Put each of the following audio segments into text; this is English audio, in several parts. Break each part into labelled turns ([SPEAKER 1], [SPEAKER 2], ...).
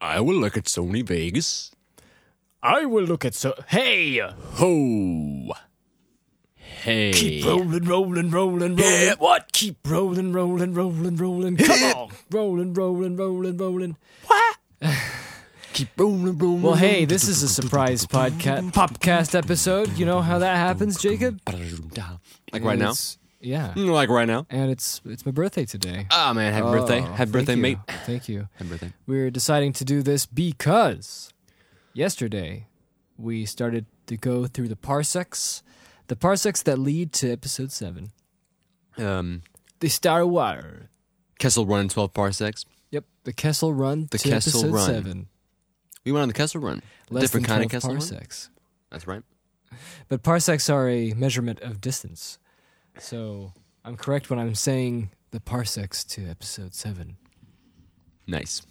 [SPEAKER 1] I will look at Sony Vegas.
[SPEAKER 2] I will look at so. Hey,
[SPEAKER 1] Ho! Hey.
[SPEAKER 2] keep rolling, rolling, rolling, rolling.
[SPEAKER 1] Yeah, what?
[SPEAKER 2] Keep rolling, rolling, rolling, rolling. Come on, rolling, rolling, rolling, rolling.
[SPEAKER 1] Keep rolling, rolling.
[SPEAKER 2] Well, hey, this is a surprise podcast podcast episode. You know how that happens, Jacob?
[SPEAKER 1] Like right now?
[SPEAKER 2] It's- Yeah,
[SPEAKER 1] Mm, Like right now?
[SPEAKER 2] and it's it's my birthday today.
[SPEAKER 1] Ah, man. Happy birthday.
[SPEAKER 2] Oh,
[SPEAKER 1] Happy
[SPEAKER 2] thank
[SPEAKER 1] birthday,
[SPEAKER 2] you.
[SPEAKER 1] mate.
[SPEAKER 2] Thank you.
[SPEAKER 1] Happy birthday.
[SPEAKER 2] We're deciding to do this because yesterday we started to go through the parsecs, the parsecs that lead to episode seven,
[SPEAKER 1] Um,
[SPEAKER 2] the Star Wars.
[SPEAKER 1] Kessel Run in 12 parsecs.
[SPEAKER 2] Yep, the Kessel Run
[SPEAKER 1] The
[SPEAKER 2] to
[SPEAKER 1] Kessel
[SPEAKER 2] episode
[SPEAKER 1] Run.
[SPEAKER 2] seven.
[SPEAKER 1] We went on the Kessel Run.
[SPEAKER 2] Less
[SPEAKER 1] Different
[SPEAKER 2] than
[SPEAKER 1] kind of
[SPEAKER 2] 12
[SPEAKER 1] Kessel Run.
[SPEAKER 2] parsecs.
[SPEAKER 1] That's right.
[SPEAKER 2] But parsecs are a measurement of distance. So I'm correct when I'm saying the parsecs to episode seven.
[SPEAKER 1] Nice.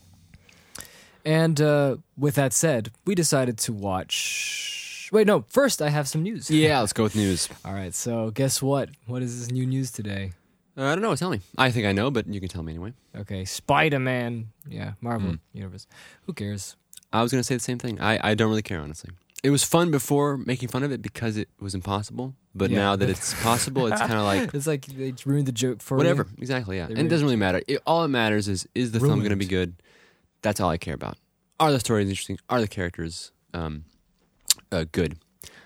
[SPEAKER 2] And uh, with that said, we decided to watch. Wait, no, first I have some news.
[SPEAKER 1] Yeah, let's go with news.
[SPEAKER 2] All right, so guess what? What is this new news today?
[SPEAKER 1] Uh, I don't know. Tell me. I think I know, but you can tell me anyway.
[SPEAKER 2] Okay, Spider Man. Yeah,
[SPEAKER 1] Hmm.
[SPEAKER 2] Marvel Universe. Who cares?
[SPEAKER 1] I was going to say the same thing. I, I don't really care, honestly. It was fun before making fun of it because it was impossible. But
[SPEAKER 2] Yeah.
[SPEAKER 1] now that it's possible, it's kind of like,
[SPEAKER 2] It's like they ruined the joke for you.
[SPEAKER 1] whatever. Exactly, yeah. And
[SPEAKER 2] really-
[SPEAKER 1] it doesn't really matter. It, all that matters is, is the film going to
[SPEAKER 2] Ruined.
[SPEAKER 1] be good? That's all I care about. Are the stories interesting? Are the characters um, uh, good?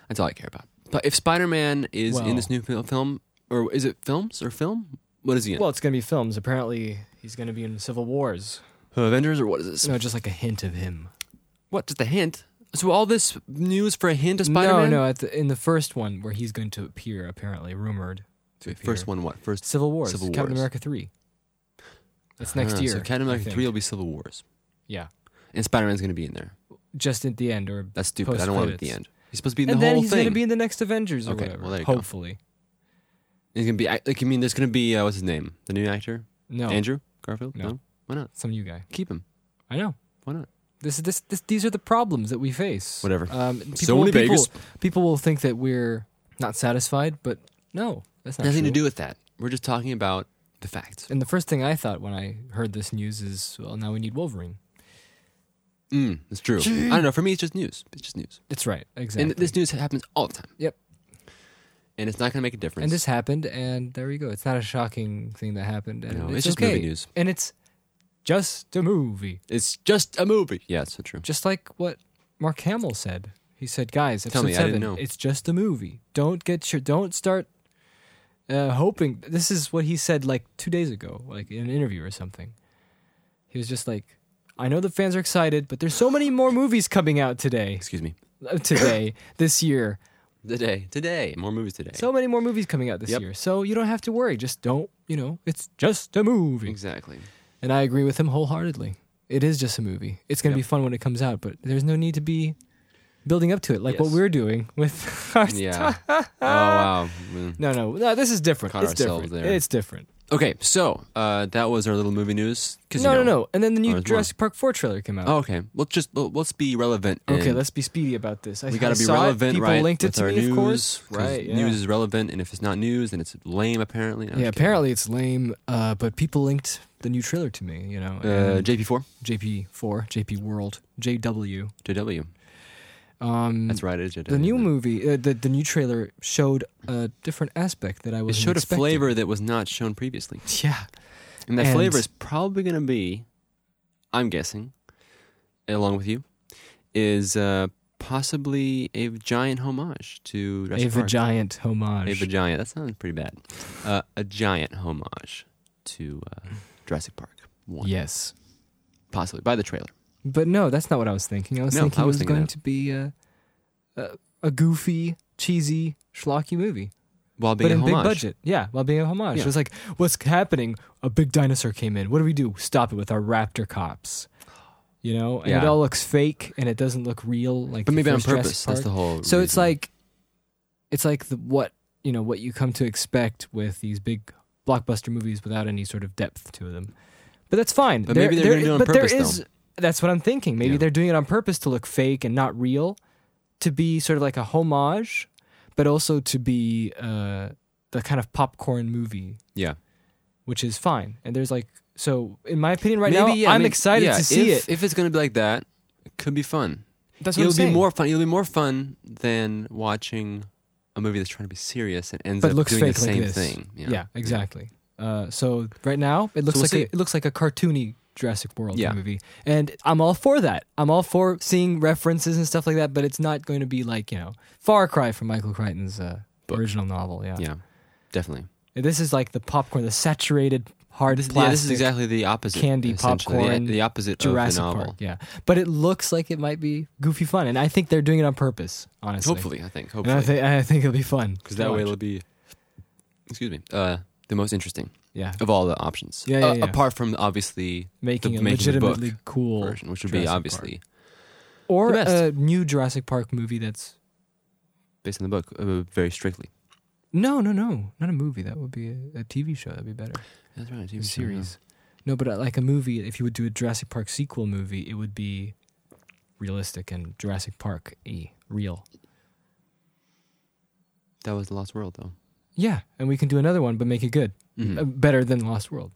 [SPEAKER 1] That's all I care about. But if Spider Man is
[SPEAKER 2] Well-
[SPEAKER 1] in this new fil- film, or is it films or film? What is he in?
[SPEAKER 2] Well, it's gonna be films. Apparently, he's gonna be in Civil Wars.
[SPEAKER 1] Uh, Avengers or what is this?
[SPEAKER 2] No, just like a hint of him.
[SPEAKER 1] What? Just a hint? So all this news for a hint of Spider
[SPEAKER 2] No,
[SPEAKER 1] Man?
[SPEAKER 2] no, at the, in the first one where he's going to appear, apparently rumored. To appear.
[SPEAKER 1] First one, what? First
[SPEAKER 2] Civil Wars,
[SPEAKER 1] Civil
[SPEAKER 2] Captain
[SPEAKER 1] Wars.
[SPEAKER 2] America three. That's next
[SPEAKER 1] Ah,
[SPEAKER 2] year.
[SPEAKER 1] So Captain
[SPEAKER 2] I
[SPEAKER 1] America
[SPEAKER 2] think.
[SPEAKER 1] three will be Civil Wars,
[SPEAKER 2] Yeah,
[SPEAKER 1] and Spider Man's going to be in there.
[SPEAKER 2] just at the end, or
[SPEAKER 1] That's stupid. I don't want him at the
[SPEAKER 2] Post-credits.
[SPEAKER 1] end. He's supposed to be in
[SPEAKER 2] and
[SPEAKER 1] the
[SPEAKER 2] then
[SPEAKER 1] whole
[SPEAKER 2] he's
[SPEAKER 1] thing.
[SPEAKER 2] gonna be in the next Avengers or
[SPEAKER 1] Okay,
[SPEAKER 2] whatever.
[SPEAKER 1] well, there you go.
[SPEAKER 2] hopefully,
[SPEAKER 1] He's going to be I- like. I mean, there's going to be uh, what's his name? The new actor,
[SPEAKER 2] no,
[SPEAKER 1] Andrew Garfield.
[SPEAKER 2] No.
[SPEAKER 1] why not?
[SPEAKER 2] some new guy.
[SPEAKER 1] Keep him.
[SPEAKER 2] I know.
[SPEAKER 1] Why not?
[SPEAKER 2] This is this, this. These are the problems that we face.
[SPEAKER 1] Whatever.
[SPEAKER 2] Um, people,
[SPEAKER 1] Sony
[SPEAKER 2] people,
[SPEAKER 1] Vegas.
[SPEAKER 2] people will think that we're not satisfied, but no, that's not
[SPEAKER 1] Nothing
[SPEAKER 2] true.
[SPEAKER 1] to do with that. We're just talking about the facts.
[SPEAKER 2] And the first thing I thought when I heard this news is, well, now we need Wolverine.
[SPEAKER 1] Mm, it's true. I don't know. For me, it's just news. It's just news.
[SPEAKER 2] That's right, exactly.
[SPEAKER 1] And this news happens all the time.
[SPEAKER 2] Yep.
[SPEAKER 1] And it's not going to make a difference.
[SPEAKER 2] And this happened, and there we go. It's not a shocking thing that happened. And
[SPEAKER 1] No,
[SPEAKER 2] it's,
[SPEAKER 1] it's just
[SPEAKER 2] okay.
[SPEAKER 1] movie news.
[SPEAKER 2] And it's just a movie.
[SPEAKER 1] it's just a movie. Yeah, it's so true.
[SPEAKER 2] Just like what Mark Hamill said. He said, guys, episode
[SPEAKER 1] Tell me, I
[SPEAKER 2] seven,
[SPEAKER 1] didn't know."
[SPEAKER 2] it's just a movie. Don't get your, don't start uh, hoping. This is what he said like two days ago, like in an interview or something. He was just like, I know the fans are excited, but there's so many more movies coming out today,
[SPEAKER 1] Excuse me.
[SPEAKER 2] uh, today, this year.
[SPEAKER 1] Today, today, more movies today.
[SPEAKER 2] So many more movies coming out this
[SPEAKER 1] Yep.
[SPEAKER 2] year. So you don't have to worry. Just don't, you know, it's just a movie.
[SPEAKER 1] exactly.
[SPEAKER 2] And I agree with him wholeheartedly. It is just a movie. It's going to be fun when it comes out, but there's no need to be building up to it like what
[SPEAKER 1] Yes.
[SPEAKER 2] we're doing with our
[SPEAKER 1] Yeah. oh wow. Mm.
[SPEAKER 2] No, no, no. This is different.
[SPEAKER 1] Caught
[SPEAKER 2] it's
[SPEAKER 1] ourselves
[SPEAKER 2] different.
[SPEAKER 1] there.
[SPEAKER 2] It's different.
[SPEAKER 1] Okay, so uh, that was our little movie news. 'cause
[SPEAKER 2] No,
[SPEAKER 1] you
[SPEAKER 2] no,
[SPEAKER 1] know-
[SPEAKER 2] no. And then the
[SPEAKER 1] Oh,
[SPEAKER 2] new
[SPEAKER 1] there's
[SPEAKER 2] Jurassic Park 4 trailer came out.
[SPEAKER 1] Oh, okay, let's just let- let's be relevant.
[SPEAKER 2] okay,
[SPEAKER 1] and
[SPEAKER 2] let's be speedy about this. I,
[SPEAKER 1] we got to
[SPEAKER 2] I
[SPEAKER 1] be
[SPEAKER 2] saw it.
[SPEAKER 1] relevant,
[SPEAKER 2] People
[SPEAKER 1] right?
[SPEAKER 2] linked it
[SPEAKER 1] with
[SPEAKER 2] to
[SPEAKER 1] our
[SPEAKER 2] me,
[SPEAKER 1] news,
[SPEAKER 2] of course.
[SPEAKER 1] 'cause
[SPEAKER 2] Right. Yeah.
[SPEAKER 1] News is relevant, and if it's not news, then it's lame. Apparently. No, I'm
[SPEAKER 2] yeah,
[SPEAKER 1] just kidding.
[SPEAKER 2] apparently it's lame, uh, but people linked the new trailer to me, you know.
[SPEAKER 1] Uh,
[SPEAKER 2] and
[SPEAKER 1] JP4,
[SPEAKER 2] JP4, JP World, JW.
[SPEAKER 1] JW.
[SPEAKER 2] Um,
[SPEAKER 1] That's right. It is JW.
[SPEAKER 2] Mm. The
[SPEAKER 1] isn't
[SPEAKER 2] new
[SPEAKER 1] it?
[SPEAKER 2] movie, uh, the the new trailer showed a different aspect that I
[SPEAKER 1] It
[SPEAKER 2] was.
[SPEAKER 1] showed a flavor that was not shown previously,
[SPEAKER 2] Yeah,
[SPEAKER 1] and that
[SPEAKER 2] And-
[SPEAKER 1] flavor is probably going to be, I'm guessing, along with you, is uh, possibly a giant homage to
[SPEAKER 2] a
[SPEAKER 1] Jurassic Park.
[SPEAKER 2] giant homage.
[SPEAKER 1] A giant. That sounds pretty bad. Uh, a giant homage to uh,
[SPEAKER 2] Mm.
[SPEAKER 1] Jurassic Park. One,
[SPEAKER 2] yes,
[SPEAKER 1] Possibly by the trailer.
[SPEAKER 2] but no, that's not what I was thinking. I was
[SPEAKER 1] No,
[SPEAKER 2] thinking
[SPEAKER 1] I was
[SPEAKER 2] it was
[SPEAKER 1] thinking
[SPEAKER 2] going
[SPEAKER 1] that.
[SPEAKER 2] to be a, a a goofy, cheesy, schlocky movie,
[SPEAKER 1] While being
[SPEAKER 2] but
[SPEAKER 1] a
[SPEAKER 2] in
[SPEAKER 1] homage.
[SPEAKER 2] big budget. Yeah, while being a homage,
[SPEAKER 1] Yeah.
[SPEAKER 2] it was like, what's happening? A big dinosaur came in. What do we do? Stop it with our raptor cops. You know, and it
[SPEAKER 1] Yeah.
[SPEAKER 2] all looks fake, and it doesn't look real. Like,
[SPEAKER 1] But
[SPEAKER 2] the
[SPEAKER 1] maybe on
[SPEAKER 2] first Jurassic
[SPEAKER 1] purpose. That's
[SPEAKER 2] Park.
[SPEAKER 1] the whole.
[SPEAKER 2] So it's
[SPEAKER 1] reason.
[SPEAKER 2] like, it's like the, what you know what you come to expect with these big blockbuster movies without any sort of depth to them. But that's fine.
[SPEAKER 1] But
[SPEAKER 2] There-
[SPEAKER 1] maybe they're
[SPEAKER 2] there-
[SPEAKER 1] gonna do it on
[SPEAKER 2] but
[SPEAKER 1] purpose,
[SPEAKER 2] there is. That's what I'm thinking. Maybe
[SPEAKER 1] Yeah.
[SPEAKER 2] they're doing it on purpose to look fake and not real, to be sort of like a homage, but also to be uh, the kind of popcorn movie,
[SPEAKER 1] yeah,
[SPEAKER 2] which is fine. And there's like So, in my opinion, right
[SPEAKER 1] Maybe,
[SPEAKER 2] now,
[SPEAKER 1] yeah,
[SPEAKER 2] I'm
[SPEAKER 1] maybe-
[SPEAKER 2] excited
[SPEAKER 1] yeah,
[SPEAKER 2] to see
[SPEAKER 1] if,
[SPEAKER 2] it.
[SPEAKER 1] If it's going to be like that, it could be fun.
[SPEAKER 2] That's what
[SPEAKER 1] It'll
[SPEAKER 2] I'm saying.
[SPEAKER 1] be more fun. It'll be more fun than watching a movie that's trying to be serious and ends
[SPEAKER 2] But
[SPEAKER 1] up
[SPEAKER 2] looks
[SPEAKER 1] doing
[SPEAKER 2] fake
[SPEAKER 1] the
[SPEAKER 2] like
[SPEAKER 1] same
[SPEAKER 2] this.
[SPEAKER 1] thing.
[SPEAKER 2] Yeah, exactly. Uh, so right now, it looks
[SPEAKER 1] we'll
[SPEAKER 2] like
[SPEAKER 1] see.
[SPEAKER 2] a, it looks like a cartoony Jurassic World
[SPEAKER 1] Yeah.
[SPEAKER 2] movie, and I'm all for that. I'm all for seeing references and stuff like that, but it's not going to be like you know Far Cry from Michael Crichton's uh,
[SPEAKER 1] Book.
[SPEAKER 2] original novel. Yeah.
[SPEAKER 1] Yeah, definitely.
[SPEAKER 2] this is like the popcorn, the saturated hard
[SPEAKER 1] This,
[SPEAKER 2] plastic.
[SPEAKER 1] yeah, this is exactly the opposite.
[SPEAKER 2] candy,
[SPEAKER 1] essentially, the-
[SPEAKER 2] popcorn,
[SPEAKER 1] the, opposite
[SPEAKER 2] Jurassic
[SPEAKER 1] of the novel.
[SPEAKER 2] Park, yeah, but it looks like it might be goofy fun, and I think they're doing it on purpose, honestly.
[SPEAKER 1] Hopefully, I think.
[SPEAKER 2] and I
[SPEAKER 1] Hopefully,
[SPEAKER 2] think I think it'll be fun
[SPEAKER 1] because
[SPEAKER 2] to
[SPEAKER 1] that way
[SPEAKER 2] watch.
[SPEAKER 1] it'll be, excuse me, uh, the most interesting
[SPEAKER 2] yeah,
[SPEAKER 1] of all the options.
[SPEAKER 2] Yeah, yeah,
[SPEAKER 1] Uh,
[SPEAKER 2] yeah.
[SPEAKER 1] Apart from obviously
[SPEAKER 2] making a
[SPEAKER 1] making the book
[SPEAKER 2] legitimately cool
[SPEAKER 1] version, which would be
[SPEAKER 2] Jurassic Park.
[SPEAKER 1] obviously
[SPEAKER 2] or
[SPEAKER 1] The best.
[SPEAKER 2] a new Jurassic Park movie that's
[SPEAKER 1] based on the book uh, very strictly.
[SPEAKER 2] no, no, no, not a movie. That would be a, a TV show. That'd be better.
[SPEAKER 1] That's right.
[SPEAKER 2] A series. No, but uh, like a movie. If you would do a Jurassic Park sequel movie, it would be realistic and Jurassic Park e real.
[SPEAKER 1] That was the Lost World, though.
[SPEAKER 2] Yeah, and we can do another one, but make it good,
[SPEAKER 1] Mhm.
[SPEAKER 2] uh, better than Lost World.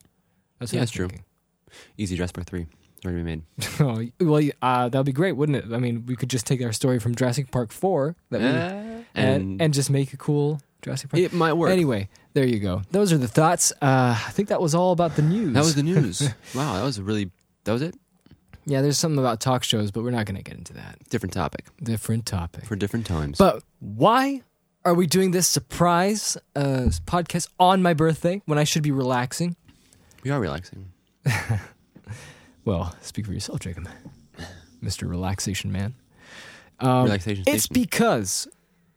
[SPEAKER 2] That's what
[SPEAKER 1] Yeah,
[SPEAKER 2] I'm
[SPEAKER 1] that's true.
[SPEAKER 2] thinking.
[SPEAKER 1] Easy Dress Part Three already made.
[SPEAKER 2] oh, y- well, y- uh, that'd be great, wouldn't it? I mean, we could just take our story from Jurassic Park Four that we, and, and just make a cool Jurassic Park.
[SPEAKER 1] Uh, it might work.
[SPEAKER 2] Anyway, there you go. Those are the thoughts. Uh, I think that was all about the news.
[SPEAKER 1] that was the news. wow, that was a really that was it.
[SPEAKER 2] yeah. There's something about talk shows, but we're not going to get into that.
[SPEAKER 1] Different topic
[SPEAKER 2] Different topic.
[SPEAKER 1] for different times.
[SPEAKER 2] But why are we doing this surprise uh, podcast on my birthday when I should be relaxing?
[SPEAKER 1] we are relaxing.
[SPEAKER 2] Well, speak for yourself, Jacob, Mister Relaxation Man. Um,
[SPEAKER 1] Relaxation
[SPEAKER 2] It's
[SPEAKER 1] station.
[SPEAKER 2] because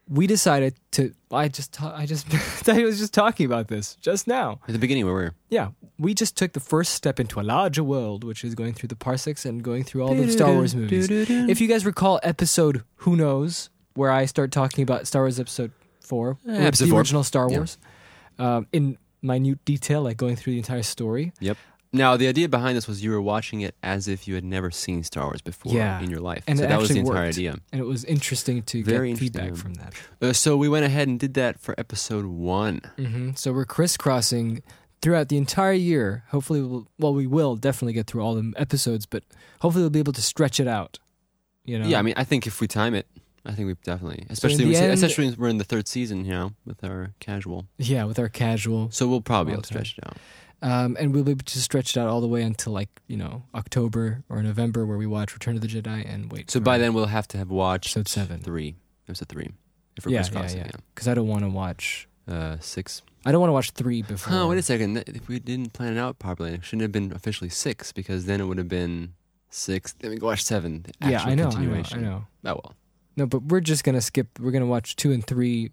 [SPEAKER 2] we decided to. I just. ta- I just. I was just talking about this just now.
[SPEAKER 1] At the beginning, we were
[SPEAKER 2] Yeah, we just took the first step into a larger world, which is going through the parsecs and going through all the Star Wars movies. If you guys recall episode Who Knows, where I start talking about Star Wars episode 4,
[SPEAKER 1] Eh,
[SPEAKER 2] or
[SPEAKER 1] episode
[SPEAKER 2] the
[SPEAKER 1] four.
[SPEAKER 2] original Star
[SPEAKER 1] Yeah.
[SPEAKER 2] Wars, um, in minute detail, like going through the entire story.
[SPEAKER 1] Yep. Now the idea behind this was you were watching it as if you had never seen Star Wars before
[SPEAKER 2] Yeah.
[SPEAKER 1] in your life.
[SPEAKER 2] And
[SPEAKER 1] so
[SPEAKER 2] it
[SPEAKER 1] that was the
[SPEAKER 2] actually
[SPEAKER 1] entire
[SPEAKER 2] worked.
[SPEAKER 1] idea.
[SPEAKER 2] And it was interesting to
[SPEAKER 1] Very
[SPEAKER 2] get feedback
[SPEAKER 1] interesting.
[SPEAKER 2] from that.
[SPEAKER 1] Uh, so we went ahead and did that for episode one.
[SPEAKER 2] hmm So we're crisscrossing throughout the entire year. Hopefully, we'll, well, we will definitely get through all the episodes, but hopefully, we'll be able to stretch it out. You know?
[SPEAKER 1] Yeah, I mean, I think if we time it, I think we definitely, especially
[SPEAKER 2] the
[SPEAKER 1] we-
[SPEAKER 2] end-
[SPEAKER 1] especially when we're in the third season, you know, with our casual.
[SPEAKER 2] yeah, with our casual
[SPEAKER 1] So we'll probably be
[SPEAKER 2] Well
[SPEAKER 1] able to stretch it out.
[SPEAKER 2] um, and we'll be able to stretch it out all the way until like you know October or November, where we watch Return of the Jedi and wait.
[SPEAKER 1] So
[SPEAKER 2] for
[SPEAKER 1] by then we'll have to have watched
[SPEAKER 2] episode seven,
[SPEAKER 1] three. Episode three. If we're
[SPEAKER 2] Yeah,
[SPEAKER 1] crisscrossing,
[SPEAKER 2] yeah,
[SPEAKER 1] yeah.
[SPEAKER 2] because I don't want to watch.
[SPEAKER 1] Uh, six.
[SPEAKER 2] I don't want to watch three before.
[SPEAKER 1] Huh, wait a second. That- If we didn't plan it out properly, it shouldn't have been officially six because then it would have been six. Then we go watch seven. The
[SPEAKER 2] yeah,
[SPEAKER 1] actual
[SPEAKER 2] I know, I know, I
[SPEAKER 1] Continuation.
[SPEAKER 2] know.
[SPEAKER 1] Oh well.
[SPEAKER 2] No, but we're just gonna skip. We're gonna watch two and three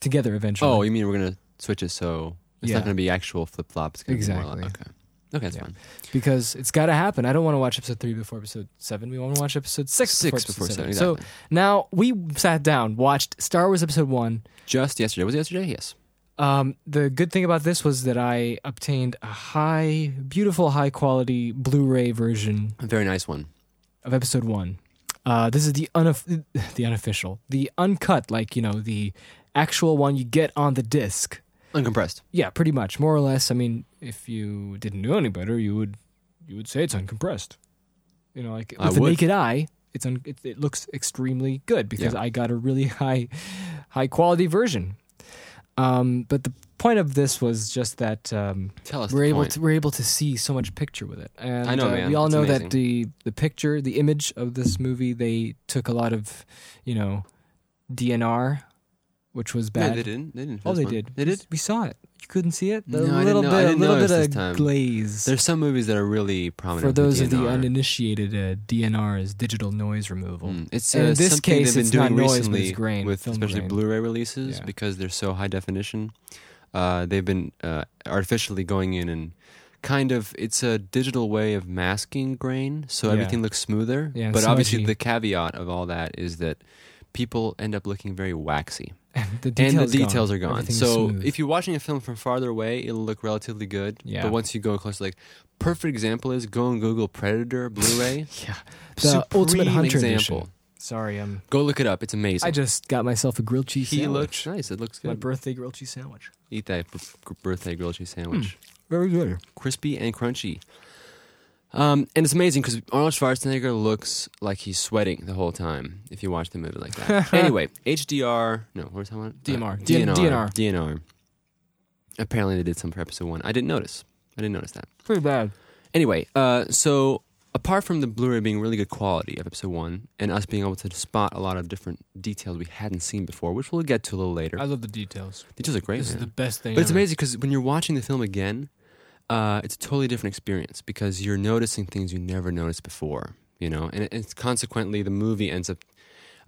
[SPEAKER 2] together eventually.
[SPEAKER 1] Oh, you mean we're gonna switch it so it's
[SPEAKER 2] Yeah.
[SPEAKER 1] not gonna be actual flip flops. Be more like,
[SPEAKER 2] Exactly.
[SPEAKER 1] okay. Okay, that's
[SPEAKER 2] Yeah.
[SPEAKER 1] fine.
[SPEAKER 2] because it's got to happen. I don't want to watch episode three before episode seven. We want to watch episode six,
[SPEAKER 1] Six before
[SPEAKER 2] before episode
[SPEAKER 1] seven.
[SPEAKER 2] seven.
[SPEAKER 1] Exactly.
[SPEAKER 2] So now we sat down, watched Star Wars episode one,
[SPEAKER 1] just yesterday was it yesterday? Yes.
[SPEAKER 2] Um, the good thing about this was that I obtained a high, beautiful, high quality Blu-ray version
[SPEAKER 1] A very nice one.
[SPEAKER 2] of episode one. Uh, this is the unof- the unofficial, the uncut, like you know, the actual one you get on the disc.
[SPEAKER 1] Uncompressed.
[SPEAKER 2] Yeah, pretty much, more or less. I mean, if you didn't know any better, you would you would say it's uncompressed. You know, like
[SPEAKER 1] I
[SPEAKER 2] with the
[SPEAKER 1] would.
[SPEAKER 2] naked eye, it's un- it, it looks extremely good because
[SPEAKER 1] Yeah.
[SPEAKER 2] I got a really high high quality version. Um, but the point of this was just that um,
[SPEAKER 1] Tell us.
[SPEAKER 2] we're
[SPEAKER 1] the
[SPEAKER 2] able
[SPEAKER 1] point.
[SPEAKER 2] to we're able to see so much picture with it. And,
[SPEAKER 1] I know,
[SPEAKER 2] uh,
[SPEAKER 1] man.
[SPEAKER 2] We all
[SPEAKER 1] It's
[SPEAKER 2] know
[SPEAKER 1] amazing.
[SPEAKER 2] that the the picture, the image of this movie, they took a lot of, you know, DNR, which was
[SPEAKER 1] No,
[SPEAKER 2] bad.
[SPEAKER 1] they didn't. They didn't. for
[SPEAKER 2] oh,
[SPEAKER 1] this
[SPEAKER 2] they
[SPEAKER 1] one.
[SPEAKER 2] did.
[SPEAKER 1] They
[SPEAKER 2] We-
[SPEAKER 1] did.
[SPEAKER 2] We saw it. You couldn't see it.
[SPEAKER 1] No,
[SPEAKER 2] a
[SPEAKER 1] I didn't
[SPEAKER 2] little
[SPEAKER 1] know- I
[SPEAKER 2] bit, a
[SPEAKER 1] didn't
[SPEAKER 2] little
[SPEAKER 1] notice
[SPEAKER 2] bit
[SPEAKER 1] this
[SPEAKER 2] of
[SPEAKER 1] time.
[SPEAKER 2] glaze.
[SPEAKER 1] There's some movies that are really prominent.
[SPEAKER 2] For
[SPEAKER 1] with
[SPEAKER 2] those of the
[SPEAKER 1] DNR.
[SPEAKER 2] uninitiated, uh, DNR is digital noise removal.
[SPEAKER 1] Mm, It's
[SPEAKER 2] And
[SPEAKER 1] uh,
[SPEAKER 2] in this
[SPEAKER 1] something they've
[SPEAKER 2] case,
[SPEAKER 1] been
[SPEAKER 2] it's
[SPEAKER 1] doing
[SPEAKER 2] not noise, but
[SPEAKER 1] recently
[SPEAKER 2] it's grain,
[SPEAKER 1] with
[SPEAKER 2] film
[SPEAKER 1] especially
[SPEAKER 2] grain.
[SPEAKER 1] Blu-ray releases
[SPEAKER 2] Yeah.
[SPEAKER 1] because they're so high definition. Uh, they've been uh, artificially going in and kind of it's a digital way of masking grain, so
[SPEAKER 2] Yeah.
[SPEAKER 1] everything looks smoother.
[SPEAKER 2] Yeah, and
[SPEAKER 1] but obviously,
[SPEAKER 2] smudgy.
[SPEAKER 1] the caveat of all that is that people end up looking very waxy
[SPEAKER 2] the details
[SPEAKER 1] and the details
[SPEAKER 2] gone.
[SPEAKER 1] are gone.
[SPEAKER 2] Everything's
[SPEAKER 1] So
[SPEAKER 2] smooth.
[SPEAKER 1] if you're watching a film from farther away, it'll look relatively good.
[SPEAKER 2] Yeah.
[SPEAKER 1] But once you go close, like perfect example is go and Google Predator Blu-ray.
[SPEAKER 2] yeah, the Ultimate
[SPEAKER 1] Supreme
[SPEAKER 2] Hunter
[SPEAKER 1] example.
[SPEAKER 2] edition. Sorry, um,
[SPEAKER 1] Go look it up. It's amazing.
[SPEAKER 2] I just got myself a grilled cheese
[SPEAKER 1] he
[SPEAKER 2] sandwich.
[SPEAKER 1] looks nice. It looks
[SPEAKER 2] My
[SPEAKER 1] good.
[SPEAKER 2] birthday grilled cheese sandwich.
[SPEAKER 1] Eat that b- b- birthday grilled cheese sandwich.
[SPEAKER 2] very good.
[SPEAKER 1] crispy and crunchy. Um, and it's amazing because Arnold Schwarzenegger looks like he's sweating the whole time if you watch the movie like that. anyway, HDR. No, what was Uh, I want?
[SPEAKER 2] DMR.
[SPEAKER 1] DNR.
[SPEAKER 2] DNR.
[SPEAKER 1] DNR. Apparently, they did some for episode one. I didn't notice. I didn't notice that.
[SPEAKER 2] Pretty bad.
[SPEAKER 1] Anyway, uh, so apart from the Blu-ray being really good quality of episode one, and us being able to spot a lot of different details we hadn't seen before, which we'll get to a little later.
[SPEAKER 2] I love the details.
[SPEAKER 1] details are great.
[SPEAKER 2] This is
[SPEAKER 1] man.
[SPEAKER 2] the best thing.
[SPEAKER 1] But it's
[SPEAKER 2] ever.
[SPEAKER 1] amazing because when you're watching the film again, uh, it's a totally different experience because you're noticing things you never noticed before, you know, and it- it's consequently the movie ends up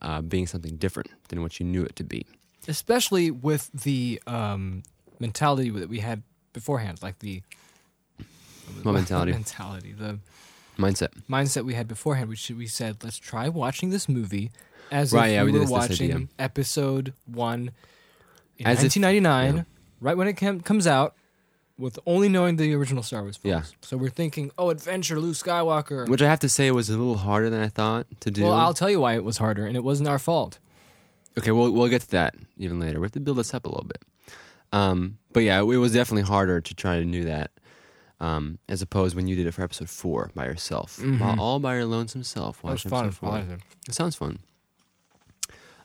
[SPEAKER 1] uh, being something different than what you knew it to be.
[SPEAKER 2] especially with the um, mentality that we had beforehand, like the
[SPEAKER 1] What mentality?
[SPEAKER 2] mentality, the
[SPEAKER 1] Mindset.
[SPEAKER 2] mindset we had beforehand. Which we said, let's try watching this movie as
[SPEAKER 1] Right,
[SPEAKER 2] if
[SPEAKER 1] yeah,
[SPEAKER 2] we,
[SPEAKER 1] we did
[SPEAKER 2] were
[SPEAKER 1] this- this
[SPEAKER 2] watching
[SPEAKER 1] idea.
[SPEAKER 2] episode one in
[SPEAKER 1] As if-
[SPEAKER 2] 1999,
[SPEAKER 1] yeah.
[SPEAKER 2] right when it cam- comes out. With only knowing the original Star Wars films,
[SPEAKER 1] Yeah.
[SPEAKER 2] so we're thinking, "Oh, adventure, Luke Skywalker."
[SPEAKER 1] Which I have to say was a little harder than I thought to do.
[SPEAKER 2] well, I'll tell you why it was harder, and it wasn't our fault.
[SPEAKER 1] okay, we'll, we'll get to that even later. We have to build this up a little bit. Um, but yeah, it was definitely harder to try to do that um, as opposed when you did it for episode four by yourself, while all by your lonesome self
[SPEAKER 2] It Mm-hmm. was
[SPEAKER 1] watching
[SPEAKER 2] fun.
[SPEAKER 1] episode four. It sounds fun.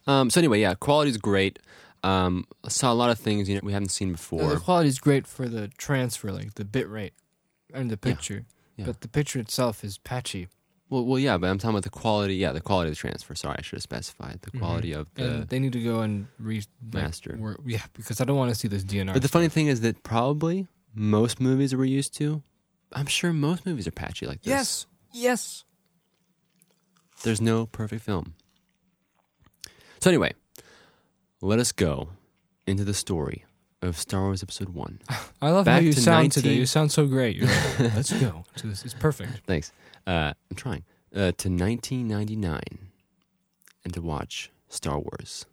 [SPEAKER 1] Um, so anyway, yeah, quality's great. Um, I saw a lot of things you know, we haven't seen
[SPEAKER 2] No,
[SPEAKER 1] before.
[SPEAKER 2] the quality is great for the transfer, like the bit rate and the
[SPEAKER 1] Yeah.
[SPEAKER 2] picture.
[SPEAKER 1] Yeah.
[SPEAKER 2] But the picture itself is patchy.
[SPEAKER 1] Well, well, yeah, but I'm talking about the quality. Yeah, the quality of the transfer. Sorry, I should have specified the quality of the.
[SPEAKER 2] Mm-hmm. and they need to go and re like,
[SPEAKER 1] Uh, Master.
[SPEAKER 2] wor- yeah, because I don't want to see this DNR.
[SPEAKER 1] but the funny thing is that probably most movies that we're used to, I'm sure most movies are patchy like this.
[SPEAKER 2] yes, yes.
[SPEAKER 1] There's no perfect film. So anyway, let us go into the story of Star Wars Episode One.
[SPEAKER 2] I love how
[SPEAKER 1] Back
[SPEAKER 2] you
[SPEAKER 1] to
[SPEAKER 2] sound
[SPEAKER 1] 19
[SPEAKER 2] today. You sound so great. You're like, Let's go to this. It's perfect.
[SPEAKER 1] Thanks. Uh, I'm trying. Uh, to 1999 and to watch Star Wars.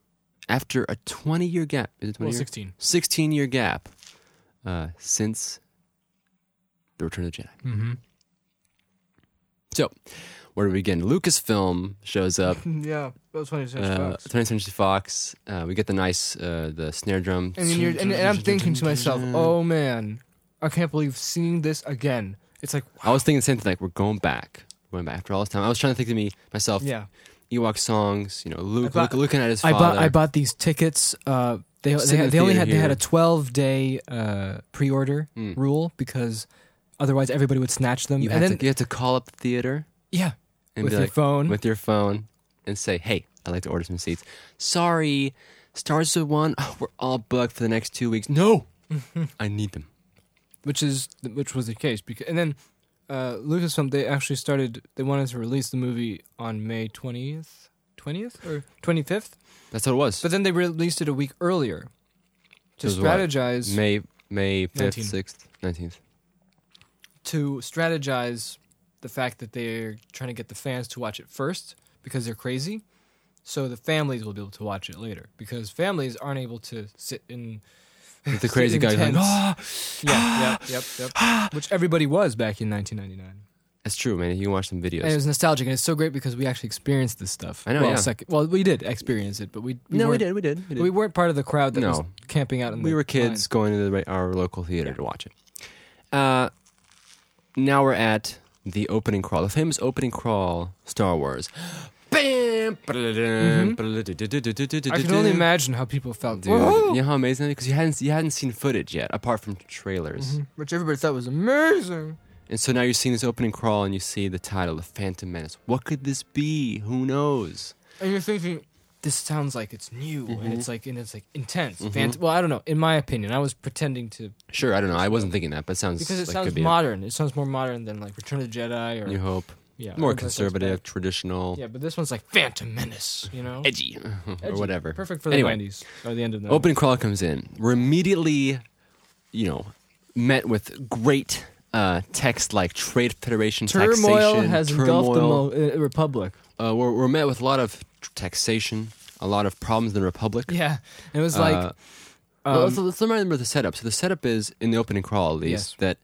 [SPEAKER 1] After a 20 year gap, is it 20
[SPEAKER 2] Well,
[SPEAKER 1] year?
[SPEAKER 2] sixteen.
[SPEAKER 1] 16 year gap uh, since The Return of the Jedi.
[SPEAKER 2] Mm-hmm.
[SPEAKER 1] So, where do we begin? Lucasfilm shows up.
[SPEAKER 2] yeah, that was funny.
[SPEAKER 1] Uh, 20th Century Fox. Uh, we get the nice, uh, the snare drum.
[SPEAKER 2] And, then you're, and, and I'm thinking to myself, oh man, I can't believe seeing this again. It's like,
[SPEAKER 1] I was thinking the same thing. Like we're going back, we're going back after all this time. I was trying to think to me myself,
[SPEAKER 2] yeah.
[SPEAKER 1] Ewok songs. You know, Luke,
[SPEAKER 2] bought-
[SPEAKER 1] Luke looking at his
[SPEAKER 2] I
[SPEAKER 1] father.
[SPEAKER 2] bought I bought these tickets. Uh, they they,
[SPEAKER 1] Sitting in
[SPEAKER 2] had,
[SPEAKER 1] the
[SPEAKER 2] they only
[SPEAKER 1] theater
[SPEAKER 2] had they had a
[SPEAKER 1] here.
[SPEAKER 2] twelve day uh, pre order
[SPEAKER 1] Mm.
[SPEAKER 2] rule because otherwise everybody would snatch them.
[SPEAKER 1] You
[SPEAKER 2] and
[SPEAKER 1] had,
[SPEAKER 2] then
[SPEAKER 1] to, you had to call up the theater
[SPEAKER 2] yeah,
[SPEAKER 1] and
[SPEAKER 2] with
[SPEAKER 1] be
[SPEAKER 2] your
[SPEAKER 1] like,
[SPEAKER 2] phone.
[SPEAKER 1] with your phone and say, "Hey, I'd like to order some seats." Sorry, Stars of One, oh, we're all booked for the next two weeks. No, I need them.
[SPEAKER 2] which is which was the case because and then uh, Lucasfilm they actually started they wanted to release the movie on May twentieth. 20th or 25th
[SPEAKER 1] That's what it was.
[SPEAKER 2] but then they released it a week earlier to
[SPEAKER 1] It was what?
[SPEAKER 2] strategize
[SPEAKER 1] May May fifth,
[SPEAKER 2] 19th.
[SPEAKER 1] sixth, nineteenth.
[SPEAKER 2] to strategize the fact that they're trying to get the fans to watch it first because they're crazy. So the families will be able to watch it later because families aren't able to sit in
[SPEAKER 1] With the crazy guy going,
[SPEAKER 2] Intense.
[SPEAKER 1] "Ah!"
[SPEAKER 2] yeah yep yep yep which everybody was back in 1999
[SPEAKER 1] That's true, man. You can watch some videos.
[SPEAKER 2] and it was nostalgic and it's so great because we actually experienced this stuff.
[SPEAKER 1] I know,
[SPEAKER 2] Well,
[SPEAKER 1] yeah.
[SPEAKER 2] second, well we did experience it, but we, we weren't-
[SPEAKER 1] We did. We,
[SPEAKER 2] We weren't part of the crowd that was
[SPEAKER 1] No.
[SPEAKER 2] camping out. In the
[SPEAKER 1] were kids going to the, ra- our local theater to watch it. Uh, now we're at the opening crawl, the famous opening crawl, Star Wars. Bam!
[SPEAKER 2] line. Mm-hmm. I can only imagine how people felt,
[SPEAKER 1] Dude,
[SPEAKER 2] Whoa!
[SPEAKER 1] you know how amazing that is? Because you hadn't, you hadn't seen footage yet, apart from trailers.
[SPEAKER 2] which everybody thought was amazing.
[SPEAKER 1] And so now you're seeing this opening crawl and you see the title, The Phantom Menace. What could this be? Who knows?
[SPEAKER 2] and you're thinking this sounds like it's new
[SPEAKER 1] Mm-hmm.
[SPEAKER 2] and it's like and it's like intense Fant- well i don't know in my opinion i was pretending to
[SPEAKER 1] Sure, I don't know. I wasn't thinking that, but it sounds
[SPEAKER 2] because it
[SPEAKER 1] like
[SPEAKER 2] sounds
[SPEAKER 1] could be
[SPEAKER 2] modern it sounds more modern than like return of the jedi or
[SPEAKER 1] New Hope.
[SPEAKER 2] yeah
[SPEAKER 1] More
[SPEAKER 2] or that sounds
[SPEAKER 1] conservative, traditional,
[SPEAKER 2] better. yeah but this one's like phantom menace you know
[SPEAKER 1] edgy, or
[SPEAKER 2] Edgy.
[SPEAKER 1] whatever.
[SPEAKER 2] perfect for the
[SPEAKER 1] Anyway.
[SPEAKER 2] 90s or the end of the
[SPEAKER 1] Opening crawl comes in. We're immediately, you know, met with great uh, text like Trade Federation
[SPEAKER 2] turmoil
[SPEAKER 1] taxation.
[SPEAKER 2] has engulfed the mo- uh, republic
[SPEAKER 1] uh, we're, we're met with a lot of tr- taxation, a lot of problems in the Republic.
[SPEAKER 2] yeah it was like
[SPEAKER 1] Uh,
[SPEAKER 2] um,
[SPEAKER 1] well, let's, let's remember the setup. So the setup is in the opening crawl, at least, that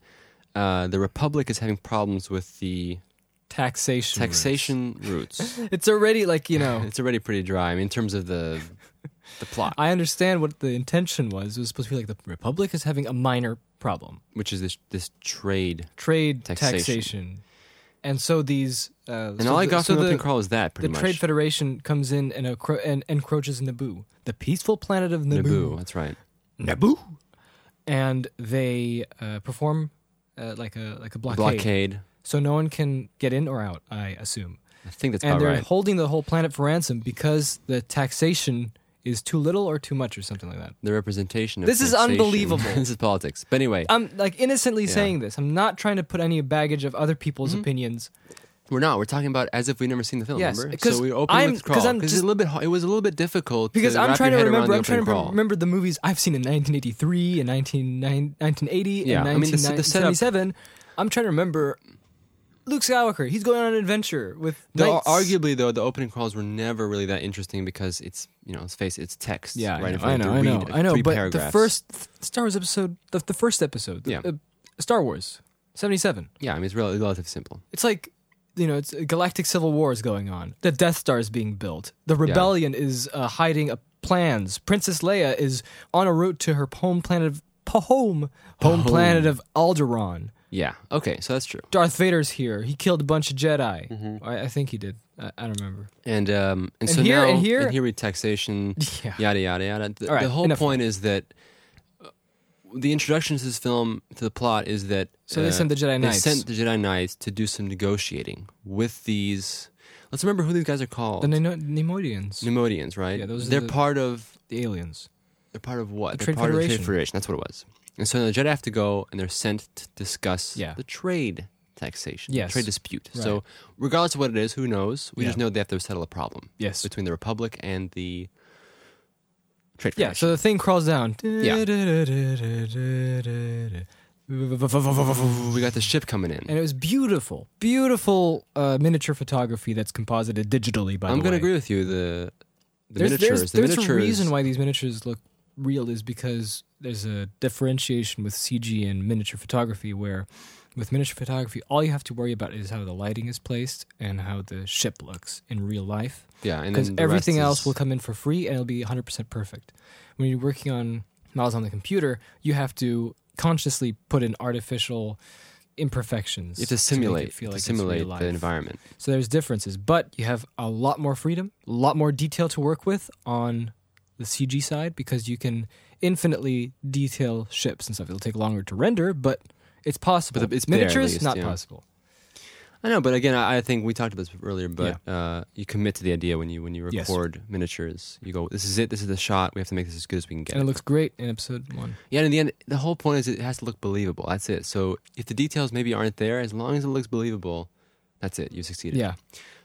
[SPEAKER 1] uh, the Republic is having problems with the
[SPEAKER 2] taxation
[SPEAKER 1] taxation routes.
[SPEAKER 2] it's already like you know
[SPEAKER 1] It's already pretty dry. I mean, in terms of the the plot,
[SPEAKER 2] I understand what the intention was. It was supposed to be like the Republic is having a minor problem,
[SPEAKER 1] which is this this trade.
[SPEAKER 2] trade
[SPEAKER 1] Taxation.
[SPEAKER 2] taxation, and so these. Uh,
[SPEAKER 1] And all I got
[SPEAKER 2] so
[SPEAKER 1] from
[SPEAKER 2] the,
[SPEAKER 1] Open Crawl is that
[SPEAKER 2] the
[SPEAKER 1] pretty much.
[SPEAKER 2] Trade Federation comes in and, encro- and encroaches Naboo, the peaceful planet of
[SPEAKER 1] Naboo, that's right.
[SPEAKER 2] Naboo, and they uh, perform uh, like a like a blockade.
[SPEAKER 1] Blockade.
[SPEAKER 2] so no one can get in or out. I assume,
[SPEAKER 1] I think that's
[SPEAKER 2] and
[SPEAKER 1] about
[SPEAKER 2] they're
[SPEAKER 1] right.
[SPEAKER 2] holding the whole planet for ransom because the taxation is too little or too much or something like that.
[SPEAKER 1] The representation of
[SPEAKER 2] This is
[SPEAKER 1] taxation.
[SPEAKER 2] unbelievable. Uh,
[SPEAKER 1] this is politics. But anyway,
[SPEAKER 2] I'm like innocently saying this. I'm not trying to put any baggage of other people's
[SPEAKER 1] Mm-hmm.
[SPEAKER 2] opinions.
[SPEAKER 1] we're not. We're talking about as if we've never seen the film.
[SPEAKER 2] Yes,
[SPEAKER 1] remember?
[SPEAKER 2] 'cause
[SPEAKER 1] So we opened
[SPEAKER 2] I'm-
[SPEAKER 1] with
[SPEAKER 2] 'cause
[SPEAKER 1] crawl
[SPEAKER 2] I'm
[SPEAKER 1] it's
[SPEAKER 2] just-
[SPEAKER 1] a little bit. It was a little bit difficult
[SPEAKER 2] Because
[SPEAKER 1] to
[SPEAKER 2] I'm
[SPEAKER 1] wrap
[SPEAKER 2] trying to
[SPEAKER 1] your head around
[SPEAKER 2] remember.
[SPEAKER 1] the
[SPEAKER 2] I'm trying
[SPEAKER 1] open
[SPEAKER 2] to
[SPEAKER 1] crawl.
[SPEAKER 2] remember the movies I've seen in 1983 and 1990 1980
[SPEAKER 1] Yeah,
[SPEAKER 2] and
[SPEAKER 1] I mean, the s- the setup-
[SPEAKER 2] 1977. I'm trying to remember Luke Skywalker. He's going on an adventure with
[SPEAKER 1] Though,
[SPEAKER 2] knights.
[SPEAKER 1] arguably, though, the opening crawls were never really that interesting because it's you know, let's face it, it's text.
[SPEAKER 2] Yeah,
[SPEAKER 1] right.
[SPEAKER 2] I
[SPEAKER 1] in
[SPEAKER 2] know,
[SPEAKER 1] front of
[SPEAKER 2] I
[SPEAKER 1] you to read,
[SPEAKER 2] know, I
[SPEAKER 1] like,
[SPEAKER 2] know. I know
[SPEAKER 1] three
[SPEAKER 2] but
[SPEAKER 1] paragraphs.
[SPEAKER 2] the first th- Star Wars episode, the, the first episode, the,
[SPEAKER 1] Yeah.
[SPEAKER 2] uh, Star Wars '77.
[SPEAKER 1] yeah, I mean, it's rel- relatively simple.
[SPEAKER 2] It's like you know, it's a galactic civil war is going on. The Death Star is being built. The rebellion is uh, hiding uh, plans. Princess Leia is on a route to her home planet of pa- home home planet of Alderaan.
[SPEAKER 1] Yeah. Okay, so that's true.
[SPEAKER 2] Darth Vader's here. He killed a bunch of Jedi. I, I think he did. I, I don't remember.
[SPEAKER 1] And um, and,
[SPEAKER 2] And
[SPEAKER 1] so
[SPEAKER 2] here-
[SPEAKER 1] now
[SPEAKER 2] and here-
[SPEAKER 1] we taxation.
[SPEAKER 2] Yeah.
[SPEAKER 1] Yada yada yada. The,
[SPEAKER 2] All right,
[SPEAKER 1] the whole
[SPEAKER 2] enough.
[SPEAKER 1] point is that uh, the introduction to this film to the plot is that uh,
[SPEAKER 2] So they sent the Jedi
[SPEAKER 1] They
[SPEAKER 2] Knights.
[SPEAKER 1] sent the Jedi Knights to do some negotiating with these. Let's remember who these guys are called.
[SPEAKER 2] The Nemo- Nemoidians,
[SPEAKER 1] Nemodians, right?
[SPEAKER 2] Yeah, those are
[SPEAKER 1] They're
[SPEAKER 2] the-
[SPEAKER 1] part of
[SPEAKER 2] the aliens.
[SPEAKER 1] They're part of what?
[SPEAKER 2] The
[SPEAKER 1] they're
[SPEAKER 2] Trade
[SPEAKER 1] part of the
[SPEAKER 2] Federation.
[SPEAKER 1] Trade Federation. That's what it was. And so the Jedi have to go and they're sent to discuss
[SPEAKER 2] Yeah.
[SPEAKER 1] the trade taxation, the
[SPEAKER 2] Yes.
[SPEAKER 1] trade dispute.
[SPEAKER 2] Right.
[SPEAKER 1] So regardless of what it is, who knows? We just
[SPEAKER 2] Yeah.
[SPEAKER 1] know they have to settle a problem
[SPEAKER 2] Yes.
[SPEAKER 1] between the Republic and the Trade
[SPEAKER 2] Yeah,
[SPEAKER 1] Federation.
[SPEAKER 2] so the thing crawls down.
[SPEAKER 1] Yeah.
[SPEAKER 2] And
[SPEAKER 1] we got the ship coming in.
[SPEAKER 2] it was beautiful, beautiful uh, miniature photography that's composited digitally. By
[SPEAKER 1] I'm
[SPEAKER 2] the
[SPEAKER 1] going to agree
[SPEAKER 2] way,
[SPEAKER 1] with you. The, the
[SPEAKER 2] there's,
[SPEAKER 1] miniatures.
[SPEAKER 2] There's,
[SPEAKER 1] the
[SPEAKER 2] there's
[SPEAKER 1] miniatures.
[SPEAKER 2] a reason why these miniatures look real is because there's a differentiation with CG and miniature photography where with miniature photography all you have to worry about is how the lighting is placed and how the ship looks in real life
[SPEAKER 1] yeah, and
[SPEAKER 2] because
[SPEAKER 1] then the
[SPEAKER 2] everything
[SPEAKER 1] rest is-
[SPEAKER 2] else will come in for free and it'll be 100% perfect. When you're working on models on the computer, you have to consciously put in artificial imperfections.
[SPEAKER 1] You have to
[SPEAKER 2] make it
[SPEAKER 1] simulate,
[SPEAKER 2] feel like
[SPEAKER 1] to
[SPEAKER 2] it's real
[SPEAKER 1] simulate
[SPEAKER 2] life.
[SPEAKER 1] the environment.
[SPEAKER 2] So there's differences, but you have a lot more freedom, a lot more detail to work with on the CG side because you can infinitely detail ships and stuff. It'll take longer to render, but it's possible.
[SPEAKER 1] But it's there at
[SPEAKER 2] miniatures,
[SPEAKER 1] least,
[SPEAKER 2] not
[SPEAKER 1] yeah.
[SPEAKER 2] possible.
[SPEAKER 1] I know, but again, I, I think we talked about this earlier. But uh, you commit to the idea when you when you
[SPEAKER 2] Yes.
[SPEAKER 1] record miniatures. You go, this is it. This is the shot. We have to make this as good as we can get.
[SPEAKER 2] And it looks great in episode one.
[SPEAKER 1] yeah, and in the end, the whole point is it has to look believable. That's it. So if the details maybe aren't there, as long as it looks believable, that's it. You succeeded.
[SPEAKER 2] Yeah,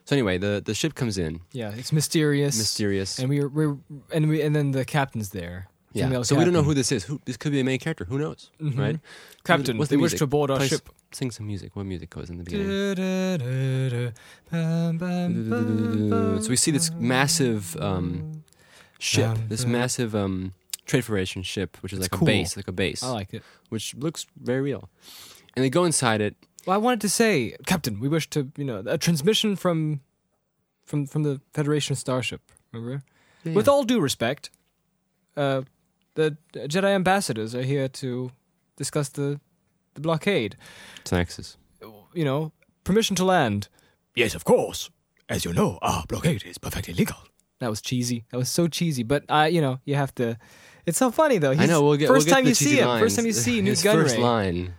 [SPEAKER 1] So anyway, the the ship comes in,
[SPEAKER 2] yeah. It's mysterious.
[SPEAKER 1] mysterious.
[SPEAKER 2] and we were, we were and we and then the captain's there.
[SPEAKER 1] yeah.
[SPEAKER 2] Female
[SPEAKER 1] So we don't know who this
[SPEAKER 2] captain. Mm-hmm.
[SPEAKER 1] is. Who this could be a main character. Who knows? Right.
[SPEAKER 2] Captain,
[SPEAKER 1] What's
[SPEAKER 2] we
[SPEAKER 1] the
[SPEAKER 2] wish
[SPEAKER 1] music?
[SPEAKER 2] to board our
[SPEAKER 1] Play s-
[SPEAKER 2] ship.
[SPEAKER 1] Sing some music. What music goes in the beginning?
[SPEAKER 2] Du-du-du-du, bum, bum, bum, bum.
[SPEAKER 1] So we see this massive um, ship,
[SPEAKER 2] Bum,
[SPEAKER 1] this
[SPEAKER 2] bum.
[SPEAKER 1] massive um, Trade Federation ship, which is
[SPEAKER 2] It's
[SPEAKER 1] like
[SPEAKER 2] cool.
[SPEAKER 1] a base, like a base,
[SPEAKER 2] I like it.
[SPEAKER 1] which looks very real. And they go inside it.
[SPEAKER 2] Well, I wanted to say, Captain, we wish to, you know, a transmission from, from, from the Federation starship. Remember? With all due respect, uh, the Jedi ambassadors are here to discuss the, the blockade.
[SPEAKER 1] Texas.
[SPEAKER 2] You know, permission to land.
[SPEAKER 3] Yes, of course. As you know, our blockade is perfectly legal.
[SPEAKER 2] That was cheesy. That was so cheesy. But I, you know, you have to. It's so funny though.
[SPEAKER 1] I know. We'll get
[SPEAKER 2] first
[SPEAKER 1] we'll get
[SPEAKER 2] time
[SPEAKER 1] to
[SPEAKER 2] you
[SPEAKER 1] the cheesy
[SPEAKER 2] see him.
[SPEAKER 1] lines.
[SPEAKER 2] First time you see Newt
[SPEAKER 1] His first
[SPEAKER 2] Gunray.
[SPEAKER 1] line.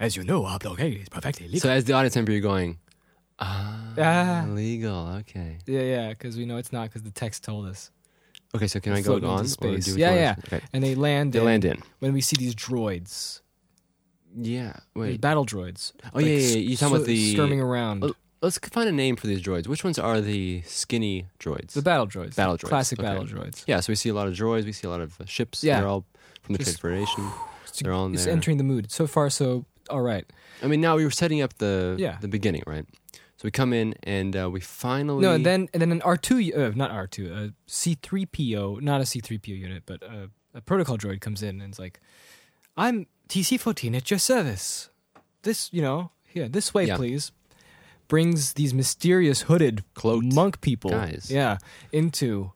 [SPEAKER 3] As you know, our blockade is perfectly legal.
[SPEAKER 1] So as the audience member, you're going, ah,
[SPEAKER 2] Ah.
[SPEAKER 1] legal. Okay.
[SPEAKER 2] Yeah, yeah, because we know it's not because the text told us.
[SPEAKER 1] Okay. So can I go
[SPEAKER 2] Floating into
[SPEAKER 1] on? or
[SPEAKER 2] space.
[SPEAKER 1] do we
[SPEAKER 2] Yeah,
[SPEAKER 1] go-
[SPEAKER 2] yeah.
[SPEAKER 1] Okay.
[SPEAKER 2] And they land.
[SPEAKER 1] They
[SPEAKER 2] in
[SPEAKER 1] land in.
[SPEAKER 2] when we see these droids,
[SPEAKER 1] Yeah.
[SPEAKER 2] these
[SPEAKER 1] Wait.
[SPEAKER 2] battle droids.
[SPEAKER 1] Oh yeah, yeah. yeah. You talking
[SPEAKER 2] so-
[SPEAKER 1] about the? Oh.
[SPEAKER 2] skirming around
[SPEAKER 1] Well, Let's find a name for these droids. Which ones are the skinny droids?
[SPEAKER 2] the battle droids?
[SPEAKER 1] Battle
[SPEAKER 2] the
[SPEAKER 1] droids,
[SPEAKER 2] classic
[SPEAKER 1] okay.
[SPEAKER 2] battle droids.
[SPEAKER 1] Yeah, so we see a lot of droids, we see a lot of uh, ships.
[SPEAKER 2] Yeah.
[SPEAKER 1] They're all from the Trade
[SPEAKER 2] Just-
[SPEAKER 1] Federation. They're all in
[SPEAKER 2] It's
[SPEAKER 1] there.
[SPEAKER 2] entering the mood. So far, so all right.
[SPEAKER 1] I mean, now we were setting up the
[SPEAKER 2] Yeah.
[SPEAKER 1] the beginning, right? So we come in and uh, we finally.
[SPEAKER 2] No, and then and then an R two, uh, not R two, a C three PO, not a C three PO unit, but a, a protocol droid comes in and it's like, "I'm TC fourteen at your service. This, you know, yeah, this way,
[SPEAKER 1] Yeah.
[SPEAKER 2] please." Brings these mysterious hooded
[SPEAKER 1] Cloaked
[SPEAKER 2] monk people,
[SPEAKER 1] guys.
[SPEAKER 2] yeah, into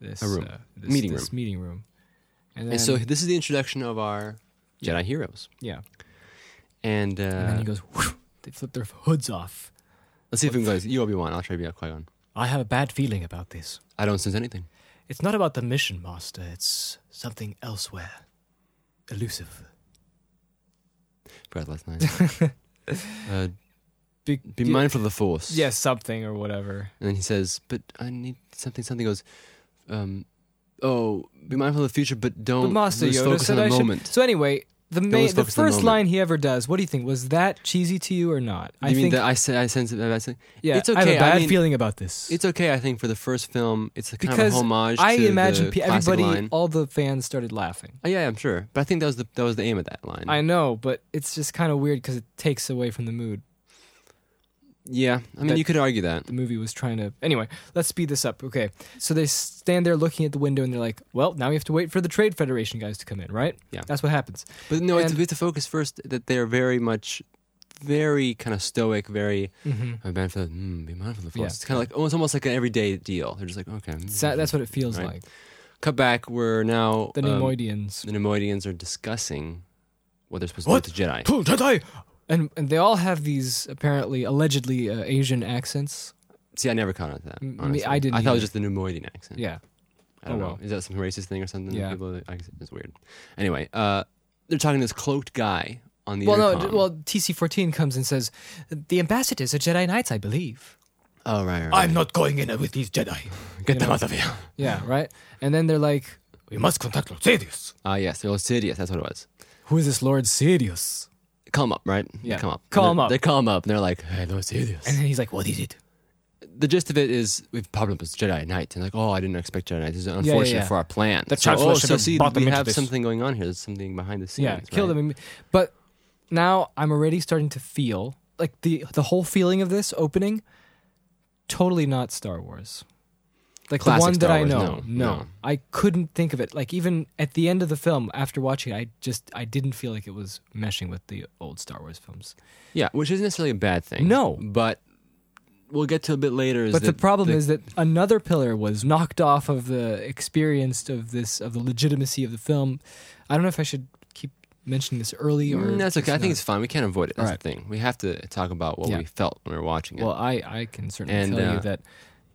[SPEAKER 2] this
[SPEAKER 1] A room.
[SPEAKER 2] Uh, this,
[SPEAKER 1] Meeting
[SPEAKER 2] this
[SPEAKER 1] room.
[SPEAKER 2] meeting room. And then,
[SPEAKER 1] and so this is the introduction of our Jedi heroes.
[SPEAKER 2] yeah,
[SPEAKER 1] And, uh,
[SPEAKER 2] and then he goes. Whoosh, they flip their hoods off.
[SPEAKER 1] let's see if we can go. You Obi Wan, I'll try to be out Qui Gon.
[SPEAKER 2] I have a bad feeling about this.
[SPEAKER 1] I don't sense anything.
[SPEAKER 2] It's not about the mission,
[SPEAKER 3] Master, it's something elsewhere. Elusive.
[SPEAKER 1] Breath last night. uh,
[SPEAKER 2] Be,
[SPEAKER 1] be mindful of the Force.
[SPEAKER 2] Yes, something or whatever.
[SPEAKER 1] And then he says, "But I need something." Something goes, um, "Oh, be mindful of the future, but don't
[SPEAKER 2] But Master
[SPEAKER 1] lose
[SPEAKER 2] Yoda
[SPEAKER 1] focus
[SPEAKER 2] said
[SPEAKER 1] on
[SPEAKER 2] I
[SPEAKER 1] the
[SPEAKER 2] should-
[SPEAKER 1] moment."
[SPEAKER 2] So anyway, the ma-
[SPEAKER 1] always
[SPEAKER 2] the
[SPEAKER 1] focus on the
[SPEAKER 2] first
[SPEAKER 1] moment.
[SPEAKER 2] line he ever does. What do you think? Was that cheesy to you or not?
[SPEAKER 1] You
[SPEAKER 2] I
[SPEAKER 1] mean
[SPEAKER 2] think
[SPEAKER 1] that I say I sense it? I say,
[SPEAKER 2] yeah.
[SPEAKER 1] it's
[SPEAKER 2] I have
[SPEAKER 1] okay,
[SPEAKER 2] a
[SPEAKER 1] I
[SPEAKER 2] bad
[SPEAKER 1] mean-
[SPEAKER 2] feeling about this.
[SPEAKER 1] it's okay. I think for the first film, it's a kind of
[SPEAKER 2] because
[SPEAKER 1] a homage.
[SPEAKER 2] I
[SPEAKER 1] to
[SPEAKER 2] imagine
[SPEAKER 1] the
[SPEAKER 2] pe-
[SPEAKER 1] classic
[SPEAKER 2] everybody,
[SPEAKER 1] Line.
[SPEAKER 2] all the fans started laughing.
[SPEAKER 1] Oh, yeah, I'm sure. But I think that was the that was the aim of that line.
[SPEAKER 2] I know, but it's just kind of weird because it takes away from the mood.
[SPEAKER 1] yeah, I mean,
[SPEAKER 2] that-
[SPEAKER 1] you could argue that.
[SPEAKER 2] The movie was trying to. Anyway, let's speed this up. Okay, so they stand there looking at the window and they're like, "Well, now we have to wait for the Trade Federation guys to come in, right?"
[SPEAKER 1] Yeah.
[SPEAKER 2] that's what happens.
[SPEAKER 1] But no, it's,
[SPEAKER 2] and-
[SPEAKER 1] we have to focus first that they are very much, very kind of stoic, very.
[SPEAKER 2] Mm-hmm.
[SPEAKER 1] I've been for mm, be mindful of the force.
[SPEAKER 2] Yeah.
[SPEAKER 1] It's kind of like oh, it's almost like an everyday deal. They're just like okay. mm,
[SPEAKER 2] that's what it feels
[SPEAKER 1] Right.
[SPEAKER 2] like.
[SPEAKER 1] Cut back. We're now
[SPEAKER 2] The
[SPEAKER 1] um,
[SPEAKER 2] Nemoidians
[SPEAKER 1] the Nemoidians are discussing what they're supposed
[SPEAKER 3] What?
[SPEAKER 1] to do to Jedi.
[SPEAKER 3] Two Jedi!
[SPEAKER 2] and and they all have these apparently allegedly uh, Asian accents.
[SPEAKER 1] See, I never caught on to that.
[SPEAKER 2] M- me-
[SPEAKER 1] honestly.
[SPEAKER 2] I didn't
[SPEAKER 1] I thought it was
[SPEAKER 2] either.
[SPEAKER 1] just the Nemoidian accent.
[SPEAKER 2] Yeah,
[SPEAKER 1] I don't
[SPEAKER 2] oh,
[SPEAKER 1] know.
[SPEAKER 2] well.
[SPEAKER 1] Is that some racist thing or something? that
[SPEAKER 2] Yeah.
[SPEAKER 1] people- like, it's weird. Anyway, uh, they're talking to this cloaked guy on the
[SPEAKER 2] well, no,
[SPEAKER 1] intercom.
[SPEAKER 2] d- well, TC14 comes and says, "The ambassadors are Jedi Knights, I believe."
[SPEAKER 1] oh right, right, right.
[SPEAKER 3] I'm not going in with these Jedi.
[SPEAKER 1] get
[SPEAKER 2] you
[SPEAKER 1] them
[SPEAKER 2] know.
[SPEAKER 1] out of here.
[SPEAKER 2] Yeah, right. And then they're like,
[SPEAKER 3] We must contact Lord Sidious.
[SPEAKER 1] Ah yes, the old Sidious. That's what it was.
[SPEAKER 2] "Who is this Lord Sidious?"
[SPEAKER 1] Call him up, right?
[SPEAKER 2] Yeah.
[SPEAKER 1] Come up.
[SPEAKER 2] Call
[SPEAKER 1] They-
[SPEAKER 2] him up.
[SPEAKER 1] They call him up and they're like, "Hey, Lord Sidious."
[SPEAKER 2] And then he's like, "What is it?"
[SPEAKER 1] the gist of it is we have problems with Jedi Knight and like, oh, I didn't expect Jedi Knight. This is unfortunate
[SPEAKER 2] yeah.
[SPEAKER 1] for our plan.
[SPEAKER 3] The
[SPEAKER 1] so,
[SPEAKER 3] Chancellor
[SPEAKER 1] oh,
[SPEAKER 3] should
[SPEAKER 1] so
[SPEAKER 3] have
[SPEAKER 1] see,
[SPEAKER 3] brought them
[SPEAKER 1] we
[SPEAKER 3] into
[SPEAKER 1] have
[SPEAKER 3] this.
[SPEAKER 1] something going on here. There's something behind the scenes.
[SPEAKER 2] Yeah, kill
[SPEAKER 1] right?
[SPEAKER 2] them. imme- But now I'm already starting to feel like the the whole feeling of this opening, totally not Star Wars. Like
[SPEAKER 1] Classic
[SPEAKER 2] the one
[SPEAKER 1] Star
[SPEAKER 2] that
[SPEAKER 1] Wars,
[SPEAKER 2] I know.
[SPEAKER 1] no, no.
[SPEAKER 2] I couldn't think of it. Like even at the end of the film, after watching it, I just I didn't feel like it was meshing with the old Star Wars films.
[SPEAKER 1] Yeah, which isn't necessarily a bad thing.
[SPEAKER 2] No.
[SPEAKER 1] but we'll get to a bit later. Is
[SPEAKER 2] but the
[SPEAKER 1] that
[SPEAKER 2] problem is that another pillar was knocked off of the experience of this of the legitimacy of the film. I don't know if I should keep mentioning this early or
[SPEAKER 1] Mm, that's okay. I
[SPEAKER 2] just
[SPEAKER 1] think
[SPEAKER 2] not.
[SPEAKER 1] it's fine. We can't avoid it. That's
[SPEAKER 2] Alright.
[SPEAKER 1] the thing. We have to talk about what
[SPEAKER 2] Yeah.
[SPEAKER 1] we felt when we were watching it.
[SPEAKER 2] Well, I, I can certainly
[SPEAKER 1] And,
[SPEAKER 2] tell
[SPEAKER 1] uh,
[SPEAKER 2] you that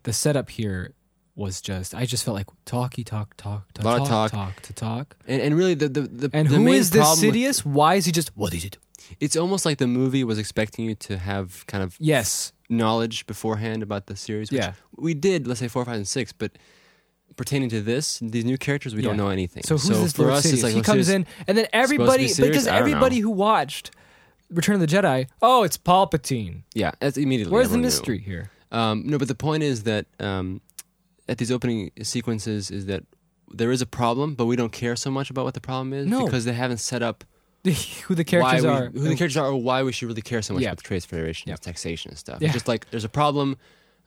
[SPEAKER 2] the setup here was just I just felt like talky talk talk to
[SPEAKER 1] Lot
[SPEAKER 2] talk,
[SPEAKER 1] of
[SPEAKER 2] talk
[SPEAKER 1] talk.
[SPEAKER 2] to talk.
[SPEAKER 1] and, and really, the the, the
[SPEAKER 2] And
[SPEAKER 1] the
[SPEAKER 2] who
[SPEAKER 1] main
[SPEAKER 2] is this
[SPEAKER 1] problem with-
[SPEAKER 2] Sidious? Why is he just
[SPEAKER 3] What is it?
[SPEAKER 1] it's almost like the movie was expecting you to have kind of
[SPEAKER 2] yes?
[SPEAKER 1] knowledge beforehand about the series. Which
[SPEAKER 2] Yeah.
[SPEAKER 1] we did. Let's say four, five, and six, but. Pertaining to this, these new characters, we don't
[SPEAKER 2] Yeah.
[SPEAKER 1] know anything.
[SPEAKER 2] So who's this
[SPEAKER 1] for
[SPEAKER 2] Lord
[SPEAKER 1] us,
[SPEAKER 2] Sidious?
[SPEAKER 1] it's like
[SPEAKER 2] he
[SPEAKER 1] Lord
[SPEAKER 2] comes
[SPEAKER 1] Sidious-
[SPEAKER 2] in, and then everybody
[SPEAKER 1] Sidious?
[SPEAKER 2] because
[SPEAKER 1] I don't
[SPEAKER 2] everybody
[SPEAKER 1] know.
[SPEAKER 2] who watched Return of the Jedi, oh, it's Palpatine.
[SPEAKER 1] Yeah, that's immediately.
[SPEAKER 2] Where's the
[SPEAKER 1] everyone knew.
[SPEAKER 2] mystery here?
[SPEAKER 1] Um, no, but the point is that um, at these opening sequences is that there is a problem, but we don't care so much about what the problem is
[SPEAKER 2] No.
[SPEAKER 1] because they haven't set up
[SPEAKER 2] who the characters
[SPEAKER 1] why
[SPEAKER 2] are?
[SPEAKER 1] we, who the characters are, or why we should really care so much
[SPEAKER 2] Yeah.
[SPEAKER 1] about the Trade Federation,
[SPEAKER 2] Yeah.
[SPEAKER 1] and taxation, and stuff.
[SPEAKER 2] Yeah.
[SPEAKER 1] It's just like there's a problem.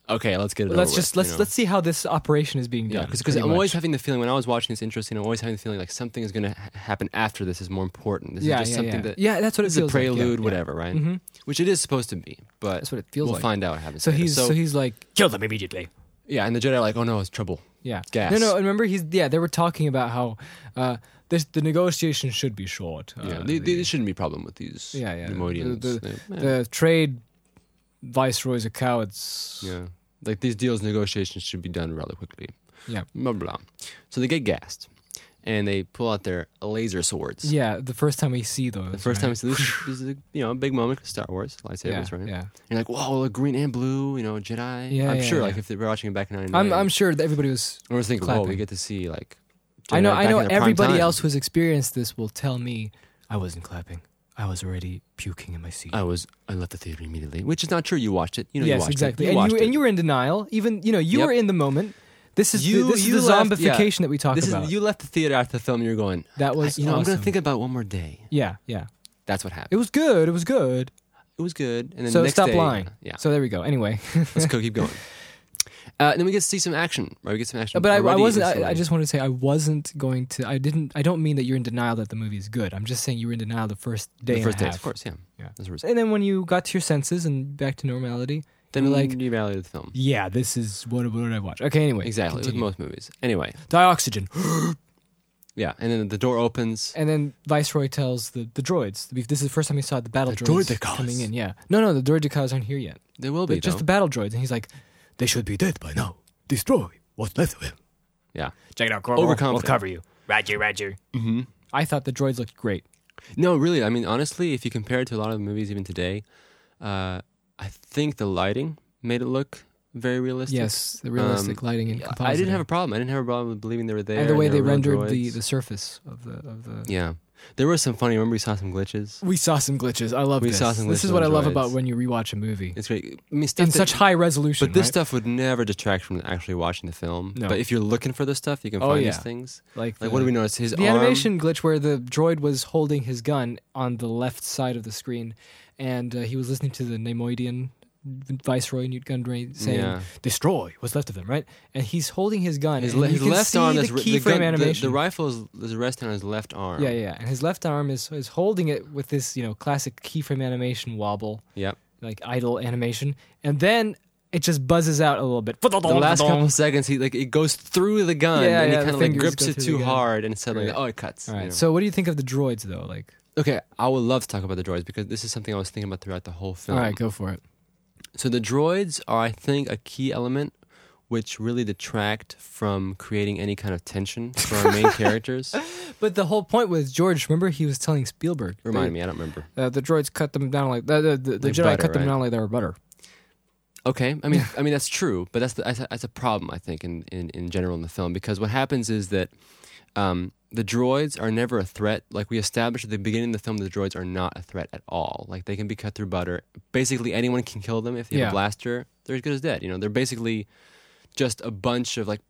[SPEAKER 1] Okay, let's get it.
[SPEAKER 2] let's
[SPEAKER 1] over
[SPEAKER 2] just
[SPEAKER 1] with,
[SPEAKER 2] let's
[SPEAKER 1] you know?
[SPEAKER 2] let's see how this operation is being
[SPEAKER 1] Yeah,
[SPEAKER 2] done.
[SPEAKER 1] because I'm
[SPEAKER 2] pretty
[SPEAKER 1] always
[SPEAKER 2] much.
[SPEAKER 1] having the feeling when I was watching this interesting, I'm always having the feeling like something is going to ha- happen after this is more important. This
[SPEAKER 2] yeah,
[SPEAKER 1] is just
[SPEAKER 2] yeah,
[SPEAKER 1] something
[SPEAKER 2] yeah.
[SPEAKER 1] that
[SPEAKER 2] yeah, that's what it
[SPEAKER 1] this is a
[SPEAKER 2] feels like, yeah,
[SPEAKER 1] prelude,
[SPEAKER 2] yeah.
[SPEAKER 1] whatever, right?
[SPEAKER 2] Mhm.
[SPEAKER 1] Which it is supposed to be, but
[SPEAKER 2] That's what it feels
[SPEAKER 1] we'll
[SPEAKER 2] like.
[SPEAKER 1] find out what happens.
[SPEAKER 2] So
[SPEAKER 1] later.
[SPEAKER 2] he's so he's like
[SPEAKER 3] Kill them immediately.
[SPEAKER 1] yeah, and the Jedi are like, oh no, it's trouble.
[SPEAKER 2] Yeah.
[SPEAKER 1] Gas.
[SPEAKER 2] No, no. and Remember, he's yeah. They were talking about how uh, this the negotiation should be short. Uh,
[SPEAKER 1] Yeah, they, they, there shouldn't be a problem with these
[SPEAKER 2] Yeah, yeah.
[SPEAKER 1] Nemoidians.
[SPEAKER 2] The-
[SPEAKER 1] They- yeah.
[SPEAKER 2] the trade viceroys are cowards.
[SPEAKER 1] Yeah. Like these deals, negotiations should be done rather quickly.
[SPEAKER 2] Yeah.
[SPEAKER 1] Blah, blah, blah. So they get gassed and they pull out their laser swords.
[SPEAKER 2] Yeah, The first time we see those.
[SPEAKER 1] The first
[SPEAKER 2] right?
[SPEAKER 1] time it's this is a, you know a big moment 'cause Star Wars lightsabers,
[SPEAKER 2] Yeah.
[SPEAKER 1] right?
[SPEAKER 2] Yeah.
[SPEAKER 1] You're like, whoa, look, green and blue, you know, Jedi.
[SPEAKER 2] Yeah,
[SPEAKER 1] I'm
[SPEAKER 2] yeah,
[SPEAKER 1] sure, like
[SPEAKER 2] yeah.
[SPEAKER 1] if they were watching it back in '99,
[SPEAKER 2] I'm I'm sure that everybody was.
[SPEAKER 1] I was thinking, whoa, we
[SPEAKER 2] clapping.
[SPEAKER 1] get to see like.
[SPEAKER 2] I know.
[SPEAKER 1] Jedi
[SPEAKER 2] I
[SPEAKER 1] back
[SPEAKER 2] know.
[SPEAKER 1] in their prime
[SPEAKER 2] Everybody
[SPEAKER 1] time.
[SPEAKER 2] else who's experienced this will tell me.
[SPEAKER 3] I wasn't clapping. I was already puking in my seat.
[SPEAKER 1] I was. I left the theater immediately, which is not true. You watched it. Uh, You know, you
[SPEAKER 2] yes,
[SPEAKER 1] watched
[SPEAKER 2] exactly.
[SPEAKER 1] It. You
[SPEAKER 2] and
[SPEAKER 1] watched
[SPEAKER 2] you
[SPEAKER 1] it.
[SPEAKER 2] and you were in denial. Even you know you
[SPEAKER 1] Yep.
[SPEAKER 2] were in the moment. This is
[SPEAKER 1] You-
[SPEAKER 2] the, this
[SPEAKER 1] you
[SPEAKER 2] is the
[SPEAKER 1] left- yeah.
[SPEAKER 2] zombification that we talked
[SPEAKER 1] this
[SPEAKER 2] about.
[SPEAKER 1] is you left the theater after the film. You're going.
[SPEAKER 2] that was
[SPEAKER 1] I- you know, I'm
[SPEAKER 2] awesome.
[SPEAKER 1] gonna think about it one more day.
[SPEAKER 2] Yeah, yeah.
[SPEAKER 1] That's what
[SPEAKER 2] It
[SPEAKER 1] happened.
[SPEAKER 2] was good. It was good.
[SPEAKER 1] It was good. And then
[SPEAKER 2] So
[SPEAKER 1] the next
[SPEAKER 2] stop
[SPEAKER 1] day-
[SPEAKER 2] lying.
[SPEAKER 1] Yeah,
[SPEAKER 2] So there we go. Anyway,
[SPEAKER 1] let's go. Keep going. Uh, and then we get to see some action. Right, we get some action.
[SPEAKER 2] but I, I
[SPEAKER 1] already
[SPEAKER 2] wasn't. I,
[SPEAKER 1] instantly.
[SPEAKER 2] I just wanted to say I wasn't going to. I didn't. I don't mean that you're in denial that the movie is good. I'm just saying you were in denial the first day.
[SPEAKER 1] the
[SPEAKER 2] and
[SPEAKER 1] first
[SPEAKER 2] a
[SPEAKER 1] day,
[SPEAKER 2] half.
[SPEAKER 1] of course. Yeah,
[SPEAKER 2] Yeah.
[SPEAKER 1] That's what we're saying.
[SPEAKER 2] And then when you got to your senses and back to normality,
[SPEAKER 1] Then
[SPEAKER 2] You're
[SPEAKER 1] like
[SPEAKER 2] like-
[SPEAKER 1] reevaluate Mm, the film.
[SPEAKER 2] Yeah, this is what what did I watch? Okay, anyway,
[SPEAKER 1] Exactly.
[SPEAKER 2] continue.
[SPEAKER 1] With most movies. Anyway.
[SPEAKER 2] Dioxygen,
[SPEAKER 1] Yeah. And then the door opens.
[SPEAKER 2] and then Viceroy tells the, the droids. This is the first time he saw the battle
[SPEAKER 3] The
[SPEAKER 2] droids
[SPEAKER 3] droidicas.
[SPEAKER 2] coming in. Yeah, no, no, the droidicas aren't here yet.
[SPEAKER 1] There will be
[SPEAKER 2] But just
[SPEAKER 1] though.
[SPEAKER 2] the battle droids, and he's like,
[SPEAKER 3] They should be dead by now. Destroy what's left of him.
[SPEAKER 1] yeah.
[SPEAKER 2] "Check it out, Corporal.
[SPEAKER 1] Overconfident.
[SPEAKER 2] We'll cover you." Roger, Roger.
[SPEAKER 1] Mm-hmm.
[SPEAKER 2] I thought the droids looked great.
[SPEAKER 1] No, really. I mean, honestly, if you compare it to a lot of movies, even today, uh, I think the lighting made it look very realistic.
[SPEAKER 2] Yes, the realistic
[SPEAKER 1] Um,
[SPEAKER 2] lighting and
[SPEAKER 1] Yeah,
[SPEAKER 2] compositing.
[SPEAKER 1] I didn't have a problem. I didn't have a problem with believing they were there.
[SPEAKER 2] and the way
[SPEAKER 1] they
[SPEAKER 2] they
[SPEAKER 1] were real
[SPEAKER 2] rendered the,
[SPEAKER 1] droids.
[SPEAKER 2] the surface of the of the.
[SPEAKER 1] yeah, there were some funny. Remember, we saw some glitches.
[SPEAKER 2] We saw some glitches. I love
[SPEAKER 1] We
[SPEAKER 2] this.
[SPEAKER 1] saw some
[SPEAKER 2] this
[SPEAKER 1] glitches
[SPEAKER 2] is what I
[SPEAKER 1] on
[SPEAKER 2] love
[SPEAKER 1] droids.
[SPEAKER 2] about when you rewatch a movie
[SPEAKER 1] It's great. I mean, stuff
[SPEAKER 2] in
[SPEAKER 1] that-
[SPEAKER 2] such high resolution.
[SPEAKER 1] but this
[SPEAKER 2] right?
[SPEAKER 1] stuff would never detract from actually watching the film.
[SPEAKER 2] No.
[SPEAKER 1] But if you're looking for this stuff, you can
[SPEAKER 2] Oh,
[SPEAKER 1] find these
[SPEAKER 2] yeah.
[SPEAKER 1] things.
[SPEAKER 2] like
[SPEAKER 1] Like, what do we notice? His
[SPEAKER 2] the
[SPEAKER 1] arm-
[SPEAKER 2] animation glitch where the droid was holding his gun on the left side of the screen, and uh, he was listening to the Nemoidian viceroy Newt Gunray saying,
[SPEAKER 1] Yeah.
[SPEAKER 2] "Destroy what's left of them," right? And he's holding his gun.
[SPEAKER 1] His,
[SPEAKER 2] and
[SPEAKER 1] le-
[SPEAKER 2] you
[SPEAKER 1] his
[SPEAKER 2] can
[SPEAKER 1] left
[SPEAKER 2] see
[SPEAKER 1] arm.
[SPEAKER 2] the
[SPEAKER 1] is re- the
[SPEAKER 2] keyframe
[SPEAKER 1] gun- the-
[SPEAKER 2] animation.
[SPEAKER 1] The, rifle is, is resting on his left arm.
[SPEAKER 2] yeah, yeah, yeah, and his left arm is is holding it with this you know classic keyframe animation wobble,
[SPEAKER 1] Yep.
[SPEAKER 2] like idle animation, and then it just buzzes out a little bit.
[SPEAKER 1] the last couple seconds, he like it goes through the gun
[SPEAKER 2] Yeah,
[SPEAKER 1] and he
[SPEAKER 2] yeah, the
[SPEAKER 1] kind of like
[SPEAKER 2] fingers
[SPEAKER 1] grips
[SPEAKER 2] go
[SPEAKER 1] it
[SPEAKER 2] through
[SPEAKER 1] too
[SPEAKER 2] the gun.
[SPEAKER 1] hard, and suddenly,
[SPEAKER 2] Right.
[SPEAKER 1] oh, it cuts.
[SPEAKER 2] All
[SPEAKER 1] you know.
[SPEAKER 2] right. So, what do you think of the droids, though? Like,
[SPEAKER 1] okay, I would love to talk about the droids because this is something I was thinking about throughout the whole film.
[SPEAKER 2] all right, go for it.
[SPEAKER 1] So the droids are, I think, a key element which really detract from creating any kind of tension for our main characters.
[SPEAKER 2] But the whole point was George. Remember, he was telling Spielberg.
[SPEAKER 1] Remind me, I don't remember.
[SPEAKER 2] Uh, the droids cut them down like the, the, the, the
[SPEAKER 1] Like
[SPEAKER 2] Jedi
[SPEAKER 1] butter,
[SPEAKER 2] cut them
[SPEAKER 1] right?
[SPEAKER 2] down like they were butter.
[SPEAKER 1] Okay, I mean, I mean that's true, but that's the, that's, a, that's a problem I think in, in in general in the film because what happens is that um, the droids are never a threat. Like we established at the beginning of the film, the droids are not a threat at all. Like they can be cut through butter. Basically, anyone can kill them if they have
[SPEAKER 2] Yeah.
[SPEAKER 1] a blaster. They're as good as dead. You know, they're basically just a bunch of like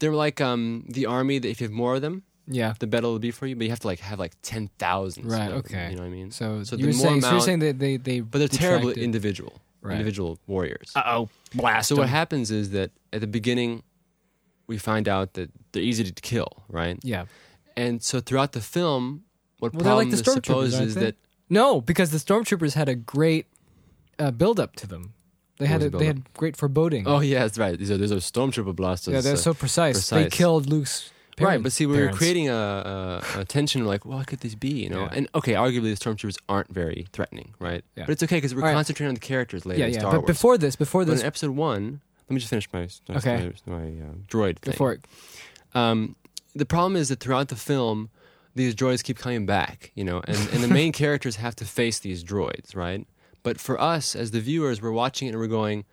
[SPEAKER 1] they're like um, the army that if you have more of them,
[SPEAKER 2] Yeah.
[SPEAKER 1] the better it'll be for you. But you have to like have like ten thousand.
[SPEAKER 2] Right, okay.
[SPEAKER 1] You know what I mean?
[SPEAKER 2] So,
[SPEAKER 1] So
[SPEAKER 2] you
[SPEAKER 1] the
[SPEAKER 2] were
[SPEAKER 1] more
[SPEAKER 2] saying, so you're
[SPEAKER 1] amount-
[SPEAKER 2] saying that they they
[SPEAKER 1] but they're terribly
[SPEAKER 2] detracted-
[SPEAKER 1] individual,
[SPEAKER 2] Right.
[SPEAKER 1] individual warriors.
[SPEAKER 3] Uh oh. Blast.
[SPEAKER 1] So what happens is that at the beginning, we find out that they're easy to kill, right?
[SPEAKER 2] yeah.
[SPEAKER 1] And so throughout the film, what
[SPEAKER 2] Well, they're
[SPEAKER 1] problem
[SPEAKER 2] like the
[SPEAKER 1] is
[SPEAKER 2] stormtroopers,
[SPEAKER 1] supposed
[SPEAKER 2] aren't
[SPEAKER 1] is
[SPEAKER 2] they?
[SPEAKER 1] that
[SPEAKER 2] No, because the stormtroopers had a great uh, build up to them. They
[SPEAKER 1] What
[SPEAKER 2] had
[SPEAKER 1] was
[SPEAKER 2] a,
[SPEAKER 1] the
[SPEAKER 2] they had great foreboding.
[SPEAKER 1] oh yeah, that's right. These are those are stormtrooper blasters.
[SPEAKER 2] yeah, they're
[SPEAKER 1] uh,
[SPEAKER 2] so precise. They
[SPEAKER 1] precise.
[SPEAKER 2] killed Luke's parents,
[SPEAKER 1] right. But see, we were
[SPEAKER 2] parents.
[SPEAKER 1] creating a, a, a tension. Like, well, what could these be? You know?
[SPEAKER 2] Yeah.
[SPEAKER 1] And okay, arguably the stormtroopers aren't very threatening, right?
[SPEAKER 2] Yeah.
[SPEAKER 1] But it's okay because we're
[SPEAKER 2] All right.
[SPEAKER 1] concentrating on the characters later
[SPEAKER 2] Yeah,
[SPEAKER 1] in
[SPEAKER 2] yeah.
[SPEAKER 1] Star
[SPEAKER 2] but
[SPEAKER 1] Wars.
[SPEAKER 2] before this, before
[SPEAKER 1] But
[SPEAKER 2] this,
[SPEAKER 1] in Episode One, let me just finish my
[SPEAKER 2] Okay.
[SPEAKER 1] my, my uh, droid thing.
[SPEAKER 2] before it,
[SPEAKER 1] um, the problem is that throughout the film, these droids keep coming back, you know, and, and the main characters have to face these droids, right? But for us as the viewers, we're watching it and we're going,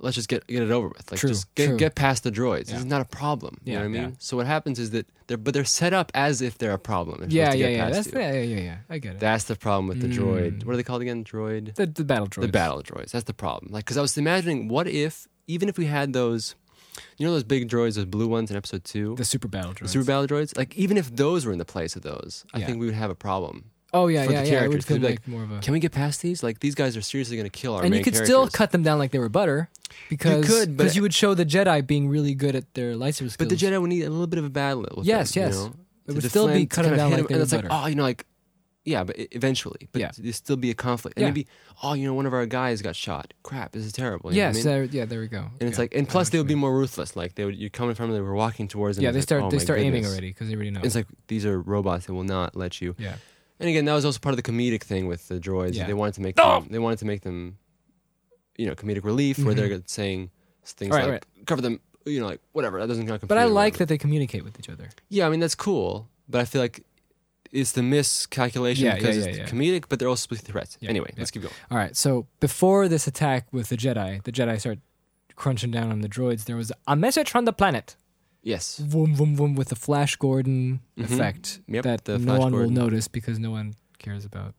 [SPEAKER 1] let's just get get it over with. Like
[SPEAKER 2] True,
[SPEAKER 1] just get
[SPEAKER 2] true.
[SPEAKER 1] get past the droids.
[SPEAKER 2] Yeah.
[SPEAKER 1] This is not a problem. You
[SPEAKER 2] Yeah,
[SPEAKER 1] know what I mean?
[SPEAKER 2] yeah.
[SPEAKER 1] So what happens is that they're but they're set up as if they're a problem. They're
[SPEAKER 2] yeah,
[SPEAKER 1] supposed to
[SPEAKER 2] yeah,
[SPEAKER 1] get
[SPEAKER 2] yeah,
[SPEAKER 1] past
[SPEAKER 2] that's
[SPEAKER 1] you.
[SPEAKER 2] yeah, yeah, yeah, yeah. I get it.
[SPEAKER 1] That's the problem with the droid.
[SPEAKER 2] Mm.
[SPEAKER 1] What are they called again? Droid
[SPEAKER 2] the, the battle droids.
[SPEAKER 1] the battle droids. That's the problem. Like, because I was imagining, what if even if we had those, you know, those big droids, those blue ones in episode two,
[SPEAKER 2] the super battle droids.
[SPEAKER 1] the super battle droids. Like, even if those were in the place of those, I
[SPEAKER 2] Yeah.
[SPEAKER 1] think we would have a problem.
[SPEAKER 2] oh yeah,
[SPEAKER 1] for the
[SPEAKER 2] yeah, yeah. It
[SPEAKER 1] characters, 'cause
[SPEAKER 2] would feel
[SPEAKER 1] it'd be
[SPEAKER 2] like more of a.
[SPEAKER 1] Can we get past these? Like, these guys are seriously going to kill our.
[SPEAKER 2] and
[SPEAKER 1] main
[SPEAKER 2] you could still
[SPEAKER 1] characters.
[SPEAKER 2] cut them down like they were butter because
[SPEAKER 1] could, but-
[SPEAKER 2] because you would show the Jedi being really good at their lightsaber skills.
[SPEAKER 1] But the Jedi would need a little bit of a battle. With
[SPEAKER 2] Yes,
[SPEAKER 1] them, you
[SPEAKER 2] yes.
[SPEAKER 1] know,
[SPEAKER 2] it
[SPEAKER 1] to
[SPEAKER 2] would still be
[SPEAKER 1] defend, to
[SPEAKER 2] cut them
[SPEAKER 1] kind of
[SPEAKER 2] down
[SPEAKER 1] hit
[SPEAKER 2] like they
[SPEAKER 1] and
[SPEAKER 2] were
[SPEAKER 1] it's like,
[SPEAKER 2] butter.
[SPEAKER 1] oh, you know, like. Yeah, but e- eventually, but
[SPEAKER 2] Yeah.
[SPEAKER 1] there'd still be a conflict, and
[SPEAKER 2] Yeah.
[SPEAKER 1] maybe, oh, you know, one of our guys got shot. Crap, this is terrible. You know what I mean?
[SPEAKER 2] yes, there, yeah, there we go.
[SPEAKER 1] And it's
[SPEAKER 2] Yeah.
[SPEAKER 1] like, and
[SPEAKER 2] I know
[SPEAKER 1] plus
[SPEAKER 2] what
[SPEAKER 1] they
[SPEAKER 2] you
[SPEAKER 1] would be more ruthless. Like they would, you come in front of them, they were walking towards them.
[SPEAKER 2] yeah,
[SPEAKER 1] it's
[SPEAKER 2] they
[SPEAKER 1] like,
[SPEAKER 2] start
[SPEAKER 1] "Oh
[SPEAKER 2] they
[SPEAKER 1] my
[SPEAKER 2] start aiming
[SPEAKER 1] goodness."
[SPEAKER 2] already because they already know.
[SPEAKER 1] It's like these are robots that will not let you.
[SPEAKER 2] yeah,
[SPEAKER 1] And again, that was also part of the comedic thing with the droids.
[SPEAKER 2] Yeah.
[SPEAKER 1] They wanted to make them, they wanted to make them, you know, comedic relief where
[SPEAKER 2] Mhm.
[SPEAKER 1] they're saying things
[SPEAKER 2] Right,
[SPEAKER 1] like cover them, you know, like whatever. That doesn't count.
[SPEAKER 2] but I like that they communicate with each other.
[SPEAKER 1] Yeah, I mean that's cool, but I feel like it's the miscalculation
[SPEAKER 2] Yeah, yeah,
[SPEAKER 1] because
[SPEAKER 2] yeah,
[SPEAKER 1] it's
[SPEAKER 2] yeah.
[SPEAKER 1] comedic, but they're also supposed to be threats.
[SPEAKER 2] Yeah,
[SPEAKER 1] anyway,
[SPEAKER 2] yeah.
[SPEAKER 1] let's keep going.
[SPEAKER 2] All right, so before this attack with the Jedi, the Jedi start crunching down on the droids. There was a message from the planet.
[SPEAKER 1] Yes,
[SPEAKER 2] Vroom, vroom, vroom, with the Flash Gordon
[SPEAKER 1] Mhm.
[SPEAKER 2] effect
[SPEAKER 1] Yep,
[SPEAKER 2] that
[SPEAKER 1] the
[SPEAKER 2] no
[SPEAKER 1] Flash
[SPEAKER 2] one
[SPEAKER 1] Gordon.
[SPEAKER 2] will notice because no one cares about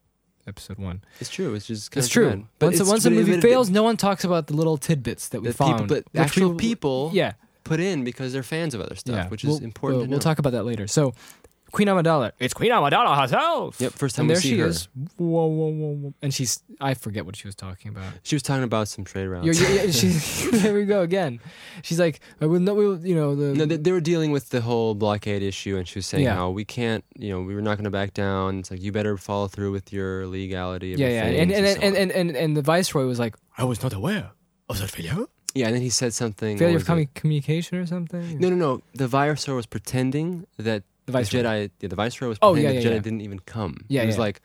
[SPEAKER 2] episode one.
[SPEAKER 1] it's true. It's just kind
[SPEAKER 2] It's
[SPEAKER 1] of
[SPEAKER 2] true.
[SPEAKER 1] bad.
[SPEAKER 2] once
[SPEAKER 1] it's-
[SPEAKER 2] once a
[SPEAKER 1] but it-
[SPEAKER 2] movie
[SPEAKER 1] but it-
[SPEAKER 2] fails, no one talks about the little tidbits that we
[SPEAKER 1] The people-
[SPEAKER 2] found.
[SPEAKER 1] but
[SPEAKER 2] which
[SPEAKER 1] actual
[SPEAKER 2] we-
[SPEAKER 1] people
[SPEAKER 2] yeah,
[SPEAKER 1] put in because they're fans of other stuff,
[SPEAKER 2] yeah,
[SPEAKER 1] which
[SPEAKER 2] We'll-
[SPEAKER 1] is important.
[SPEAKER 2] We'll,
[SPEAKER 1] to
[SPEAKER 2] we'll
[SPEAKER 1] know.
[SPEAKER 2] talk about that later. So, Queen Amidala, it's Queen Amidala herself.
[SPEAKER 1] Yep, first time
[SPEAKER 2] And
[SPEAKER 1] we
[SPEAKER 2] there
[SPEAKER 1] see
[SPEAKER 2] she
[SPEAKER 1] her.
[SPEAKER 2] is. Whoa, whoa, whoa, whoa. And she's, I forget what she was talking about.
[SPEAKER 1] She was talking about some trade rounds.
[SPEAKER 2] You're, you're- yeah, she's, there we go again. She's like, I will not, we'll, you know, the.
[SPEAKER 1] no, they, they were dealing with the whole blockade issue, and she was saying
[SPEAKER 2] Yeah.
[SPEAKER 1] how we can't, you know, we were not going to back down. It's like you better follow through with your legality. of
[SPEAKER 2] yeah,
[SPEAKER 1] your
[SPEAKER 2] yeah.
[SPEAKER 1] things
[SPEAKER 2] And, and,
[SPEAKER 1] so
[SPEAKER 2] and,
[SPEAKER 1] on.
[SPEAKER 2] and, and, and the viceroy was like,
[SPEAKER 3] I was not aware. of that failure?
[SPEAKER 1] Yeah, and then he said something. what
[SPEAKER 2] Failure
[SPEAKER 1] was
[SPEAKER 2] of
[SPEAKER 1] it?
[SPEAKER 2] commu- communication or something?
[SPEAKER 1] No, no, no. The Viceroy was pretending that
[SPEAKER 2] The
[SPEAKER 1] the
[SPEAKER 2] Viceroy.
[SPEAKER 1] Jedi, yeah, the Viceroy was
[SPEAKER 2] Oh,
[SPEAKER 1] pretending
[SPEAKER 2] yeah,
[SPEAKER 1] the
[SPEAKER 2] yeah,
[SPEAKER 1] Jedi
[SPEAKER 2] yeah.
[SPEAKER 1] didn't even come.
[SPEAKER 2] Yeah,
[SPEAKER 1] he was
[SPEAKER 2] yeah.
[SPEAKER 1] like,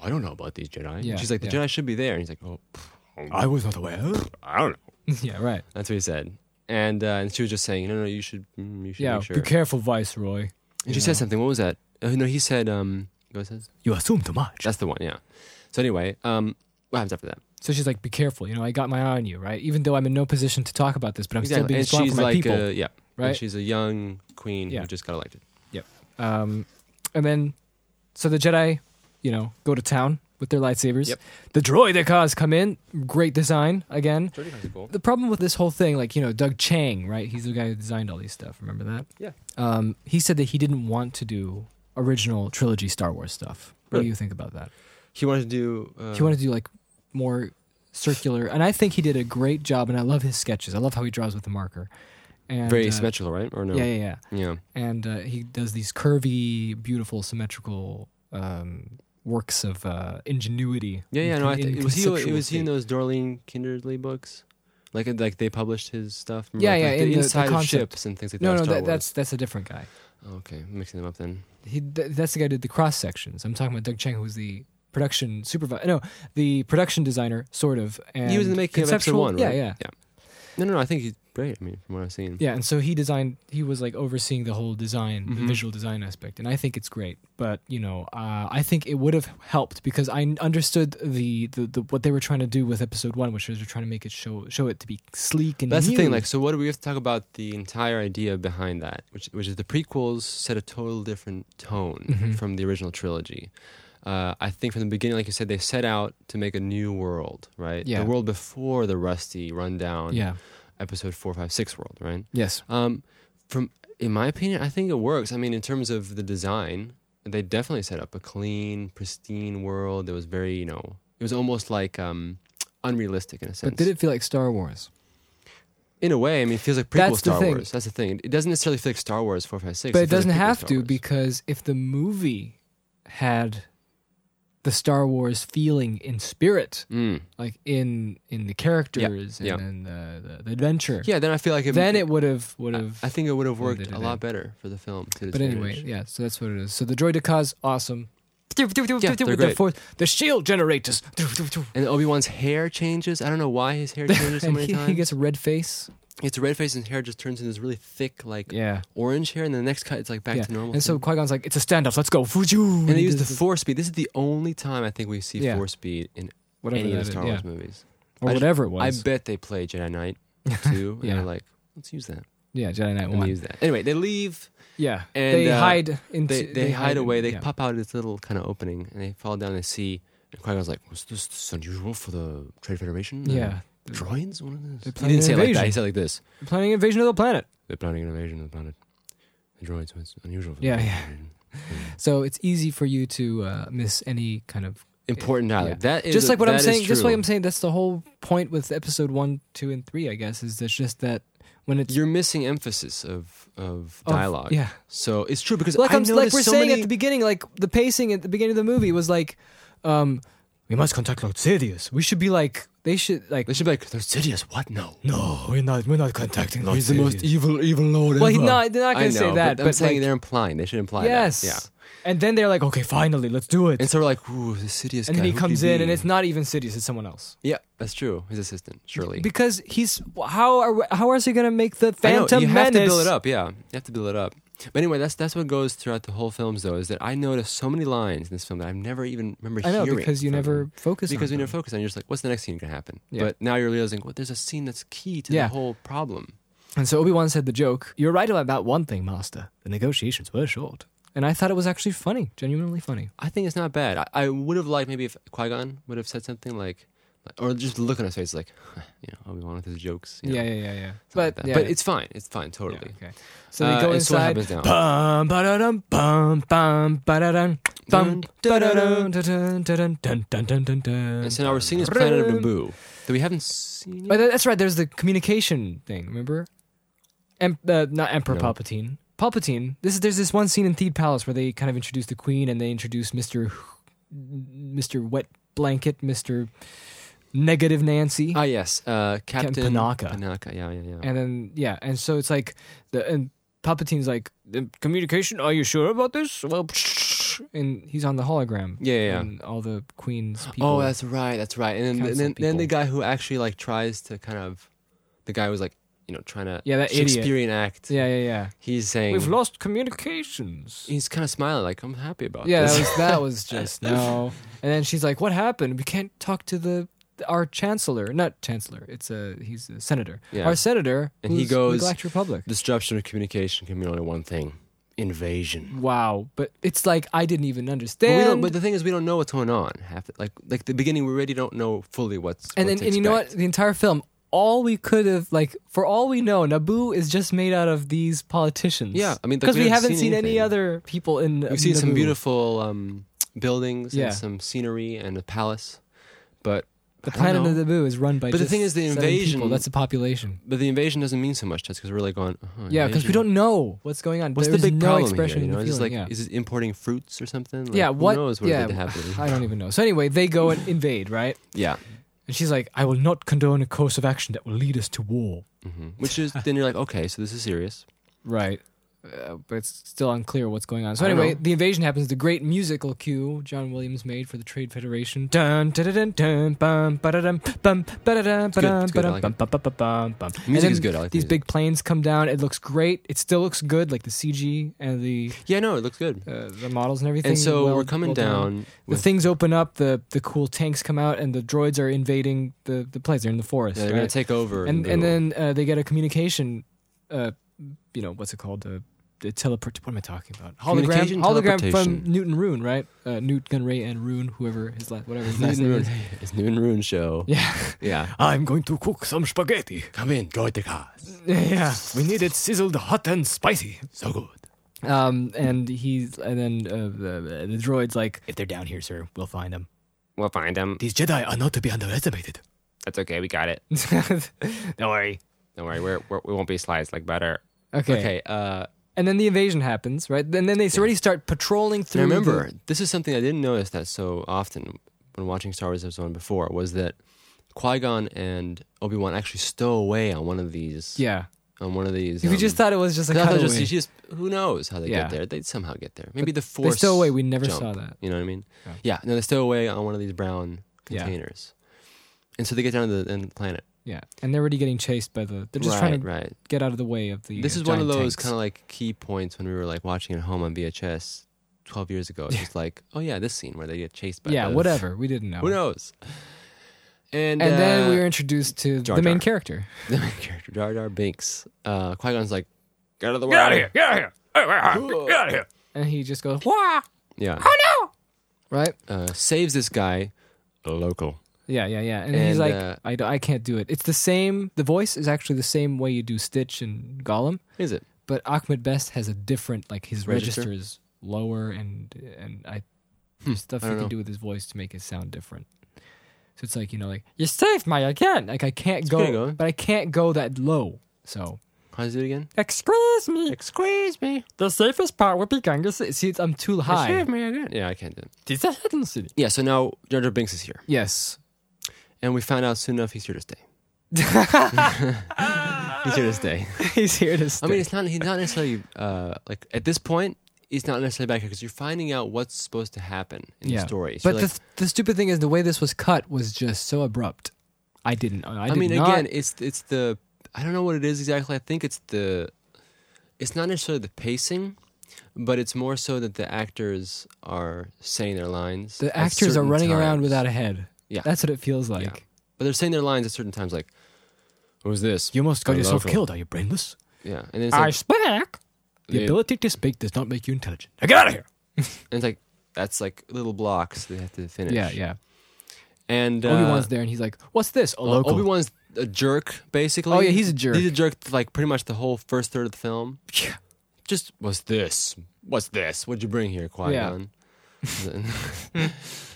[SPEAKER 1] I don't know about these Jedi.
[SPEAKER 2] Yeah,
[SPEAKER 1] and she's like, the
[SPEAKER 2] yeah.
[SPEAKER 1] Jedi should be there. And he's like, oh,
[SPEAKER 3] I was not aware.
[SPEAKER 1] I don't know.
[SPEAKER 2] yeah, right.
[SPEAKER 1] That's what he said. And, uh, and she was just saying, no, no, you should, mm, you should
[SPEAKER 2] Yeah,
[SPEAKER 1] make sure.
[SPEAKER 2] be careful, Viceroy.
[SPEAKER 1] and she said something. What was that? Uh, no, he said, um, what was his?
[SPEAKER 3] You assume too much.
[SPEAKER 1] That's the one, yeah. So anyway, um, what happens after that?
[SPEAKER 2] So she's like, "Be careful, you know. I got my eye on you, right? Even though I'm in no position to talk about this, but I'm still being
[SPEAKER 1] And
[SPEAKER 2] strong
[SPEAKER 1] she's
[SPEAKER 2] for my
[SPEAKER 1] like,
[SPEAKER 2] people,
[SPEAKER 1] uh, yeah. And
[SPEAKER 2] right?
[SPEAKER 1] she's a young queen
[SPEAKER 2] Yeah.
[SPEAKER 1] who just got elected.
[SPEAKER 2] Um, and then, so the Jedi, you know, go to town with their lightsabers.
[SPEAKER 1] Yep.
[SPEAKER 2] The droidicas come in. Great design again.
[SPEAKER 1] Pretty cool.
[SPEAKER 2] The problem with this whole thing, like you know, Doug Chang, right? He's the guy who designed all these stuff. Remember that?
[SPEAKER 1] Yeah.
[SPEAKER 2] Um, he said that he didn't want to do original trilogy Star Wars stuff. What do
[SPEAKER 1] Really?
[SPEAKER 2] you think about that?
[SPEAKER 1] He wanted to do. Uh,
[SPEAKER 2] he wanted to do like more circular, and I think he did a great job. And I love his sketches. I love how he draws with the marker. And,
[SPEAKER 1] very
[SPEAKER 2] uh,
[SPEAKER 1] symmetrical, right? Or no?
[SPEAKER 2] Yeah, yeah, yeah.
[SPEAKER 1] yeah.
[SPEAKER 2] and uh, he does these curvy, beautiful, symmetrical um, works of uh, ingenuity.
[SPEAKER 1] Yeah, yeah,
[SPEAKER 2] in-
[SPEAKER 1] no, I
[SPEAKER 2] in
[SPEAKER 1] th- was he
[SPEAKER 2] conceptual
[SPEAKER 1] was he in
[SPEAKER 2] state.
[SPEAKER 1] those Dorleen Kindersley books? Like like they published his stuff.
[SPEAKER 2] Yeah,
[SPEAKER 1] like,
[SPEAKER 2] yeah,
[SPEAKER 1] like
[SPEAKER 2] in the- the
[SPEAKER 1] inside of
[SPEAKER 2] concept.
[SPEAKER 1] ships and things like
[SPEAKER 2] No,
[SPEAKER 1] that.
[SPEAKER 2] no,
[SPEAKER 1] Star
[SPEAKER 2] that,
[SPEAKER 1] Wars.
[SPEAKER 2] that's that's a different guy.
[SPEAKER 1] Oh, okay. I'm mixing them up then.
[SPEAKER 2] He th- that's the guy who did the cross sections. I'm talking about Doug Chang, who's the production supervisor. No, the production designer, sort of. And
[SPEAKER 1] he was in the making of episode
[SPEAKER 2] conceptual-
[SPEAKER 1] one. Right?
[SPEAKER 2] Yeah, yeah,
[SPEAKER 1] yeah. No, no, no. I think he's great. I mean, from what I've seen.
[SPEAKER 2] yeah. And so he designed. He was like overseeing the whole design, the
[SPEAKER 1] Mhm.
[SPEAKER 2] visual design aspect, and I think it's great. But you know, uh, I think it would have helped because I understood the, the the what they were trying to do with episode one, which was they're trying to make it show show it to be sleek and.
[SPEAKER 1] But that's the thing.
[SPEAKER 2] new.
[SPEAKER 1] Like, so what do we have to talk about the entire idea behind that, which which is the prequels set a total different tone
[SPEAKER 2] Mhm.
[SPEAKER 1] from the original trilogy. Uh, I think from the beginning, like you said, they set out to make a new world, right?
[SPEAKER 2] Yeah.
[SPEAKER 1] The world before the rusty, rundown,
[SPEAKER 2] yeah.
[SPEAKER 1] episode four, five, six world, right?
[SPEAKER 2] Yes.
[SPEAKER 1] Um, from in my opinion, I think it works. I mean, in terms of the design, they definitely set up a clean, pristine world that was very, you know, it was almost like um, unrealistic in a sense.
[SPEAKER 2] But did it feel like Star Wars?
[SPEAKER 1] in a way, I mean, it feels like prequel
[SPEAKER 2] That's the
[SPEAKER 1] Star
[SPEAKER 2] thing.
[SPEAKER 1] Wars. That's the thing. It doesn't necessarily feel like Star Wars four, five, six.
[SPEAKER 2] but it
[SPEAKER 1] feels
[SPEAKER 2] doesn't
[SPEAKER 1] like prequel
[SPEAKER 2] have
[SPEAKER 1] Star
[SPEAKER 2] to
[SPEAKER 1] Wars.
[SPEAKER 2] because if the movie had the Star Wars feeling in spirit,
[SPEAKER 1] Mm.
[SPEAKER 2] like in in the characters
[SPEAKER 1] yeah.
[SPEAKER 2] and then the, the, the adventure,
[SPEAKER 1] yeah. Then I feel like it,
[SPEAKER 2] then it would have would
[SPEAKER 1] I,
[SPEAKER 2] have.
[SPEAKER 1] I think it would have
[SPEAKER 2] Well, they
[SPEAKER 1] worked
[SPEAKER 2] did
[SPEAKER 1] a lot better for the film. To its
[SPEAKER 2] But anyway,
[SPEAKER 1] advantage.
[SPEAKER 2] yeah. So that's what it is. So the droidicas, awesome.
[SPEAKER 1] they're
[SPEAKER 2] With the,
[SPEAKER 1] great.
[SPEAKER 2] force, the shield generators.
[SPEAKER 1] and Obi Wan's hair changes. I don't know why his hair changes so
[SPEAKER 2] And
[SPEAKER 1] many
[SPEAKER 2] he,
[SPEAKER 1] times.
[SPEAKER 2] he gets a red face.
[SPEAKER 1] it's a red face, and his hair just turns into this really thick, like
[SPEAKER 2] Yeah.
[SPEAKER 1] orange hair, and then the next cut it's like back
[SPEAKER 2] yeah.
[SPEAKER 1] to normal.
[SPEAKER 2] And so
[SPEAKER 1] thing.
[SPEAKER 2] Qui Gon's like, it's a standoff. Let's go. And
[SPEAKER 1] and they use the four speed. This is the only time I think we see
[SPEAKER 2] Yeah.
[SPEAKER 1] four speed in
[SPEAKER 2] whatever
[SPEAKER 1] any
[SPEAKER 2] that
[SPEAKER 1] of
[SPEAKER 2] is,
[SPEAKER 1] the Star
[SPEAKER 2] yeah.
[SPEAKER 1] Wars movies.
[SPEAKER 2] or
[SPEAKER 1] I just-
[SPEAKER 2] whatever it was.
[SPEAKER 1] I bet they play Jedi Knight too,
[SPEAKER 2] Yeah.
[SPEAKER 1] and they're like, let's use that.
[SPEAKER 2] yeah, Jedi Knight
[SPEAKER 1] Let me
[SPEAKER 2] One.
[SPEAKER 1] use that. Anyway, they leave.
[SPEAKER 2] Yeah,
[SPEAKER 1] And,
[SPEAKER 2] they
[SPEAKER 1] uh,
[SPEAKER 2] hide into
[SPEAKER 1] They, they, hide
[SPEAKER 2] in-
[SPEAKER 1] away. They
[SPEAKER 2] yeah.
[SPEAKER 1] pop out of this little kind of opening, and they fall down. They see. And Qui Gon's like, "Was this, this is unusual for the Trade Federation? The
[SPEAKER 2] Yeah,
[SPEAKER 1] droids. What is
[SPEAKER 2] They're
[SPEAKER 1] this?" He
[SPEAKER 2] planning
[SPEAKER 1] didn't say it like
[SPEAKER 2] invasion.
[SPEAKER 1] that. He said like this:
[SPEAKER 2] They're planning invasion of the planet.
[SPEAKER 1] "They're planning an invasion of the planet. The droids. It's unusual." For the
[SPEAKER 2] Yeah,
[SPEAKER 1] Trade
[SPEAKER 2] yeah.
[SPEAKER 1] Federation."
[SPEAKER 2] So it's easy for you to uh, miss any kind of
[SPEAKER 1] Important dialogue. That is
[SPEAKER 2] just like what I'm
[SPEAKER 1] that is
[SPEAKER 2] saying. Just like
[SPEAKER 1] true.
[SPEAKER 2] I'm saying, that's the whole point with episode one, two, and three. I guess is that's just that when it's
[SPEAKER 1] You're missing emphasis of of
[SPEAKER 2] of-
[SPEAKER 1] dialogue.
[SPEAKER 2] yeah,
[SPEAKER 1] So it's true because
[SPEAKER 2] like
[SPEAKER 1] I
[SPEAKER 2] I'm
[SPEAKER 1] know
[SPEAKER 2] like
[SPEAKER 1] there's
[SPEAKER 2] we're
[SPEAKER 1] so
[SPEAKER 2] saying
[SPEAKER 1] many,
[SPEAKER 2] at the beginning, like the pacing at the beginning of the movie was like, um, we must contact Lord Sidious. We should be like they should like
[SPEAKER 1] They should be like, "There's Sidious. What? No.
[SPEAKER 3] No, we're not. We're not contacting Lord
[SPEAKER 1] He's the most
[SPEAKER 3] Sidious.
[SPEAKER 1] evil, evil lord
[SPEAKER 2] well, he,
[SPEAKER 1] ever."
[SPEAKER 2] no, they're not
[SPEAKER 1] I
[SPEAKER 2] gonna
[SPEAKER 1] know,
[SPEAKER 2] say that,
[SPEAKER 1] but,
[SPEAKER 2] but,
[SPEAKER 1] I'm saying
[SPEAKER 2] like,
[SPEAKER 1] they're implying. They should imply.
[SPEAKER 2] yes,
[SPEAKER 1] That. Yeah.
[SPEAKER 2] And then they're like, okay, finally, let's do it.
[SPEAKER 1] And so we're like, ooh, the Sidious guy.
[SPEAKER 2] and then he
[SPEAKER 1] who could
[SPEAKER 2] comes in,
[SPEAKER 1] be?
[SPEAKER 2] and it's not even Sidious; it's someone else.
[SPEAKER 1] yeah, that's true. His assistant, surely.
[SPEAKER 2] Because he's how are how else are you gonna make the
[SPEAKER 1] I know,
[SPEAKER 2] Phantom
[SPEAKER 1] you
[SPEAKER 2] Menace?
[SPEAKER 1] have to build it up. Yeah, you have to build it up. But anyway, that's that's what goes throughout the whole films, though, is that I noticed so many lines in this film that I've never even remember
[SPEAKER 2] I know
[SPEAKER 1] hearing
[SPEAKER 2] because you
[SPEAKER 1] from
[SPEAKER 2] never
[SPEAKER 1] them.
[SPEAKER 2] focus.
[SPEAKER 1] because
[SPEAKER 2] on
[SPEAKER 1] we never
[SPEAKER 2] them.
[SPEAKER 1] focus on. it. You're just like, what's the next scene gonna happen?
[SPEAKER 2] Yeah.
[SPEAKER 1] But now you're realizing, well, there's a scene that's key to
[SPEAKER 2] Yeah.
[SPEAKER 1] the whole problem.
[SPEAKER 2] And so Obi Wan said the joke. You're right about that one thing, Master. The negotiations were short, and I thought it was actually funny, genuinely funny.
[SPEAKER 1] I think it's not bad. I, I would have liked maybe if Qui Gon would have said something like, or just look on his face like, you know, Obi Wan with his jokes. You know,
[SPEAKER 2] Yeah, yeah, yeah, yeah.
[SPEAKER 1] something like
[SPEAKER 2] But
[SPEAKER 1] that.
[SPEAKER 2] yeah,
[SPEAKER 1] but
[SPEAKER 2] yeah.
[SPEAKER 1] it's fine. It's fine. Totally.
[SPEAKER 2] Yeah, okay. So
[SPEAKER 1] Uh,
[SPEAKER 2] they go
[SPEAKER 1] and So what
[SPEAKER 2] inside.
[SPEAKER 1] happens now?
[SPEAKER 2] Bum ba-da-dum, bum bum ba-da-dum, bum da-da-dum, da-dum, da-dum, dun, dun, dun, dun, dun.
[SPEAKER 1] And so now we're seeing this planet of
[SPEAKER 2] Ba-da-dum.
[SPEAKER 1] Naboo that we haven't seen.
[SPEAKER 2] Oh,
[SPEAKER 1] Yet.
[SPEAKER 2] that- that's right. There's the communication thing. Remember? Em- uh, not Emperor
[SPEAKER 1] No.
[SPEAKER 2] Palpatine. Palpatine. This is there's this one scene in Thede Palace where they kind of introduce the Queen and they introduce Mister Mister Wet Blanket, Mister negative Nancy.
[SPEAKER 1] Ah, yes, uh, Captain
[SPEAKER 2] Panaka.
[SPEAKER 1] Panaka, yeah, yeah, yeah.
[SPEAKER 2] and then yeah, and so it's like the and Palpatine's like the communication. Are you sure about this? Well, and he's on the hologram.
[SPEAKER 1] Yeah, yeah, yeah.
[SPEAKER 2] And all the queens. People.
[SPEAKER 1] oh, that's right, that's right. And then,
[SPEAKER 2] Council
[SPEAKER 1] then, then the
[SPEAKER 2] people.
[SPEAKER 1] guy who actually like tries to kind of, the guy who's like, you know, trying to
[SPEAKER 2] Yeah, that idiot.
[SPEAKER 1] Shakespearean act.
[SPEAKER 2] yeah, yeah, yeah.
[SPEAKER 1] he's saying
[SPEAKER 2] We've lost communications.
[SPEAKER 1] he's kind of smiling like I'm happy about
[SPEAKER 2] Yeah,
[SPEAKER 1] this.
[SPEAKER 2] that was that was just no. And then she's like, "What happened? We can't talk to the our chancellor, not chancellor. It's a he's a senator.
[SPEAKER 1] Yeah.
[SPEAKER 2] Our senator,
[SPEAKER 1] And he
[SPEAKER 2] who's
[SPEAKER 1] goes-
[SPEAKER 2] the Galactic Republic.
[SPEAKER 1] Disruption of communication can mean only one thing: invasion.
[SPEAKER 2] Wow, but it's like I didn't even
[SPEAKER 1] But,
[SPEAKER 2] understand.
[SPEAKER 1] we don't, but the thing is, we don't know what's going on. Half the, like like the beginning, we really don't know fully what's. what
[SPEAKER 2] and then
[SPEAKER 1] to
[SPEAKER 2] and you know what?
[SPEAKER 1] expect.
[SPEAKER 2] The entire film, all we could have like for all we know, Naboo is just made out of these politicians.
[SPEAKER 1] Yeah, I mean, like,
[SPEAKER 2] because
[SPEAKER 1] we
[SPEAKER 2] we
[SPEAKER 1] haven't
[SPEAKER 2] haven't
[SPEAKER 1] seen
[SPEAKER 2] seen, any
[SPEAKER 1] anything.
[SPEAKER 2] other people in.
[SPEAKER 1] We've seen some
[SPEAKER 2] Naboo.
[SPEAKER 1] beautiful um, buildings
[SPEAKER 2] Yeah.
[SPEAKER 1] and some scenery and a palace, but
[SPEAKER 2] The
[SPEAKER 1] I don't
[SPEAKER 2] planet
[SPEAKER 1] know.
[SPEAKER 2] of Naboo is run by.
[SPEAKER 1] But the
[SPEAKER 2] just
[SPEAKER 1] thing is, the
[SPEAKER 2] seven
[SPEAKER 1] invasion-
[SPEAKER 2] people. That's the population.
[SPEAKER 1] But the invasion doesn't mean so much to us because we're like going. Oh,
[SPEAKER 2] Yeah, because
[SPEAKER 1] invasion.
[SPEAKER 2] we don't know what's going on.
[SPEAKER 1] What's
[SPEAKER 2] There's
[SPEAKER 1] the big
[SPEAKER 2] no
[SPEAKER 1] problem
[SPEAKER 2] expression
[SPEAKER 1] here? You know,
[SPEAKER 2] of
[SPEAKER 1] is
[SPEAKER 2] the
[SPEAKER 1] this like
[SPEAKER 2] feeling. yeah.
[SPEAKER 1] is it importing fruits or something? Like,
[SPEAKER 2] yeah, what?
[SPEAKER 1] Who knows what
[SPEAKER 2] yeah,
[SPEAKER 1] did happen?
[SPEAKER 2] I don't even know. So anyway, they go and invade, right?
[SPEAKER 1] yeah,
[SPEAKER 2] And she's like, "I will not condone a course of action that will lead us to war."
[SPEAKER 1] hmm which is then you're like, okay, so this is serious.
[SPEAKER 2] Right. Uh, but it's still unclear what's going on. So
[SPEAKER 1] I don't
[SPEAKER 2] anyway,
[SPEAKER 1] know.
[SPEAKER 2] the invasion happens. The great musical cue John Williams made for the Trade Federation. Dun dun dun dun bum ba-da-dum, bum ba-da-dum,
[SPEAKER 1] good.
[SPEAKER 2] ba-dum,
[SPEAKER 1] It's good. I
[SPEAKER 2] ba-dum,
[SPEAKER 1] like
[SPEAKER 2] bum, bum, bum, bum, bum. And
[SPEAKER 1] Music
[SPEAKER 2] then
[SPEAKER 1] is good. I like the
[SPEAKER 2] These
[SPEAKER 1] music.
[SPEAKER 2] big planes come down. It looks great. It still looks good, like the CG and the
[SPEAKER 1] Yeah, no, it looks good.
[SPEAKER 2] uh, the models and
[SPEAKER 1] And
[SPEAKER 2] everything.
[SPEAKER 1] so
[SPEAKER 2] well-
[SPEAKER 1] we're coming
[SPEAKER 2] well
[SPEAKER 1] down.
[SPEAKER 2] The
[SPEAKER 1] with,
[SPEAKER 2] things open up. The the cool tanks come out, and the droids are invading the the place. They're in the forest.
[SPEAKER 1] yeah, they're
[SPEAKER 2] right?
[SPEAKER 1] gonna take over,
[SPEAKER 2] and
[SPEAKER 1] the
[SPEAKER 2] and
[SPEAKER 1] middle.
[SPEAKER 2] then uh, they get a communication, uh, you know what's it called? The, the teleport. What am I talking about? Hologram.
[SPEAKER 1] Communication
[SPEAKER 2] Hologram from
[SPEAKER 1] teleportation.
[SPEAKER 2] Newton Roon, right? Uh, Newt Gunray and Roon, whoever his last, whatever his last
[SPEAKER 1] Newton
[SPEAKER 2] name
[SPEAKER 1] Roon,
[SPEAKER 2] is.
[SPEAKER 1] it's Newton Roon show.
[SPEAKER 2] Yeah,
[SPEAKER 1] Yeah,
[SPEAKER 3] I'm going to cook some spaghetti. Come in, join the cast.
[SPEAKER 2] yeah.
[SPEAKER 3] We need it sizzled hot and spicy. So good.
[SPEAKER 2] Um, and he's and then uh, the, the droids like, if they're down here, sir, we'll find them.
[SPEAKER 1] we'll find them.
[SPEAKER 3] These Jedi are not to be underestimated.
[SPEAKER 1] That's okay. We got it.
[SPEAKER 3] Don't worry.
[SPEAKER 1] Don't worry. We're, we're we won't be sliced like butter.
[SPEAKER 2] okay.
[SPEAKER 1] Okay. Uh,
[SPEAKER 2] And then the invasion happens, right? And then they already start patrolling through.
[SPEAKER 1] Now
[SPEAKER 2] the-
[SPEAKER 1] remember, this is something I didn't notice that so often when watching Star Wars Episode One before was that Qui Gon and Obi Wan actually stow away on one of these.
[SPEAKER 2] yeah.
[SPEAKER 1] On one of these.
[SPEAKER 2] we
[SPEAKER 1] um,
[SPEAKER 2] just thought it was just a
[SPEAKER 1] I thought it was
[SPEAKER 2] cutaway.
[SPEAKER 1] just, she just- who knows how they
[SPEAKER 2] Yeah.
[SPEAKER 1] get there? They'd somehow get there. Maybe the
[SPEAKER 2] they
[SPEAKER 1] force.
[SPEAKER 2] still away. We never
[SPEAKER 1] jump,
[SPEAKER 2] saw that.
[SPEAKER 1] You know what I mean?
[SPEAKER 2] Yeah.
[SPEAKER 1] Yeah. No, they stow away on one of these brown
[SPEAKER 2] Yeah.
[SPEAKER 1] containers, and so they get down to the, end planet.
[SPEAKER 2] Yeah, and they're already getting chased by the. They're just
[SPEAKER 1] right,
[SPEAKER 2] trying to
[SPEAKER 1] right.
[SPEAKER 2] get out of the way of the.
[SPEAKER 1] This
[SPEAKER 2] uh,
[SPEAKER 1] is one of
[SPEAKER 2] giant
[SPEAKER 1] those
[SPEAKER 2] tanks.
[SPEAKER 1] kind of like key points when we were like watching at home on VHS twelve years ago. It's just like, oh yeah, this scene where they get chased by
[SPEAKER 2] yeah,
[SPEAKER 1] the-
[SPEAKER 2] whatever. We didn't know.
[SPEAKER 1] Who knows? And,
[SPEAKER 2] And
[SPEAKER 1] uh,
[SPEAKER 2] then we were introduced to
[SPEAKER 1] Jar
[SPEAKER 2] the main
[SPEAKER 1] Jar.
[SPEAKER 2] character.
[SPEAKER 1] the main character Jar Jar Binks. Uh, Qui Gon's like, get out of the way.
[SPEAKER 3] Get out of here. Get out of here. Hey, wait, wait, Get out of here.
[SPEAKER 2] And he just goes, Wah!
[SPEAKER 1] Yeah.
[SPEAKER 2] Oh, Right?
[SPEAKER 1] Uh, saves this guy, a local.
[SPEAKER 2] Yeah, yeah, yeah. And,
[SPEAKER 1] And,
[SPEAKER 2] he's like,
[SPEAKER 1] uh,
[SPEAKER 2] I, d- I can't do it. It's the same. The voice is actually the same way you do Stitch and Gollum,
[SPEAKER 1] Is it?
[SPEAKER 2] but Ahmed Best has a different, like, his
[SPEAKER 1] Register? Hmm,
[SPEAKER 2] register, is lower and and I. there's stuff
[SPEAKER 1] I
[SPEAKER 2] he
[SPEAKER 1] don't
[SPEAKER 2] can
[SPEAKER 1] know.
[SPEAKER 2] do with his voice to make it sound different. So it's like, you know, like, you saved my again. Like, I can't
[SPEAKER 1] pretty
[SPEAKER 2] go,
[SPEAKER 1] good.
[SPEAKER 2] but I can't go that low. So.
[SPEAKER 1] How does it again?
[SPEAKER 2] Excuse me.
[SPEAKER 1] Excuse me.
[SPEAKER 2] The safest part would be Ganges. See, it's- I'm too high.
[SPEAKER 1] me again. Yeah, I can't do it.
[SPEAKER 2] It's a hidden city.
[SPEAKER 1] Yeah, so now Jar Jar Binks is here.
[SPEAKER 2] Yes.
[SPEAKER 1] And we found out soon enough he's here to stay. he's here to stay.
[SPEAKER 2] He's here to stay.
[SPEAKER 1] I mean, it's not, he's not necessarily, uh, like, at this point, he's not necessarily back here because you're finding out what's supposed to happen in the story. So
[SPEAKER 2] but
[SPEAKER 1] you're
[SPEAKER 2] the,
[SPEAKER 1] like,
[SPEAKER 2] the stupid thing is, the way this was cut was just so abrupt. I didn't. I,
[SPEAKER 1] I
[SPEAKER 2] did
[SPEAKER 1] mean,
[SPEAKER 2] not-
[SPEAKER 1] again, it's it's the I don't know what it is exactly. I think it's the it's not necessarily the pacing, but it's more so that the actors are saying their lines.
[SPEAKER 2] the
[SPEAKER 1] at
[SPEAKER 2] actors are
[SPEAKER 1] certain
[SPEAKER 2] running around
[SPEAKER 1] times.
[SPEAKER 2] without a head.
[SPEAKER 1] Yeah.
[SPEAKER 2] That's what it feels like.
[SPEAKER 1] but they're saying their lines at certain times. Like, what was this?
[SPEAKER 3] You must got
[SPEAKER 1] A
[SPEAKER 3] yourself
[SPEAKER 1] local.
[SPEAKER 3] killed. Are you brainless?
[SPEAKER 1] Yeah, and then it's like,
[SPEAKER 2] speak.
[SPEAKER 1] Yeah.
[SPEAKER 3] The ability to speak does not make you intelligent. Now get out of here.
[SPEAKER 1] and it's like that's like little blocks they have to finish.
[SPEAKER 2] Yeah, yeah.
[SPEAKER 1] And uh,
[SPEAKER 2] Obi Wan's there, and he's like, "What's this? A local?"
[SPEAKER 1] Obi Wan's a jerk, basically.
[SPEAKER 2] Oh, yeah, he's a jerk.
[SPEAKER 1] He's a jerk, like pretty much the whole first third of the film. Yeah. Just what's this? What's this? What'd you bring here, Qui Gon?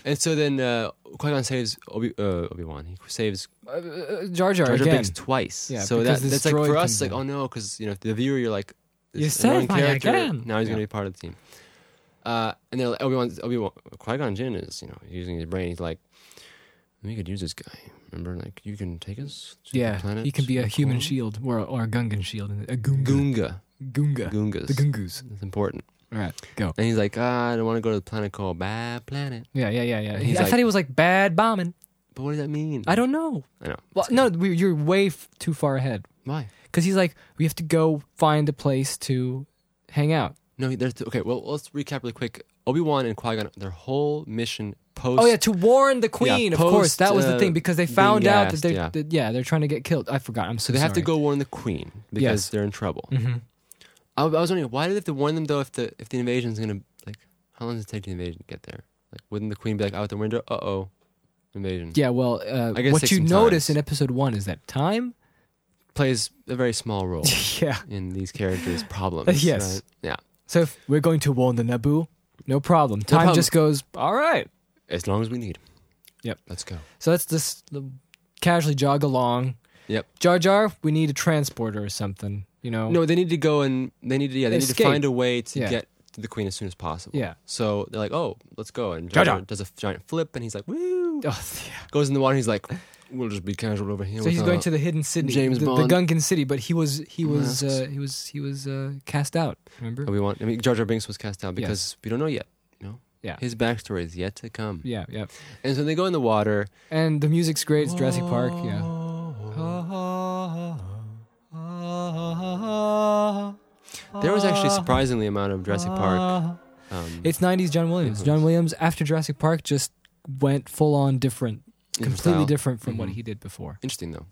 [SPEAKER 1] and so then uh, Qui Gon saves Obi uh, Obi Wan. He saves
[SPEAKER 2] Uh, Jar
[SPEAKER 1] Jar
[SPEAKER 2] Jar
[SPEAKER 1] Jar
[SPEAKER 2] again.
[SPEAKER 1] Binks twice.
[SPEAKER 2] Yeah,
[SPEAKER 1] so that,
[SPEAKER 2] because this
[SPEAKER 1] that's like
[SPEAKER 2] droid
[SPEAKER 1] for us,
[SPEAKER 2] comes
[SPEAKER 1] like
[SPEAKER 2] in.
[SPEAKER 1] oh no, because you know the viewer, you're like
[SPEAKER 2] You
[SPEAKER 1] this
[SPEAKER 2] saved
[SPEAKER 1] annoying
[SPEAKER 2] my
[SPEAKER 1] character.
[SPEAKER 2] again.
[SPEAKER 1] Now he's
[SPEAKER 2] Yeah.
[SPEAKER 1] gonna be part of the team. Uh, and then Obi Wan, Obi Wan, Qui Gon Jinn is you know using his brain. He's like, we could use this guy. Remember, like you can take us. To the
[SPEAKER 2] Yeah,
[SPEAKER 1] planet
[SPEAKER 2] he can be a
[SPEAKER 1] of
[SPEAKER 2] human
[SPEAKER 1] Korra?
[SPEAKER 2] shield or or a Gungan shield, a Goonga,
[SPEAKER 1] Goonga.
[SPEAKER 2] Goonga,
[SPEAKER 1] Goongas.
[SPEAKER 2] the Goongus.
[SPEAKER 1] It's important.
[SPEAKER 2] All right, go.
[SPEAKER 1] And he's like, ah, I don't want to go to the planet called Bad Planet.
[SPEAKER 2] Yeah, yeah, yeah, yeah.
[SPEAKER 1] And he's
[SPEAKER 2] I
[SPEAKER 1] like-
[SPEAKER 2] thought he was like bad bombing.
[SPEAKER 1] But what does that mean?
[SPEAKER 2] I don't know.
[SPEAKER 1] I know.
[SPEAKER 2] Well, no, we, you're way f- too far ahead.
[SPEAKER 1] Why?
[SPEAKER 2] Because he's like, we have to go find a place to hang out.
[SPEAKER 1] No, there's okay. Well, let's recap really quick. Obi Wan and Qui Gon, their whole mission post.
[SPEAKER 2] Oh yeah, to warn the queen. of course,
[SPEAKER 1] post,
[SPEAKER 2] that was the
[SPEAKER 1] uh,
[SPEAKER 2] thing because they
[SPEAKER 1] being
[SPEAKER 2] found out that
[SPEAKER 1] gassed,
[SPEAKER 2] they're
[SPEAKER 1] yeah.
[SPEAKER 2] that- yeah they're trying to get killed. I forgot. I'm so,
[SPEAKER 1] So they have to go warn the Queen because
[SPEAKER 2] Yes.
[SPEAKER 1] they're in trouble.
[SPEAKER 2] hmm
[SPEAKER 1] I, I was wondering why do they have to warn them though if the if the invasion's gonna like how long does it take the invasion to get there? Like wouldn't the Queen be like out the window? Uh oh, invasion.
[SPEAKER 2] Yeah, well, uh,
[SPEAKER 1] I guess
[SPEAKER 2] what
[SPEAKER 1] take
[SPEAKER 2] you
[SPEAKER 1] some
[SPEAKER 2] notice
[SPEAKER 1] time.
[SPEAKER 2] in episode one is that time.
[SPEAKER 1] plays a very small role
[SPEAKER 2] yeah.
[SPEAKER 1] in these characters' problems.
[SPEAKER 2] Yes.
[SPEAKER 1] right? Yeah.
[SPEAKER 2] So if we're going to warn the Naboo, no problem. Time
[SPEAKER 1] problem.
[SPEAKER 2] just goes. All right.
[SPEAKER 1] As long as we need.
[SPEAKER 2] Yep.
[SPEAKER 1] Let's go.
[SPEAKER 2] So let's just l- casually jog along.
[SPEAKER 1] Yep.
[SPEAKER 2] Jar Jar, we need a transporter or something. You know. Oh,
[SPEAKER 1] No, they need to go and they need to yeah they need
[SPEAKER 2] Um, Escape.
[SPEAKER 1] to find a way to
[SPEAKER 2] Yeah.
[SPEAKER 1] get to the Queen as soon as possible.
[SPEAKER 2] Yeah.
[SPEAKER 1] So they're like, oh, let's go. And
[SPEAKER 2] Jar
[SPEAKER 1] Jar
[SPEAKER 2] Jar.
[SPEAKER 1] Jar does a giant flip, and he's like, woo!
[SPEAKER 2] Oh, yeah.
[SPEAKER 1] Goes in the water. And he's like, we'll just be casual over here.
[SPEAKER 2] So he's
[SPEAKER 1] without
[SPEAKER 2] going to the hidden city,
[SPEAKER 1] uh, James
[SPEAKER 2] the,
[SPEAKER 1] Bond. Mm-hmm.
[SPEAKER 2] the Gungan city, but he was he was
[SPEAKER 1] Masks.
[SPEAKER 2] uh, he was he was uh, cast out. Remember?
[SPEAKER 1] And we want. I mean, Jar Jar Binks was cast out because we don't know yet. You know,
[SPEAKER 2] Yeah.
[SPEAKER 1] his backstory is yet to come.
[SPEAKER 2] Yeah, yeah.
[SPEAKER 1] And so they go in the water.
[SPEAKER 2] And the music's great. It's Jurassic Park. Yeah.
[SPEAKER 1] Oh. There was actually surprisingly amount of Jurassic Park. Um,
[SPEAKER 2] Ah. It's 90s John Williams. John Williams, after Jurassic Park, just went full on different,
[SPEAKER 1] Different
[SPEAKER 2] completely
[SPEAKER 1] style.
[SPEAKER 2] different from what
[SPEAKER 1] Mhm.
[SPEAKER 2] he did before.
[SPEAKER 1] interesting though.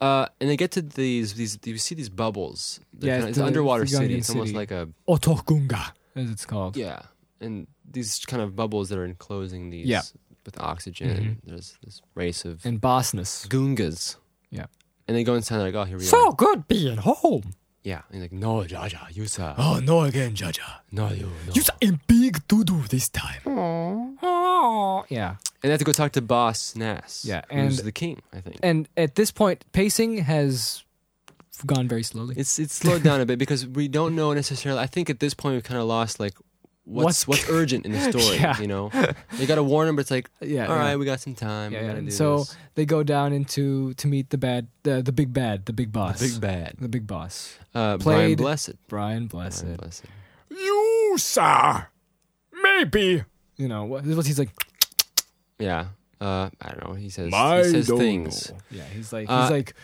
[SPEAKER 1] Uh, and they get to these these you see these bubbles. They're
[SPEAKER 2] Yeah,
[SPEAKER 1] kinda-
[SPEAKER 2] it's
[SPEAKER 1] it's,
[SPEAKER 2] the-
[SPEAKER 1] an underwater
[SPEAKER 2] it's the
[SPEAKER 1] city.
[SPEAKER 2] Gungan
[SPEAKER 1] It's almost
[SPEAKER 2] city.
[SPEAKER 1] like a
[SPEAKER 2] Otokunga, as it's called.
[SPEAKER 1] yeah, and these kind of bubbles that are enclosing these
[SPEAKER 2] Yeah.
[SPEAKER 1] with oxygen.
[SPEAKER 2] Mhm.
[SPEAKER 1] There's this race of
[SPEAKER 2] And Bosness.
[SPEAKER 1] Goongas.
[SPEAKER 2] Yeah.
[SPEAKER 1] And they go inside and they're like, oh, here we are.
[SPEAKER 2] good being home.
[SPEAKER 1] Yeah. And he's like, no, Jar Jar, you sir.
[SPEAKER 3] Oh, no again, Jaja.
[SPEAKER 1] No, you, no.
[SPEAKER 3] You're in big to do this time.
[SPEAKER 2] Oh. Yeah.
[SPEAKER 1] And they have to go talk to Boss Nass.
[SPEAKER 2] Yeah,
[SPEAKER 1] who's
[SPEAKER 2] and-
[SPEAKER 1] the king, I think.
[SPEAKER 2] And at this point, pacing has gone very slowly.
[SPEAKER 1] It's it's slowed down a bit because we don't know necessarily. I think at this point we kind of lost like what's
[SPEAKER 2] What's-
[SPEAKER 1] what's urgent in the story.
[SPEAKER 2] Yeah.
[SPEAKER 1] You know, they got to warn him, but it's like,
[SPEAKER 2] yeah.
[SPEAKER 1] all right, we got some time.
[SPEAKER 2] Yeah,
[SPEAKER 1] we
[SPEAKER 2] yeah.
[SPEAKER 1] gotta do
[SPEAKER 2] So
[SPEAKER 1] this.
[SPEAKER 2] they go down into to meet the bad, the, the big bad, the big boss,
[SPEAKER 1] big bad,
[SPEAKER 2] the big boss,
[SPEAKER 1] uh, Brian
[SPEAKER 2] Played-
[SPEAKER 1] Blessed.
[SPEAKER 2] Brian Blessed.
[SPEAKER 1] Brian Blessed.
[SPEAKER 3] You, sir. Maybe.
[SPEAKER 2] You know, what, what he's like.
[SPEAKER 1] Yeah, uh, I don't know. He says
[SPEAKER 3] I
[SPEAKER 1] he says
[SPEAKER 3] don't
[SPEAKER 1] things.
[SPEAKER 3] know.
[SPEAKER 2] Yeah, he's like,
[SPEAKER 1] Uh,
[SPEAKER 2] he's like,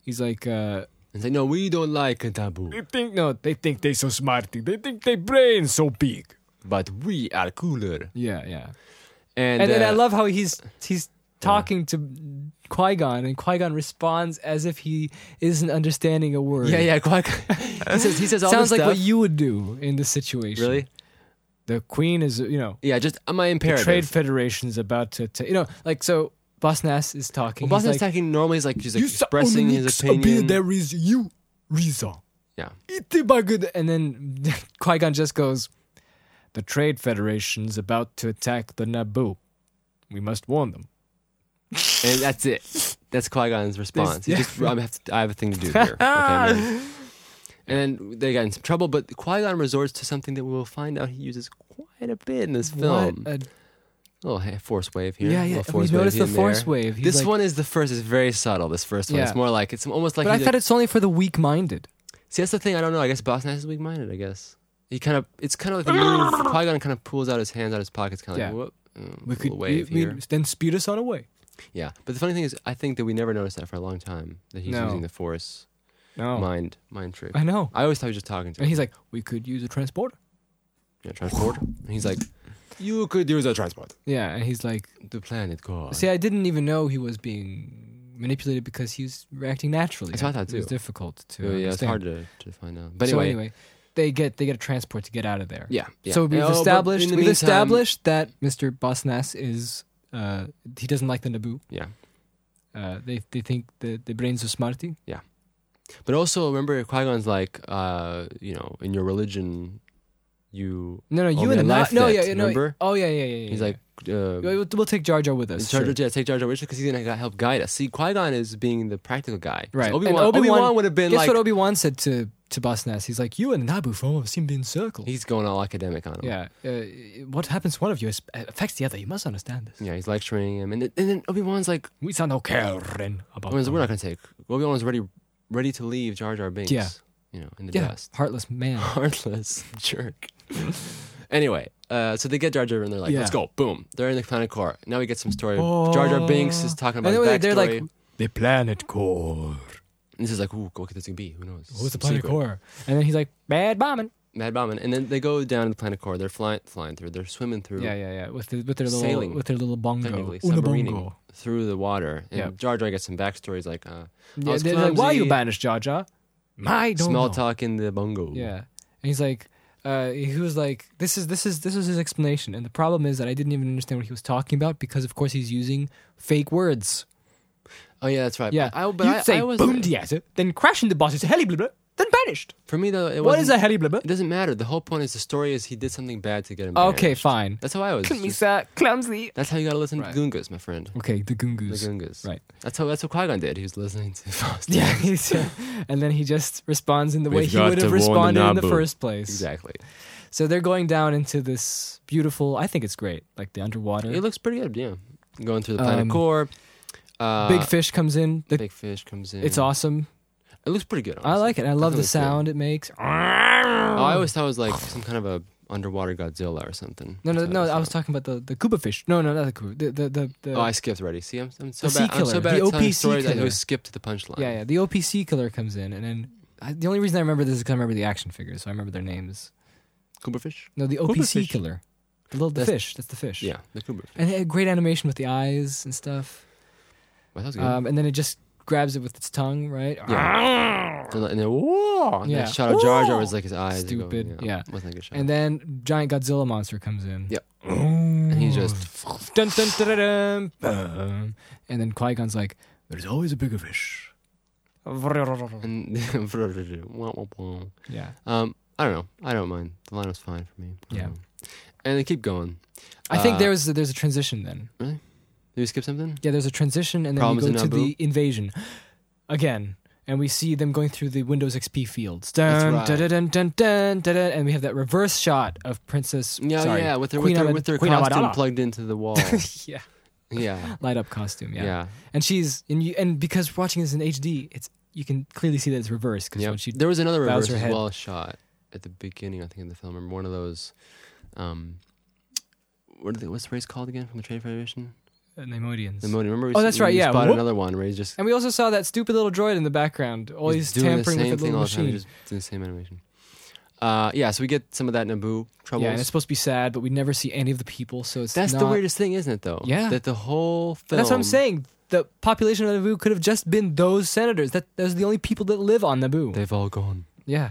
[SPEAKER 2] he's like. uh
[SPEAKER 1] He's like, no, we don't like a taboo,
[SPEAKER 3] They think, no, they think they so smarty. They think they brain so big.
[SPEAKER 1] but we are cooler.
[SPEAKER 2] Yeah, yeah.
[SPEAKER 1] And,
[SPEAKER 2] And, then
[SPEAKER 1] uh,
[SPEAKER 2] I love how he's he's talking to Qui Gon, and Qui Gon responds as if he isn't understanding a word.
[SPEAKER 1] Yeah, yeah. Quite, he says he says all
[SPEAKER 2] Sounds
[SPEAKER 1] this
[SPEAKER 2] like what
[SPEAKER 1] stuff.
[SPEAKER 2] you would do in this situation.
[SPEAKER 1] really.
[SPEAKER 2] The Queen is, you know,
[SPEAKER 1] Yeah, just uh, my
[SPEAKER 2] the
[SPEAKER 1] imperative.
[SPEAKER 2] Trade Federation's about to, ta- you know, like so. Boss Nass is talking.
[SPEAKER 1] Well, Boston's
[SPEAKER 2] he's like,
[SPEAKER 1] attacking normally. He's like he's like,
[SPEAKER 3] you sir
[SPEAKER 1] expressing
[SPEAKER 3] only
[SPEAKER 1] his
[SPEAKER 3] needs
[SPEAKER 1] opinion.
[SPEAKER 3] A bit there is you reason.
[SPEAKER 1] Yeah.
[SPEAKER 2] "Itty buggered," and then Qui Gon just goes, "The Trade Federation's about to attack the Naboo. We must warn them."
[SPEAKER 1] And that's it. That's Qui Gon's response. He
[SPEAKER 2] yeah.
[SPEAKER 1] just, I, have to, I have a thing to do here. Okay, man. and then they got in some trouble, but Qui Gon resorts to something that we will find out he uses quite a bit in this film.
[SPEAKER 2] What a
[SPEAKER 1] little ha- force wave here.
[SPEAKER 2] Yeah, yeah.
[SPEAKER 1] little
[SPEAKER 2] We
[SPEAKER 1] force
[SPEAKER 2] noticed
[SPEAKER 1] wave here
[SPEAKER 2] the
[SPEAKER 1] and
[SPEAKER 2] force
[SPEAKER 1] there.
[SPEAKER 2] wave. He's
[SPEAKER 1] this
[SPEAKER 2] like-
[SPEAKER 1] one is the first. It's very subtle. This first one.
[SPEAKER 2] Yeah.
[SPEAKER 1] It's more like it's almost like.
[SPEAKER 2] but I
[SPEAKER 1] he
[SPEAKER 2] thought
[SPEAKER 1] like-
[SPEAKER 2] it's only for the weak-minded.
[SPEAKER 1] see, that's the thing. I don't know. I guess Boss Nass is weak minded. I guess he kind of. It's kind of like a move. Qui Gon kind of pulls out his hands out of his pockets, kind of
[SPEAKER 2] Yeah.
[SPEAKER 1] like whoop. mm, little wave here.
[SPEAKER 2] then speed us on away.
[SPEAKER 1] Yeah, but the funny thing is, I think that we never noticed that for a long time that he's
[SPEAKER 2] No.
[SPEAKER 1] using the force
[SPEAKER 2] No,
[SPEAKER 1] mind mind trick.
[SPEAKER 2] I know.
[SPEAKER 1] I always thought he was just talking to.
[SPEAKER 2] And
[SPEAKER 1] him.
[SPEAKER 2] he's like, we could use a transporter.
[SPEAKER 1] yeah, transport. and he's like, you could use a transport.
[SPEAKER 2] Yeah, and he's like,
[SPEAKER 1] The planet core.
[SPEAKER 2] see, I didn't even know he was being manipulated because he was acting naturally.
[SPEAKER 1] That's what I thought,
[SPEAKER 2] It was
[SPEAKER 1] too.
[SPEAKER 2] difficult to
[SPEAKER 1] yeah,
[SPEAKER 2] understand.
[SPEAKER 1] it's hard to, to find out. But
[SPEAKER 2] so
[SPEAKER 1] anyway,
[SPEAKER 2] anyway, they get they get a transport to get out of there.
[SPEAKER 1] yeah, yeah.
[SPEAKER 2] So we've
[SPEAKER 1] Oh, but in
[SPEAKER 2] established
[SPEAKER 1] the
[SPEAKER 2] we've
[SPEAKER 1] meantime-
[SPEAKER 2] established that Mr. Bosnas is uh, he doesn't like the Naboo.
[SPEAKER 1] Yeah,
[SPEAKER 2] Uh, they they think the the brains are smarty.
[SPEAKER 1] but also remember, Qui Gon's like, uh, you know, in your religion, you.
[SPEAKER 2] No, no,
[SPEAKER 1] Oh,
[SPEAKER 2] you
[SPEAKER 1] man,
[SPEAKER 2] and the
[SPEAKER 1] life
[SPEAKER 2] Na- no,
[SPEAKER 1] net,
[SPEAKER 2] yeah, yeah, no,
[SPEAKER 1] remember?
[SPEAKER 2] Oh yeah, yeah, yeah. yeah
[SPEAKER 1] He's
[SPEAKER 2] yeah.
[SPEAKER 1] like. Uh,
[SPEAKER 2] We'll, we'll take Jar Jar with us.
[SPEAKER 1] Jar Jar,
[SPEAKER 2] sure.
[SPEAKER 1] yeah, take Jar Jar because he's gonna help guide us. See, Qui Gon is being the practical guy.
[SPEAKER 2] Right. And
[SPEAKER 1] Obi Wan. Obi
[SPEAKER 2] Obi-Wan-
[SPEAKER 1] Wan would have been
[SPEAKER 2] Guess
[SPEAKER 1] like,
[SPEAKER 2] what Obi Wan said to to Basnas. He's like, "You and Nabu form have seem to be encircled."
[SPEAKER 1] He's going all academic on him.
[SPEAKER 2] yeah. Uh, what happens to one of you is, uh, affects the other. You must understand this.
[SPEAKER 1] Yeah, he's lecturing him, and then, and then Obi Wan's like,
[SPEAKER 2] We sound no caring about.
[SPEAKER 1] Obi Wan's like, "We're
[SPEAKER 2] them.
[SPEAKER 1] not going to take." Obi Wan's ready, ready to leave Jar Jar Binks.
[SPEAKER 2] Yeah.
[SPEAKER 1] you know, in the
[SPEAKER 2] yeah,
[SPEAKER 1] dust,
[SPEAKER 2] heartless man.
[SPEAKER 1] heartless jerk. anyway, uh, so they get Jar Jar, and they're like,
[SPEAKER 2] Yeah.
[SPEAKER 1] "Let's go!" Boom, they're in the planet core. Now we get some story. Jar Jar Binks is talking about
[SPEAKER 2] And
[SPEAKER 1] his
[SPEAKER 2] then
[SPEAKER 1] backstory.
[SPEAKER 2] they're like,
[SPEAKER 3] The planet core.
[SPEAKER 1] and this is like, "Ooh, what could this be? Who knows?"
[SPEAKER 2] Who's the
[SPEAKER 1] Some
[SPEAKER 2] planet
[SPEAKER 1] secret.
[SPEAKER 2] core? And then he's like, bad bombing.
[SPEAKER 1] Mad bombing, and then they go down to the planet core. They're flying, flying through. They're swimming through.
[SPEAKER 2] Yeah, yeah, yeah. With the, with their little
[SPEAKER 1] Sailing,
[SPEAKER 2] with their little bongo,
[SPEAKER 1] technically,
[SPEAKER 2] Una
[SPEAKER 1] submarining.
[SPEAKER 2] bongo.
[SPEAKER 1] through the water. And
[SPEAKER 2] Yeah.
[SPEAKER 1] Jar Jar gets some backstories like uh,
[SPEAKER 2] Yeah,
[SPEAKER 1] was
[SPEAKER 2] they're like, why you
[SPEAKER 1] clumsy.
[SPEAKER 2] banished Jar Jar? I don't
[SPEAKER 1] small
[SPEAKER 2] know.
[SPEAKER 1] talk in the bongo.
[SPEAKER 2] Yeah, and he's like, uh, he was like, this is this is this is his explanation, and the problem is that I didn't even understand what he was talking about because, of course, he's using fake words.
[SPEAKER 1] Oh yeah, that's right.
[SPEAKER 2] Yeah,
[SPEAKER 1] I, but
[SPEAKER 2] you'd
[SPEAKER 1] I,
[SPEAKER 2] say
[SPEAKER 1] I was
[SPEAKER 2] boom diata, then crash into bosses, heli blah, blah, then banished.
[SPEAKER 1] for me though. It
[SPEAKER 2] What is
[SPEAKER 1] wasn't-
[SPEAKER 2] a heli blah, blah?
[SPEAKER 1] It doesn't matter. The whole point is the story is he did something bad to get him.
[SPEAKER 2] Okay,
[SPEAKER 1] banished.
[SPEAKER 2] fine.
[SPEAKER 1] That's how I was. Just-
[SPEAKER 2] clumsy.
[SPEAKER 1] that's how you gotta listen
[SPEAKER 2] Right.
[SPEAKER 1] to Goongas, my friend.
[SPEAKER 2] Okay,
[SPEAKER 1] The
[SPEAKER 2] the Gungus.
[SPEAKER 1] Goongas.
[SPEAKER 2] Right.
[SPEAKER 1] That's how that's what Qui Gon did. He was listening to Faust.
[SPEAKER 2] Yeah, he's, uh, and then he just responds in the way
[SPEAKER 3] We've
[SPEAKER 2] he
[SPEAKER 3] got
[SPEAKER 2] would
[SPEAKER 3] to
[SPEAKER 2] have
[SPEAKER 3] warn the
[SPEAKER 2] responded in the
[SPEAKER 3] Naboo.
[SPEAKER 2] first place.
[SPEAKER 1] exactly.
[SPEAKER 2] So they're going down into this beautiful. I think it's great, like the underwater.
[SPEAKER 1] It looks pretty good. Yeah, going through the planet
[SPEAKER 2] Um,
[SPEAKER 1] core. Uh,
[SPEAKER 2] Big fish comes in. The,
[SPEAKER 1] big fish comes in.
[SPEAKER 2] It's awesome.
[SPEAKER 1] It looks pretty good.
[SPEAKER 2] I
[SPEAKER 1] honestly.
[SPEAKER 2] like um, it. I love the
[SPEAKER 1] looks good.
[SPEAKER 2] sound it makes.
[SPEAKER 1] Oh, I always thought it was like some kind of a underwater Godzilla or something.
[SPEAKER 2] No, no,
[SPEAKER 1] That's
[SPEAKER 2] no.
[SPEAKER 1] how
[SPEAKER 2] I was talking about the the Koopa fish. No, no, not the Koopa. The the the. the
[SPEAKER 1] Oh, I skipped already. See, I'm, I'm so
[SPEAKER 2] The sea
[SPEAKER 1] bad. I'm so
[SPEAKER 2] killer.
[SPEAKER 1] bad
[SPEAKER 2] The
[SPEAKER 1] at telling
[SPEAKER 2] OPC
[SPEAKER 1] stories. I
[SPEAKER 2] killer.
[SPEAKER 1] always skip to the punchline.
[SPEAKER 2] yeah, yeah. The OPC killer comes in, and then I, the only reason I remember this is because I remember the action figures, so I remember their names.
[SPEAKER 1] Cooperfish.
[SPEAKER 2] No, the
[SPEAKER 1] Koopa
[SPEAKER 2] OPC
[SPEAKER 1] fish.
[SPEAKER 2] killer, the little the
[SPEAKER 1] That's-
[SPEAKER 2] fish. That's the fish.
[SPEAKER 1] Yeah, the Cooperfish.
[SPEAKER 2] and it had great animation with the eyes and stuff.
[SPEAKER 1] Well, that was good.
[SPEAKER 2] Um, and then it just grabs it with its tongue, right? Ah!
[SPEAKER 1] yeah. and then, and then whoa, and
[SPEAKER 2] Yeah.
[SPEAKER 1] that shot of Jar Jar was like his eyes. are going,
[SPEAKER 2] Stupid. Yeah.
[SPEAKER 1] wasn't like a good shot.
[SPEAKER 2] And then giant Godzilla monster comes in.
[SPEAKER 1] Yep. and he just
[SPEAKER 2] Dun, dun, dun, dun, dun, dun. And then Qui Gon's like,
[SPEAKER 3] There's always a bigger fish.
[SPEAKER 1] and wah, wah, wah.
[SPEAKER 2] yeah.
[SPEAKER 1] um, I don't know. I don't mind. The line was fine for me. I don't
[SPEAKER 2] Yeah.
[SPEAKER 1] know. and they keep going.
[SPEAKER 2] I think
[SPEAKER 1] Uh,
[SPEAKER 2] there was there's a transition then.
[SPEAKER 1] Did we skip something?
[SPEAKER 2] Yeah, there's a transition, and then we
[SPEAKER 1] Problems
[SPEAKER 2] go
[SPEAKER 1] in
[SPEAKER 2] to
[SPEAKER 1] Naboo?
[SPEAKER 2] the invasion again, and we see them going through the Windows XP fields.
[SPEAKER 1] That's
[SPEAKER 2] Dun,
[SPEAKER 1] right.
[SPEAKER 2] dun, dun, dun, dun, dun, dun, and we have that reverse shot of Princess.
[SPEAKER 1] Yeah,
[SPEAKER 2] sorry,
[SPEAKER 1] yeah, with their
[SPEAKER 2] Queen
[SPEAKER 1] with their,
[SPEAKER 2] Amid-
[SPEAKER 1] with their
[SPEAKER 2] Queen
[SPEAKER 1] costume
[SPEAKER 2] Amidala.
[SPEAKER 1] plugged into the wall.
[SPEAKER 2] yeah,
[SPEAKER 1] yeah,
[SPEAKER 2] light up costume. Yeah.
[SPEAKER 1] yeah.
[SPEAKER 2] and she's and you and because we're watching this in HD, it's you can clearly see that it's reversed because
[SPEAKER 1] Yep.
[SPEAKER 2] when she
[SPEAKER 1] there was another
[SPEAKER 2] bows
[SPEAKER 1] reverse
[SPEAKER 2] her
[SPEAKER 1] as
[SPEAKER 2] head.
[SPEAKER 1] well shot at the beginning, I think, of the film. Remember one of those, um, what are the, what's the race called again from the Trade Federation?
[SPEAKER 2] uh, Neimoidians.
[SPEAKER 1] The Modi. Remember? We
[SPEAKER 2] Oh, that's
[SPEAKER 1] s- we
[SPEAKER 2] right, yeah.
[SPEAKER 1] Spotted
[SPEAKER 2] Whoop.
[SPEAKER 1] another one where he's just
[SPEAKER 2] And we also saw that stupid little droid in the background, always
[SPEAKER 1] he's doing
[SPEAKER 2] tampering
[SPEAKER 1] the same
[SPEAKER 2] with the
[SPEAKER 1] thing
[SPEAKER 2] little
[SPEAKER 1] all the time.
[SPEAKER 2] machine.
[SPEAKER 1] He's just doing the same animation. Uh, yeah. So we get some of that Naboo troubles.
[SPEAKER 2] Yeah, and it's supposed to be sad, but we never see any of the people, so it's
[SPEAKER 1] that's the
[SPEAKER 2] not-
[SPEAKER 1] weirdest thing, isn't it? Though.
[SPEAKER 2] Yeah.
[SPEAKER 1] That the whole film.
[SPEAKER 2] That's what I'm saying. The population of Naboo could have just been those senators. That those are the only people that live on Naboo.
[SPEAKER 1] They've all gone.
[SPEAKER 2] yeah,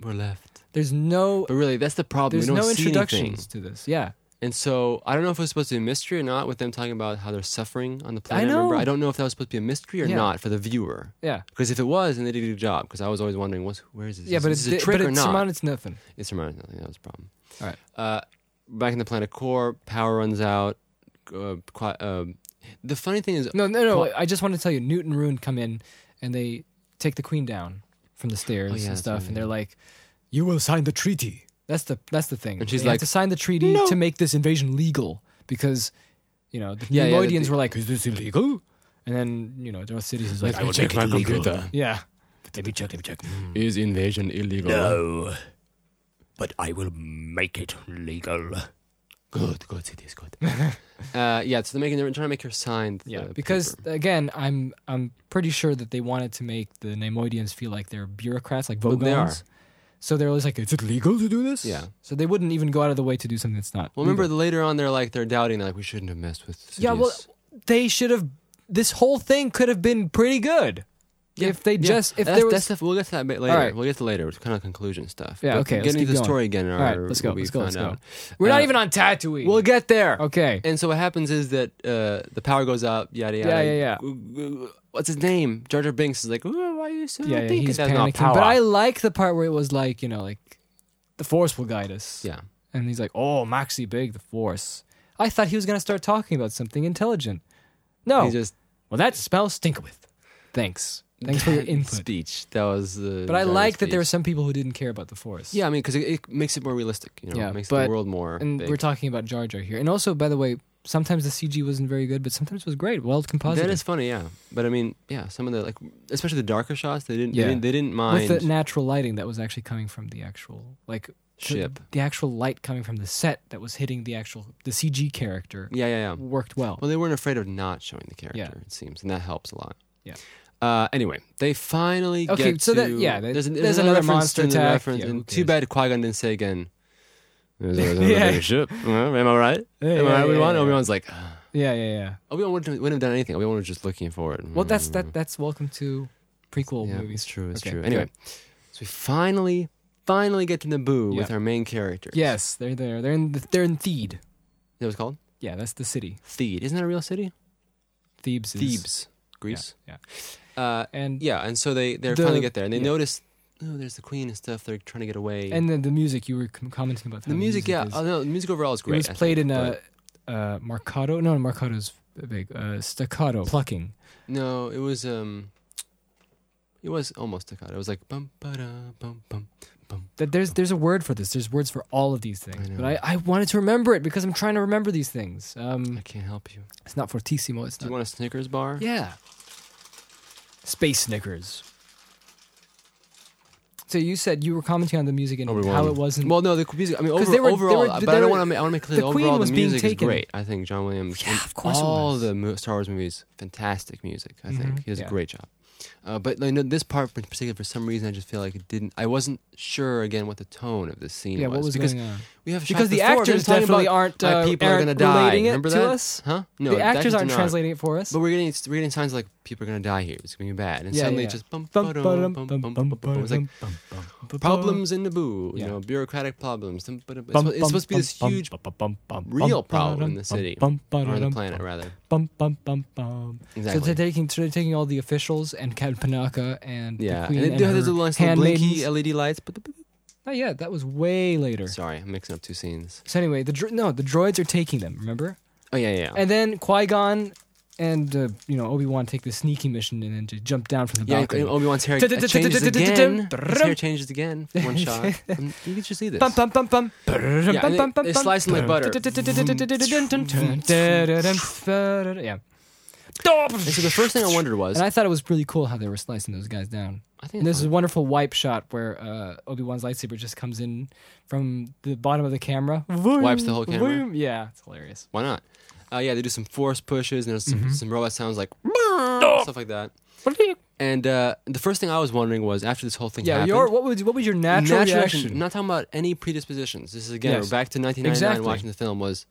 [SPEAKER 1] We're left.
[SPEAKER 2] there's no
[SPEAKER 1] But really, that's the problem.
[SPEAKER 2] there's
[SPEAKER 1] we don't
[SPEAKER 2] no
[SPEAKER 1] see anything.
[SPEAKER 2] introductions to this. Yeah,
[SPEAKER 1] And so I don't know if it was supposed to be a mystery or not with them talking about how they're suffering on the planet.
[SPEAKER 2] know.
[SPEAKER 1] Remember, I don't know if that was supposed to be a mystery or
[SPEAKER 2] Yeah.
[SPEAKER 1] not for the viewer.
[SPEAKER 2] yeah,
[SPEAKER 1] Because if it was, then they did a good job. Because I was always wondering, what's where is this?
[SPEAKER 2] yeah.
[SPEAKER 1] Is
[SPEAKER 2] But
[SPEAKER 1] this
[SPEAKER 2] it's
[SPEAKER 1] a trick
[SPEAKER 2] but
[SPEAKER 1] or
[SPEAKER 2] it's
[SPEAKER 1] not?
[SPEAKER 2] surmounted to nothing.
[SPEAKER 1] It's surmounted nothing. That was a problem.
[SPEAKER 2] All right.
[SPEAKER 1] Uh, back in the planet core, power runs out. Uh, qui- uh, the funny thing is,
[SPEAKER 2] No, no, no.
[SPEAKER 1] Qua-
[SPEAKER 2] I just want to tell you, Newt and Rune come in and they take the queen down from the stairs
[SPEAKER 1] Oh, yeah,
[SPEAKER 2] and
[SPEAKER 1] that's
[SPEAKER 2] stuff,
[SPEAKER 1] right,
[SPEAKER 2] and they're
[SPEAKER 1] yeah.
[SPEAKER 2] like,
[SPEAKER 3] You will sign the treaty.
[SPEAKER 2] "That's the that's the thing."
[SPEAKER 1] And she's
[SPEAKER 2] They have
[SPEAKER 1] like,
[SPEAKER 2] "To sign the treaty
[SPEAKER 1] "No."
[SPEAKER 2] to make this invasion legal because you know the
[SPEAKER 1] Yeah, yeah,
[SPEAKER 2] Neimoidians
[SPEAKER 1] the-
[SPEAKER 2] were like,
[SPEAKER 3] Is this illegal?
[SPEAKER 2] and then you know Darth Sidious is like,
[SPEAKER 3] me check my computer.
[SPEAKER 2] "Yeah,
[SPEAKER 3] Let me check, let me check.
[SPEAKER 1] Mm. is invasion illegal?
[SPEAKER 3] No. But I will make it legal.
[SPEAKER 1] Good, good, it is good. uh, yeah, so they're making they're trying to make her sign. The
[SPEAKER 2] Yeah, because
[SPEAKER 1] paper.
[SPEAKER 2] again, I'm I'm pretty sure that they wanted to make the Neimoidians feel like they're bureaucrats, like
[SPEAKER 1] But
[SPEAKER 2] Vogons.
[SPEAKER 1] they are.
[SPEAKER 2] So they're always like, "Is it legal to do this?"
[SPEAKER 1] yeah.
[SPEAKER 2] So they wouldn't even go out of the way to do something that's not.
[SPEAKER 1] Well, remember
[SPEAKER 2] legal.
[SPEAKER 1] later on they're like they're doubting like we shouldn't have messed with. Sidious.
[SPEAKER 2] yeah. Well, they should have. This whole thing could have been pretty good
[SPEAKER 1] Yeah,
[SPEAKER 2] if they
[SPEAKER 1] yeah.
[SPEAKER 2] just if
[SPEAKER 1] that's,
[SPEAKER 2] there was.
[SPEAKER 1] that's stuff. We'll get to that bit later.
[SPEAKER 2] All right.
[SPEAKER 1] We'll get to later. It's kind of conclusion stuff.
[SPEAKER 2] Yeah,
[SPEAKER 1] But
[SPEAKER 2] okay, let's
[SPEAKER 1] Getting
[SPEAKER 2] keep
[SPEAKER 1] to the
[SPEAKER 2] going.
[SPEAKER 1] story again. in
[SPEAKER 2] all
[SPEAKER 1] our-
[SPEAKER 2] right, let's go.
[SPEAKER 1] what we
[SPEAKER 2] Let's go.
[SPEAKER 1] found
[SPEAKER 2] Let's go.
[SPEAKER 1] out.
[SPEAKER 2] We're not
[SPEAKER 1] Uh,
[SPEAKER 2] even on Tatooine.
[SPEAKER 1] We'll get there.
[SPEAKER 2] okay.
[SPEAKER 1] And so what happens is that uh, the power goes out, yada yada.
[SPEAKER 2] Yeah, yeah,
[SPEAKER 1] yeah. What's his name? Jar Jar Binks is like, "Ooh, why are you so
[SPEAKER 2] yeah, yeah,
[SPEAKER 1] thinking
[SPEAKER 2] he's
[SPEAKER 1] that's not
[SPEAKER 2] panicking.
[SPEAKER 1] power?"
[SPEAKER 2] But I like the part where it was like, you know, like the Force will guide us.
[SPEAKER 1] yeah,
[SPEAKER 2] And he's like, "Oh, Maxi Big, the Force." I thought he was gonna start talking about something intelligent. No,
[SPEAKER 1] he just
[SPEAKER 2] well that spell stink with. Thanks. Thanks for your input.
[SPEAKER 1] speech. That was the.
[SPEAKER 2] But I
[SPEAKER 1] giant
[SPEAKER 2] like that there were
[SPEAKER 1] speech.
[SPEAKER 2] some people who didn't care about the Force.
[SPEAKER 1] Yeah, I mean, because it, it makes it more realistic. You know,
[SPEAKER 2] Yeah,
[SPEAKER 1] it makes
[SPEAKER 2] but-
[SPEAKER 1] the world more.
[SPEAKER 2] and
[SPEAKER 1] big.
[SPEAKER 2] we're talking about Jar Jar here. And also, by the way, sometimes the CG wasn't very good, but sometimes it was great. Well composited.
[SPEAKER 1] That is funny, yeah. But I mean, yeah, some of the like, especially the darker shots, they didn't.
[SPEAKER 2] Yeah.
[SPEAKER 1] They, didn't they didn't
[SPEAKER 2] with
[SPEAKER 1] mind
[SPEAKER 2] the natural lighting that was actually coming from the actual like the-
[SPEAKER 1] ship.
[SPEAKER 2] the, actual light coming from the set that was hitting the actual the CG character
[SPEAKER 1] Yeah, yeah, yeah.
[SPEAKER 2] worked well.
[SPEAKER 1] Well, they weren't afraid of not showing the character.
[SPEAKER 2] Yeah.
[SPEAKER 1] It seems, and that helps a lot.
[SPEAKER 2] Yeah.
[SPEAKER 1] Uh, anyway, they finally
[SPEAKER 2] Okay,
[SPEAKER 1] get
[SPEAKER 2] so
[SPEAKER 1] to,
[SPEAKER 2] that- yeah, that-
[SPEAKER 1] there's, an-
[SPEAKER 2] there's another
[SPEAKER 1] reference
[SPEAKER 2] monster
[SPEAKER 1] to the
[SPEAKER 2] attack.
[SPEAKER 1] reference,
[SPEAKER 2] Yeah, who
[SPEAKER 1] and too
[SPEAKER 2] cares?
[SPEAKER 1] bad Qui Gon didn't say again. There's always another
[SPEAKER 2] Yeah.
[SPEAKER 1] big ship. Well, Am I right?
[SPEAKER 2] Yeah,
[SPEAKER 1] Am I
[SPEAKER 2] yeah,
[SPEAKER 1] right,
[SPEAKER 2] yeah,
[SPEAKER 1] Obi-Wan?
[SPEAKER 2] yeah.
[SPEAKER 1] Obi-Wan's like, "Ah."
[SPEAKER 2] yeah, yeah, yeah.
[SPEAKER 1] Obi-Wan wouldn't, wouldn't have done anything. Obi-Wan was just looking for it.
[SPEAKER 2] Well, that's
[SPEAKER 1] Mm.
[SPEAKER 2] that that's welcome to prequel
[SPEAKER 1] yeah,
[SPEAKER 2] movies.
[SPEAKER 1] It's true. It's
[SPEAKER 2] Okay,
[SPEAKER 1] true.
[SPEAKER 2] good.
[SPEAKER 1] Anyway, so we finally, finally get to Naboo with
[SPEAKER 2] Yeah.
[SPEAKER 1] our main characters.
[SPEAKER 2] Yes, they're there. They're in the, they're in Theed.
[SPEAKER 1] That was called?
[SPEAKER 2] Yeah, that's the city.
[SPEAKER 1] Thebes. Isn't that a real city?
[SPEAKER 2] Thebes. Is,
[SPEAKER 1] Thebes. Greece.
[SPEAKER 2] Yeah.
[SPEAKER 1] Yeah. Uh,
[SPEAKER 2] And
[SPEAKER 1] yeah, and so they they
[SPEAKER 2] The-
[SPEAKER 1] finally get there and they
[SPEAKER 2] yeah.
[SPEAKER 1] notice, oh, there's the queen and stuff. They're trying to get away.
[SPEAKER 2] and then the music you were com- commenting about. how
[SPEAKER 1] the music, yeah.
[SPEAKER 2] is-
[SPEAKER 1] Oh, no, the music overall is
[SPEAKER 2] it
[SPEAKER 1] great.
[SPEAKER 2] was
[SPEAKER 1] I
[SPEAKER 2] played
[SPEAKER 1] think,
[SPEAKER 2] in
[SPEAKER 1] but-
[SPEAKER 2] a uh, marcato. No, marcato's big. Uh, staccato plucking.
[SPEAKER 1] No, it was um it was almost staccato. It was like bum ba da bum bum.
[SPEAKER 2] That there's there's a word for this. There's words for all of these things.
[SPEAKER 1] I
[SPEAKER 2] but
[SPEAKER 1] know.
[SPEAKER 2] I, I wanted to remember it because I'm trying to remember these things.
[SPEAKER 1] I
[SPEAKER 2] Um,
[SPEAKER 1] can't help you.
[SPEAKER 2] it's not fortissimo. It's
[SPEAKER 1] Do you
[SPEAKER 2] not.
[SPEAKER 1] want a Snickers bar?
[SPEAKER 2] Uh, yeah. Space Snickers. So you said you were commenting on the music and
[SPEAKER 1] Obi-Wan.
[SPEAKER 2] how it wasn't.
[SPEAKER 1] Well, no, the music. I mean,
[SPEAKER 2] 'Cause
[SPEAKER 1] over,
[SPEAKER 2] they were- they
[SPEAKER 1] overall,
[SPEAKER 2] were-
[SPEAKER 1] but
[SPEAKER 2] they
[SPEAKER 1] I don't
[SPEAKER 2] were-
[SPEAKER 1] want to. Make, I want to make clear.
[SPEAKER 2] the
[SPEAKER 1] that
[SPEAKER 2] Queen
[SPEAKER 1] overall,
[SPEAKER 2] was
[SPEAKER 1] the
[SPEAKER 2] being
[SPEAKER 1] music
[SPEAKER 2] taken.
[SPEAKER 1] is great. I think John Williams.
[SPEAKER 2] Yeah,
[SPEAKER 1] and
[SPEAKER 2] of course it
[SPEAKER 1] All
[SPEAKER 2] was.
[SPEAKER 1] the mo- Star Wars movies, fantastic music. I think
[SPEAKER 2] Mhm,
[SPEAKER 1] he does
[SPEAKER 2] yeah.
[SPEAKER 1] a great job. Uh, but like, no, this part in particular, for some reason, I just feel like it didn't. I wasn't sure again what the tone of this scene
[SPEAKER 2] yeah,
[SPEAKER 1] was
[SPEAKER 2] what was
[SPEAKER 1] because
[SPEAKER 2] going on?
[SPEAKER 1] we have shots
[SPEAKER 2] Because the
[SPEAKER 1] before, they're
[SPEAKER 2] actors
[SPEAKER 1] talking
[SPEAKER 2] definitely
[SPEAKER 1] about,
[SPEAKER 2] aren't.
[SPEAKER 1] "My
[SPEAKER 2] Uh,
[SPEAKER 1] people are
[SPEAKER 2] aren't
[SPEAKER 1] gonna die."
[SPEAKER 2] Relating it
[SPEAKER 1] Remember
[SPEAKER 2] to
[SPEAKER 1] that?
[SPEAKER 2] us.
[SPEAKER 1] huh? No,
[SPEAKER 2] the actors
[SPEAKER 1] actors
[SPEAKER 2] aren't
[SPEAKER 1] do not.
[SPEAKER 2] translating it for us.
[SPEAKER 1] But we're getting we're getting signs like people are gonna die here. It's gonna be bad, and
[SPEAKER 2] Yeah,
[SPEAKER 1] suddenly
[SPEAKER 2] yeah.
[SPEAKER 1] it's just bum,
[SPEAKER 2] Bum,
[SPEAKER 1] ba-dum,
[SPEAKER 2] ba-dum,
[SPEAKER 1] bum,
[SPEAKER 2] bum,
[SPEAKER 1] bum,
[SPEAKER 2] bum,
[SPEAKER 1] bum, bum. It's like
[SPEAKER 2] ba-dum, bum, bum, ba-dum.
[SPEAKER 1] problems in Naboo,
[SPEAKER 2] Yeah.
[SPEAKER 1] you know, bureaucratic problems. It's
[SPEAKER 2] Bum,
[SPEAKER 1] supposed, it's supposed to be
[SPEAKER 2] bum,
[SPEAKER 1] this
[SPEAKER 2] bum,
[SPEAKER 1] huge
[SPEAKER 2] bum, bum, bum, bum,
[SPEAKER 1] real
[SPEAKER 2] bum,
[SPEAKER 1] problem in
[SPEAKER 2] bum,
[SPEAKER 1] the city,
[SPEAKER 2] bum, bum,
[SPEAKER 1] or on the
[SPEAKER 2] bum,
[SPEAKER 1] planet
[SPEAKER 2] bum,
[SPEAKER 1] rather.
[SPEAKER 2] bum, bum, bum, bum.
[SPEAKER 1] Exactly.
[SPEAKER 2] So they're taking so they're taking all the officials and Captain Panaka and
[SPEAKER 1] yeah,
[SPEAKER 2] the queen
[SPEAKER 1] and it
[SPEAKER 2] and
[SPEAKER 1] do have those
[SPEAKER 2] her
[SPEAKER 1] little nice little
[SPEAKER 2] handmaidens.
[SPEAKER 1] blinky LED lights. But
[SPEAKER 2] Oh yeah, that was way later.
[SPEAKER 1] sorry, I'm mixing up two scenes.
[SPEAKER 2] So anyway, the dro- no the droids are taking them. Remember?
[SPEAKER 1] Oh yeah, yeah, yeah.
[SPEAKER 2] And then Qui Gon and uh, you know Obi Wan take the sneaky mission and then to jump down from the
[SPEAKER 1] Yeah,
[SPEAKER 2] balcony.
[SPEAKER 1] Obi Wan's hair
[SPEAKER 2] Da-da-da-da-da-da-da-da.
[SPEAKER 1] changes again. His hair
[SPEAKER 2] Drum.
[SPEAKER 1] changes again. from One shot. And You can just see this.
[SPEAKER 2] Bum bum bum bum.
[SPEAKER 1] Yeah, and they- they slice them like butter.
[SPEAKER 2] Yeah.
[SPEAKER 1] And so the first thing I wondered was,
[SPEAKER 2] And I thought it was really cool how they were slicing those guys down.
[SPEAKER 1] I think
[SPEAKER 2] And this
[SPEAKER 1] this
[SPEAKER 2] is a
[SPEAKER 1] is
[SPEAKER 2] wonderful wipe shot where uh, Obi Wan's lightsaber just comes in from the bottom of the camera,
[SPEAKER 1] Wipes the whole camera?
[SPEAKER 2] Vroom. Yeah, it's hilarious.
[SPEAKER 1] why not. Uh, yeah, they do some force pushes and there's some, some robot sounds like stuff like that. And uh, the first thing I was wondering was after this whole thing
[SPEAKER 2] Yeah,
[SPEAKER 1] happened,
[SPEAKER 2] your what was what was your natural,
[SPEAKER 1] reaction.
[SPEAKER 2] reaction?
[SPEAKER 1] I'm not talking about any predispositions. This is again
[SPEAKER 2] Yes.
[SPEAKER 1] we're back to 1999
[SPEAKER 2] Exactly.
[SPEAKER 1] watching the film. Was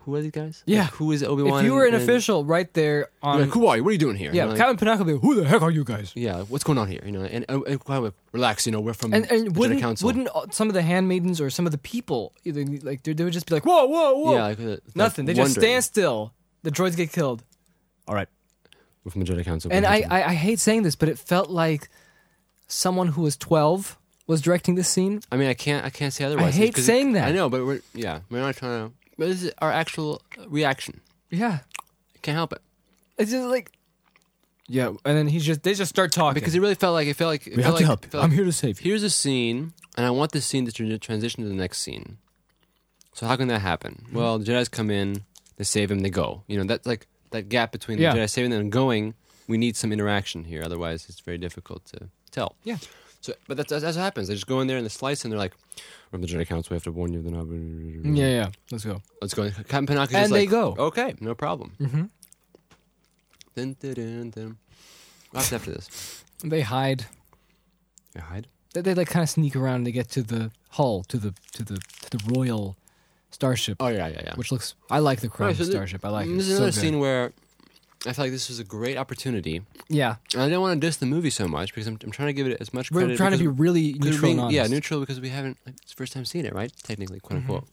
[SPEAKER 1] who are these guys?
[SPEAKER 2] Yeah.
[SPEAKER 1] like, who is Obi Wan?
[SPEAKER 2] if you were an official right there on
[SPEAKER 1] like, who are you? What are you doing here?
[SPEAKER 2] yeah,
[SPEAKER 1] You know, like,
[SPEAKER 2] Captain Panaka would be who the heck are you guys?
[SPEAKER 1] yeah, like, what's going on here? You know, and, and, and Qui-Gon would, relax. You know, we're from
[SPEAKER 2] And
[SPEAKER 1] the
[SPEAKER 2] and
[SPEAKER 1] Jedi
[SPEAKER 2] wouldn't
[SPEAKER 1] Council.
[SPEAKER 2] wouldn't all- some of the handmaidens or some of the people either like they they would just be like whoa whoa whoa
[SPEAKER 1] yeah, like, uh, like,
[SPEAKER 2] nothing they just
[SPEAKER 1] wondering.
[SPEAKER 2] stand still the droids get killed
[SPEAKER 3] All right.
[SPEAKER 1] We're from the Jedi Council.
[SPEAKER 2] and
[SPEAKER 1] We're
[SPEAKER 2] I,
[SPEAKER 1] from-
[SPEAKER 2] I I hate saying this but it felt like someone who was twelve was directing this scene
[SPEAKER 1] I mean, I can't, I can't say otherwise. It's
[SPEAKER 2] hate
[SPEAKER 1] 'cause it-
[SPEAKER 2] saying that.
[SPEAKER 1] I know, but we're yeah, we're not trying to. But this is our actual reaction.
[SPEAKER 2] yeah
[SPEAKER 1] Can't help it
[SPEAKER 2] It's just like, yeah, and then he's just they just start talking
[SPEAKER 1] because it really felt like it felt like it
[SPEAKER 3] We
[SPEAKER 1] felt
[SPEAKER 3] have
[SPEAKER 1] like,
[SPEAKER 3] to help.
[SPEAKER 1] it
[SPEAKER 3] you.
[SPEAKER 1] felt
[SPEAKER 3] I'm
[SPEAKER 1] like-
[SPEAKER 3] here to save you.
[SPEAKER 1] Here's a scene, and I want this scene to tran- transition to the next scene. So how can that happen?
[SPEAKER 2] Mm-hmm.
[SPEAKER 1] Well, the Jedi's come in, they save him, they go. You know, that's like that gap between
[SPEAKER 2] Yeah.
[SPEAKER 1] the Jedi saving them and going. We need some interaction here, otherwise it's very difficult to tell.
[SPEAKER 2] Yeah.
[SPEAKER 1] So, but that's, that's, that's what happens. They just go in there and they slice, and they're like, "From the Jedi Council, we have to warn you." Then
[SPEAKER 2] yeah, yeah, let's go.
[SPEAKER 1] let's go. Captain Panaka's
[SPEAKER 2] And
[SPEAKER 1] just
[SPEAKER 2] they
[SPEAKER 1] like,
[SPEAKER 2] go.
[SPEAKER 1] Okay, no problem.
[SPEAKER 2] Mhm.
[SPEAKER 1] Dun, dun, dun, dun. What's after this?
[SPEAKER 2] They hide.
[SPEAKER 1] You hide.
[SPEAKER 2] They, they like kind of sneak around. and They get to the hull, to the to the to the royal starship,
[SPEAKER 1] Oh yeah, yeah, yeah.
[SPEAKER 2] which looks. I like the
[SPEAKER 1] All
[SPEAKER 2] crown
[SPEAKER 1] right, so th-
[SPEAKER 2] starship. I like it.
[SPEAKER 1] This is
[SPEAKER 2] It's so
[SPEAKER 1] another
[SPEAKER 2] good.
[SPEAKER 1] scene where I feel like this was a great opportunity.
[SPEAKER 2] Yeah,
[SPEAKER 1] And I don't want to diss the movie so much because I'm, I'm trying to give it as much
[SPEAKER 2] we're
[SPEAKER 1] credit.
[SPEAKER 2] trying to be
[SPEAKER 1] because
[SPEAKER 2] really
[SPEAKER 1] we're
[SPEAKER 2] neutral.
[SPEAKER 1] being-
[SPEAKER 2] and
[SPEAKER 1] yeah,
[SPEAKER 2] honest. Mm-hmm.
[SPEAKER 1] neutral because we haven't. Like, it's the first time seeing it, right? Technically, quote unquote.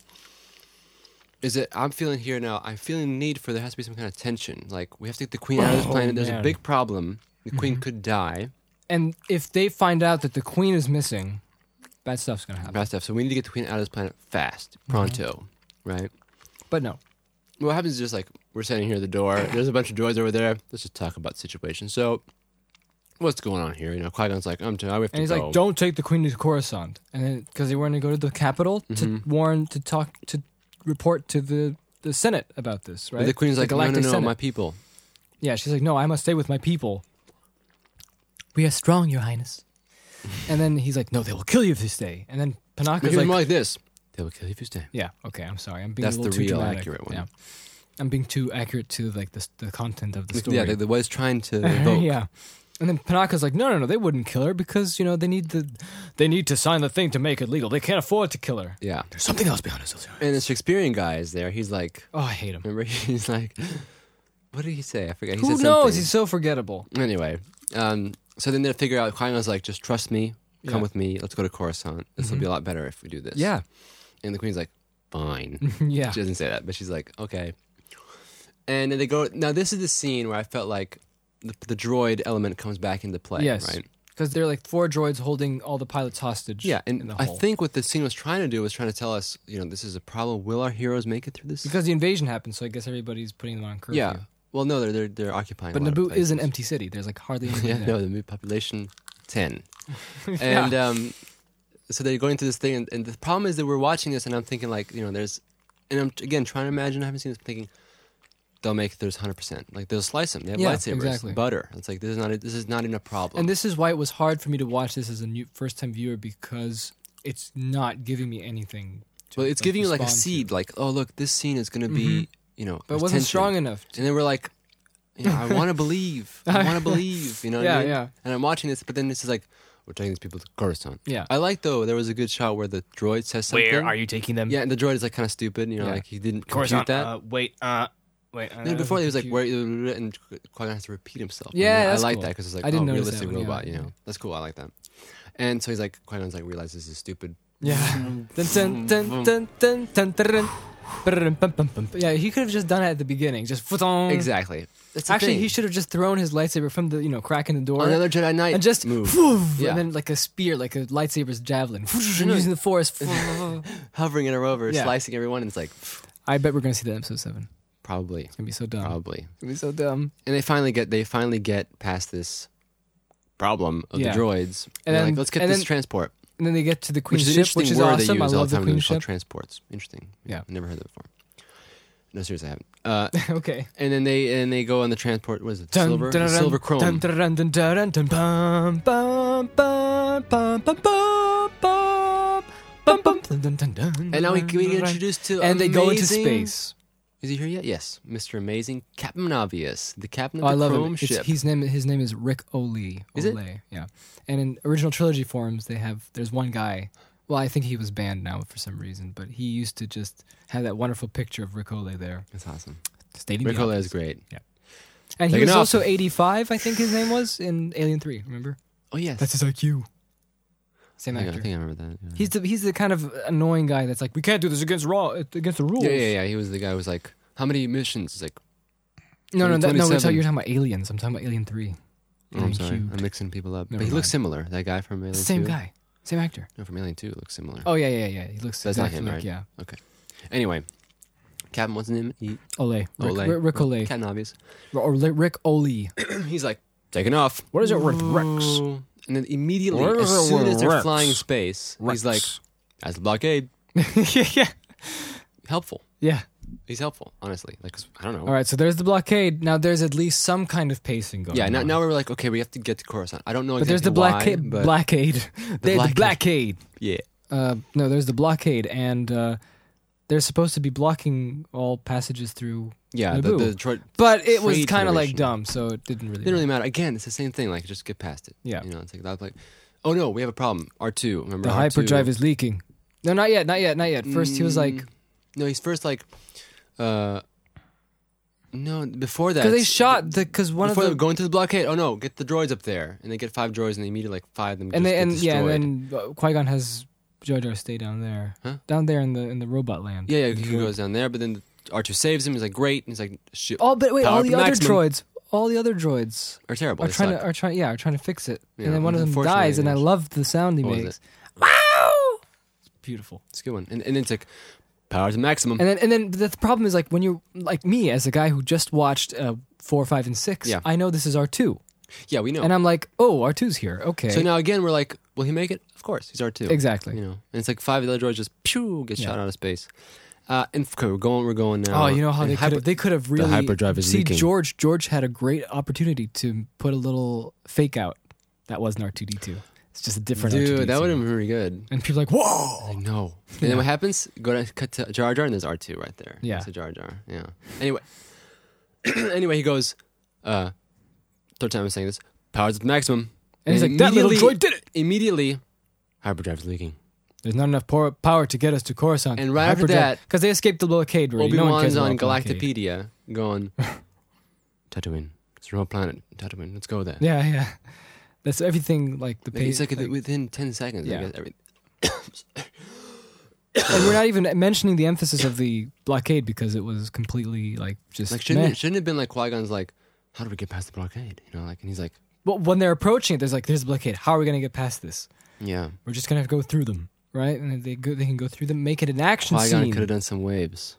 [SPEAKER 1] Is that I'm feeling here now? I'm feeling the need for there has to be some kind of tension. Like we have to get the queen out of this
[SPEAKER 2] Oh,
[SPEAKER 1] planet. There's
[SPEAKER 2] man. Mm-hmm.
[SPEAKER 1] a big problem. The queen could die.
[SPEAKER 2] And if they find out that the queen is missing, bad stuff's gonna happen.
[SPEAKER 1] Bad stuff. So we need to get the queen out of this planet fast,
[SPEAKER 2] Mm-hmm.
[SPEAKER 1] pronto, right?
[SPEAKER 2] But no,
[SPEAKER 1] what happens is just like we're standing here at the door. There's a bunch of droids over there. Let's just talk about the situation. So what's going on here? You know, Qui Gon's like, I'm t- I have to
[SPEAKER 2] And he's
[SPEAKER 1] go.
[SPEAKER 2] like, "Don't take the queen to Coruscant," and then because they were going to go to the capital
[SPEAKER 1] Mm-hmm.
[SPEAKER 2] to warn, to talk, to report to the the Senate about this, right?
[SPEAKER 1] But The queen's
[SPEAKER 2] The
[SPEAKER 1] like, no, no,
[SPEAKER 2] Galactic
[SPEAKER 1] no,
[SPEAKER 2] Senate.
[SPEAKER 1] my people.
[SPEAKER 2] Yeah, she's like, "No, I must stay with my people. We are strong, Your Highness." and then he's like, "No, they will kill you if you stay." And then
[SPEAKER 1] Because
[SPEAKER 2] Panaka's
[SPEAKER 1] like,
[SPEAKER 2] like,
[SPEAKER 1] more like this. They will kill you if you stay.
[SPEAKER 2] "Yeah, okay, I'm sorry, I'm being
[SPEAKER 1] That's
[SPEAKER 2] a little
[SPEAKER 1] the
[SPEAKER 2] too
[SPEAKER 1] real
[SPEAKER 2] dramatic.
[SPEAKER 1] accurate one.
[SPEAKER 2] Yeah, I'm being too accurate to like the the content of the
[SPEAKER 1] Like,
[SPEAKER 2] story."
[SPEAKER 1] Yeah, like, the what it's trying to evoke.
[SPEAKER 2] yeah. And then Panaka's like, no, no, no, they wouldn't kill her because you know they need the, they need to sign the thing to make it legal. They can't afford to kill her.
[SPEAKER 1] Yeah.
[SPEAKER 3] There's something else behind us. Ilse.
[SPEAKER 1] And the Shakespearean guy is there. He's like,
[SPEAKER 2] Oh, I hate him.
[SPEAKER 1] remember, he's like, what did he say? I forget. He
[SPEAKER 2] Who
[SPEAKER 1] said
[SPEAKER 2] knows?
[SPEAKER 1] something.
[SPEAKER 2] He's so forgettable.
[SPEAKER 1] Anyway, um, so then they figure out. Qui Gon's like, just trust me. Come
[SPEAKER 2] Yeah. Mm-hmm.
[SPEAKER 1] with me. Let's go to Coruscant. This will be a lot better if we do this.
[SPEAKER 2] Yeah,
[SPEAKER 1] And the queen's like, fine.
[SPEAKER 2] yeah.
[SPEAKER 1] She doesn't say that, but she's like, okay. And then they go. Now this is the scene where I felt like the, the droid element comes back into play.
[SPEAKER 2] Yes.
[SPEAKER 1] Right.
[SPEAKER 2] Because they're like four droids holding all the pilots hostage.
[SPEAKER 1] Yeah,
[SPEAKER 2] in
[SPEAKER 1] and
[SPEAKER 2] the
[SPEAKER 1] I
[SPEAKER 2] hole.
[SPEAKER 1] think what the scene was trying to do was trying to tell us, you know, this is a problem. Will our heroes make it through this?
[SPEAKER 2] because the invasion happened, so I guess everybody's putting them on curfew.
[SPEAKER 1] yeah. Well, no, they're they're, they're occupying.
[SPEAKER 2] But
[SPEAKER 1] a lot of
[SPEAKER 2] Naboo is an
[SPEAKER 1] places.
[SPEAKER 2] empty city. There's like hardly anything
[SPEAKER 1] Yeah,
[SPEAKER 2] there.
[SPEAKER 1] no, the new population ten, and um, so they're going through this thing, and, and the problem is that we're watching this, and I'm thinking like, you know, there's, and I'm again trying to imagine. I haven't seen this, thinking they'll make it. There's hundred percent. Like they'll slice them. They have
[SPEAKER 2] Yeah,
[SPEAKER 1] lightsabers,
[SPEAKER 2] exactly.
[SPEAKER 1] butter. It's like this is not a, this is not even a problem.
[SPEAKER 2] And this is why it was hard for me to watch this as a new first-time viewer because it's not giving me anything. To,
[SPEAKER 1] well, it's giving you like a
[SPEAKER 2] respond to. Mm-hmm.
[SPEAKER 1] seed, like oh look, this scene is going to be, you know,
[SPEAKER 2] but it
[SPEAKER 1] there's
[SPEAKER 2] wasn't
[SPEAKER 1] tension.
[SPEAKER 2] strong enough. To,
[SPEAKER 1] And then we're like, you know, I want to believe. I want to believe. You know what
[SPEAKER 2] Yeah,
[SPEAKER 1] I mean?
[SPEAKER 2] yeah.
[SPEAKER 1] And I'm watching this, but then this is like, we're taking these people to Coruscant.
[SPEAKER 2] Yeah.
[SPEAKER 1] I like, though, there was a good shot where the droid says something.
[SPEAKER 4] you taking them?
[SPEAKER 1] Yeah, and the droid is like kind of stupid. You know, like he didn't compute
[SPEAKER 4] Coruscant.
[SPEAKER 1] that.
[SPEAKER 4] Uh, wait, uh, wait. Uh,
[SPEAKER 1] and then before he was like, where, and Qui-Gon has to repeat himself. And
[SPEAKER 2] Yeah,
[SPEAKER 1] then
[SPEAKER 2] that's
[SPEAKER 1] I like
[SPEAKER 2] cool.
[SPEAKER 1] that because it's like,
[SPEAKER 2] I didn't
[SPEAKER 1] oh,
[SPEAKER 2] notice that
[SPEAKER 1] realistic
[SPEAKER 2] one, yeah.
[SPEAKER 1] robot, you know. That's cool. I like that. And so he's like, Qui-Gon's like, realizes this is stupid.
[SPEAKER 2] Yeah. dun, dun, dun, dun, dun, dun, dun, dun, bum, bum, bum. Yeah, he could have just done it at the beginning. Just futon.
[SPEAKER 1] Exactly. That's the
[SPEAKER 2] Hmm. Actually,
[SPEAKER 1] thing.
[SPEAKER 2] he should have just thrown his lightsaber from the, you know, crack in the door.
[SPEAKER 1] Another Jedi Knight
[SPEAKER 2] and just
[SPEAKER 1] move.
[SPEAKER 2] whoof,
[SPEAKER 1] Yeah.
[SPEAKER 2] and then like a spear, like a lightsaber's javelin, and using the force. I
[SPEAKER 1] Hovering it over,
[SPEAKER 2] Yeah.
[SPEAKER 1] slicing everyone. And it's like,
[SPEAKER 2] bet we're gonna see that in episode seven. It's
[SPEAKER 1] probably,
[SPEAKER 2] gonna be so dumb.
[SPEAKER 1] probably.
[SPEAKER 2] It's gonna be so dumb.
[SPEAKER 1] and they finally get they finally get past this problem of
[SPEAKER 2] Yeah.
[SPEAKER 1] the droids.
[SPEAKER 2] And
[SPEAKER 1] And, they're
[SPEAKER 2] then-
[SPEAKER 1] like, let's get
[SPEAKER 2] and
[SPEAKER 1] this
[SPEAKER 2] then-
[SPEAKER 1] transport,
[SPEAKER 2] And then they get to the
[SPEAKER 1] which
[SPEAKER 2] queen's
[SPEAKER 1] is an
[SPEAKER 2] ship,
[SPEAKER 1] interesting
[SPEAKER 2] which is
[SPEAKER 1] word they
[SPEAKER 2] awesome. I
[SPEAKER 1] use all
[SPEAKER 2] love
[SPEAKER 1] the
[SPEAKER 2] the
[SPEAKER 1] time. in
[SPEAKER 2] queen's
[SPEAKER 1] movies called
[SPEAKER 2] ship.
[SPEAKER 1] transports. Interesting.
[SPEAKER 2] Yeah.
[SPEAKER 1] never heard that before. No, seriously, I haven't. Uh,
[SPEAKER 2] okay.
[SPEAKER 1] and then they and they go on the transport. What is it? silver,
[SPEAKER 2] Dun, dun, dun,
[SPEAKER 1] silver chrome.
[SPEAKER 2] dun, dun, dun, dun, dun, bum, bum, bum, bum, bum, bum, bum, bum, bum, dun, dun, dun, dun,
[SPEAKER 1] and now we, we
[SPEAKER 2] dun,
[SPEAKER 1] get
[SPEAKER 2] dun,
[SPEAKER 1] introduced to
[SPEAKER 2] dun. and they go into
[SPEAKER 1] amazing-
[SPEAKER 2] space.
[SPEAKER 1] Is he here yet? Yes, Mr. Amazing, Captain Obvious, the captain of
[SPEAKER 2] Oh, I
[SPEAKER 1] the
[SPEAKER 2] love
[SPEAKER 1] chrome
[SPEAKER 2] him.
[SPEAKER 1] ship.
[SPEAKER 2] It's, his name his name is Rick Ole.
[SPEAKER 1] Is it?
[SPEAKER 2] Ole, Yeah. And in original trilogy forms, they have there's one guy. Well, I think he was banned now for some reason, but he used to just have that wonderful picture of Rick Ole there,
[SPEAKER 1] That's awesome.
[SPEAKER 2] stating the
[SPEAKER 1] Ricola
[SPEAKER 2] obvious.
[SPEAKER 1] is great.
[SPEAKER 2] And he
[SPEAKER 1] Like
[SPEAKER 2] was
[SPEAKER 1] an
[SPEAKER 2] also 85, I think his name was in Alien 3. Remember?
[SPEAKER 1] Oh yes,
[SPEAKER 2] his IQ. Same
[SPEAKER 1] I think, I
[SPEAKER 2] actor.
[SPEAKER 1] think I remember that. yeah.
[SPEAKER 2] He's the he's the kind of annoying guy that's like, we can't do this against raw uh, against the rules.
[SPEAKER 1] yeah, yeah, yeah. He was the guy who was like, "How many missions?" It's like,
[SPEAKER 2] No, no, that, no. We're
[SPEAKER 1] 27.
[SPEAKER 2] talking, you're talking about aliens. I'm talking about Alien Three.
[SPEAKER 1] Oh, I'm
[SPEAKER 2] Alien
[SPEAKER 1] sorry,
[SPEAKER 2] Cubed.
[SPEAKER 1] I'm mixing people up.
[SPEAKER 2] Never
[SPEAKER 1] but he
[SPEAKER 2] mind.
[SPEAKER 1] looks similar. That guy from Alien
[SPEAKER 2] Same
[SPEAKER 1] 2?
[SPEAKER 2] guy, same actor.
[SPEAKER 1] No, from Alien 2 looks similar.
[SPEAKER 2] Oh yeah, yeah, yeah. He looks
[SPEAKER 1] That's not
[SPEAKER 2] exactly
[SPEAKER 1] him,
[SPEAKER 2] like
[SPEAKER 1] right?
[SPEAKER 2] yeah.
[SPEAKER 1] Anyway, Captain, what's his name? He,
[SPEAKER 2] Ole. Rick
[SPEAKER 1] Ole.
[SPEAKER 2] Rick, Rick Ole.
[SPEAKER 1] Captain Obvious.
[SPEAKER 2] or Li- Rick Ole.
[SPEAKER 1] He's like, taking off.
[SPEAKER 4] what is it with Rex?
[SPEAKER 1] Ooh. And then immediately,
[SPEAKER 4] Where
[SPEAKER 1] as
[SPEAKER 4] is it
[SPEAKER 1] soon as they're
[SPEAKER 4] Rex?
[SPEAKER 1] flying in space,
[SPEAKER 4] Rex.
[SPEAKER 1] he's like, that's the blockade.
[SPEAKER 2] yeah.
[SPEAKER 1] Helpful.
[SPEAKER 2] Yeah.
[SPEAKER 1] He's helpful, honestly. Like, 'cause I don't know.
[SPEAKER 2] All right, so there's the blockade. Now there's at least some kind of pacing going
[SPEAKER 1] Yeah, now,
[SPEAKER 2] on.
[SPEAKER 1] now we're like, okay, we have to get to Coruscant. I don't know
[SPEAKER 2] But there's the
[SPEAKER 1] exactly
[SPEAKER 2] blockade.
[SPEAKER 1] why, but
[SPEAKER 2] blockade. there's the
[SPEAKER 1] blockade.
[SPEAKER 2] blockade.
[SPEAKER 1] yeah.
[SPEAKER 2] Uh, no, there's the blockade, and uh, they're supposed to be blocking all passages through.
[SPEAKER 1] Yeah, the,
[SPEAKER 2] Naboo.
[SPEAKER 1] the Detroit
[SPEAKER 2] But it was
[SPEAKER 1] Trade
[SPEAKER 2] kind of like
[SPEAKER 1] Federation.
[SPEAKER 2] dumb, so it didn't really.
[SPEAKER 1] It didn't really matter. Again, it's the same thing. Like, just get past it.
[SPEAKER 2] Yeah.
[SPEAKER 1] You know, it's like that. Like, oh no, we have a problem. R two. Remember
[SPEAKER 2] The
[SPEAKER 1] R2?
[SPEAKER 2] hyperdrive is leaking. No, not yet, not yet, not yet. First, he was like,
[SPEAKER 1] Mm, no, he's first like, uh, no, before that
[SPEAKER 2] because they shot the, because one of
[SPEAKER 1] before they
[SPEAKER 2] the,
[SPEAKER 1] go into the blockade. Oh no, get the droids up there, and they get five droids, and they immediately like five of them. just
[SPEAKER 2] and they,
[SPEAKER 1] get
[SPEAKER 2] and yeah,
[SPEAKER 1] destroyed.
[SPEAKER 2] and then Qui Gon has Jar Jar stay down there,
[SPEAKER 1] Huh?
[SPEAKER 2] down there in the in the robot land.
[SPEAKER 1] yeah, yeah, he goes down there, but then R two saves him. He's like, great, and he's like, shit,
[SPEAKER 2] Oh, but wait,
[SPEAKER 1] Power
[SPEAKER 2] all
[SPEAKER 1] up
[SPEAKER 2] the
[SPEAKER 1] to
[SPEAKER 2] other
[SPEAKER 1] maximum.
[SPEAKER 2] droids, all the other droids
[SPEAKER 1] are terrible.
[SPEAKER 2] are
[SPEAKER 1] they
[SPEAKER 2] trying
[SPEAKER 1] suck.
[SPEAKER 2] to are trying, yeah, are trying to fix it,
[SPEAKER 1] Yeah,
[SPEAKER 2] and then one of them
[SPEAKER 1] unfortunately,
[SPEAKER 2] dies, and I
[SPEAKER 1] yes.
[SPEAKER 2] love the sound he
[SPEAKER 1] What was
[SPEAKER 2] makes.
[SPEAKER 1] it?
[SPEAKER 2] Wow, it's beautiful.
[SPEAKER 1] It's a good one, and and it's like power to maximum.
[SPEAKER 2] And then and then the th- problem is like when you're like me as a guy who just watched uh, four, five, and six.
[SPEAKER 1] Yeah.
[SPEAKER 2] I know this is R two.
[SPEAKER 1] Yeah, we know.
[SPEAKER 2] And I'm like, oh, R2's here. Okay.
[SPEAKER 1] so now again, we're like, will he make it? Of course, he's R two.
[SPEAKER 2] exactly.
[SPEAKER 1] You know, and it's like five of the other droids just pew get
[SPEAKER 2] Yeah.
[SPEAKER 1] shot out of space. Uh, and okay, we're going, we're going now.
[SPEAKER 2] Oh, you know how
[SPEAKER 1] And
[SPEAKER 2] they
[SPEAKER 1] hyper-
[SPEAKER 2] could they could have really
[SPEAKER 1] hyperdrive is
[SPEAKER 2] see
[SPEAKER 1] leaking.
[SPEAKER 2] George. George had a great opportunity to put a little fake out. That wasn't R two D two. It's just a different R2D2.
[SPEAKER 1] dude, that would have been pretty good.
[SPEAKER 2] And people are like whoa.
[SPEAKER 1] Like, no. And then what happens? Go to cut to Jar Jar, and there's R two right there.
[SPEAKER 2] Yeah.
[SPEAKER 1] it's a Jar Jar. Yeah. Anyway, anyway, he goes. uh Third time I'm saying this. Powers at the maximum.
[SPEAKER 2] And he's like, "That little
[SPEAKER 1] immediately-
[SPEAKER 2] droid did it!"
[SPEAKER 1] Immediately, hyperdrive's leaking.
[SPEAKER 2] There's not enough por- power to get us to Coruscant.
[SPEAKER 1] And right after that-
[SPEAKER 2] because they escaped the blockade. Already.
[SPEAKER 1] Obi
[SPEAKER 2] No one
[SPEAKER 1] Wan's
[SPEAKER 2] cares about
[SPEAKER 1] on
[SPEAKER 2] the blockade.
[SPEAKER 1] Galactopedia, going. Tatooine. It's a remote planet. Tatooine. Let's go there.
[SPEAKER 2] Yeah, yeah. That's everything. Like the
[SPEAKER 1] Like, it's
[SPEAKER 2] page.
[SPEAKER 1] like, within ten seconds.
[SPEAKER 2] Yeah.
[SPEAKER 1] I guess, every-
[SPEAKER 2] and we're not even mentioning the emphasis of the blockade because it was completely like just.
[SPEAKER 1] like shouldn't
[SPEAKER 2] meh.
[SPEAKER 1] it, shouldn't it have been like Qui Gon's like, how do we get past the blockade? You know, like, and he's like,
[SPEAKER 2] Well, when they're approaching it, there's like, "There's a blockade. How are we gonna get past this?"
[SPEAKER 1] yeah.
[SPEAKER 2] We're just gonna have to go through them, right? And they go, they can go through them, make it an action
[SPEAKER 1] Qui Gon could have
[SPEAKER 2] scene,
[SPEAKER 1] done some waves,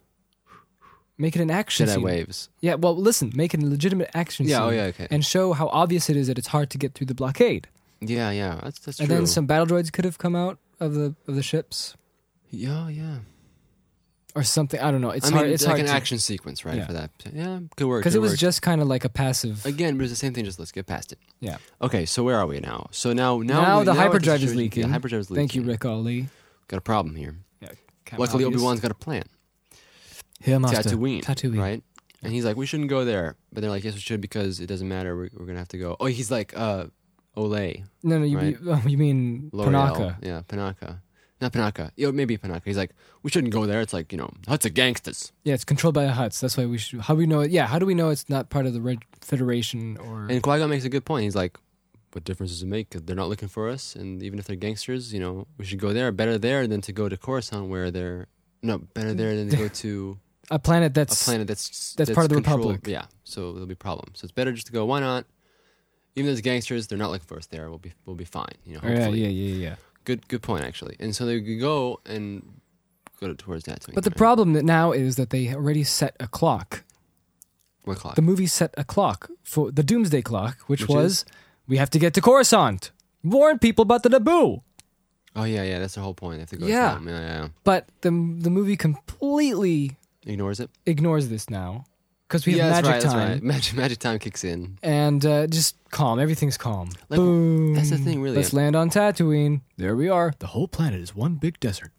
[SPEAKER 2] make it an action
[SPEAKER 1] Jedi
[SPEAKER 2] scene.
[SPEAKER 1] waves.
[SPEAKER 2] Yeah, well, listen, make it a legitimate action
[SPEAKER 1] Yeah,
[SPEAKER 2] scene.
[SPEAKER 1] oh, yeah, okay.
[SPEAKER 2] And show how obvious it is that it's hard to get through the blockade.
[SPEAKER 1] Yeah, yeah, that's that's
[SPEAKER 2] And
[SPEAKER 1] true.
[SPEAKER 2] then some battle droids could have come out of the of the ships
[SPEAKER 1] Yeah, yeah.
[SPEAKER 2] or something. I don't know. It's
[SPEAKER 1] I mean,
[SPEAKER 2] hard.
[SPEAKER 1] it's
[SPEAKER 2] It's
[SPEAKER 1] like
[SPEAKER 2] hard
[SPEAKER 1] an
[SPEAKER 2] to,
[SPEAKER 1] action sequence, right?
[SPEAKER 2] Yeah.
[SPEAKER 1] For that, yeah, good work.
[SPEAKER 2] because
[SPEAKER 1] Because
[SPEAKER 2] it was just kind of like a passive.
[SPEAKER 1] again, but it's the same thing. Just let's get past it.
[SPEAKER 2] Yeah.
[SPEAKER 1] Okay, so where are we now? So now, now,
[SPEAKER 2] Now
[SPEAKER 1] we-
[SPEAKER 2] the
[SPEAKER 1] we're
[SPEAKER 2] hyperdrive
[SPEAKER 1] just-
[SPEAKER 2] is leaking.
[SPEAKER 1] Yeah, hyperdrive is leaking.
[SPEAKER 2] Thank you, Rick Ali.
[SPEAKER 1] Got a problem here.
[SPEAKER 2] Yeah,
[SPEAKER 1] Luckily, Obi Wan's got a plan.
[SPEAKER 2] here, master.
[SPEAKER 1] Tatooine,
[SPEAKER 2] Tatooine.
[SPEAKER 1] right? And he's like, we shouldn't go there, but they're like, yes, we should because it doesn't matter. We're, we're gonna have to go. Oh, he's like, uh, Olay,
[SPEAKER 2] No, no, you,
[SPEAKER 1] Right.
[SPEAKER 2] you, you mean
[SPEAKER 1] L'Oreal.
[SPEAKER 2] Panaka?
[SPEAKER 1] yeah, Panaka, not Panaka. Yo, maybe Panaka. He's like, we shouldn't go there. It's like you know, huts of gangsters.
[SPEAKER 2] Yeah, it's controlled by the Huts. That's why we should. How do we know it? Yeah, how do we know it's not part of the Red Federation or?
[SPEAKER 1] And Qui Gon makes a good point. He's like, "What difference does it make? they they're not looking for us, and even if they're gangsters, you know, we should go there. Better there than to go to Coruscant, where they're no better there than to go to
[SPEAKER 2] a planet
[SPEAKER 1] a
[SPEAKER 2] that's
[SPEAKER 1] planet that's
[SPEAKER 2] that's part of the
[SPEAKER 1] controlled-
[SPEAKER 2] Republic.
[SPEAKER 1] Yeah, so there'll be problems. So it's better just to go. Why not? Even though there's gangsters, they're not looking for us there. We'll be we'll be fine. You know,
[SPEAKER 2] Oh, yeah,
[SPEAKER 1] hopefully.
[SPEAKER 2] yeah, yeah, yeah.
[SPEAKER 1] Good good point actually. And so they could go and go towards Tatooine.
[SPEAKER 2] But the
[SPEAKER 1] right?
[SPEAKER 2] problem that now is that they already set a clock.
[SPEAKER 1] What clock?
[SPEAKER 2] The movie set a clock for the Doomsday Clock, which,
[SPEAKER 1] Which
[SPEAKER 2] was we have to get to Coruscant, warn people about the Naboo.
[SPEAKER 1] oh yeah, yeah. That's the whole point. They have to go. to
[SPEAKER 2] Yeah.
[SPEAKER 1] Tatooine. yeah, yeah, yeah.
[SPEAKER 2] But the the movie completely
[SPEAKER 1] Ignores it.
[SPEAKER 2] ignores this now because we have
[SPEAKER 1] yeah,
[SPEAKER 2] magic
[SPEAKER 1] that's right.
[SPEAKER 2] time
[SPEAKER 1] That's right. Magic magic time kicks in.
[SPEAKER 2] and uh, just calm. Everything's calm.
[SPEAKER 1] Like,
[SPEAKER 2] Boom.
[SPEAKER 1] that's the thing, really.
[SPEAKER 2] Mm, Let's land on Tatooine. There we are.
[SPEAKER 3] The whole planet is one big desert.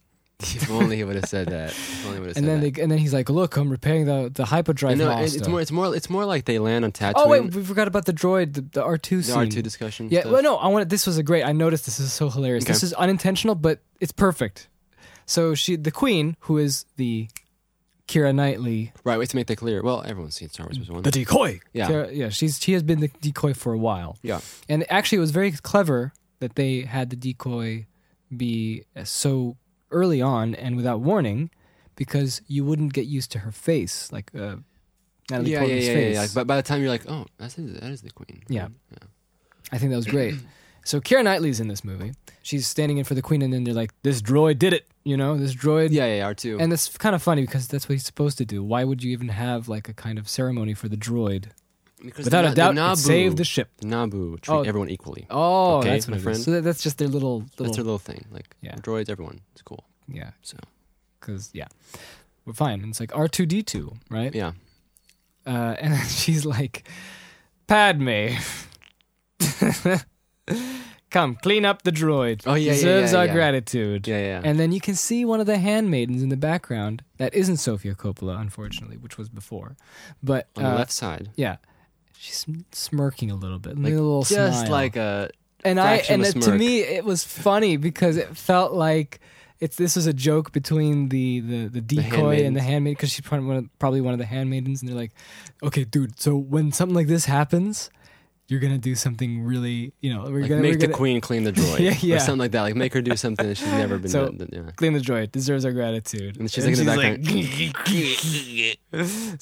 [SPEAKER 1] If only he would have said that. If only he would have said
[SPEAKER 2] And then
[SPEAKER 1] that.
[SPEAKER 2] they, and then he's like, "Look, I'm repairing the the hyperdrive."
[SPEAKER 1] no, it-
[SPEAKER 2] master."
[SPEAKER 1] it's more. It's more. It's more like they land on Tatooine.
[SPEAKER 2] oh wait, we forgot about the droid, the, the R2
[SPEAKER 1] the
[SPEAKER 2] scene.
[SPEAKER 1] R two discussion.
[SPEAKER 2] Yeah,
[SPEAKER 1] stuff.
[SPEAKER 2] well, no, I wanted. This was a great. I noticed this is so hilarious. This
[SPEAKER 1] Okay.
[SPEAKER 2] is unintentional, but it's perfect. So she, the queen, who is the Kira Knightley,
[SPEAKER 1] Right, we have to make that clear. Well, everyone's seen Star Wars Episode One.
[SPEAKER 3] The decoy.
[SPEAKER 1] yeah,
[SPEAKER 2] Kira, yeah, she's she has been the decoy for a while,
[SPEAKER 1] yeah,
[SPEAKER 2] and actually, it was very clever that they had the decoy be so early on and without warning, because you wouldn't get used to her face, like uh, Natalie
[SPEAKER 1] yeah, yeah, yeah,
[SPEAKER 2] Portman's
[SPEAKER 1] yeah,
[SPEAKER 2] face.
[SPEAKER 1] yeah. Like, but by the time you're like, oh, that's that is the Queen.
[SPEAKER 2] Yeah.
[SPEAKER 1] yeah.
[SPEAKER 2] I think that was great. So Kira Knightley's in this movie. She's standing in for the queen, and then they're like, "This droid did it," you know, this droid.
[SPEAKER 1] Yeah, yeah, R two.
[SPEAKER 2] And it's kind of funny because that's what he's supposed to do. Why would you even have like a kind of ceremony for the droid? Without a doubt, it saved the ship.
[SPEAKER 1] the Naboo treat
[SPEAKER 2] Oh.
[SPEAKER 1] everyone equally.
[SPEAKER 2] Oh,
[SPEAKER 1] Okay,
[SPEAKER 2] that's
[SPEAKER 1] my
[SPEAKER 2] what it is.
[SPEAKER 1] friend.
[SPEAKER 2] So that, that's just their little,
[SPEAKER 1] That's
[SPEAKER 2] little,
[SPEAKER 1] their little thing. Like,
[SPEAKER 2] Yeah.
[SPEAKER 1] droids, everyone. It's cool.
[SPEAKER 2] yeah.
[SPEAKER 1] So,
[SPEAKER 2] Because yeah, we're fine. And it's like R two D two, right?
[SPEAKER 1] yeah.
[SPEAKER 2] Uh, and then she's like, Padme, come clean up the droid.
[SPEAKER 1] Oh, yeah, yeah,
[SPEAKER 2] deserves
[SPEAKER 1] yeah,
[SPEAKER 2] our
[SPEAKER 1] yeah.
[SPEAKER 2] gratitude.
[SPEAKER 1] Yeah, yeah.
[SPEAKER 2] And then you can see one of the handmaidens in the background. That isn't Sofia Coppola, unfortunately, which was before. But
[SPEAKER 1] On the
[SPEAKER 2] uh,
[SPEAKER 1] left side.
[SPEAKER 2] yeah, she's smirking a little bit, like,
[SPEAKER 1] Like,
[SPEAKER 2] a little
[SPEAKER 1] just
[SPEAKER 2] smile.
[SPEAKER 1] like a.
[SPEAKER 2] and I
[SPEAKER 1] fraction
[SPEAKER 2] and
[SPEAKER 1] of a
[SPEAKER 2] it- to
[SPEAKER 1] smirk.
[SPEAKER 2] me it was funny because it felt like it's this was a joke between the the, the decoy and the
[SPEAKER 1] handmaidens.
[SPEAKER 2] handmaid because she's probably one of, probably one of the handmaidens and they're like, okay, dude, so when something like this happens, you're gonna do something really, you know, we're
[SPEAKER 1] Like,
[SPEAKER 2] gonna
[SPEAKER 1] make
[SPEAKER 2] we're
[SPEAKER 1] the
[SPEAKER 2] gonna-
[SPEAKER 1] queen clean the droid.
[SPEAKER 2] Yeah, yeah.
[SPEAKER 1] Or something like that. Like, make her do something that she's never been
[SPEAKER 2] So-
[SPEAKER 1] done. Yeah.
[SPEAKER 2] Clean the droid deserves our gratitude.
[SPEAKER 1] And she's like in the background.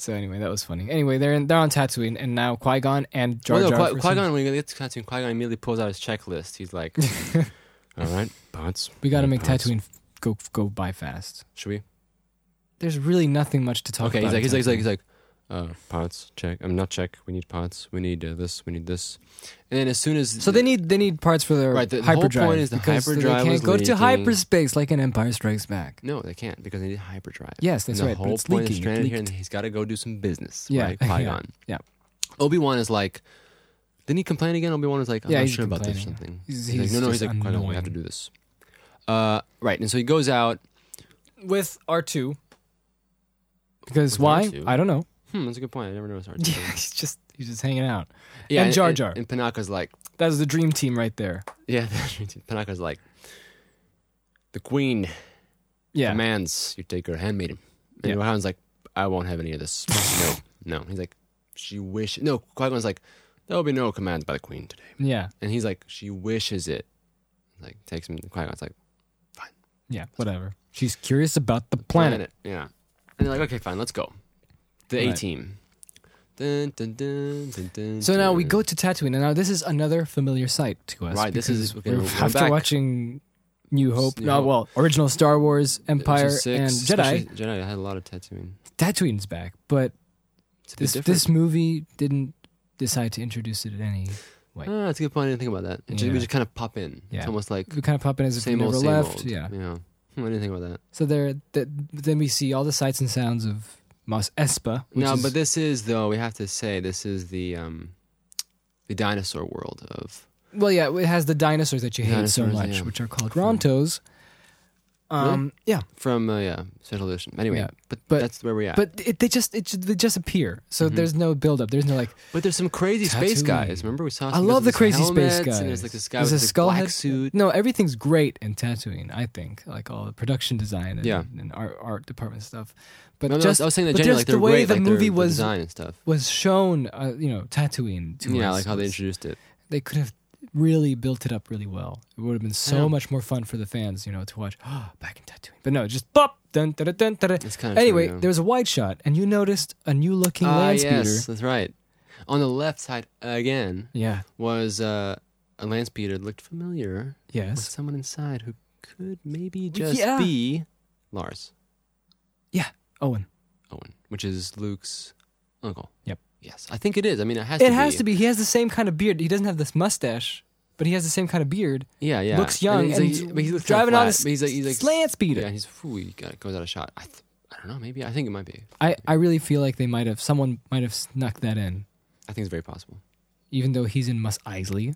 [SPEAKER 2] so anyway, that was funny. Anyway, they're in, they're on Tatooine, and now Qui Gon and Jar
[SPEAKER 1] well,
[SPEAKER 2] Jar.
[SPEAKER 1] Oh, no,
[SPEAKER 2] for
[SPEAKER 1] Qui-
[SPEAKER 2] some-
[SPEAKER 1] Qui-Gon, when he gets to Tatooine, Qui-Gon immediately pulls out his checklist. He's like, all right, bots.
[SPEAKER 2] we got to
[SPEAKER 1] yeah,
[SPEAKER 2] make
[SPEAKER 1] bots.
[SPEAKER 2] Tatooine f- go go by fast.
[SPEAKER 1] Should we?
[SPEAKER 2] There's really nothing much to talk
[SPEAKER 1] Okay,
[SPEAKER 2] about.
[SPEAKER 1] he's like, he's like, he's like, he's like, uh, parts. Check. I'm not check. We need parts. We need uh, this. We need this. And then as soon as
[SPEAKER 2] So they need they need parts for their
[SPEAKER 1] Right, the- the whole point
[SPEAKER 2] hyperdrive
[SPEAKER 1] is the
[SPEAKER 2] because
[SPEAKER 1] hyperdrive
[SPEAKER 2] they
[SPEAKER 1] was
[SPEAKER 2] can't go to
[SPEAKER 1] leaking.
[SPEAKER 2] hyperspace like an Empire Strikes Back.
[SPEAKER 1] no, they can't because they need hyperdrive.
[SPEAKER 2] Yes, that's
[SPEAKER 1] and the
[SPEAKER 2] right, but
[SPEAKER 1] whole
[SPEAKER 2] it's
[SPEAKER 1] point
[SPEAKER 2] leaking,
[SPEAKER 1] is
[SPEAKER 2] it
[SPEAKER 1] stranded here, and
[SPEAKER 2] leaked.
[SPEAKER 1] he's got to go do some business.
[SPEAKER 2] Yeah,
[SPEAKER 1] right?
[SPEAKER 2] yeah,
[SPEAKER 1] Qui-Gon.
[SPEAKER 2] yeah.
[SPEAKER 1] Obi Wan is like, didn't he complain again? Obi Wan was like, I'm
[SPEAKER 2] Yeah,
[SPEAKER 1] not
[SPEAKER 2] he's
[SPEAKER 1] sure about this or something.
[SPEAKER 2] complaining. He's-
[SPEAKER 1] like,
[SPEAKER 2] he's
[SPEAKER 1] no, no,
[SPEAKER 2] just
[SPEAKER 1] he's like, Qui-Gon, we have
[SPEAKER 2] annoying.
[SPEAKER 1] to do this. Uh, right, and so he goes out.
[SPEAKER 2] With R two. Because
[SPEAKER 1] With
[SPEAKER 2] why?
[SPEAKER 1] R2?
[SPEAKER 2] I don't know.
[SPEAKER 1] Hmm, that's a good point. I never noticed.
[SPEAKER 2] Yeah,
[SPEAKER 1] R2.
[SPEAKER 2] he's just he's just hanging out.
[SPEAKER 1] Yeah,
[SPEAKER 2] And Jar Jar.
[SPEAKER 1] And, and Panaka's like,
[SPEAKER 2] That was the dream team right there.
[SPEAKER 1] yeah, Panaka's like, the queen
[SPEAKER 2] Yeah.
[SPEAKER 1] commands you take her handmaiden. And
[SPEAKER 2] Yeah.
[SPEAKER 1] Rohan's like, I won't have any of this. no, no. He's like, she wishes. No, Qui Gon's like, there will be no commands by the queen today.
[SPEAKER 2] Yeah.
[SPEAKER 1] And he's like, she wishes it. Like takes him. Qui Gon's like,
[SPEAKER 2] Yeah. Whatever. She's curious about the planet.
[SPEAKER 1] Yeah. And they're like, okay, fine, let's go. The A
[SPEAKER 2] Right.
[SPEAKER 1] team. Dun, dun, dun, dun, dun,
[SPEAKER 2] So now we
[SPEAKER 1] dun.
[SPEAKER 2] go to Tatooine, and now this is another familiar sight to us.
[SPEAKER 1] Right, this is-
[SPEAKER 2] because
[SPEAKER 1] okay,
[SPEAKER 2] we're-
[SPEAKER 1] we're
[SPEAKER 2] after
[SPEAKER 1] back.
[SPEAKER 2] watching New Hope.
[SPEAKER 1] New
[SPEAKER 2] no,
[SPEAKER 1] Hope.
[SPEAKER 2] well, original Star Wars,
[SPEAKER 1] Which is
[SPEAKER 2] Empire,
[SPEAKER 1] sick,
[SPEAKER 2] and
[SPEAKER 1] especially-
[SPEAKER 2] Jedi.
[SPEAKER 1] Jedi had a lot of tattooing.
[SPEAKER 2] Tatooine's back, but
[SPEAKER 1] It's a bit
[SPEAKER 2] this
[SPEAKER 1] different.
[SPEAKER 2] this movie didn't decide to introduce it in any.
[SPEAKER 1] Ah, that's a good point. I didn't think about that. It just,
[SPEAKER 2] Yeah.
[SPEAKER 1] we just kind of pop in.
[SPEAKER 2] Yeah.
[SPEAKER 1] It's almost like
[SPEAKER 2] We kind of pop in as if we
[SPEAKER 1] same
[SPEAKER 2] never
[SPEAKER 1] old, same
[SPEAKER 2] left.
[SPEAKER 1] old.
[SPEAKER 2] Yeah.
[SPEAKER 1] yeah. Hmm, I didn't think about that.
[SPEAKER 2] So there, that then we see all the sights and sounds of Mos Espa. Which
[SPEAKER 1] no,
[SPEAKER 2] is,
[SPEAKER 1] but this is though we have to say this is the um, the dinosaur world of
[SPEAKER 2] well, yeah, it has the dinosaurs that you hated so
[SPEAKER 1] Dinosaurs,
[SPEAKER 2] much,
[SPEAKER 1] yeah. Hmm.
[SPEAKER 2] which are called Rontos. Um, yeah,
[SPEAKER 1] from uh, yeah Central Ocean. Anyway,
[SPEAKER 2] Yeah,
[SPEAKER 1] but,
[SPEAKER 2] but-
[SPEAKER 1] that's where we're at.
[SPEAKER 2] but it, they just it ju- they just appear. So
[SPEAKER 1] Mm-hmm.
[SPEAKER 2] there's no build up. There's no like
[SPEAKER 1] But there's some crazy space
[SPEAKER 2] Tatooine.
[SPEAKER 1] guys. Remember we saw.
[SPEAKER 2] I
[SPEAKER 1] Some guys
[SPEAKER 2] love the
[SPEAKER 1] with these
[SPEAKER 2] crazy space
[SPEAKER 1] helmets,
[SPEAKER 2] guy.
[SPEAKER 1] And there's like this guy
[SPEAKER 2] There's
[SPEAKER 1] with
[SPEAKER 2] a
[SPEAKER 1] this
[SPEAKER 2] skull
[SPEAKER 1] black
[SPEAKER 2] head.
[SPEAKER 1] suit.
[SPEAKER 2] No, everything's great in Tatooine. I think like all the production design and,
[SPEAKER 1] Yeah.
[SPEAKER 2] and art, art department stuff. But
[SPEAKER 1] No, no,
[SPEAKER 2] just
[SPEAKER 1] I was saying that
[SPEAKER 2] but
[SPEAKER 1] generally,
[SPEAKER 2] just
[SPEAKER 1] like, they're
[SPEAKER 2] the way
[SPEAKER 1] great,
[SPEAKER 2] the
[SPEAKER 1] like, their-
[SPEAKER 2] movie
[SPEAKER 1] the
[SPEAKER 2] was
[SPEAKER 1] design and stuff.
[SPEAKER 2] was shown, uh, you know, Tatooine. To
[SPEAKER 1] Yeah,
[SPEAKER 2] us
[SPEAKER 1] like how they
[SPEAKER 2] was-
[SPEAKER 1] introduced it.
[SPEAKER 2] they could have really built it up really well. It would have been so
[SPEAKER 1] Yeah.
[SPEAKER 2] much more fun for the fans, you know, to watch back in Tatooine. But no, just bop dun dun dun dun. dun.
[SPEAKER 1] It's kind of
[SPEAKER 2] Anyway,
[SPEAKER 1] true, though.
[SPEAKER 2] there was a wide shot, and you noticed a new looking
[SPEAKER 1] Ah,
[SPEAKER 2] land
[SPEAKER 1] yes,
[SPEAKER 2] speeder.
[SPEAKER 1] that's right. On the left side again
[SPEAKER 2] Yeah.
[SPEAKER 1] was uh, a land speeder. that Looked familiar. with
[SPEAKER 2] Yes.
[SPEAKER 1] someone inside who could maybe just
[SPEAKER 2] yeah.
[SPEAKER 1] be Lars
[SPEAKER 2] Owen.
[SPEAKER 1] Owen, which is Luke's uncle.
[SPEAKER 2] Yep.
[SPEAKER 1] Yes, I think it is. I mean, it has.
[SPEAKER 2] It
[SPEAKER 1] to
[SPEAKER 2] has
[SPEAKER 1] be.
[SPEAKER 2] to be. He has the same kind of beard. He doesn't have this mustache, but he has the same kind of beard.
[SPEAKER 1] Yeah, yeah.
[SPEAKER 2] Looks young
[SPEAKER 1] he's
[SPEAKER 2] and
[SPEAKER 1] like- but he looks kinda
[SPEAKER 2] driving on
[SPEAKER 1] flat,
[SPEAKER 2] a s-
[SPEAKER 1] but he's like, he's like,
[SPEAKER 2] slant speeder.
[SPEAKER 1] Yeah, and he's ooh, he got, goes out of shot. I, th- I don't know. Maybe I think it might be.
[SPEAKER 2] I, I really feel like they might have someone might have snuck that in,
[SPEAKER 1] I think it's very possible.
[SPEAKER 2] even though he's in Mos Eisley,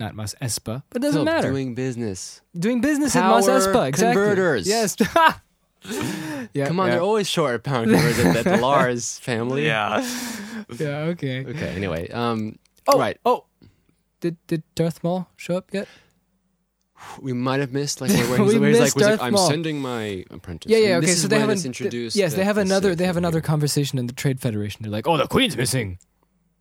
[SPEAKER 2] not Mos Espa. But it doesn't
[SPEAKER 1] Still
[SPEAKER 2] matter.
[SPEAKER 1] Doing business.
[SPEAKER 2] doing business in
[SPEAKER 1] Power
[SPEAKER 2] Mos Espa. Exactly.
[SPEAKER 1] converters.
[SPEAKER 2] Yes. yeah,
[SPEAKER 1] Come on,
[SPEAKER 2] yeah.
[SPEAKER 1] they're always short pound converters at the Lars family.
[SPEAKER 3] Yeah.
[SPEAKER 2] Yeah. Okay.
[SPEAKER 1] Okay. Anyway. Um.
[SPEAKER 2] Oh,
[SPEAKER 1] Right.
[SPEAKER 2] Oh, did did Darth Maul show up yet?
[SPEAKER 1] We might have missed like where, where
[SPEAKER 2] We
[SPEAKER 1] he's, where he's like,
[SPEAKER 2] missed
[SPEAKER 1] was like,
[SPEAKER 2] Darth
[SPEAKER 1] I'm
[SPEAKER 2] Maul."
[SPEAKER 1] sending my apprentice.
[SPEAKER 2] Yeah, yeah.
[SPEAKER 1] And
[SPEAKER 2] Okay,
[SPEAKER 1] This
[SPEAKER 2] so
[SPEAKER 1] is
[SPEAKER 2] they
[SPEAKER 1] when
[SPEAKER 2] haven't
[SPEAKER 1] it's introduced.
[SPEAKER 2] Yes,
[SPEAKER 1] that
[SPEAKER 2] they have
[SPEAKER 1] the
[SPEAKER 2] another.
[SPEAKER 1] Sith
[SPEAKER 2] They have
[SPEAKER 1] are
[SPEAKER 2] another
[SPEAKER 1] here.
[SPEAKER 2] conversation in the Trade Federation. They're like, oh, the Queen's missing.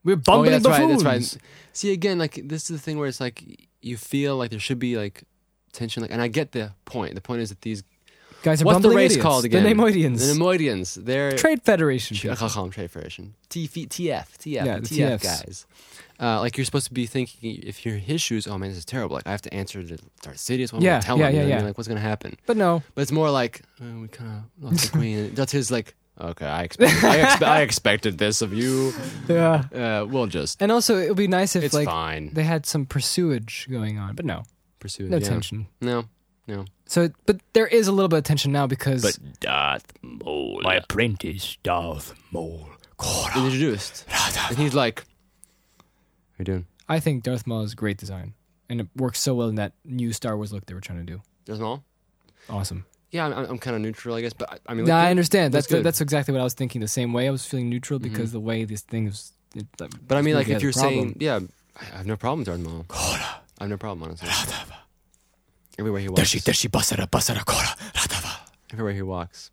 [SPEAKER 2] We're
[SPEAKER 1] Oh,
[SPEAKER 2] bumbling
[SPEAKER 1] yeah, that's right. That's
[SPEAKER 2] buffoons."
[SPEAKER 1] right. See, again, like this is the thing where it's like you feel like there should be like tension, like, and I get the point. The point is that these
[SPEAKER 2] Guys are
[SPEAKER 1] what's the
[SPEAKER 2] bumbling
[SPEAKER 1] race
[SPEAKER 2] idiots.
[SPEAKER 1] called again?
[SPEAKER 2] The Nemoidians.
[SPEAKER 1] The Nemoidians. They're
[SPEAKER 2] Trade Federation.
[SPEAKER 1] Ch- I
[SPEAKER 2] people.
[SPEAKER 1] call them Trade Federation. TF, TF, TF,
[SPEAKER 2] Yeah,
[SPEAKER 1] the
[SPEAKER 2] the
[SPEAKER 1] TF
[SPEAKER 2] TFs.
[SPEAKER 1] guys. Uh, like you're supposed to be thinking if you're in his shoes, oh man, this is terrible. Like I have to answer to Darcidius. What am I
[SPEAKER 2] Yeah,
[SPEAKER 1] gonna tell
[SPEAKER 2] yeah,
[SPEAKER 1] him? You know what I
[SPEAKER 2] yeah, yeah.
[SPEAKER 1] mean? Like what's gonna happen?
[SPEAKER 2] But no,
[SPEAKER 1] But it's more like uh, we kind of lost the queen. That's his like. Okay, I expected, I, expe- I expected this of you.
[SPEAKER 2] yeah.
[SPEAKER 1] Uh, we'll just.
[SPEAKER 2] And also, it would be nice if
[SPEAKER 1] It's
[SPEAKER 2] like
[SPEAKER 1] fine.
[SPEAKER 2] they had some pursuage going on, but no,
[SPEAKER 1] Pursue it.
[SPEAKER 2] no
[SPEAKER 1] yeah.
[SPEAKER 2] tension.
[SPEAKER 1] No, no.
[SPEAKER 2] So, but there is a little bit of tension now because
[SPEAKER 3] Darth Maul. My apprentice, Darth Maul. Korra.
[SPEAKER 1] Introduced, and he's like, "How you doing?"
[SPEAKER 2] I think Darth Maul is great design, and it works so well in that new Star Wars look they were trying to do.
[SPEAKER 1] Doesn't all?
[SPEAKER 2] Awesome.
[SPEAKER 1] Yeah, I'm, I'm kind of neutral, I guess. But I, I mean,
[SPEAKER 2] Yeah,
[SPEAKER 1] like,
[SPEAKER 2] I understand.
[SPEAKER 1] looks
[SPEAKER 2] That's the,
[SPEAKER 1] good. Mm-hmm.
[SPEAKER 2] that's exactly what I was thinking. The same way I was feeling neutral because the way this thing was. It, uh,
[SPEAKER 1] But I mean, like, if you're saying, yeah, I I have no problem with Darth Maul. I have no problem, honestly. Everywhere he walks.
[SPEAKER 3] Deshi, deshi, basara, basara, Korra. Radava.
[SPEAKER 1] Everywhere he walks.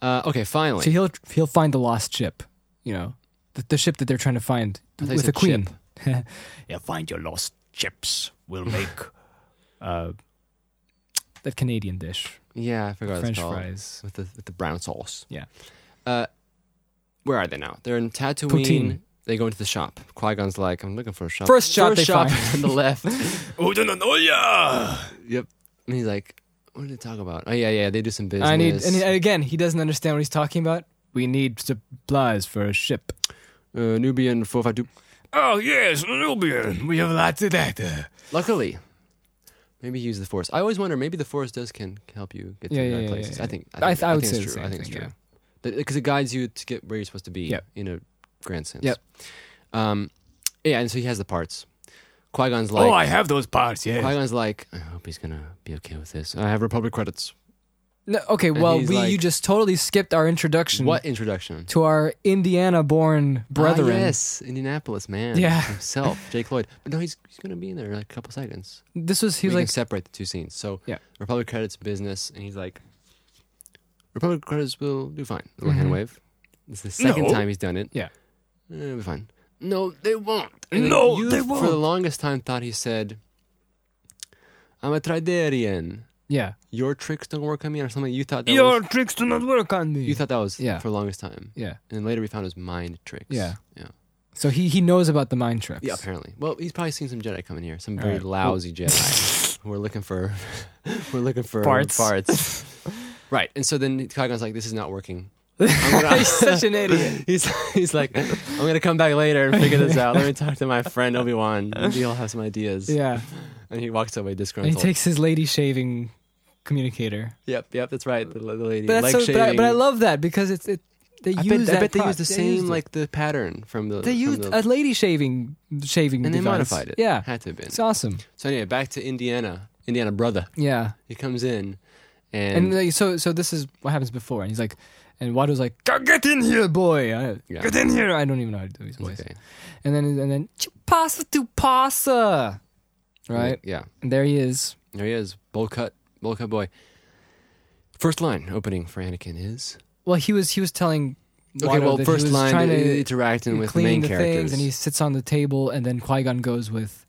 [SPEAKER 1] Uh, okay, finally.
[SPEAKER 2] so he'll he'll find the lost ship, you know, the, the ship that they're trying to find
[SPEAKER 1] thought you
[SPEAKER 2] with the
[SPEAKER 1] said
[SPEAKER 2] queen.
[SPEAKER 3] Yeah, find your lost chips. We'll make. uh,
[SPEAKER 2] that Canadian dish,
[SPEAKER 1] yeah, I forgot what
[SPEAKER 2] French
[SPEAKER 1] it's called.
[SPEAKER 2] fries.
[SPEAKER 1] With the, with the brown sauce.
[SPEAKER 2] Yeah.
[SPEAKER 1] Uh, where are they now? They're in Tatooine.
[SPEAKER 2] Poutine.
[SPEAKER 1] They go into the shop. Qui Gon's like, I'm looking for a shop.
[SPEAKER 2] First shop they
[SPEAKER 1] shop
[SPEAKER 2] find.
[SPEAKER 1] on the left.
[SPEAKER 3] Udanonoya!
[SPEAKER 1] yep. And he's like, what did they talk about? Oh, yeah, yeah, they do some business.
[SPEAKER 2] I need, and he- and again, he doesn't understand what he's talking about. We need supplies for a ship.
[SPEAKER 1] Uh, Nubian 452.
[SPEAKER 3] Oh, yes, Nubian. We have lots of data.
[SPEAKER 1] Luckily, maybe use the force. I always wonder, maybe the force does can help you get to
[SPEAKER 2] Yeah,
[SPEAKER 1] the
[SPEAKER 2] yeah,
[SPEAKER 1] right
[SPEAKER 2] yeah,
[SPEAKER 1] places.
[SPEAKER 2] yeah,
[SPEAKER 1] I think. I
[SPEAKER 2] I
[SPEAKER 1] think,
[SPEAKER 2] th- I would
[SPEAKER 1] think
[SPEAKER 2] say
[SPEAKER 1] it's
[SPEAKER 2] the
[SPEAKER 1] true. I
[SPEAKER 2] same
[SPEAKER 1] think it's
[SPEAKER 2] thing,
[SPEAKER 1] true. Because it guides you to get where you're supposed to be
[SPEAKER 2] Yeah.
[SPEAKER 1] in a grand sense.
[SPEAKER 2] Yep.
[SPEAKER 1] Um, yeah, and so he has the parts. Qui Gon's like,
[SPEAKER 3] oh, I have those parts, yes.
[SPEAKER 1] Qui Gon's like, I hope he's gonna be okay with this. I have Republic credits.
[SPEAKER 2] No, okay, well,
[SPEAKER 1] he's
[SPEAKER 2] we,
[SPEAKER 1] like-
[SPEAKER 2] you just totally skipped our introduction
[SPEAKER 1] What introduction?
[SPEAKER 2] to our Indiana-born brethren.
[SPEAKER 1] Ah, yes, Indianapolis man.
[SPEAKER 2] Yeah.
[SPEAKER 1] himself, Jake Lloyd. But no, he's he's gonna be in there in like a couple seconds.
[SPEAKER 2] This was
[SPEAKER 1] He's
[SPEAKER 2] he's
[SPEAKER 1] we like,
[SPEAKER 2] like
[SPEAKER 1] can separate the two scenes. So
[SPEAKER 2] Yeah.
[SPEAKER 1] Republic credits business, and he's like, Republic credits will do fine. Little hand
[SPEAKER 2] Mhm.
[SPEAKER 1] wave. It's the second
[SPEAKER 3] No.
[SPEAKER 1] time he's done it.
[SPEAKER 2] Yeah.
[SPEAKER 1] Eh, it'll be fine. No, they won't.
[SPEAKER 3] No,
[SPEAKER 1] you,
[SPEAKER 3] they
[SPEAKER 1] For
[SPEAKER 3] won't.
[SPEAKER 1] the longest time, thought he said, "I'm a Tridarian.
[SPEAKER 2] yeah,
[SPEAKER 1] Your tricks don't work on me," or something. You thought that
[SPEAKER 3] Your
[SPEAKER 1] was,
[SPEAKER 3] tricks do not work on me.
[SPEAKER 1] you thought that was
[SPEAKER 2] Yeah.
[SPEAKER 1] for the longest time,
[SPEAKER 2] yeah.
[SPEAKER 1] and then later we found his mind tricks.
[SPEAKER 2] Yeah.
[SPEAKER 1] yeah.
[SPEAKER 2] So he he knows about the mind tricks.
[SPEAKER 1] Yeah, apparently. Well, he's probably seen some Jedi coming here. Some
[SPEAKER 2] All
[SPEAKER 1] very
[SPEAKER 2] right.
[SPEAKER 1] lousy Jedi. We're looking for, we're looking for
[SPEAKER 2] Parts.
[SPEAKER 1] parts. right. And so then Qui Gon's like, "This is not working."
[SPEAKER 2] he's such an idiot.
[SPEAKER 1] He's he's like, "I'm gonna come back later and figure this out. Let me talk to my friend Obi Wan. Maybe he'll have some ideas."
[SPEAKER 2] Yeah,
[SPEAKER 1] And he walks away
[SPEAKER 2] and he
[SPEAKER 1] disgruntled.
[SPEAKER 2] takes his lady shaving communicator.
[SPEAKER 1] yep, yep, that's right. The, the lady
[SPEAKER 2] But
[SPEAKER 1] leg
[SPEAKER 2] that's so, but, I,
[SPEAKER 1] shaving.
[SPEAKER 2] but I love that because it's it. They
[SPEAKER 1] I bet,
[SPEAKER 2] use that
[SPEAKER 1] I bet they
[SPEAKER 2] prop.
[SPEAKER 1] use the same
[SPEAKER 2] used it.
[SPEAKER 1] like the pattern from the
[SPEAKER 2] they
[SPEAKER 1] from
[SPEAKER 2] used
[SPEAKER 1] the-
[SPEAKER 2] a lady shaving shaving
[SPEAKER 1] and they
[SPEAKER 2] device.
[SPEAKER 1] modified it.
[SPEAKER 2] Yeah,
[SPEAKER 1] had to have been.
[SPEAKER 2] it's
[SPEAKER 1] So,
[SPEAKER 2] awesome.
[SPEAKER 1] anyway, back to Indiana, Indiana brother.
[SPEAKER 2] Yeah,
[SPEAKER 1] He comes in.
[SPEAKER 2] and, like, so so this is what happens before, and he's like, and Waddle's like, "Go get in here, boy, I,
[SPEAKER 1] Yeah.
[SPEAKER 2] get in here. I don't even know how to do these voices.
[SPEAKER 1] Okay.
[SPEAKER 2] And then and then pasta to pasta, right?
[SPEAKER 1] Yeah.
[SPEAKER 2] And there he is.
[SPEAKER 1] There he is. Bowl cut. Bowl cut boy. First line opening for Anakin is.
[SPEAKER 2] Well, he was he was telling.
[SPEAKER 1] okay,
[SPEAKER 2] Watto
[SPEAKER 1] well,
[SPEAKER 2] that he
[SPEAKER 1] first
[SPEAKER 2] was
[SPEAKER 1] line
[SPEAKER 2] trying to
[SPEAKER 1] interacting with
[SPEAKER 2] clean
[SPEAKER 1] main
[SPEAKER 2] the
[SPEAKER 1] characters.
[SPEAKER 2] things, and he sits on the table, and then Qui Gon goes with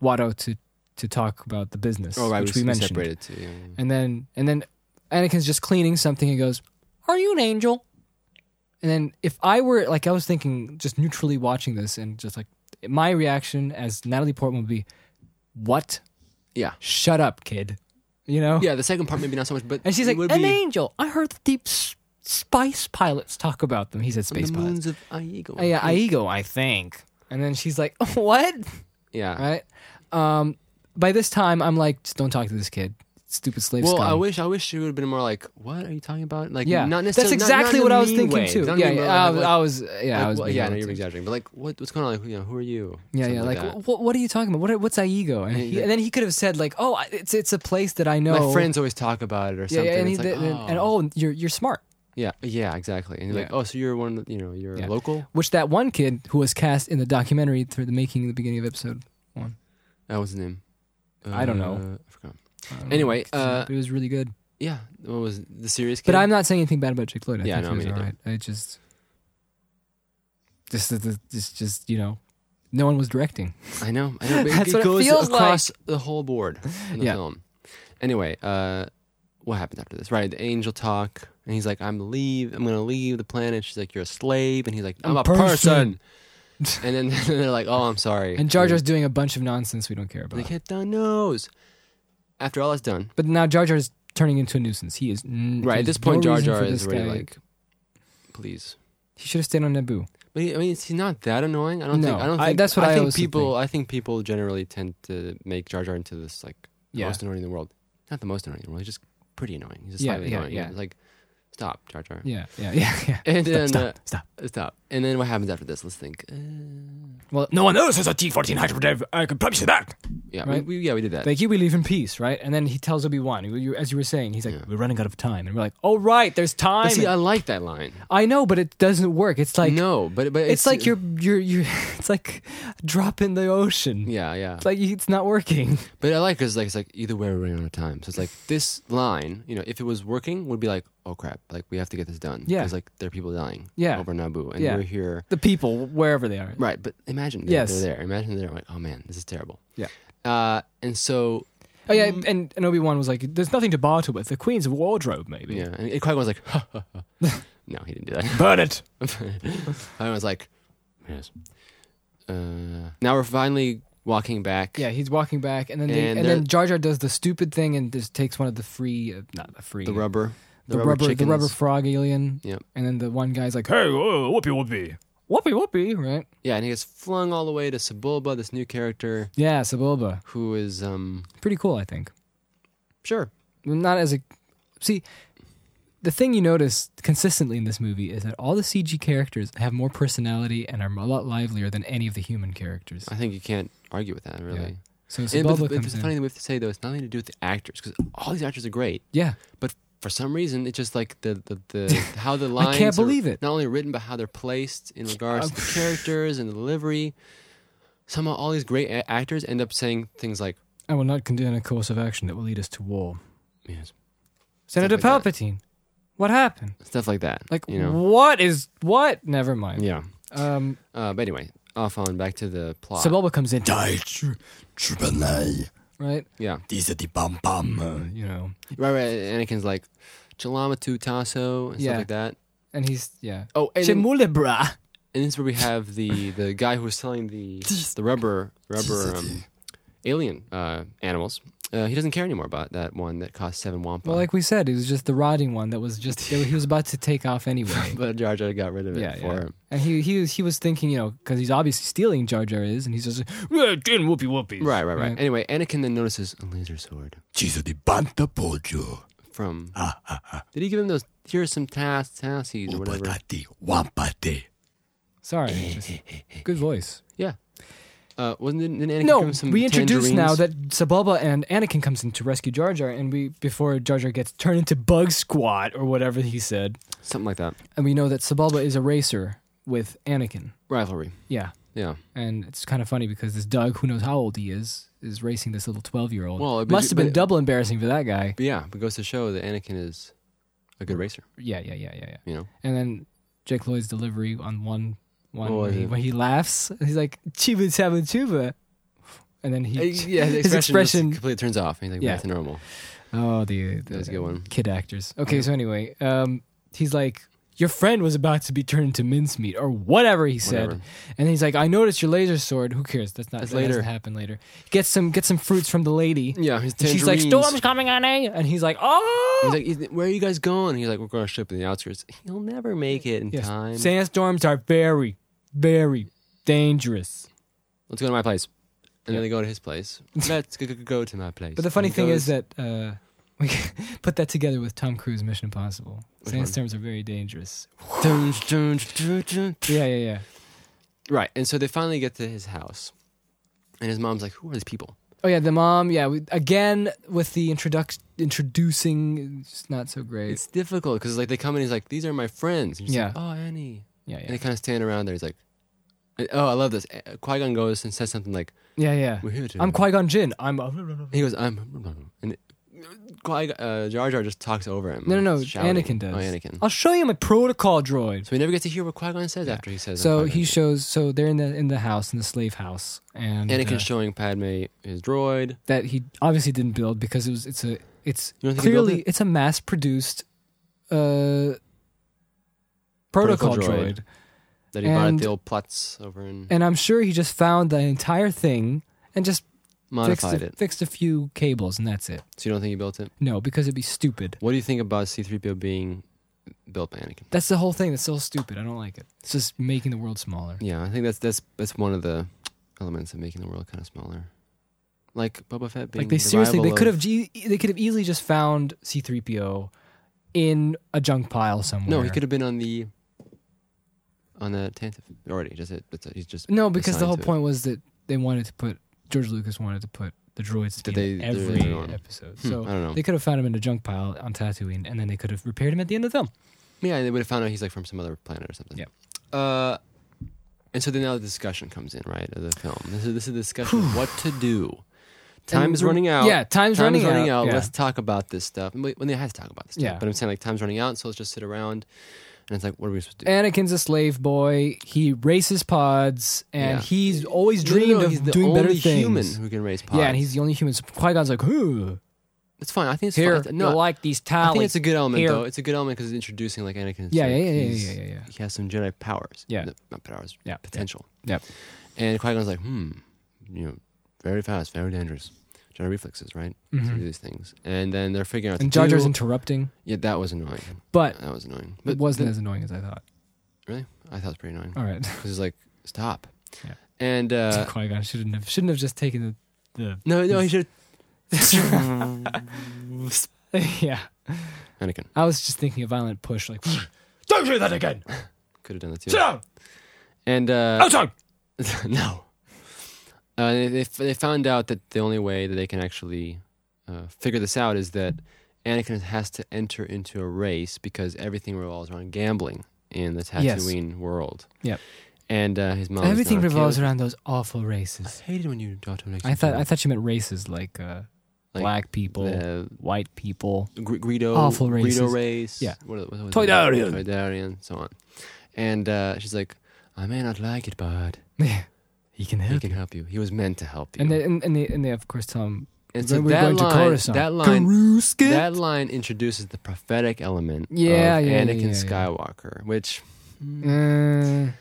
[SPEAKER 2] Watto to to talk about the business,
[SPEAKER 1] oh, right,
[SPEAKER 2] which
[SPEAKER 1] we,
[SPEAKER 2] we,
[SPEAKER 1] we
[SPEAKER 2] mentioned.
[SPEAKER 1] separated too. yeah, yeah.
[SPEAKER 2] And then and then Anakin's just cleaning something and goes, "Are you an angel?" And then if I were like I was thinking just neutrally watching this and just like my reaction as Natalie Portman would be, "What?
[SPEAKER 1] Yeah.
[SPEAKER 2] Shut up, kid." You know?
[SPEAKER 1] Yeah, the second part maybe not so much, but
[SPEAKER 2] And she's
[SPEAKER 1] it
[SPEAKER 2] like,
[SPEAKER 1] would
[SPEAKER 2] "An
[SPEAKER 1] be
[SPEAKER 2] angel. I heard the deep s- spice pilots talk about them." He said
[SPEAKER 1] on the
[SPEAKER 2] space pilots.
[SPEAKER 1] moons of Aigo.
[SPEAKER 2] Uh, yeah, Aigo, I think. And then she's like, "What?"
[SPEAKER 1] Yeah.
[SPEAKER 2] Right? Um by this time I'm like, "Just don't talk to this kid." Stupid slave
[SPEAKER 1] Well,
[SPEAKER 2] scum.
[SPEAKER 1] I wish I wish she would have been more like, "What are you talking about?" Like,
[SPEAKER 2] Yeah,
[SPEAKER 1] not necessarily.
[SPEAKER 2] That's
[SPEAKER 1] not- not
[SPEAKER 2] exactly
[SPEAKER 1] in
[SPEAKER 2] what
[SPEAKER 1] a
[SPEAKER 2] I was
[SPEAKER 1] mean
[SPEAKER 2] thinking
[SPEAKER 1] way.
[SPEAKER 2] too.
[SPEAKER 1] Not in a
[SPEAKER 2] Yeah, Uh,
[SPEAKER 1] mean way,
[SPEAKER 2] yeah, I,
[SPEAKER 1] like,
[SPEAKER 2] was- I was, yeah,
[SPEAKER 1] like,
[SPEAKER 2] I was,
[SPEAKER 1] well,
[SPEAKER 2] being
[SPEAKER 1] yeah, no, you're
[SPEAKER 2] relative.
[SPEAKER 1] exaggerating, but like, what, what's going on? Like, you know, who are you?
[SPEAKER 2] yeah,
[SPEAKER 1] Something
[SPEAKER 2] yeah. Like,
[SPEAKER 1] that.
[SPEAKER 2] what, what are you talking about? What, what's Aigo? And,
[SPEAKER 1] Yeah,
[SPEAKER 2] he,
[SPEAKER 1] yeah.
[SPEAKER 2] and then he could have said like, oh, I- it's it's a place that I know.
[SPEAKER 1] my friends always talk about it or
[SPEAKER 2] Yeah,
[SPEAKER 1] something.
[SPEAKER 2] yeah. And, he,
[SPEAKER 1] It's like,
[SPEAKER 2] then- and oh, you're you're smart.
[SPEAKER 1] Yeah, yeah, exactly. And you're like,
[SPEAKER 2] Yeah.
[SPEAKER 1] oh, so you're one, of the, you know, you're
[SPEAKER 2] Yeah.
[SPEAKER 1] a local.
[SPEAKER 2] Which that one kid who was cast in the documentary through the making of the beginning of episode.
[SPEAKER 1] That was his name.
[SPEAKER 2] I don't know.
[SPEAKER 1] Uh, I forgot.
[SPEAKER 2] I don't know,
[SPEAKER 1] Anyway,
[SPEAKER 2] it's, uh,
[SPEAKER 1] uh,
[SPEAKER 2] but it was really good.
[SPEAKER 1] Yeah, what was it? the serious? Kid?
[SPEAKER 2] But I'm not saying anything bad about Jake Lloyd. I
[SPEAKER 1] Yeah,
[SPEAKER 2] think
[SPEAKER 1] no,
[SPEAKER 2] he was
[SPEAKER 1] me
[SPEAKER 2] all
[SPEAKER 1] neither.
[SPEAKER 2] right. I just, just, just, just, just, you know, no one was directing.
[SPEAKER 1] I know. I know. But
[SPEAKER 2] That's
[SPEAKER 1] it
[SPEAKER 2] what it
[SPEAKER 1] goes
[SPEAKER 2] feels
[SPEAKER 1] across the whole board in the
[SPEAKER 2] Yeah.
[SPEAKER 1] film. Anyway, uh, what happens after this? Right, the angel talk, and he's like, "I'm leave. I'm gonna leave the planet." She's like, "You're a slave," and he's like, "I'm,
[SPEAKER 2] I'm
[SPEAKER 1] a person." and then they're like, "Oh, I'm sorry."
[SPEAKER 2] And Jar Jar's doing a bunch of nonsense we don't care
[SPEAKER 1] They
[SPEAKER 2] about.
[SPEAKER 1] can't done nose. After all that's done,
[SPEAKER 2] But now Jar Jar's turning into a nuisance. He is n-
[SPEAKER 1] right at
[SPEAKER 2] there's
[SPEAKER 1] this point,
[SPEAKER 2] no
[SPEAKER 1] Jar
[SPEAKER 2] reason
[SPEAKER 1] Jar
[SPEAKER 2] for
[SPEAKER 1] is
[SPEAKER 2] this
[SPEAKER 1] really
[SPEAKER 2] guy-
[SPEAKER 1] like, "Please."
[SPEAKER 2] he should have stayed on Naboo.
[SPEAKER 1] But he, I mean, is he not that annoying? I don't think.
[SPEAKER 2] No,
[SPEAKER 1] I don't
[SPEAKER 2] I-
[SPEAKER 1] think.
[SPEAKER 2] that's what I
[SPEAKER 1] think
[SPEAKER 2] also
[SPEAKER 1] people. I think people generally tend to make Jar Jar into this like the
[SPEAKER 2] Yeah.
[SPEAKER 1] most annoying in the world. Not the most annoying in the world. He's just pretty annoying. He's just
[SPEAKER 2] Yeah,
[SPEAKER 1] slightly
[SPEAKER 2] yeah,
[SPEAKER 1] annoying.
[SPEAKER 2] yeah.
[SPEAKER 1] It's Like, stop, Jar Jar.
[SPEAKER 2] Yeah, yeah, yeah, yeah.
[SPEAKER 1] And then
[SPEAKER 2] stop,
[SPEAKER 1] uh,
[SPEAKER 2] stop.
[SPEAKER 1] stop. And then what happens after this? Let's think. Uh,
[SPEAKER 2] Well,
[SPEAKER 3] No one else has a T-14 hyperdrive. I can promise you that.
[SPEAKER 1] yeah,
[SPEAKER 2] Right.
[SPEAKER 1] we, we yeah we did that.
[SPEAKER 2] like you, we leave in peace, right? And then he tells Obi Wan, as you were saying, he's like,
[SPEAKER 1] Yeah.
[SPEAKER 2] "We're running out of time," and we're like, "Oh right, there's
[SPEAKER 1] But
[SPEAKER 2] time."
[SPEAKER 1] see, I like that line.
[SPEAKER 2] I know, but it doesn't work. It's like
[SPEAKER 1] no, uh, but but
[SPEAKER 2] it's, like you're you're you. It's like a drop in the ocean.
[SPEAKER 1] Yeah, yeah.
[SPEAKER 2] It's like you- it's not working.
[SPEAKER 1] But I like because like it's like either way we're running out of time. So it's like this line, you know, if it was working, would be like, oh crap, like we have to get this done.
[SPEAKER 2] Yeah.
[SPEAKER 1] 'Cause, like there are people dying.
[SPEAKER 2] Yeah.
[SPEAKER 1] over Naboo, and
[SPEAKER 2] Yeah.
[SPEAKER 1] we're here.
[SPEAKER 2] The people, wherever they are,
[SPEAKER 1] Right, but imagine they're,
[SPEAKER 2] Yes.
[SPEAKER 1] they're there. Imagine they're like, oh man, this is terrible.
[SPEAKER 2] Yeah.
[SPEAKER 1] Uh, and so
[SPEAKER 2] Oh yeah,
[SPEAKER 1] Mm.
[SPEAKER 2] and, and Obi Wan was like, "There's nothing to barter with. The Queen's wardrobe, maybe."
[SPEAKER 1] yeah, and Qui Gon was like, ha, ha, ha. no, he didn't do that.
[SPEAKER 3] Burn it.
[SPEAKER 1] Qui Gon was like, yes. Uh, now we're finally walking back.
[SPEAKER 2] Yeah, he's walking back, and then
[SPEAKER 1] And
[SPEAKER 2] they, and
[SPEAKER 1] they're-
[SPEAKER 2] then Jar Jar does the stupid thing and just takes one of the free, uh, not the free,
[SPEAKER 1] The rubber. the,
[SPEAKER 2] the rubber, the
[SPEAKER 1] chickens.
[SPEAKER 2] rubber frog alien.
[SPEAKER 1] Yep.
[SPEAKER 2] And then the one guy's like,
[SPEAKER 3] Hey, uh, whoopee whoopee.
[SPEAKER 2] whoopee whoopee, right?
[SPEAKER 1] yeah, and he gets flung all the way to Sebulba, this new character
[SPEAKER 2] Yeah, Sebulba.
[SPEAKER 1] who is um
[SPEAKER 2] Pretty cool, I think.
[SPEAKER 1] sure
[SPEAKER 2] Not as a see. The thing you notice consistently in this movie is that all the CG characters have more personality and are a lot livelier than any of the human characters.
[SPEAKER 1] I think you can't argue with that really.
[SPEAKER 2] So
[SPEAKER 1] And, but
[SPEAKER 2] Sebulba
[SPEAKER 1] the-
[SPEAKER 2] comes
[SPEAKER 1] it's
[SPEAKER 2] in.
[SPEAKER 1] funny that we have to say though, it's nothing to do with the actors because all these actors are great.
[SPEAKER 2] yeah,
[SPEAKER 1] but for some reason it's just like the the, the how the lines
[SPEAKER 2] can't
[SPEAKER 1] are
[SPEAKER 2] believe it.
[SPEAKER 1] not only written but how they're placed in regards to the characters and the delivery somehow all these great a- actors end up saying things like
[SPEAKER 2] I will not condone a course of action that will lead us to war.
[SPEAKER 1] yes,
[SPEAKER 2] Senator
[SPEAKER 1] like that.
[SPEAKER 2] Palpatine, what happened?
[SPEAKER 1] stuff like that
[SPEAKER 2] Like,
[SPEAKER 1] you know
[SPEAKER 2] what is what? Never mind.
[SPEAKER 1] yeah
[SPEAKER 2] Um,
[SPEAKER 1] uh, but anyway off on back to the plot
[SPEAKER 2] Sebulba comes in,
[SPEAKER 4] Tribanai.
[SPEAKER 2] right?
[SPEAKER 1] yeah
[SPEAKER 4] These are the bum bum.
[SPEAKER 2] You know,
[SPEAKER 1] right right Anakin's like Chalamatu Tasso and
[SPEAKER 2] Yeah.
[SPEAKER 1] stuff like that
[SPEAKER 2] and he's yeah.
[SPEAKER 1] oh and, then,
[SPEAKER 4] Chimulebra.
[SPEAKER 1] and this is where we have the the guy who was selling the the rubber rubber um, alien uh, animals uh, he doesn't care anymore about that one that cost seven wampa
[SPEAKER 2] Well, like we said, it was just the rotting one that was just he was about to take off anyway.
[SPEAKER 1] But Jar Jar got rid of it
[SPEAKER 2] Yeah,
[SPEAKER 1] for
[SPEAKER 2] yeah.
[SPEAKER 1] him.
[SPEAKER 2] And he he was, he was thinking, you know, because he's obviously stealing Jar Jar is, and he's just like, "Yeah,
[SPEAKER 3] Again, whoopee whoopee.
[SPEAKER 1] Right, right, right.
[SPEAKER 2] Right.
[SPEAKER 1] Anyway, Anakin then notices a laser sword
[SPEAKER 4] These are the banta pojo.
[SPEAKER 1] from. Did he give him those? Here's some tas tassies or whatever.
[SPEAKER 4] Upatati, wampate.
[SPEAKER 2] sorry, just- good voice.
[SPEAKER 1] Yeah. Uh, wasn't didn't Anakin give
[SPEAKER 2] No,
[SPEAKER 1] him some
[SPEAKER 2] we introduce
[SPEAKER 1] tangerines?
[SPEAKER 2] now that Sebulba and Anakin comes in to rescue Jar Jar, and we before Jar Jar gets turned into Bug Squat or whatever he said,
[SPEAKER 1] something like that
[SPEAKER 2] and we know that Sebulba is a racer with Anakin.
[SPEAKER 1] rivalry.
[SPEAKER 2] Yeah,
[SPEAKER 1] Yeah.
[SPEAKER 2] and it's kind of funny because this Doug, who knows how old he is, is racing this little twelve-year-old.
[SPEAKER 1] Well, it-
[SPEAKER 2] must have been
[SPEAKER 1] but-
[SPEAKER 2] double embarrassing for that guy.
[SPEAKER 1] But yeah, but goes to show that Anakin is a good racer.
[SPEAKER 2] Yeah, yeah, yeah, yeah, yeah.
[SPEAKER 1] You know.
[SPEAKER 2] And then Jake Lloyd's delivery on one
[SPEAKER 1] What
[SPEAKER 2] one where
[SPEAKER 1] was
[SPEAKER 2] he,
[SPEAKER 1] it?
[SPEAKER 2] where he laughs. He's like Chiba Chaba Chuba, and then he
[SPEAKER 1] Uh, yeah, his
[SPEAKER 2] his
[SPEAKER 1] expression,
[SPEAKER 2] expression-
[SPEAKER 1] just completely turns off. He's like
[SPEAKER 2] Yeah.
[SPEAKER 1] back to normal.
[SPEAKER 2] oh the,
[SPEAKER 1] That was a
[SPEAKER 2] the
[SPEAKER 1] good one.
[SPEAKER 2] kid actors. Okay, so anyway, um, he's like. Your friend was about to be turned into mincemeat, or whatever he said,
[SPEAKER 1] Whatever.
[SPEAKER 2] and he's like, "I noticed your laser sword. Who cares? That's not
[SPEAKER 1] That's
[SPEAKER 2] that doesn't
[SPEAKER 1] later.
[SPEAKER 2] Happen later. Get some get some fruits from the lady.
[SPEAKER 1] Yeah, his
[SPEAKER 2] And
[SPEAKER 1] tangerines.
[SPEAKER 2] She's like, "Storm's coming on eh?" and he's like, "Oh,
[SPEAKER 1] He's like, "Ethan, where are you guys going? He's like, we're going to ship in the outskirts. He'll never make it in
[SPEAKER 2] Yes,
[SPEAKER 1] time.
[SPEAKER 2] Sandstorms are very, very dangerous."
[SPEAKER 1] Let's go to my place. And then they go to his place. Let's go, go- go to my place.
[SPEAKER 2] But the funny
[SPEAKER 1] And he
[SPEAKER 2] thing
[SPEAKER 1] goes-
[SPEAKER 2] is that uh, we put that together with Tom Cruise Mission Impossible.
[SPEAKER 1] Which one?
[SPEAKER 2] Sandstorms are very dangerous.
[SPEAKER 1] Dun, dun, dun, dun.
[SPEAKER 2] Yeah, yeah, yeah.
[SPEAKER 1] Right. And so they finally get to his house. And his mom's like, Who are these people?
[SPEAKER 2] Oh yeah, the mom. Yeah, we, again with the introduc- introducing, it's not so great.
[SPEAKER 1] It's difficult because like they come in, he's like, These are my friends. And she's
[SPEAKER 2] Yeah.
[SPEAKER 1] like, Oh, Annie.
[SPEAKER 2] yeah,
[SPEAKER 1] And
[SPEAKER 2] yeah,
[SPEAKER 1] they kind of stand around there. He's like, and- Oh, I love this. Qui Gon goes and says something like,
[SPEAKER 2] yeah, yeah.
[SPEAKER 1] We're here to.
[SPEAKER 2] I'm Qui Gon Jinn. I'm a
[SPEAKER 1] He goes, I'm. And Qui uh, Jar Jar just talks over him.
[SPEAKER 2] no, no, no.
[SPEAKER 1] He's shouting.
[SPEAKER 2] Anakin does.
[SPEAKER 1] Oh, Anakin.
[SPEAKER 2] I'll show you my protocol droid.
[SPEAKER 1] So we never get to hear what Qui Gon says after he says.
[SPEAKER 2] So
[SPEAKER 1] "I'm Qui-Gon
[SPEAKER 2] he
[SPEAKER 1] Jinn."
[SPEAKER 2] shows. So they're in the in the house in the slave house, and
[SPEAKER 1] Anakin's
[SPEAKER 2] uh,
[SPEAKER 1] showing Padme his droid.
[SPEAKER 2] that he obviously didn't build because it was it's a it's
[SPEAKER 1] You don't think he built
[SPEAKER 2] clearly
[SPEAKER 1] it?
[SPEAKER 2] it's a mass produced uh protocol,
[SPEAKER 1] Protocol
[SPEAKER 2] droid.
[SPEAKER 1] droid. that he bought at
[SPEAKER 2] And-
[SPEAKER 1] the old Plutz over in
[SPEAKER 2] and I'm sure he just found the entire thing and just fixed
[SPEAKER 1] modified
[SPEAKER 2] a,
[SPEAKER 1] it.
[SPEAKER 2] fixed a few cables and that's it.
[SPEAKER 1] So you don't think he built it?
[SPEAKER 2] No, because it'd be stupid.
[SPEAKER 1] What do you think about C-3PO being built by Anakin?
[SPEAKER 2] That's the whole thing. That's so stupid. I don't like it. It's just making the world smaller.
[SPEAKER 1] Yeah, I think that's that's that's one of the elements of making the world kind of smaller. Like Boba Fett being
[SPEAKER 2] Like they
[SPEAKER 1] the
[SPEAKER 2] seriously,
[SPEAKER 1] rival
[SPEAKER 2] they could
[SPEAKER 1] of-
[SPEAKER 2] have g- they could have easily just found C-3PO in a junk pile somewhere.
[SPEAKER 1] No, he could have been on the on the Tantive already. Just it. It's, he's just
[SPEAKER 2] No, because the
[SPEAKER 1] assigned
[SPEAKER 2] whole
[SPEAKER 1] to it.
[SPEAKER 2] point was that they wanted to put George Lucas wanted to put the droids to
[SPEAKER 1] Did
[SPEAKER 2] be in
[SPEAKER 1] they- they're-
[SPEAKER 2] every
[SPEAKER 1] they're on.
[SPEAKER 2] episode.
[SPEAKER 1] Hmm,
[SPEAKER 2] So
[SPEAKER 1] I don't know.
[SPEAKER 2] they could have found him in a junk pile on Tatooine, and then they could have repaired him at the end of the film.
[SPEAKER 1] yeah, and they would have found out he's like from some other planet or something. Yeah. Uh, and so then now the discussion comes in, right, of the film. This is this is the discussion of what to do. Time
[SPEAKER 2] And
[SPEAKER 1] is
[SPEAKER 2] we're-
[SPEAKER 1] running out.
[SPEAKER 2] Yeah, time's
[SPEAKER 1] time's
[SPEAKER 2] running,
[SPEAKER 1] running
[SPEAKER 2] out.
[SPEAKER 1] out.
[SPEAKER 2] Yeah.
[SPEAKER 1] Let's talk about this stuff. And we- When they have to talk about this stuff,
[SPEAKER 2] Yeah.
[SPEAKER 1] but I'm saying like time's running out, so let's just sit around. And it's like, what are we supposed to do?
[SPEAKER 2] Anakin's a slave boy. He races pods, and
[SPEAKER 1] Yeah.
[SPEAKER 2] he's always
[SPEAKER 1] No, no, no,
[SPEAKER 2] dreamed
[SPEAKER 1] he's
[SPEAKER 2] of
[SPEAKER 1] the
[SPEAKER 2] doing
[SPEAKER 1] only
[SPEAKER 2] better things.
[SPEAKER 1] human who can raise pods.
[SPEAKER 2] Yeah, and he's the only human. So Qui Gon's like, "Ooh,
[SPEAKER 1] it's fine. I think it's
[SPEAKER 2] here,
[SPEAKER 1] fine.
[SPEAKER 2] no,
[SPEAKER 1] No,
[SPEAKER 2] you like these
[SPEAKER 1] I
[SPEAKER 2] tallies?"
[SPEAKER 1] think it's a good element
[SPEAKER 2] Here.
[SPEAKER 1] though. It's a good element because it's introducing like Anakin. It's
[SPEAKER 2] yeah,
[SPEAKER 1] like,
[SPEAKER 2] yeah, yeah, yeah,
[SPEAKER 1] he's-
[SPEAKER 2] yeah, yeah, yeah,
[SPEAKER 1] He has some Jedi powers.
[SPEAKER 2] Yeah.
[SPEAKER 1] No, not powers.
[SPEAKER 2] yeah.
[SPEAKER 1] Potential.
[SPEAKER 2] Yep.
[SPEAKER 1] And Qui Gon's like, hmm, you know, very fast, very dangerous. General reflexes, right? To do these things, and then they're figuring out.
[SPEAKER 2] Mm-hmm. And
[SPEAKER 1] the
[SPEAKER 2] Jar Jar's
[SPEAKER 1] two-
[SPEAKER 2] interrupting,
[SPEAKER 1] yeah, that was annoying.
[SPEAKER 2] but
[SPEAKER 1] That was annoying.
[SPEAKER 2] it wasn't
[SPEAKER 1] then-
[SPEAKER 2] as annoying as I thought.
[SPEAKER 1] really. I thought it was pretty annoying
[SPEAKER 2] All right,
[SPEAKER 1] because it's like stop.
[SPEAKER 2] Yeah.
[SPEAKER 1] And uh,
[SPEAKER 2] Qui Gon shouldn't have shouldn't have just taken the
[SPEAKER 1] no, no, he should.
[SPEAKER 2] the. yeah,
[SPEAKER 1] Anakin
[SPEAKER 2] I was just thinking a violent push, like
[SPEAKER 3] Don't do that again!
[SPEAKER 1] could have done that too.
[SPEAKER 3] Sit down!
[SPEAKER 1] And
[SPEAKER 2] Oh,
[SPEAKER 1] uh,
[SPEAKER 3] Outside!
[SPEAKER 1] no. Uh, they, they, they found out that the only way that they can actually uh, figure this out is that Anakin has to enter into a race because everything revolves around gambling in the
[SPEAKER 2] Yes.
[SPEAKER 1] Tatooine world.
[SPEAKER 2] Yep.
[SPEAKER 1] And uh, his mom. is
[SPEAKER 2] everything
[SPEAKER 1] not okay
[SPEAKER 2] revolves
[SPEAKER 1] with-
[SPEAKER 2] around those awful races.
[SPEAKER 1] I hated when you talked to an
[SPEAKER 2] I thought I thought you meant races like, uh,
[SPEAKER 1] Like
[SPEAKER 2] black people,
[SPEAKER 1] the
[SPEAKER 2] white people.
[SPEAKER 1] Gr- Greedo,
[SPEAKER 2] Awful races.
[SPEAKER 1] Greedo race.
[SPEAKER 2] Yeah.
[SPEAKER 1] What, what was
[SPEAKER 3] Toydarian.
[SPEAKER 1] it? Toydarian, so on. And uh, she's like, I may not like it, but
[SPEAKER 2] he can
[SPEAKER 1] he can help you. He was meant to help you.
[SPEAKER 2] And they, and, and they and they of course tell him
[SPEAKER 1] And
[SPEAKER 2] Then
[SPEAKER 1] so
[SPEAKER 2] we're
[SPEAKER 1] that
[SPEAKER 2] going to
[SPEAKER 1] line,
[SPEAKER 2] Coruscant.
[SPEAKER 1] that line,
[SPEAKER 2] Coruscant?
[SPEAKER 1] that line introduces the prophetic element
[SPEAKER 2] Yeah,
[SPEAKER 1] of
[SPEAKER 2] yeah, yeah,
[SPEAKER 1] Anakin
[SPEAKER 2] yeah, yeah.
[SPEAKER 1] Skywalker, which
[SPEAKER 2] Uh,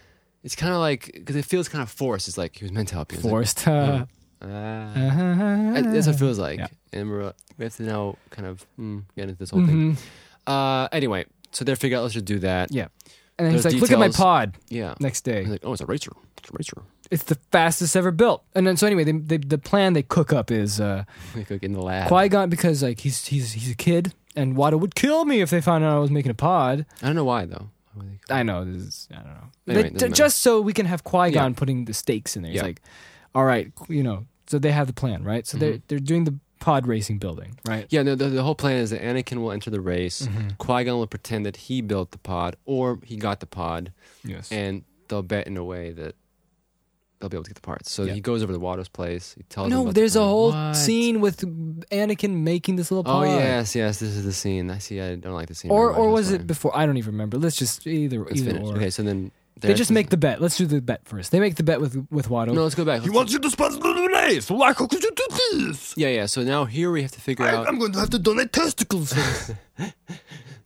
[SPEAKER 1] it's kind of like because it feels kind of forced. It's like he was meant to help you. It's like,
[SPEAKER 2] forced. Uh,
[SPEAKER 1] ah.
[SPEAKER 2] uh,
[SPEAKER 1] That- That's what it feels like,
[SPEAKER 2] Yeah.
[SPEAKER 1] and we're, we have to now kind of mm, get into this whole thing.
[SPEAKER 2] Mhm.
[SPEAKER 1] Uh, anyway, so they figure out let's just do that.
[SPEAKER 2] Yeah. And then he's
[SPEAKER 1] Those
[SPEAKER 2] like, "Look at my
[SPEAKER 1] details-
[SPEAKER 2] pod."
[SPEAKER 1] yeah.
[SPEAKER 2] Next
[SPEAKER 1] He's
[SPEAKER 2] day,
[SPEAKER 1] like, oh, it's a racer. It's a racer.
[SPEAKER 2] it's the fastest ever built. And then so anyway, they, they, the plan they cook up is uh,
[SPEAKER 1] Like, like in the lab.
[SPEAKER 2] Qui Gon because like he's he's he's a kid, and Wada would kill me if they found out I was making a pod.
[SPEAKER 1] I don't know why though. Why would they-
[SPEAKER 2] I know this is I don't know.
[SPEAKER 1] Anyway,
[SPEAKER 2] They-
[SPEAKER 1] it doesn't
[SPEAKER 2] just so we can have Qui Gon
[SPEAKER 1] Yeah.
[SPEAKER 2] putting the stakes in there. He's
[SPEAKER 1] Yeah.
[SPEAKER 2] like, all right, you know. So they have the plan, right? So they're
[SPEAKER 1] Mhm.
[SPEAKER 2] they're doing the pod racing building, right?
[SPEAKER 1] Yeah, no, the, the whole plan is that Anakin will enter the race.
[SPEAKER 2] Mm-hmm.
[SPEAKER 1] Qui Gon will pretend that he built the pod or he got the pod,
[SPEAKER 2] Yes.
[SPEAKER 1] and they'll bet in a way that they'll be able to get the parts. So
[SPEAKER 2] Yeah.
[SPEAKER 1] he goes over to Watto's place. He tells them
[SPEAKER 2] no,
[SPEAKER 1] about the
[SPEAKER 2] there's a
[SPEAKER 1] plan.
[SPEAKER 2] whole
[SPEAKER 1] What?
[SPEAKER 2] scene with Anakin making this little
[SPEAKER 1] Oh
[SPEAKER 2] pod.
[SPEAKER 1] yes, yes, this is the scene. I see. I don't like the scene.
[SPEAKER 2] Or
[SPEAKER 1] very much,
[SPEAKER 2] or
[SPEAKER 1] that's
[SPEAKER 2] was
[SPEAKER 1] why.
[SPEAKER 2] it before? I don't even remember. Let's just either
[SPEAKER 1] It's
[SPEAKER 2] either
[SPEAKER 1] finished.
[SPEAKER 2] or.
[SPEAKER 1] Okay, so then
[SPEAKER 2] They just make the bet. Let's do the bet first. They make the bet with with Watto.
[SPEAKER 1] No, let's go back.
[SPEAKER 4] He wants you to sponsor the race. So why could you do this?
[SPEAKER 1] yeah, yeah. So now here we have to figure
[SPEAKER 4] I,
[SPEAKER 1] out.
[SPEAKER 4] I'm going to have to donate testicles.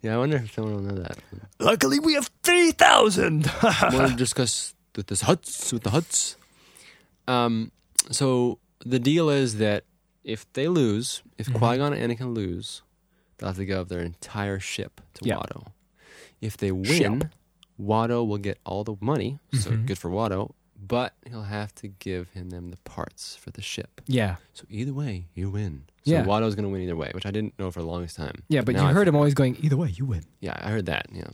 [SPEAKER 1] Yeah, I wonder if someone will know that.
[SPEAKER 4] Luckily, we have 3,000.
[SPEAKER 1] want to discuss with the huts with the huts. Um, so the deal is that if they lose, if
[SPEAKER 2] Mm-hmm.
[SPEAKER 1] Qui Gon and Anakin lose, they'll have to give up their entire ship to
[SPEAKER 2] Yeah.
[SPEAKER 1] Watto. If they win, Watto will get all the money, so
[SPEAKER 2] Mm-hmm.
[SPEAKER 1] good for Watto. But he'll have to give him them the parts for the ship.
[SPEAKER 2] Yeah,
[SPEAKER 1] So either way, you win. So
[SPEAKER 2] Yeah.
[SPEAKER 1] Watto's going to win either way, which I didn't know for the longest time.
[SPEAKER 2] yeah. But
[SPEAKER 1] now
[SPEAKER 2] you
[SPEAKER 1] I
[SPEAKER 2] heard him always going either way. You win.
[SPEAKER 1] Yeah, I heard that. Yeah.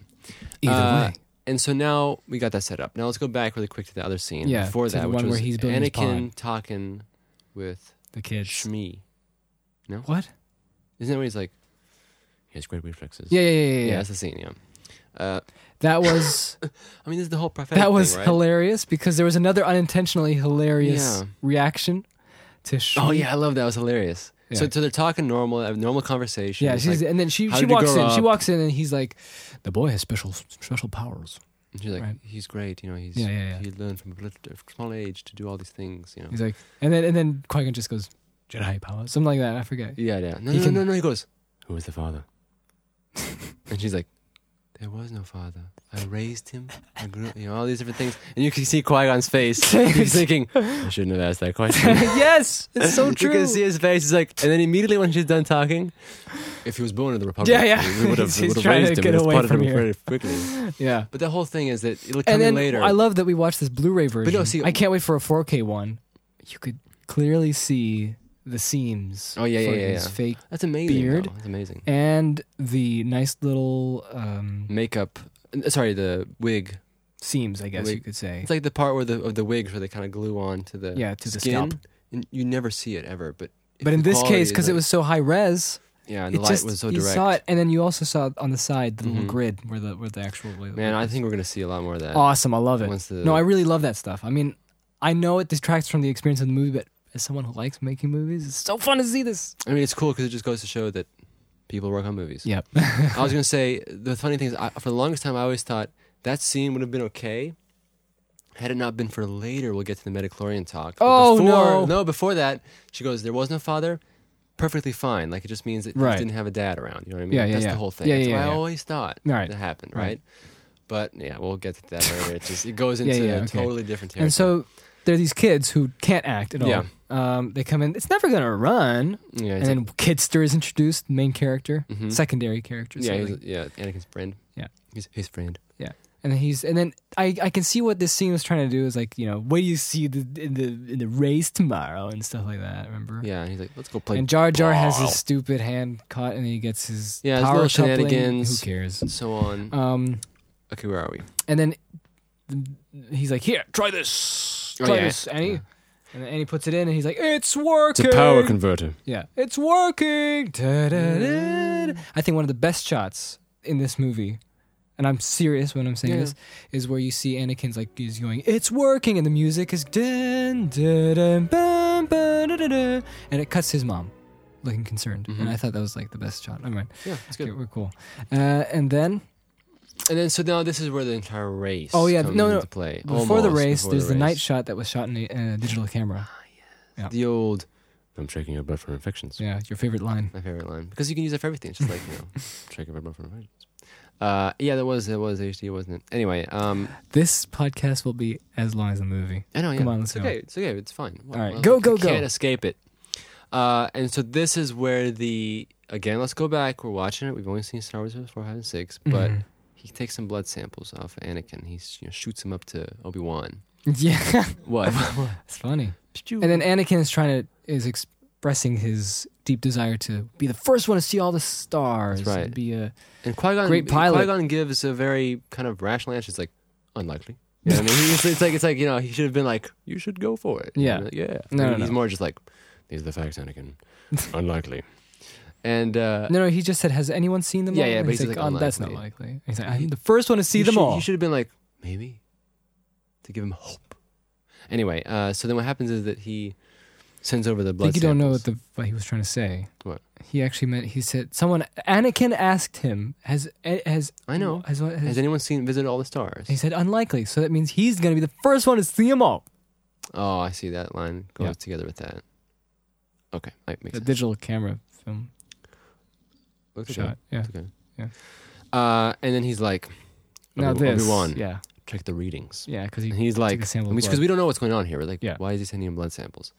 [SPEAKER 2] Either
[SPEAKER 1] Uh,
[SPEAKER 2] way.
[SPEAKER 1] And so now we got that set up. Now let's go back really quick to the other scene
[SPEAKER 2] Yeah,
[SPEAKER 1] before
[SPEAKER 2] to
[SPEAKER 1] that,
[SPEAKER 2] the
[SPEAKER 1] which
[SPEAKER 2] one
[SPEAKER 1] was
[SPEAKER 2] where he's building his
[SPEAKER 1] Anakin talking with
[SPEAKER 2] The kids.
[SPEAKER 1] Shmi.
[SPEAKER 2] What?
[SPEAKER 1] Isn't that where he's like, he has great reflexes?
[SPEAKER 2] Yeah, yeah, yeah, yeah.
[SPEAKER 1] yeah,
[SPEAKER 2] yeah.
[SPEAKER 1] that's the scene, yeah. Uh,
[SPEAKER 2] That was
[SPEAKER 1] I mean, this is the whole prophetic
[SPEAKER 2] that was
[SPEAKER 1] thing, right?
[SPEAKER 2] hilarious because there was another unintentionally hilarious
[SPEAKER 1] Yeah.
[SPEAKER 2] reaction to. Shmi.
[SPEAKER 1] Oh, yeah, I love that. It was hilarious. So,
[SPEAKER 2] Yeah.
[SPEAKER 1] so they're talking normal, a normal conversation.
[SPEAKER 2] Yeah,
[SPEAKER 1] It's
[SPEAKER 2] she's,
[SPEAKER 1] like,
[SPEAKER 2] and then she
[SPEAKER 1] how
[SPEAKER 2] she
[SPEAKER 1] did you
[SPEAKER 2] walks in.
[SPEAKER 1] grow
[SPEAKER 2] She
[SPEAKER 1] up?
[SPEAKER 2] walks in, and he's like, "The boy has special special powers."
[SPEAKER 1] and she's like,
[SPEAKER 2] right.
[SPEAKER 1] he's great. You know, he's
[SPEAKER 2] Yeah, yeah, yeah.
[SPEAKER 1] he learned from a little- small age to do all these things. You know.
[SPEAKER 2] He's like, and then and then Qui Gon just goes, "Jedi powers," something like that. I forget.
[SPEAKER 1] Yeah, yeah. No,
[SPEAKER 2] He
[SPEAKER 1] no,
[SPEAKER 2] can-
[SPEAKER 1] no, no. He goes, "Who was the father?" and she's like, "There was no father. I raised him. I grew, you know, all these different things." And you can see Qui Gon's face. he's thinking, "I shouldn't have asked that question."
[SPEAKER 2] yes, it's so
[SPEAKER 1] You can see his face. He's like, and then immediately when she's done talking, if he was born in the Republic,
[SPEAKER 2] Yeah, yeah.
[SPEAKER 1] we would have,
[SPEAKER 2] He's-
[SPEAKER 1] we
[SPEAKER 2] he's
[SPEAKER 1] would have
[SPEAKER 2] trying to
[SPEAKER 1] raised him.
[SPEAKER 2] get
[SPEAKER 1] as
[SPEAKER 2] away
[SPEAKER 1] part of
[SPEAKER 2] from
[SPEAKER 1] him
[SPEAKER 2] here.
[SPEAKER 1] very quickly.
[SPEAKER 2] yeah.
[SPEAKER 1] But the whole thing is that it'll come
[SPEAKER 2] And then
[SPEAKER 1] in later.
[SPEAKER 2] I love that we watched this Blu-ray version.
[SPEAKER 1] no, see-
[SPEAKER 2] I can't wait for a 4K one. You could clearly see the seams.
[SPEAKER 1] Oh, yeah, yeah,
[SPEAKER 2] for
[SPEAKER 1] yeah,
[SPEAKER 2] his
[SPEAKER 1] yeah.
[SPEAKER 2] fake
[SPEAKER 1] That's amazing.
[SPEAKER 2] Beard.
[SPEAKER 1] though. That's amazing.
[SPEAKER 2] and the nice little um,
[SPEAKER 1] Makeup. uh, Sorry, the wig.
[SPEAKER 2] seams. I guess
[SPEAKER 1] Wait.
[SPEAKER 2] you could say.
[SPEAKER 1] It's like the part where the of the wigs where they kind of glue on to the
[SPEAKER 2] Yeah, to the
[SPEAKER 1] skin,
[SPEAKER 2] scalp.
[SPEAKER 1] and you never see it ever. But if
[SPEAKER 2] But in
[SPEAKER 1] the
[SPEAKER 2] this
[SPEAKER 1] quality
[SPEAKER 2] case,
[SPEAKER 1] is
[SPEAKER 2] because it
[SPEAKER 1] like-
[SPEAKER 2] was so high res,
[SPEAKER 1] yeah, and
[SPEAKER 2] it
[SPEAKER 1] the light
[SPEAKER 2] just
[SPEAKER 1] was so
[SPEAKER 2] you
[SPEAKER 1] direct.
[SPEAKER 2] saw it, and then you also saw it on the side the
[SPEAKER 1] Mhm.
[SPEAKER 2] little grid where the where the actual where the-
[SPEAKER 1] Man, I think we're gonna see a lot more of that.
[SPEAKER 2] awesome. I love it.
[SPEAKER 1] Once the-
[SPEAKER 2] no, I really love that stuff. I mean, I know it detracts from the experience of the movie, but as someone who likes making movies, it's so fun to see this.
[SPEAKER 1] I mean, it's cool because it just goes to show that people work on movies.
[SPEAKER 2] Yep.
[SPEAKER 1] I was gonna say the funny thing is, I, for the longest time, I always thought that scene would have been okay had it not been for later. We'll get to the Metachlorian talk. But
[SPEAKER 2] Oh,
[SPEAKER 1] before,
[SPEAKER 2] no.
[SPEAKER 1] No, before that, she goes, "There was no father." Perfectly fine. Like it just means that he
[SPEAKER 2] Right.
[SPEAKER 1] didn't have a dad around. You know what I mean?
[SPEAKER 2] Yeah, yeah,
[SPEAKER 1] That's
[SPEAKER 2] yeah.
[SPEAKER 1] the whole thing.
[SPEAKER 2] Yeah,
[SPEAKER 1] That's
[SPEAKER 2] yeah,
[SPEAKER 1] what I
[SPEAKER 2] yeah.
[SPEAKER 1] always thought
[SPEAKER 2] Right.
[SPEAKER 1] that happened,
[SPEAKER 2] Right.
[SPEAKER 1] right? But yeah, we'll get to that later. It just it goes
[SPEAKER 2] Yeah,
[SPEAKER 1] into
[SPEAKER 2] yeah,
[SPEAKER 1] a
[SPEAKER 2] okay.
[SPEAKER 1] totally different territory.
[SPEAKER 2] and so there are these kids who can't act at all.
[SPEAKER 1] Yeah.
[SPEAKER 2] Um, they come in. It's never gonna run.
[SPEAKER 1] Yeah,
[SPEAKER 2] And
[SPEAKER 1] he's
[SPEAKER 2] then Kidster is introduced, main character, secondary character.
[SPEAKER 1] like- Mm-hmm. yeah,
[SPEAKER 2] so
[SPEAKER 1] he's,
[SPEAKER 2] like-
[SPEAKER 1] yeah, Anakin's friend.
[SPEAKER 2] Yeah.
[SPEAKER 1] he's his friend.
[SPEAKER 2] Yeah. And then he's and then I, I can see what this scene was trying to do is like, you know, what do you see the, in the in the race tomorrow and stuff like that, remember?
[SPEAKER 1] Yeah, and he's like, let's go play.
[SPEAKER 2] And Jar Jar has
[SPEAKER 1] ball."
[SPEAKER 2] his stupid hand caught and he gets his
[SPEAKER 1] Yeah, his
[SPEAKER 2] power
[SPEAKER 1] little
[SPEAKER 2] coupling.
[SPEAKER 1] shenanigans.
[SPEAKER 2] Who cares?
[SPEAKER 1] so on.
[SPEAKER 2] Um
[SPEAKER 1] okay, where are we?
[SPEAKER 2] and then he's like, Here, try this. Try
[SPEAKER 1] Oh, yeah.
[SPEAKER 2] this. And he and then and he puts it in and he's like, It's working.
[SPEAKER 1] converter.
[SPEAKER 2] Yeah, it's working. Da-da-da-da. I think one of the best shots in this movie, and I'm serious when I'm saying
[SPEAKER 1] Yeah.
[SPEAKER 2] this, is where you see Anakin's like he's going, "It's working," and the music is dun, dun, dun, bun, bun, dun, dun, dun, and it cuts his mom looking concerned, and I thought that was like the best shot. Never mind.
[SPEAKER 1] Yeah, it's
[SPEAKER 2] Okay,
[SPEAKER 1] Mm-hmm. good.
[SPEAKER 2] we're cool. Uh, and then
[SPEAKER 1] And then so now this is where the entire race.
[SPEAKER 2] Oh, yeah,
[SPEAKER 1] comes
[SPEAKER 2] no, no.
[SPEAKER 1] into play.
[SPEAKER 2] before the
[SPEAKER 1] Almost
[SPEAKER 2] race,
[SPEAKER 1] before
[SPEAKER 2] there's the, night
[SPEAKER 1] race. Ah,
[SPEAKER 2] shot that was shot in a uh, digital camera.
[SPEAKER 1] The old. I'm checking your blood for infections.
[SPEAKER 2] Yeah, your favorite line.
[SPEAKER 1] My favorite line because you can use it for everything. It's just like you know, checking your blood for infections. Uh, yeah, that was that was HD, wasn't it? Anyway, um,
[SPEAKER 2] This podcast will be as long as the movie.
[SPEAKER 1] I know. Yeah,
[SPEAKER 2] Come on, let's
[SPEAKER 1] it's
[SPEAKER 2] go.
[SPEAKER 1] okay. It's okay. It's fine.
[SPEAKER 2] All right, go, go,
[SPEAKER 1] you
[SPEAKER 2] go.
[SPEAKER 1] Can't escape it. Uh, and so this is where the again. Let's go back. We're watching it. We've only seen Star Wars episodes four, five, and six, but.
[SPEAKER 2] Mhm.
[SPEAKER 1] He takes some blood samples off Anakin. He you know, shoots him up to Obi Wan.
[SPEAKER 2] yeah,
[SPEAKER 1] What?
[SPEAKER 2] it's funny. And then Anakin is trying to is expressing his deep desire to be the first one to see all the stars.
[SPEAKER 1] That's right.
[SPEAKER 2] and Be a
[SPEAKER 1] And Qui Gon,
[SPEAKER 2] Great pilot.
[SPEAKER 1] Qui Gon gives a very kind of rational answer. It's like unlikely. You know what I mean, it's, it's like it's like you know he should have been like you should go for it. You
[SPEAKER 2] Yeah.
[SPEAKER 1] know, like, yeah.
[SPEAKER 2] No,
[SPEAKER 1] And
[SPEAKER 2] no,
[SPEAKER 1] he's
[SPEAKER 2] no.
[SPEAKER 1] more just like these are the facts, Anakin. unlikely. And uh,
[SPEAKER 2] no, no. He just said, "Has anyone seen them
[SPEAKER 1] Yeah,
[SPEAKER 2] all?"
[SPEAKER 1] yeah,
[SPEAKER 2] And
[SPEAKER 1] but
[SPEAKER 2] he's,
[SPEAKER 1] he's
[SPEAKER 2] like,
[SPEAKER 1] like,
[SPEAKER 2] "Oh, that's not
[SPEAKER 1] unlikely."
[SPEAKER 2] likely." And he's like, "I'm the first one to see
[SPEAKER 1] you
[SPEAKER 2] them
[SPEAKER 1] should,
[SPEAKER 2] all."
[SPEAKER 1] You should have been like maybe to give him hope. Anyway, uh, so then what happens is that he sends over the
[SPEAKER 2] I
[SPEAKER 1] blood.
[SPEAKER 2] think you don't know
[SPEAKER 1] samples.
[SPEAKER 2] what the what he was trying to say.
[SPEAKER 1] What?
[SPEAKER 2] he actually meant? He said, "Someone." Anakin asked him, "Has eh, has
[SPEAKER 1] I know.
[SPEAKER 2] Has, has,
[SPEAKER 1] Has anyone seen Visit All the Stars?
[SPEAKER 2] he said unlikely, so that means he's going to be the first one to see them all.
[SPEAKER 1] Oh, I see that line goes
[SPEAKER 2] Yeah.
[SPEAKER 1] together with that. Okay, that makes
[SPEAKER 2] The
[SPEAKER 1] sense.
[SPEAKER 2] digital camera film
[SPEAKER 1] Looks okay.
[SPEAKER 2] shot. Yeah.
[SPEAKER 1] It's okay.
[SPEAKER 2] Yeah.
[SPEAKER 1] Uh, and then he's like,
[SPEAKER 2] Now
[SPEAKER 1] Obi-
[SPEAKER 2] this.
[SPEAKER 1] Obi-Wan,
[SPEAKER 2] Yeah.
[SPEAKER 1] check the readings.
[SPEAKER 2] Yeah, because he
[SPEAKER 1] And he's like,
[SPEAKER 2] a sample of
[SPEAKER 1] because
[SPEAKER 2] blood.
[SPEAKER 1] we don't know what's going on here. We're like,
[SPEAKER 2] Yeah.
[SPEAKER 1] why is he sending him blood samples?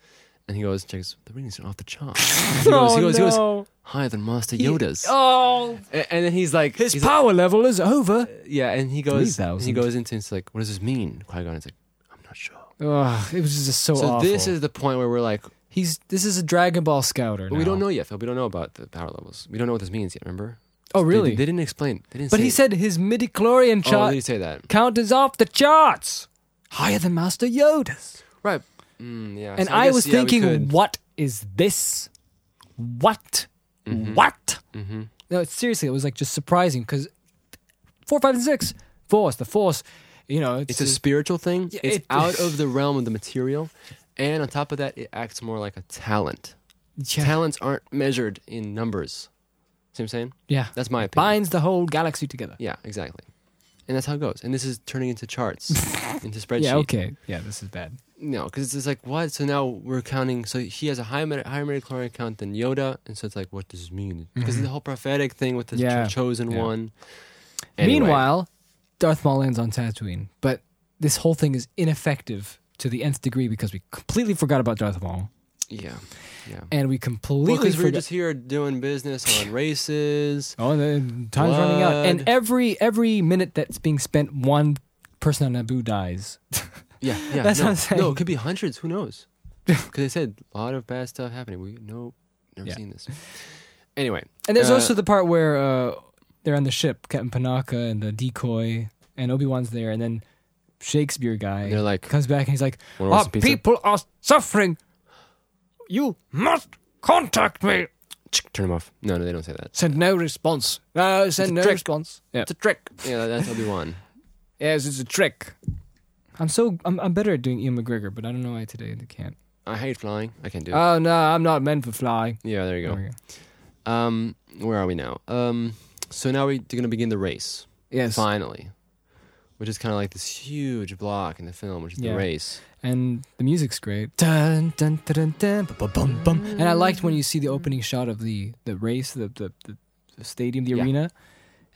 [SPEAKER 1] And he goes, checks the readings are off the chart. he goes, he goes, he goes higher than Master Yoda's.
[SPEAKER 2] Oh,
[SPEAKER 1] A- And then he's like,
[SPEAKER 2] his
[SPEAKER 1] he's
[SPEAKER 2] power level is over.
[SPEAKER 1] like- yeah, and he goes, and he
[SPEAKER 2] 3,000.
[SPEAKER 1] goes into it's like, what does this mean? Qui Gon is like, I'm not sure.
[SPEAKER 2] Ugh, it was just so.
[SPEAKER 1] so
[SPEAKER 2] awful.
[SPEAKER 1] this is the point where we're like,
[SPEAKER 2] he's this is a Dragon Ball scouter.
[SPEAKER 1] but we
[SPEAKER 2] now.
[SPEAKER 1] don't know yet, Phil. We don't know about the power levels. We don't know what this means yet. Remember?
[SPEAKER 2] Oh,
[SPEAKER 1] They-
[SPEAKER 2] really?
[SPEAKER 1] They, didn't explain. They didn't.
[SPEAKER 2] but
[SPEAKER 1] say,
[SPEAKER 2] he said his midi chlorian
[SPEAKER 1] oh,
[SPEAKER 2] chart
[SPEAKER 1] they did say that.
[SPEAKER 2] count is off the charts, higher than Master Yoda's.
[SPEAKER 1] Right. Mm, yeah.
[SPEAKER 2] And
[SPEAKER 1] So
[SPEAKER 2] I,
[SPEAKER 1] guess,
[SPEAKER 2] was
[SPEAKER 1] yeah, we
[SPEAKER 2] thinking,
[SPEAKER 1] could-
[SPEAKER 2] what is this? What?
[SPEAKER 1] Mm-hmm.
[SPEAKER 2] What? No, it's, seriously, it was like just surprising because four, five, and six, force, the force. You know,
[SPEAKER 1] It's a spiritual thing.
[SPEAKER 2] Yeah,
[SPEAKER 1] it's
[SPEAKER 2] it-
[SPEAKER 1] out of the realm of the material, and on top of that, it acts more like a talent.
[SPEAKER 2] yeah,
[SPEAKER 1] Talents aren't measured in numbers. See what I'm saying?
[SPEAKER 2] yeah.
[SPEAKER 1] That's my opinion.
[SPEAKER 2] binds the whole galaxy together.
[SPEAKER 1] Yeah, exactly. And that's how it goes. And this is turning into charts, into spreadsheets.
[SPEAKER 2] Yeah, okay. Yeah, this is bad.
[SPEAKER 1] No, because it's just like what? So now we're counting. So he has a higher meta, higher metachlorian count than Yoda, and so it's like, what does this mean? Because the whole prophetic thing with the cho-
[SPEAKER 2] Mm-hmm. Yeah.
[SPEAKER 1] chosen
[SPEAKER 2] Yeah.
[SPEAKER 1] one. Anyway.
[SPEAKER 2] Meanwhile, Darth Maul lands on Tatooine, but this whole thing is ineffective to the nth degree because we completely forgot about Darth Maul,
[SPEAKER 1] yeah, yeah.
[SPEAKER 2] and we completely
[SPEAKER 1] because we were
[SPEAKER 2] forgot.
[SPEAKER 1] just here doing business on races.
[SPEAKER 2] oh, and then time's running out, and
[SPEAKER 1] Blood.
[SPEAKER 2] every every minute that's being spent, one person on Naboo dies.
[SPEAKER 1] Yeah, yeah.
[SPEAKER 2] That's
[SPEAKER 1] no,
[SPEAKER 2] what I'm saying.
[SPEAKER 1] No, it could be hundreds. Who knows? Because they said a lot of bad stuff happening. We no, never
[SPEAKER 2] Yeah.
[SPEAKER 1] seen this. Anyway,
[SPEAKER 2] And there's
[SPEAKER 1] Uh,
[SPEAKER 2] also the part where uh, they're on the ship, Captain Panaka and the decoy, and Obi Wan's there, and then Shakespeare guy
[SPEAKER 1] they're like,
[SPEAKER 2] comes back and he's like,
[SPEAKER 1] "Wanna order
[SPEAKER 2] "Our
[SPEAKER 1] some pizza?"
[SPEAKER 2] people are suffering."
[SPEAKER 4] You must contact me.
[SPEAKER 1] Chick, turn them off. No, no, they don't say that.
[SPEAKER 2] Send no response. No, uh, send no
[SPEAKER 4] trick.
[SPEAKER 2] response. Yeah.
[SPEAKER 4] It's a trick.
[SPEAKER 1] Yeah, that's Obi Wan.
[SPEAKER 2] Yes, it's a trick. I'm so I'm, I'm better at doing Ian McGregor, but I don't know why today I can't.
[SPEAKER 1] I hate flying. I can't do it.
[SPEAKER 2] Oh no, I'm not meant for flying.
[SPEAKER 1] yeah, there you
[SPEAKER 2] There we go.
[SPEAKER 1] go. Um, where are we now? Um, so now we're going to begin the race
[SPEAKER 2] Yes,
[SPEAKER 1] finally, which is kind of like this huge block in the film, which is
[SPEAKER 2] Yeah.
[SPEAKER 1] the race.
[SPEAKER 2] and the music's great. Dun, dun, dun, dun, dun, bu- bu- bum, bum. And I liked when you see the opening shot of the the race, the the, the, the stadium, the
[SPEAKER 1] Yeah.
[SPEAKER 2] arena.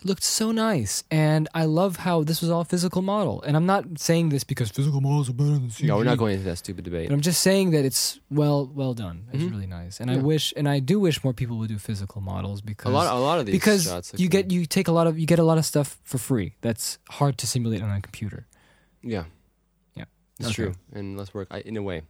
[SPEAKER 2] looked so nice, and I love how this was all physical model. And I'm not saying this because physical models are better than CG.
[SPEAKER 1] No, we're not going into that stupid debate.
[SPEAKER 2] But I'm just saying that it's well well done. It's
[SPEAKER 1] Mm-hmm.
[SPEAKER 2] really nice, and I wish and I do wish more people would do physical models because
[SPEAKER 1] A lot, a lot of these
[SPEAKER 2] because
[SPEAKER 1] shots. look
[SPEAKER 2] you
[SPEAKER 1] good.
[SPEAKER 2] get you take a lot of you get a lot of stuff for free that's hard to simulate on a computer.
[SPEAKER 1] Yeah.
[SPEAKER 2] Yeah.
[SPEAKER 1] It's
[SPEAKER 2] Okay.
[SPEAKER 1] true. And less work I, in a way.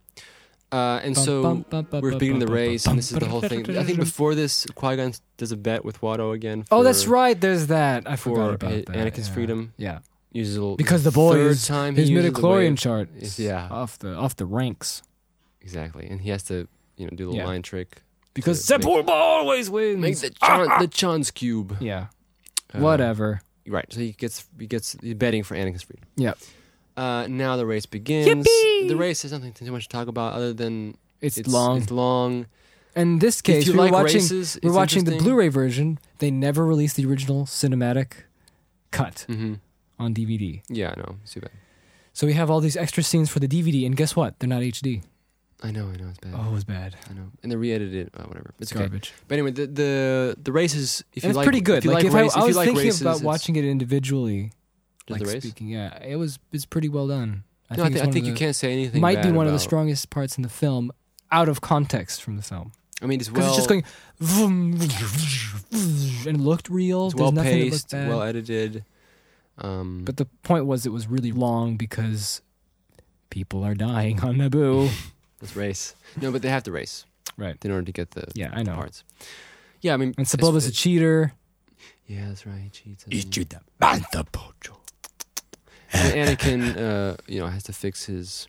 [SPEAKER 1] Uh, and
[SPEAKER 2] Bum,
[SPEAKER 1] so
[SPEAKER 2] bum, bum, bum,
[SPEAKER 1] we're
[SPEAKER 2] bum,
[SPEAKER 1] beating the
[SPEAKER 2] bum, bum,
[SPEAKER 1] race,
[SPEAKER 2] bum,
[SPEAKER 1] and this is the
[SPEAKER 2] bum,
[SPEAKER 1] whole
[SPEAKER 2] bum,
[SPEAKER 1] thing.
[SPEAKER 2] bum,
[SPEAKER 1] I think
[SPEAKER 2] bum.
[SPEAKER 1] before this, Qui Gon does a bet with Watto again.
[SPEAKER 2] Oh, that's
[SPEAKER 1] for-
[SPEAKER 2] right. There's that. I forgot
[SPEAKER 1] for
[SPEAKER 2] about
[SPEAKER 1] A-
[SPEAKER 2] that.
[SPEAKER 1] Anakin's
[SPEAKER 2] yeah.
[SPEAKER 1] freedom.
[SPEAKER 2] Yeah,
[SPEAKER 1] Uses a little,
[SPEAKER 2] because the
[SPEAKER 1] third
[SPEAKER 2] boys
[SPEAKER 1] time
[SPEAKER 2] his
[SPEAKER 1] he uses the
[SPEAKER 2] midichlorian
[SPEAKER 1] wave.
[SPEAKER 2] chart
[SPEAKER 1] Is-
[SPEAKER 2] is
[SPEAKER 1] yeah.
[SPEAKER 2] off the off the ranks
[SPEAKER 1] exactly, and he has to you know do the
[SPEAKER 2] Yeah.
[SPEAKER 1] line trick.
[SPEAKER 2] because
[SPEAKER 1] To make-
[SPEAKER 2] Sepulba always wins. Ah!
[SPEAKER 1] Make the Chan, the Chan's cube.
[SPEAKER 2] yeah,
[SPEAKER 1] Uh,
[SPEAKER 2] whatever.
[SPEAKER 1] Right. So he gets he gets the betting for Anakin's freedom.
[SPEAKER 2] Yep.
[SPEAKER 1] Uh, now the race begins.
[SPEAKER 2] Yippee!
[SPEAKER 1] The race has nothing too much to talk about other than
[SPEAKER 2] It's, long.
[SPEAKER 1] It's long.
[SPEAKER 2] and in this case,
[SPEAKER 1] if you
[SPEAKER 2] we were
[SPEAKER 1] like
[SPEAKER 2] watching
[SPEAKER 1] races,
[SPEAKER 2] we're
[SPEAKER 1] it's
[SPEAKER 2] watching the
[SPEAKER 1] interesting.
[SPEAKER 2] Blu-ray version. They never released the original cinematic cut
[SPEAKER 1] Mhm.
[SPEAKER 2] on DVD.
[SPEAKER 1] Yeah, I know. It's too bad.
[SPEAKER 2] So we have all these extra scenes for the DVD, and guess what? They're not HD.
[SPEAKER 1] I know, I know, it's bad.
[SPEAKER 2] Oh, it was bad.
[SPEAKER 1] I know, and they re-edited it. Oh, whatever, it's
[SPEAKER 2] It's
[SPEAKER 1] okay.
[SPEAKER 2] garbage.
[SPEAKER 1] But anyway, the the the races. If
[SPEAKER 2] And
[SPEAKER 1] you
[SPEAKER 2] it's
[SPEAKER 1] like,
[SPEAKER 2] pretty good.
[SPEAKER 1] If you
[SPEAKER 2] like,
[SPEAKER 1] like,
[SPEAKER 2] if
[SPEAKER 1] race,
[SPEAKER 2] I, I
[SPEAKER 1] if
[SPEAKER 2] was
[SPEAKER 1] you like
[SPEAKER 2] thinking
[SPEAKER 1] races,
[SPEAKER 2] about
[SPEAKER 1] it's-
[SPEAKER 2] watching it individually,
[SPEAKER 1] just
[SPEAKER 2] like
[SPEAKER 1] the race.
[SPEAKER 2] speaking, yeah, it was. It's pretty well done. I
[SPEAKER 1] no, I, think
[SPEAKER 2] it's one
[SPEAKER 1] I
[SPEAKER 2] of
[SPEAKER 1] think you
[SPEAKER 2] the-
[SPEAKER 1] can't say anything.
[SPEAKER 2] Might be
[SPEAKER 1] bad
[SPEAKER 2] one of the
[SPEAKER 1] about-
[SPEAKER 2] strongest parts in the film, out of context from the film,
[SPEAKER 1] I mean, it's
[SPEAKER 2] because
[SPEAKER 1] well,
[SPEAKER 2] it's just going vroom, vroom, and it looked real.
[SPEAKER 1] it's
[SPEAKER 2] There's
[SPEAKER 1] well
[SPEAKER 2] nothing that looked
[SPEAKER 1] paced,
[SPEAKER 2] bad.
[SPEAKER 1] well edited. Um,
[SPEAKER 2] but the point was, it was really long because people are dying on Naboo.
[SPEAKER 1] this race, no, but they have to race
[SPEAKER 2] right.
[SPEAKER 1] in order to get the
[SPEAKER 2] Yeah, I know.
[SPEAKER 1] parts. Yeah, I mean,
[SPEAKER 2] And
[SPEAKER 1] it's-
[SPEAKER 2] Sebulba's a
[SPEAKER 1] it's-
[SPEAKER 2] cheater.
[SPEAKER 1] Yeah, that's right. He cheats. and-
[SPEAKER 3] Ichi the Bantha Pocho.
[SPEAKER 1] and Anakin, uh, you know, has to fix his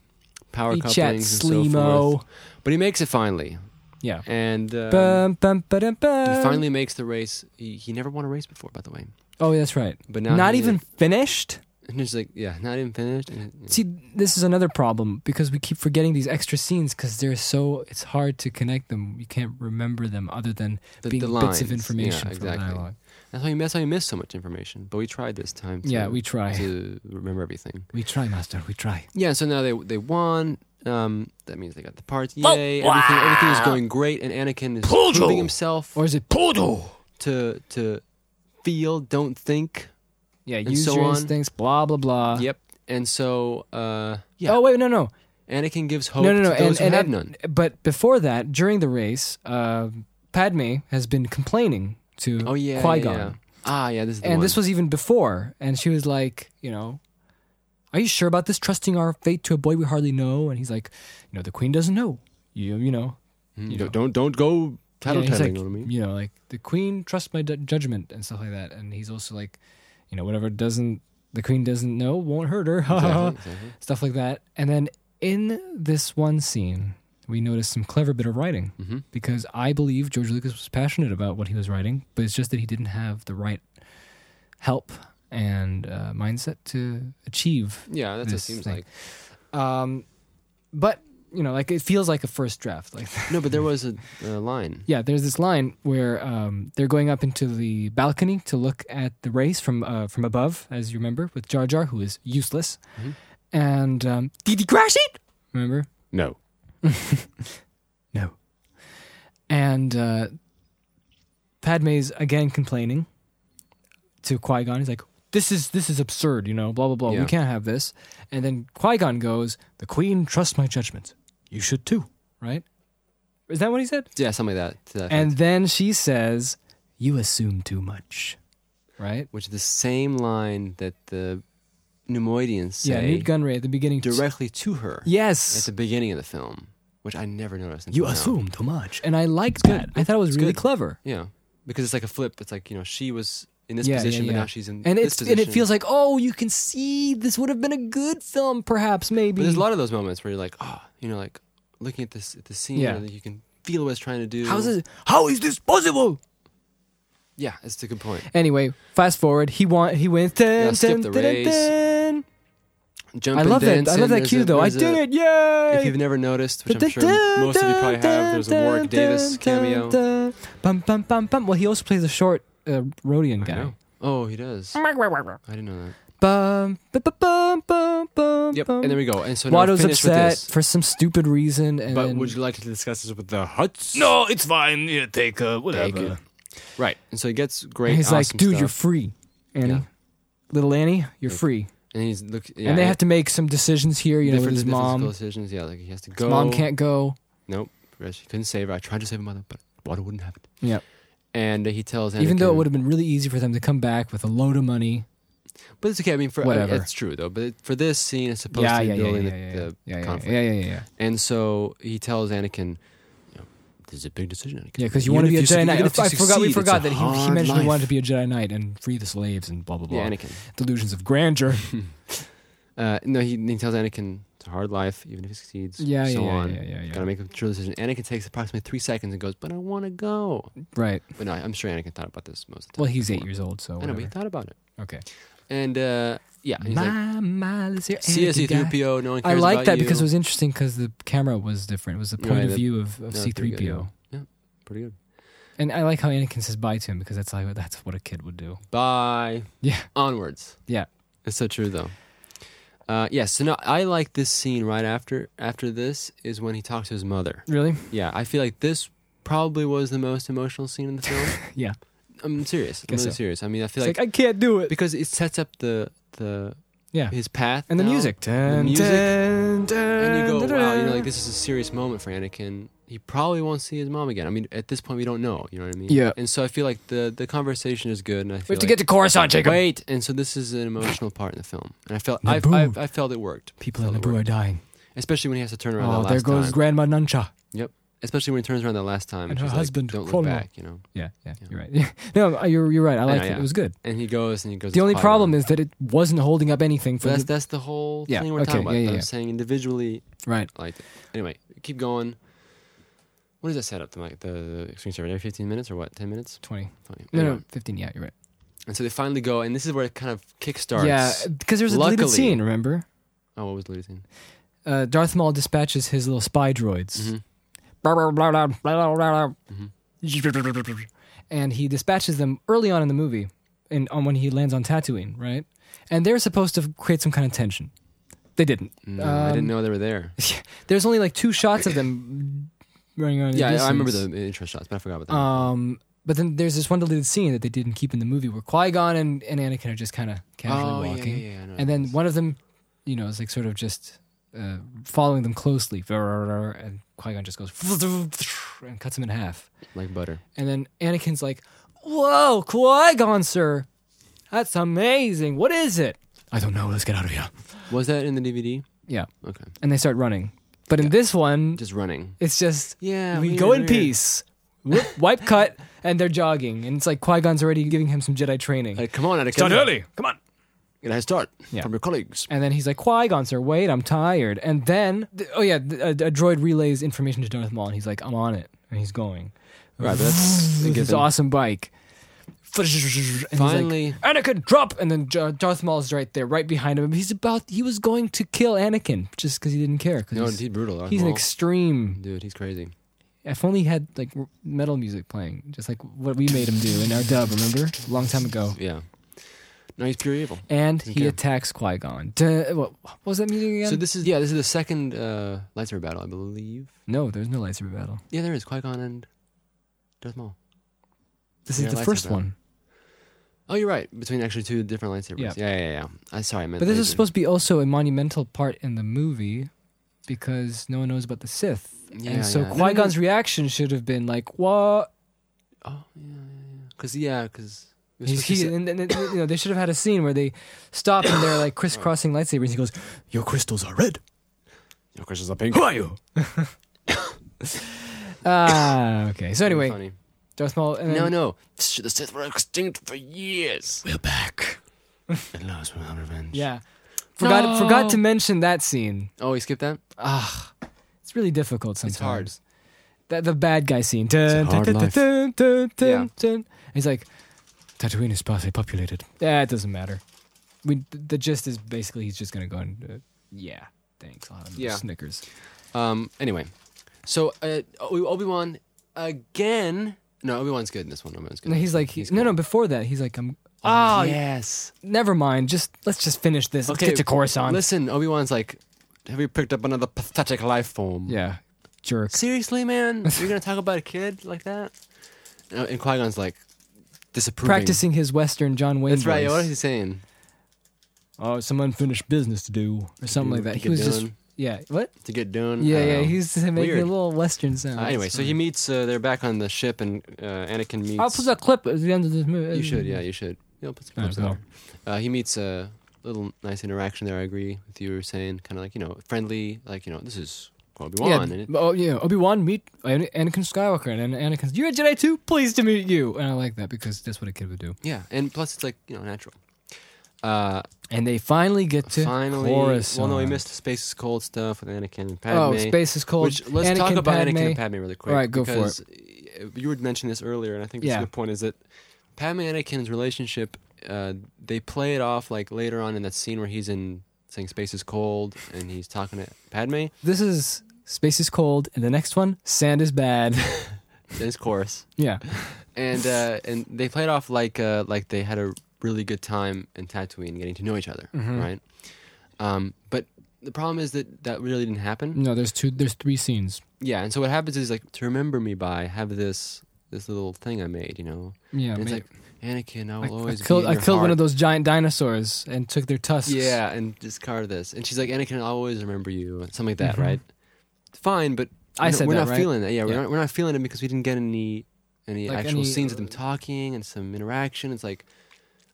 [SPEAKER 1] power
[SPEAKER 2] He
[SPEAKER 1] couplings
[SPEAKER 2] chats
[SPEAKER 1] and so
[SPEAKER 2] Slimo.
[SPEAKER 1] forth. But he makes it finally,
[SPEAKER 2] Yeah.
[SPEAKER 1] and um,
[SPEAKER 2] Bum, bum, ba-dum,
[SPEAKER 1] he
[SPEAKER 2] bum.
[SPEAKER 1] finally makes the race. He, he never won a race before, by the way.
[SPEAKER 2] Oh, that's right.
[SPEAKER 1] But now
[SPEAKER 2] Not
[SPEAKER 1] he-
[SPEAKER 2] even finished.
[SPEAKER 1] And it's like, yeah, not even finished. And it-
[SPEAKER 2] See, this is another problem because we keep forgetting these extra scenes because they're so it's hard to connect them. You can't remember them other than
[SPEAKER 1] The-
[SPEAKER 2] being
[SPEAKER 1] the
[SPEAKER 2] bits
[SPEAKER 1] lines.
[SPEAKER 2] of information
[SPEAKER 1] Yeah,
[SPEAKER 2] from the
[SPEAKER 1] exactly.
[SPEAKER 2] dialogue.
[SPEAKER 1] that's how you that's how you miss so much information. But we tried this time. To,
[SPEAKER 2] yeah, we try.
[SPEAKER 1] to remember everything.
[SPEAKER 2] We try, master. We try.
[SPEAKER 1] Yeah, so now they they won. Um, that means they got the parts. Yay!
[SPEAKER 3] Well,
[SPEAKER 1] everything
[SPEAKER 3] wow.
[SPEAKER 1] everything is going great, and Anakin is
[SPEAKER 3] Pujo.
[SPEAKER 1] proving himself
[SPEAKER 2] Or is it?
[SPEAKER 3] Podo!
[SPEAKER 1] to to feel, don't think.
[SPEAKER 2] Yeah,
[SPEAKER 1] And
[SPEAKER 2] use
[SPEAKER 1] so
[SPEAKER 2] your
[SPEAKER 1] on.
[SPEAKER 2] instincts. Blah blah blah.
[SPEAKER 1] Yep. And so, uh, yeah,
[SPEAKER 2] Uh. Oh wait, no, no,
[SPEAKER 1] Anakin gives hope
[SPEAKER 2] no, no, no.
[SPEAKER 1] to those
[SPEAKER 2] And,
[SPEAKER 1] who
[SPEAKER 2] and
[SPEAKER 1] have
[SPEAKER 2] I-
[SPEAKER 1] none.
[SPEAKER 2] But before that, during the race, uh, Padme has been complaining to
[SPEAKER 1] Oh yeah,
[SPEAKER 2] Qui
[SPEAKER 1] yeah,
[SPEAKER 2] Gon.
[SPEAKER 1] yeah. Ah, yeah, this is the
[SPEAKER 2] and
[SPEAKER 1] one.
[SPEAKER 2] this was even before and she was like you know are you sure about this trusting our fate to a boy we hardly know and he's like you know the queen doesn't know you you know
[SPEAKER 1] Mm,
[SPEAKER 2] you
[SPEAKER 1] don't,
[SPEAKER 2] know.
[SPEAKER 1] don't don't go
[SPEAKER 2] Yeah,
[SPEAKER 1] tattletailing
[SPEAKER 2] he's like,
[SPEAKER 1] on me.
[SPEAKER 2] you know like the queen trusts my d- judgment and stuff like that and he's also like you know whatever doesn't the queen doesn't know won't hurt her
[SPEAKER 1] Exactly, exactly.
[SPEAKER 2] stuff like that and then in this one scene we noticed some clever bit of writing
[SPEAKER 1] Mhm.
[SPEAKER 2] because I believe George Lucas was passionate about what he was writing, but it's just that he didn't have the right help and uh, mindset to achieve.
[SPEAKER 1] Yeah, that's what it
[SPEAKER 2] This
[SPEAKER 1] seems
[SPEAKER 2] thing.
[SPEAKER 1] like.
[SPEAKER 2] Um, but you know, like it feels like a first draft. Like,
[SPEAKER 1] No, but there was a, a line.
[SPEAKER 2] yeah, there's this line where um, they're going up into the balcony to look at the race from uh, from above, as you remember, with Jar Jar, who is useless,
[SPEAKER 1] Mhm.
[SPEAKER 2] and um, did he crash it? Remember?
[SPEAKER 1] No.
[SPEAKER 2] No. And uh, Padme's again complaining to Qui Gon. He's like, "This is this is absurd, you know, blah blah blah.
[SPEAKER 1] Yeah.
[SPEAKER 2] We can't have this." And then Qui Gon goes, "The Queen trusts my judgment. You should too, right?" Is that what he said?
[SPEAKER 1] Yeah, something like that. to that
[SPEAKER 2] And then she says, "You assume too much," right?
[SPEAKER 1] which is the same line that the Pneumoidians
[SPEAKER 2] yeah,
[SPEAKER 1] say
[SPEAKER 2] Newt Gunray at the beginning.
[SPEAKER 1] directly to her at
[SPEAKER 2] yes,
[SPEAKER 1] the beginning of the film, which I never noticed. until
[SPEAKER 2] you
[SPEAKER 1] now.
[SPEAKER 2] assume too much, and I liked that. I thought it was really
[SPEAKER 1] good.
[SPEAKER 2] clever.
[SPEAKER 1] Yeah, because it's like a flip. It's like you know she was in this
[SPEAKER 2] Yeah, yeah,
[SPEAKER 1] position, but
[SPEAKER 2] yeah.
[SPEAKER 1] now she's in
[SPEAKER 2] and
[SPEAKER 1] this
[SPEAKER 2] it's
[SPEAKER 1] position.
[SPEAKER 2] and it feels like oh you can see this would have been a good film perhaps maybe
[SPEAKER 1] But there's a lot of those moments where you're like, oh, you know, like looking at this at the scene,
[SPEAKER 2] Yeah.
[SPEAKER 1] and you can feel what it's trying to do.
[SPEAKER 2] how's it
[SPEAKER 3] How is this possible?
[SPEAKER 1] Yeah, it's a good point.
[SPEAKER 2] anyway fast forward he want he went dun,
[SPEAKER 1] skip
[SPEAKER 2] dun,
[SPEAKER 1] the
[SPEAKER 2] dun, dun,
[SPEAKER 1] race.
[SPEAKER 2] dun.
[SPEAKER 1] Jump
[SPEAKER 2] I
[SPEAKER 1] and
[SPEAKER 2] love that
[SPEAKER 1] dance
[SPEAKER 2] I love
[SPEAKER 1] and
[SPEAKER 2] that
[SPEAKER 1] there's
[SPEAKER 2] cue
[SPEAKER 1] a-
[SPEAKER 2] though I
[SPEAKER 1] there's
[SPEAKER 2] did
[SPEAKER 1] a-
[SPEAKER 2] it yay
[SPEAKER 1] If you've never noticed, which I'm
[SPEAKER 2] Dun,
[SPEAKER 1] sure
[SPEAKER 2] dun,
[SPEAKER 1] most of you
[SPEAKER 2] dun,
[SPEAKER 1] probably have, there's a Warwick
[SPEAKER 2] dun,
[SPEAKER 1] Davis
[SPEAKER 2] dun,
[SPEAKER 1] cameo.
[SPEAKER 2] dun. bum bum bum bum well he also plays a short uh, Rhodian
[SPEAKER 1] I
[SPEAKER 2] guy
[SPEAKER 1] know. Oh, he does. I didn't know that.
[SPEAKER 2] bum bum bum bum bum bum
[SPEAKER 1] Yep,
[SPEAKER 2] bum.
[SPEAKER 1] and there we go. And so now we're
[SPEAKER 2] Watto's
[SPEAKER 1] finished
[SPEAKER 2] upset
[SPEAKER 1] with this.
[SPEAKER 2] for some stupid reason and
[SPEAKER 1] But
[SPEAKER 2] then,
[SPEAKER 1] would you like to discuss this with the Huts?
[SPEAKER 3] No, it's fine. Here, take uh, whatever.
[SPEAKER 1] Take it. Right. And so he gets great.
[SPEAKER 2] and he's like
[SPEAKER 1] awesome
[SPEAKER 2] dude
[SPEAKER 1] stuff.
[SPEAKER 2] you're free Annie,
[SPEAKER 1] Yeah.
[SPEAKER 2] little Annie, you're
[SPEAKER 1] Like,
[SPEAKER 2] free.
[SPEAKER 1] And he's look, yeah,
[SPEAKER 2] and they have to make some decisions here. You know, with
[SPEAKER 1] different
[SPEAKER 2] his
[SPEAKER 1] different
[SPEAKER 2] mom.
[SPEAKER 1] decisions. Yeah, like he has to
[SPEAKER 2] His
[SPEAKER 1] go.
[SPEAKER 2] mom can't go.
[SPEAKER 1] Nope, she couldn't save her. I tried to save her mother, but water wouldn't happen.
[SPEAKER 2] Yep.
[SPEAKER 1] And he tells Anakin,
[SPEAKER 2] Even though it would have been really easy for them to come back with a load of money.
[SPEAKER 1] but it's okay. I mean, for
[SPEAKER 2] Whatever.
[SPEAKER 1] it's true though. But for this scene, it's supposed
[SPEAKER 2] Yeah,
[SPEAKER 1] to be
[SPEAKER 2] yeah, yeah, yeah,
[SPEAKER 1] building the,
[SPEAKER 2] yeah, yeah,
[SPEAKER 1] the
[SPEAKER 2] yeah, yeah,
[SPEAKER 1] conflict.
[SPEAKER 2] yeah, yeah, yeah.
[SPEAKER 1] And so he tells Anakin, you know, "This is a big decision, Anakin.
[SPEAKER 2] Yeah, because you
[SPEAKER 1] Even
[SPEAKER 2] want to be
[SPEAKER 1] if
[SPEAKER 2] a
[SPEAKER 1] you su-
[SPEAKER 2] Jedi
[SPEAKER 1] even
[SPEAKER 2] Knight.
[SPEAKER 1] if you
[SPEAKER 2] I forgot.
[SPEAKER 1] succeed,
[SPEAKER 2] We
[SPEAKER 1] it's a
[SPEAKER 2] forgot that he, he
[SPEAKER 1] hard
[SPEAKER 2] mentioned he
[SPEAKER 1] life.
[SPEAKER 2] wanted to be a Jedi Knight and free the slaves and blah blah blah.
[SPEAKER 1] Yeah, Anakin.
[SPEAKER 2] Delusions of grandeur.
[SPEAKER 1] Uh, no, he, he tells Anakin it's a hard life, even if he succeeds.
[SPEAKER 2] Yeah,
[SPEAKER 1] so
[SPEAKER 2] yeah, yeah,
[SPEAKER 1] on.
[SPEAKER 2] yeah, yeah, yeah.
[SPEAKER 1] Gotta make a true decision. Anakin takes approximately three seconds and goes, "But I want to go."
[SPEAKER 2] Right.
[SPEAKER 1] But no, I'm sure Anakin thought about this most of the time.
[SPEAKER 2] Well, he's eight
[SPEAKER 1] before.
[SPEAKER 2] years old, so
[SPEAKER 1] I know, but he
[SPEAKER 2] whatever.
[SPEAKER 1] thought about it.
[SPEAKER 2] okay.
[SPEAKER 1] And uh, yeah, and he's like,
[SPEAKER 2] My mile is here.
[SPEAKER 1] "C.S.
[SPEAKER 2] Anakin guy."
[SPEAKER 1] 3PO, no one
[SPEAKER 2] I
[SPEAKER 1] cares
[SPEAKER 2] like
[SPEAKER 1] about
[SPEAKER 2] that
[SPEAKER 1] you."
[SPEAKER 2] because it was interesting because the camera was different. It was the point
[SPEAKER 1] Right,
[SPEAKER 2] of
[SPEAKER 1] the-
[SPEAKER 2] view of, of
[SPEAKER 1] No, it's pretty
[SPEAKER 2] C-3PO.
[SPEAKER 1] good, Yeah. yeah, pretty good.
[SPEAKER 2] And I like how Anakin says bye to him because that's like that's what a kid would do.
[SPEAKER 1] Bye.
[SPEAKER 2] Yeah.
[SPEAKER 1] Onwards.
[SPEAKER 2] Yeah.
[SPEAKER 1] It's so true though. Uh, yeah, so now I like this scene right after after this is when he talks to his mother.
[SPEAKER 2] Really?
[SPEAKER 1] Yeah, I feel like this probably was the most emotional scene in the film.
[SPEAKER 2] Yeah.
[SPEAKER 1] I'm serious. I'm
[SPEAKER 2] Guess
[SPEAKER 1] really
[SPEAKER 2] so.
[SPEAKER 1] serious. I mean, I feel
[SPEAKER 2] It's
[SPEAKER 1] like,
[SPEAKER 2] like, I can't do it.
[SPEAKER 1] because it sets up the the
[SPEAKER 2] Yeah.
[SPEAKER 1] his path
[SPEAKER 2] And the
[SPEAKER 1] now.
[SPEAKER 2] music. Dun,
[SPEAKER 1] music. and
[SPEAKER 2] dun,
[SPEAKER 1] you go,
[SPEAKER 2] dun,
[SPEAKER 1] wow, you know,
[SPEAKER 2] dun.
[SPEAKER 1] like this is a serious moment for Anakin. He probably won't see his mom again. I mean, at this point, we don't know. You know what I mean?
[SPEAKER 2] Yeah.
[SPEAKER 1] And so I feel like the the conversation is good, and I feel
[SPEAKER 4] We have to
[SPEAKER 1] like-
[SPEAKER 4] get to Coruscant, Jacob.
[SPEAKER 1] Wait, and so this is an emotional part in the film, and I felt I,
[SPEAKER 2] Naboo.
[SPEAKER 1] I, I felt it worked,
[SPEAKER 2] people
[SPEAKER 1] Felt
[SPEAKER 2] in
[SPEAKER 1] it
[SPEAKER 2] Naboo are
[SPEAKER 1] worked.
[SPEAKER 2] dying.
[SPEAKER 1] especially when he has to turn around
[SPEAKER 2] Oh,
[SPEAKER 1] that last
[SPEAKER 2] there goes
[SPEAKER 1] time.
[SPEAKER 2] Grandma Nuncha.
[SPEAKER 1] especially when he turns around that last time,
[SPEAKER 2] And
[SPEAKER 1] she's
[SPEAKER 2] her
[SPEAKER 1] like,
[SPEAKER 2] husband,
[SPEAKER 1] don't look
[SPEAKER 2] Cuomo.
[SPEAKER 1] back, you know.
[SPEAKER 2] Yeah, yeah,
[SPEAKER 1] Yeah.
[SPEAKER 2] you're right. no, uh, you're you're right. I liked
[SPEAKER 1] know,
[SPEAKER 2] it.
[SPEAKER 1] yeah.
[SPEAKER 2] It was good.
[SPEAKER 1] And he goes and he goes.
[SPEAKER 2] The only problem is that it wasn't holding up anything for
[SPEAKER 1] that's
[SPEAKER 2] the
[SPEAKER 1] that's the whole
[SPEAKER 2] Yeah,
[SPEAKER 1] thing we're
[SPEAKER 2] okay,
[SPEAKER 1] talking about.
[SPEAKER 2] yeah, yeah,
[SPEAKER 1] but
[SPEAKER 2] yeah.
[SPEAKER 1] I'm saying individually,
[SPEAKER 2] right.
[SPEAKER 1] I liked it. Anyway, keep going. What does that set up? The mic, the, the screensaver every 15 minutes or what? 10 minutes?
[SPEAKER 2] Twenty.
[SPEAKER 1] Funny.
[SPEAKER 2] No,
[SPEAKER 1] Anyway.
[SPEAKER 2] no, fifteen. Yeah, you're right.
[SPEAKER 1] And so they finally go, and this is where it kind of kickstarts.
[SPEAKER 2] Yeah, because there was a deleted
[SPEAKER 1] Luckily-
[SPEAKER 2] scene. Remember,
[SPEAKER 1] Oh, what was the latest scene?
[SPEAKER 2] uh, Darth Maul dispatches his little spy droids.
[SPEAKER 1] Mhm.
[SPEAKER 2] Blah, blah, blah, blah, blah, blah, blah, blah.
[SPEAKER 1] Mhm. Mm-hmm.
[SPEAKER 2] and he dispatches them early on in the movie, and on when he lands on Tatooine, right? And they're supposed to create some kind of tension. They didn't.
[SPEAKER 1] No, I didn't
[SPEAKER 2] Um,
[SPEAKER 1] know they were there.
[SPEAKER 2] There's only like two shots of them running around. in the
[SPEAKER 1] Yeah, I- I remember
[SPEAKER 2] distance.
[SPEAKER 1] the intro shots, but I forgot about that.
[SPEAKER 2] Um, but then there's this one deleted scene that they didn't keep in the movie where Qui Gon and, and Anakin are just kind of casually
[SPEAKER 1] Oh, yeah,
[SPEAKER 2] walking,
[SPEAKER 1] Yeah, yeah, I know
[SPEAKER 2] and then
[SPEAKER 1] this.
[SPEAKER 2] one of them, you know, is like sort of just uh, following them closely, and Qui Gon just goes and cuts him in half,
[SPEAKER 1] like butter.
[SPEAKER 2] and then Anakin's like, "Whoa, Qui Gon, sir, that's amazing. What is it?" I don't know. Let's get out of here.
[SPEAKER 1] Was that in the DVD?
[SPEAKER 2] Yeah,
[SPEAKER 1] Okay,
[SPEAKER 2] and they start running. But in this one,
[SPEAKER 1] just running.
[SPEAKER 2] it's just
[SPEAKER 1] Yeah,
[SPEAKER 2] we
[SPEAKER 1] weird,
[SPEAKER 2] go in
[SPEAKER 1] weird.
[SPEAKER 2] peace. Whoop, wipe cut, and they're jogging, and it's like Qui Gon's already giving him some Jedi training,
[SPEAKER 1] Like, come on, Anakin.
[SPEAKER 3] Start early. Come on.
[SPEAKER 1] Get a head start
[SPEAKER 2] Yeah.
[SPEAKER 1] from your colleagues.
[SPEAKER 2] and then he's like, Qui Gon, sir, wait, I'm tired. And then, th- oh yeah, th- a, a droid relays information to Darth Maul, and he's like, I'm on it, and he's going.
[SPEAKER 1] Right, that's a
[SPEAKER 2] With his
[SPEAKER 1] given.
[SPEAKER 2] awesome bike. And he's like,
[SPEAKER 1] Finally,
[SPEAKER 2] Anakin, drop! And then Jar- Darth Maul's right there, right behind him. He's about, he was going to kill Anakin just because he didn't care. 'cause
[SPEAKER 1] no,
[SPEAKER 2] he's,
[SPEAKER 1] he's brutal. Darth
[SPEAKER 2] he's an
[SPEAKER 1] Maul.
[SPEAKER 2] extreme
[SPEAKER 1] dude. He's crazy.
[SPEAKER 2] If only he had like r- metal music playing, just like what we made him do in our dub, remember? A long time ago.
[SPEAKER 1] Yeah. No, he's pure evil.
[SPEAKER 2] And he
[SPEAKER 1] Okay.
[SPEAKER 2] attacks Qui Gon. What, what was that music again?
[SPEAKER 1] So this is yeah, this is the second uh, lightsaber battle, I believe.
[SPEAKER 2] no, there's no lightsaber battle.
[SPEAKER 1] Yeah, there is Qui Gon and Darth Maul.
[SPEAKER 2] This
[SPEAKER 1] Yeah,
[SPEAKER 2] is the
[SPEAKER 1] lightsaber
[SPEAKER 2] first
[SPEAKER 1] battle.
[SPEAKER 2] one.
[SPEAKER 1] Oh, you're right. Between actually two different lightsabers.
[SPEAKER 2] Yeah.
[SPEAKER 1] yeah, yeah. yeah. I sorry, I meant.
[SPEAKER 2] But this is
[SPEAKER 1] laser.
[SPEAKER 2] supposed to be also a monumental part in the movie because no one knows about the Sith.
[SPEAKER 1] Yeah,
[SPEAKER 2] and so
[SPEAKER 1] yeah. No, no, no.
[SPEAKER 2] Qui Gon's reaction should have been like, what?
[SPEAKER 1] Oh yeah, yeah, yeah. Because yeah, because
[SPEAKER 2] He's, he, and, and, and, you know, they should have had a scene where they stop and they're like crisscrossing lightsabers. He goes,
[SPEAKER 3] Your crystals are red.
[SPEAKER 1] your questions are pink.
[SPEAKER 3] Who are you?
[SPEAKER 2] ah, okay. So anyway, Darth Maul. And
[SPEAKER 1] no,
[SPEAKER 2] then-
[SPEAKER 1] no. The Sith were extinct for years.
[SPEAKER 3] We're back.
[SPEAKER 1] At last, we have revenge.
[SPEAKER 2] Yeah. Forgot
[SPEAKER 1] No.
[SPEAKER 2] forgot to mention that scene.
[SPEAKER 1] Oh, we skipped that.
[SPEAKER 2] Ah, it's really difficult sometimes.
[SPEAKER 1] hard.
[SPEAKER 2] That the bad guy scene. Dun,
[SPEAKER 1] a hard
[SPEAKER 2] dun, dun,
[SPEAKER 1] life.
[SPEAKER 2] dun, dun, dun,
[SPEAKER 1] Yeah.
[SPEAKER 2] dun. He's like,
[SPEAKER 4] Tatooine is sparsely populated.
[SPEAKER 2] yeah, it doesn't matter. We, th- the gist is basically he's just gonna go and uh, yeah, thanks. I'll have another
[SPEAKER 1] Yeah.
[SPEAKER 2] Snickers.
[SPEAKER 1] Um. Anyway, so uh, Obi Wan again. No, Obi Wan's good in this one. Obi Wan's good.
[SPEAKER 2] And he's like,
[SPEAKER 1] He's
[SPEAKER 2] no,
[SPEAKER 1] cool.
[SPEAKER 2] no. Before that, he's like, I'm.
[SPEAKER 1] Ah,
[SPEAKER 2] Ah,
[SPEAKER 1] yes.
[SPEAKER 2] never mind. Just let's just finish this. Let's get to Coruscant.
[SPEAKER 1] Listen, Obi Wan's like, have you picked up another pathetic life form?
[SPEAKER 2] yeah, jerk.
[SPEAKER 1] Seriously, man, you're gonna talk about a kid Uh, like that? And Qui Gon's like, disapproving.
[SPEAKER 2] practicing his Western John Wayne.
[SPEAKER 1] That's right.
[SPEAKER 2] voice.
[SPEAKER 1] What is he saying?
[SPEAKER 2] Oh, some unfinished business to do or something like that.
[SPEAKER 1] To
[SPEAKER 2] He
[SPEAKER 1] get
[SPEAKER 2] was just
[SPEAKER 1] done-
[SPEAKER 2] yeah. What?
[SPEAKER 1] to get done. Mm, I
[SPEAKER 2] Yeah,
[SPEAKER 1] don't
[SPEAKER 2] yeah.
[SPEAKER 1] know.
[SPEAKER 2] He's just making
[SPEAKER 1] Weird.
[SPEAKER 2] a little Western sound.
[SPEAKER 1] Uh, anyway, so he meets. Uh, they're back on the ship, and uh, Anakin meets.
[SPEAKER 2] Mm-hmm. I'll put that clip at the end of this movie.
[SPEAKER 1] You should, yeah, you should. You know, put some
[SPEAKER 2] All right,
[SPEAKER 1] clips on there. Uh, he meets a little nice interaction there. I agree with you were saying, kind of like you know, friendly, like you know, this is Obi Wan,
[SPEAKER 2] Yeah,
[SPEAKER 1] and it,
[SPEAKER 2] oh yeah, Obi Wan meet An- Anakin Skywalker, and Anakin's you're a Jedi too. Pleased to meet you, and I like that because that's what a kid would do.
[SPEAKER 1] yeah, and plus it's like you know natural. Uh,
[SPEAKER 2] And they finally get to
[SPEAKER 1] finally,
[SPEAKER 2] Coruscant.
[SPEAKER 1] well, no, we missed the space is cold stuff with Anakin and Padme.
[SPEAKER 2] Oh, space is cold.
[SPEAKER 1] Which let's
[SPEAKER 2] Anakin,
[SPEAKER 1] talk about
[SPEAKER 2] Padme.
[SPEAKER 1] Anakin and Padme really quick.
[SPEAKER 2] All right, go for
[SPEAKER 1] because it. You would mention this earlier, and I think that's
[SPEAKER 2] Yeah.
[SPEAKER 1] a good point. Is that Padme and Anakin's relationship? Uh, they play it off like later on in that scene where he's in saying space is cold, and he's talking to Padme.
[SPEAKER 2] This is space is cold, and the next one sand is bad.
[SPEAKER 1] in his chorus,
[SPEAKER 2] yeah,
[SPEAKER 1] and uh, and they played off like uh, like they had a really good time in Tatooine, getting to know each other,
[SPEAKER 2] Mm-hmm.
[SPEAKER 1] right? Um, but the problem is that that really didn't happen.
[SPEAKER 2] no, there's two, there's three scenes.
[SPEAKER 1] Yeah, and so what happens is like to remember me by have this this little thing I made, you know.
[SPEAKER 2] Yeah,
[SPEAKER 1] and it's
[SPEAKER 2] ma-
[SPEAKER 1] like Anakin, I
[SPEAKER 2] I,
[SPEAKER 1] will
[SPEAKER 2] I
[SPEAKER 1] always
[SPEAKER 2] killed,
[SPEAKER 1] be in
[SPEAKER 2] I
[SPEAKER 1] your
[SPEAKER 2] killed one
[SPEAKER 1] heart."
[SPEAKER 2] of those giant dinosaurs and took their tusks.
[SPEAKER 1] Yeah, and discard this, and she's like, Anakin, I'll always remember you, and something like that,
[SPEAKER 2] Mhm.
[SPEAKER 1] right? Fine, but
[SPEAKER 2] I
[SPEAKER 1] we're not-
[SPEAKER 2] said
[SPEAKER 1] we're
[SPEAKER 2] that,
[SPEAKER 1] not
[SPEAKER 2] right?
[SPEAKER 1] feeling that. Yeah, we're
[SPEAKER 2] Yeah.
[SPEAKER 1] not we're not feeling it because we didn't get any any
[SPEAKER 2] Like
[SPEAKER 1] actual
[SPEAKER 2] any,
[SPEAKER 1] scenes of
[SPEAKER 2] uh,
[SPEAKER 1] them talking and some interaction. It's like,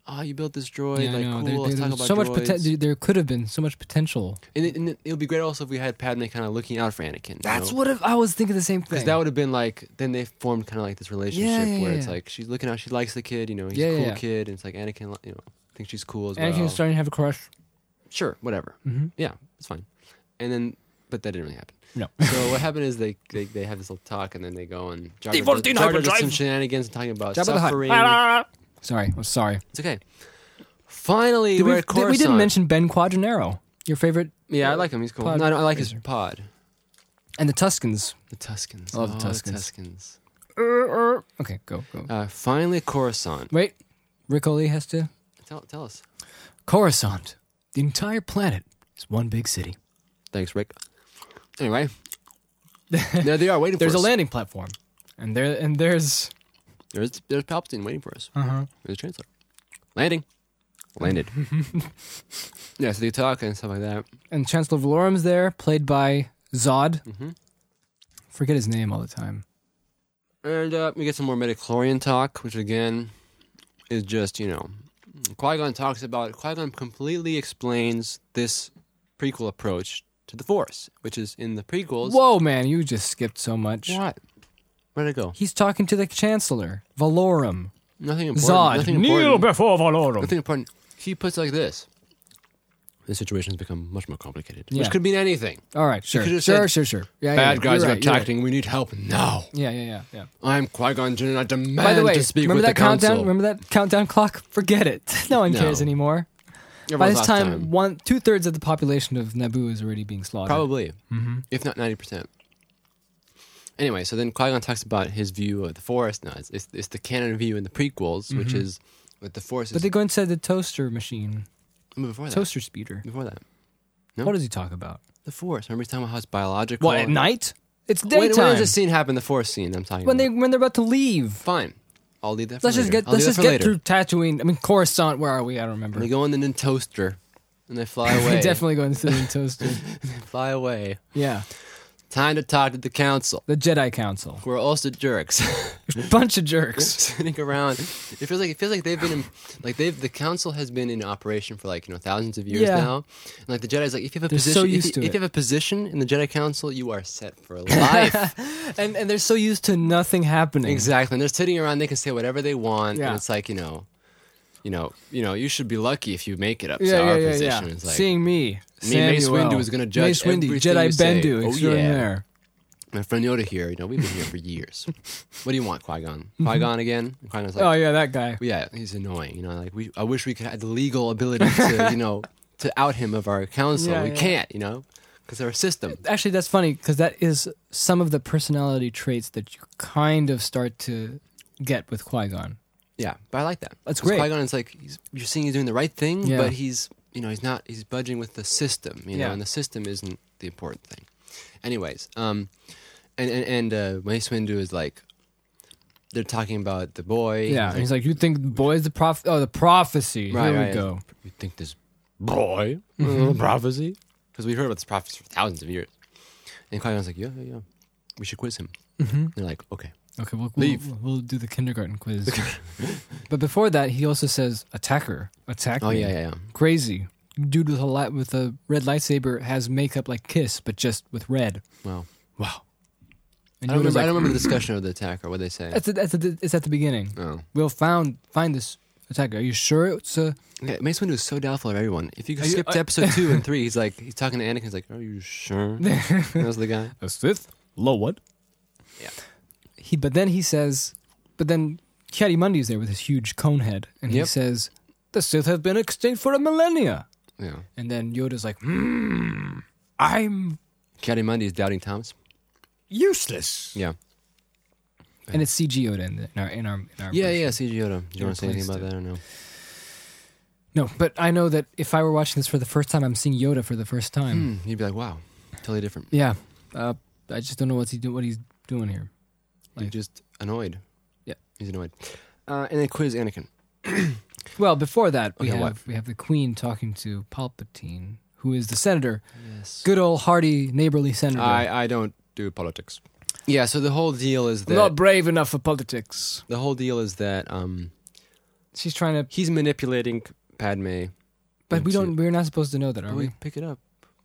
[SPEAKER 1] oh, you built this droid,
[SPEAKER 2] Yeah, I
[SPEAKER 1] like
[SPEAKER 2] know.
[SPEAKER 1] cool.
[SPEAKER 2] There-
[SPEAKER 1] let's
[SPEAKER 2] there-
[SPEAKER 1] talk about
[SPEAKER 2] so much
[SPEAKER 1] droids.
[SPEAKER 2] potential. There could have been so much potential.
[SPEAKER 1] and, it, and it, it would be great also if we had Padme kind of looking out for Anakin. you know?
[SPEAKER 2] what if, I was thinking the same
[SPEAKER 1] Because that would have been like then they formed kind of like this relationship
[SPEAKER 2] yeah,
[SPEAKER 1] where it's
[SPEAKER 2] yeah.
[SPEAKER 1] like she's looking out, she likes the kid, you know, he's
[SPEAKER 2] Yeah,
[SPEAKER 1] a
[SPEAKER 2] yeah,
[SPEAKER 1] cool
[SPEAKER 2] yeah.
[SPEAKER 1] kid, and it's like Anakin, you know, thinks she's cool as
[SPEAKER 2] Anakin's
[SPEAKER 1] well.
[SPEAKER 2] starting to have a crush.
[SPEAKER 1] sure, whatever,
[SPEAKER 2] Mm-hmm.
[SPEAKER 1] yeah, it's fine. And then, but that didn't really happen.
[SPEAKER 2] No.
[SPEAKER 1] so what happened is they, they they have this little talk, and then they go and Jar Jar does-
[SPEAKER 3] Defaulting
[SPEAKER 1] Jar Jar does
[SPEAKER 3] hyperdrive.
[SPEAKER 1] some shenanigans and talking about
[SPEAKER 2] Jabba the Hutt.
[SPEAKER 1] suffering.
[SPEAKER 2] Sorry, I'm sorry.
[SPEAKER 1] It's okay. Finally,
[SPEAKER 2] Did
[SPEAKER 1] we're
[SPEAKER 2] we,
[SPEAKER 1] at
[SPEAKER 2] did- we
[SPEAKER 1] Coruscant.
[SPEAKER 2] didn't mention Ben Quadrenero, your favorite,
[SPEAKER 1] Yeah, I like him. He's cool.
[SPEAKER 2] Pod
[SPEAKER 1] no, I don't- I like his
[SPEAKER 2] Racer.
[SPEAKER 1] pod.
[SPEAKER 2] and the Tuscans.
[SPEAKER 1] The Tuscans.
[SPEAKER 2] I love the
[SPEAKER 1] Oh,
[SPEAKER 2] Tuskens.
[SPEAKER 1] Tuskens.
[SPEAKER 2] Okay, go go.
[SPEAKER 1] Uh, finally, Coruscant.
[SPEAKER 2] Wait, Rick Oley has to.
[SPEAKER 1] Tell, tell us.
[SPEAKER 4] Coruscant. The entire planet is one big city.
[SPEAKER 1] Thanks, Rick. Anyway, there they are waiting
[SPEAKER 2] There's
[SPEAKER 1] for
[SPEAKER 2] a
[SPEAKER 1] us.
[SPEAKER 2] landing platform, and there and there's.
[SPEAKER 1] There's there's Palpatine waiting for us.
[SPEAKER 2] Uh huh.
[SPEAKER 1] There's Chancellor. Landing. Landed. yeah, so they talk and stuff like that.
[SPEAKER 2] And Chancellor Valorum's there, played by Zod.
[SPEAKER 1] Mhm.
[SPEAKER 2] Forget his name all the time.
[SPEAKER 1] And uh, we get some more midichlorian talk, which again is just, you know, Qui-Gon talks about, Qui-Gon completely explains this prequel approach to the Force, which is in the prequels.
[SPEAKER 2] Whoa, man, you just skipped so much.
[SPEAKER 1] What? Where'd it go?
[SPEAKER 2] He's talking to the Chancellor, Valorum.
[SPEAKER 1] Nothing important.
[SPEAKER 2] Zod,
[SPEAKER 1] nothing
[SPEAKER 4] Kneel
[SPEAKER 1] important.
[SPEAKER 4] before Valorum.
[SPEAKER 1] Nothing important. He puts it like this. The situation's become much more complicated.
[SPEAKER 2] Yeah.
[SPEAKER 1] Which could mean anything.
[SPEAKER 2] All right, sure,
[SPEAKER 1] could've
[SPEAKER 2] sure,
[SPEAKER 1] said,
[SPEAKER 2] sure, sure, Yeah, yeah,
[SPEAKER 1] Bad guys
[SPEAKER 2] yeah, you're
[SPEAKER 1] are
[SPEAKER 2] right, you're right.
[SPEAKER 1] attacking. We need help now.
[SPEAKER 2] Yeah, yeah, yeah, yeah.
[SPEAKER 1] I'm Qui Gon Jinn, and I demand
[SPEAKER 2] By the way,
[SPEAKER 1] to speak
[SPEAKER 2] remember
[SPEAKER 1] with
[SPEAKER 2] that
[SPEAKER 1] the
[SPEAKER 2] countdown?
[SPEAKER 1] council.
[SPEAKER 2] Remember that countdown clock? Forget it. No one
[SPEAKER 1] No.
[SPEAKER 2] cares anymore.
[SPEAKER 1] Everyone's
[SPEAKER 2] By this
[SPEAKER 1] lost
[SPEAKER 2] time, one two thirds of the population of Naboo is already being slaughtered.
[SPEAKER 1] probably,
[SPEAKER 2] Mm-hmm.
[SPEAKER 1] if not ninety percent. Anyway, so then Qui Gon talks about his view of the Force. Now it's, it's, it's the canon view in the prequels,
[SPEAKER 2] Mm-hmm.
[SPEAKER 1] which is that the Force
[SPEAKER 2] But
[SPEAKER 1] is.
[SPEAKER 2] they go inside the toaster machine,
[SPEAKER 1] before that,
[SPEAKER 2] toaster speeder.
[SPEAKER 1] before that, No.
[SPEAKER 2] What does he talk about?
[SPEAKER 1] the Force. Remember he's talking about how it's biological.
[SPEAKER 2] What at night? It's
[SPEAKER 1] When, when
[SPEAKER 2] daytime.
[SPEAKER 1] does this scene happen? The Force scene. I'm talking
[SPEAKER 2] when
[SPEAKER 1] about.
[SPEAKER 2] they when they're about to leave.
[SPEAKER 1] Fine. I'll leave that. For
[SPEAKER 2] Let's just
[SPEAKER 1] later.
[SPEAKER 2] get
[SPEAKER 1] I'll
[SPEAKER 2] let's
[SPEAKER 1] leave
[SPEAKER 2] just
[SPEAKER 1] that
[SPEAKER 2] get
[SPEAKER 1] for later.
[SPEAKER 2] through Tatooine. I mean Coruscant. Where are we? I don't remember.
[SPEAKER 1] And they go in the nin- toaster, and they fly
[SPEAKER 2] We
[SPEAKER 1] away.
[SPEAKER 2] definitely going to the toaster.
[SPEAKER 1] fly away.
[SPEAKER 2] Yeah,
[SPEAKER 1] Time to talk to the council.
[SPEAKER 2] the Jedi Council.
[SPEAKER 1] We're also jerks.
[SPEAKER 2] Bunch of jerks.
[SPEAKER 1] sitting around. It feels like it feels like they've been in, like they've the council has been in operation for like you know thousands of years
[SPEAKER 2] Yeah.
[SPEAKER 1] now. And like the Jedi's like if you have a
[SPEAKER 2] They're so
[SPEAKER 1] position, if,
[SPEAKER 2] used
[SPEAKER 1] you,
[SPEAKER 2] to
[SPEAKER 1] if
[SPEAKER 2] it.
[SPEAKER 1] you have a position in the Jedi Council, you are set for life.
[SPEAKER 2] and and they're so used to nothing happening.
[SPEAKER 1] exactly. And they're sitting around. They can say whatever they want.
[SPEAKER 2] Yeah.
[SPEAKER 1] And it's like you know, you know, you know, you should be lucky if you make it up
[SPEAKER 2] Yeah,
[SPEAKER 1] to
[SPEAKER 2] yeah,
[SPEAKER 1] our
[SPEAKER 2] yeah,
[SPEAKER 1] position.
[SPEAKER 2] yeah.
[SPEAKER 1] It's like
[SPEAKER 2] Seeing me,
[SPEAKER 1] Me, Mace
[SPEAKER 2] Samuel.
[SPEAKER 1] Windu is gonna judge
[SPEAKER 2] Mace Windu,
[SPEAKER 1] everything
[SPEAKER 2] Jedi
[SPEAKER 1] you say.
[SPEAKER 2] Bendu,
[SPEAKER 1] Oh,
[SPEAKER 2] extraordinaire.
[SPEAKER 1] my friend Yoda here. You know, we've been here for years. what do you want, Qui Gon? Qui Gon again? Qui Gon's like,
[SPEAKER 2] Mm-hmm. oh yeah, that guy.
[SPEAKER 1] yeah, he's annoying. You know, like we, I wish we could have the legal ability to, you know, to out him of our council.
[SPEAKER 2] Yeah,
[SPEAKER 1] we
[SPEAKER 2] yeah.
[SPEAKER 1] can't, you know, because they're a system.
[SPEAKER 2] Actually, that's funny because that is some of the personality traits that you kind of start to get with Qui Gon.
[SPEAKER 1] Yeah, but I like that.
[SPEAKER 2] That's
[SPEAKER 1] 'Cause
[SPEAKER 2] great.
[SPEAKER 1] Qui-Gon is like, he's, you're seeing he's doing the right thing,
[SPEAKER 2] Yeah.
[SPEAKER 1] but he's, you know, he's not. He's budging with the system, you know,
[SPEAKER 2] Yeah.
[SPEAKER 1] and the system isn't the important thing. Anyways, um, and and, and uh, Mace Windu is like, they're talking about the boy.
[SPEAKER 2] Yeah,
[SPEAKER 1] He's
[SPEAKER 2] he's like, you think the boy's the prophet? Oh, the prophecy.
[SPEAKER 1] Right,
[SPEAKER 2] Here we
[SPEAKER 1] right.
[SPEAKER 2] go.
[SPEAKER 1] like, you think this boy uh, prophecy? Because we heard about this prophecy for thousands of years. And Clement's like, yeah, yeah, yeah, we should quiz him.
[SPEAKER 2] Mhm.
[SPEAKER 1] They're like, okay,
[SPEAKER 2] Okay, we'll, we'll,
[SPEAKER 1] Leave.
[SPEAKER 2] we'll do the kindergarten quiz. but before that, he also says, attacker, attack
[SPEAKER 1] oh
[SPEAKER 2] me."
[SPEAKER 1] yeah, yeah, yeah.
[SPEAKER 2] Crazy. Dude with a light with a red lightsaber has makeup like Kiss, but just with red.
[SPEAKER 1] Wow.
[SPEAKER 2] Wow.
[SPEAKER 1] I don't,
[SPEAKER 2] And you was
[SPEAKER 1] remember, I
[SPEAKER 2] like,
[SPEAKER 1] don't remember the discussion of the attack or what they say.
[SPEAKER 2] that's the, that's the, it's at the beginning.
[SPEAKER 1] Oh.
[SPEAKER 2] We'll found find this attacker. Are you sure it's a
[SPEAKER 1] Okay, Mace Windu is so doubtful of everyone. If you
[SPEAKER 2] Are you-
[SPEAKER 1] skip to
[SPEAKER 2] I-
[SPEAKER 1] episode two and three, he's like, he's talking to Anakin. He's like, "Are you sure?" that was the guy.
[SPEAKER 2] a Sith?
[SPEAKER 3] Low what?
[SPEAKER 2] He but then he says, but then Chatty Mundy's there with his huge cone head, and he
[SPEAKER 1] Yep.
[SPEAKER 2] says, the Sith have been extinct for a millennia.
[SPEAKER 1] Yeah,
[SPEAKER 2] And then Yoda's like, hmm, I'm
[SPEAKER 1] Caddy Mundy is doubting Thomas.
[SPEAKER 3] Useless.
[SPEAKER 1] Yeah,
[SPEAKER 2] and it's CG Yoda in, the, in our in our in our
[SPEAKER 1] yeah,
[SPEAKER 2] version.
[SPEAKER 1] yeah. CG Yoda. Do you want to say anything
[SPEAKER 2] replaced
[SPEAKER 1] about that or no?
[SPEAKER 2] No, but I know that if I were watching this for the first time, I'm seeing Yoda for the first time.
[SPEAKER 1] Hmm, You'd be like, "Wow, totally different."
[SPEAKER 2] Yeah, uh, I just don't know what's he do- what he's doing here.
[SPEAKER 1] He's
[SPEAKER 2] Like-
[SPEAKER 1] just annoyed.
[SPEAKER 2] Yeah.
[SPEAKER 1] he's annoyed. Uh, and then quiz Anakin.
[SPEAKER 2] Well, before that, we
[SPEAKER 1] Okay,
[SPEAKER 2] have
[SPEAKER 1] what?
[SPEAKER 2] we have the Queen talking to Palpatine, who is the senator,
[SPEAKER 1] Yes.
[SPEAKER 2] good old hardy neighborly senator.
[SPEAKER 1] I I don't do politics. Yeah. So the whole deal is that
[SPEAKER 2] I'm not brave enough for politics.
[SPEAKER 1] the whole deal is that um
[SPEAKER 2] She's trying to,
[SPEAKER 1] he's manipulating Padme.
[SPEAKER 2] but
[SPEAKER 1] into-
[SPEAKER 2] we don't. We're not supposed to know that, are
[SPEAKER 1] But we
[SPEAKER 2] we?
[SPEAKER 1] pick it up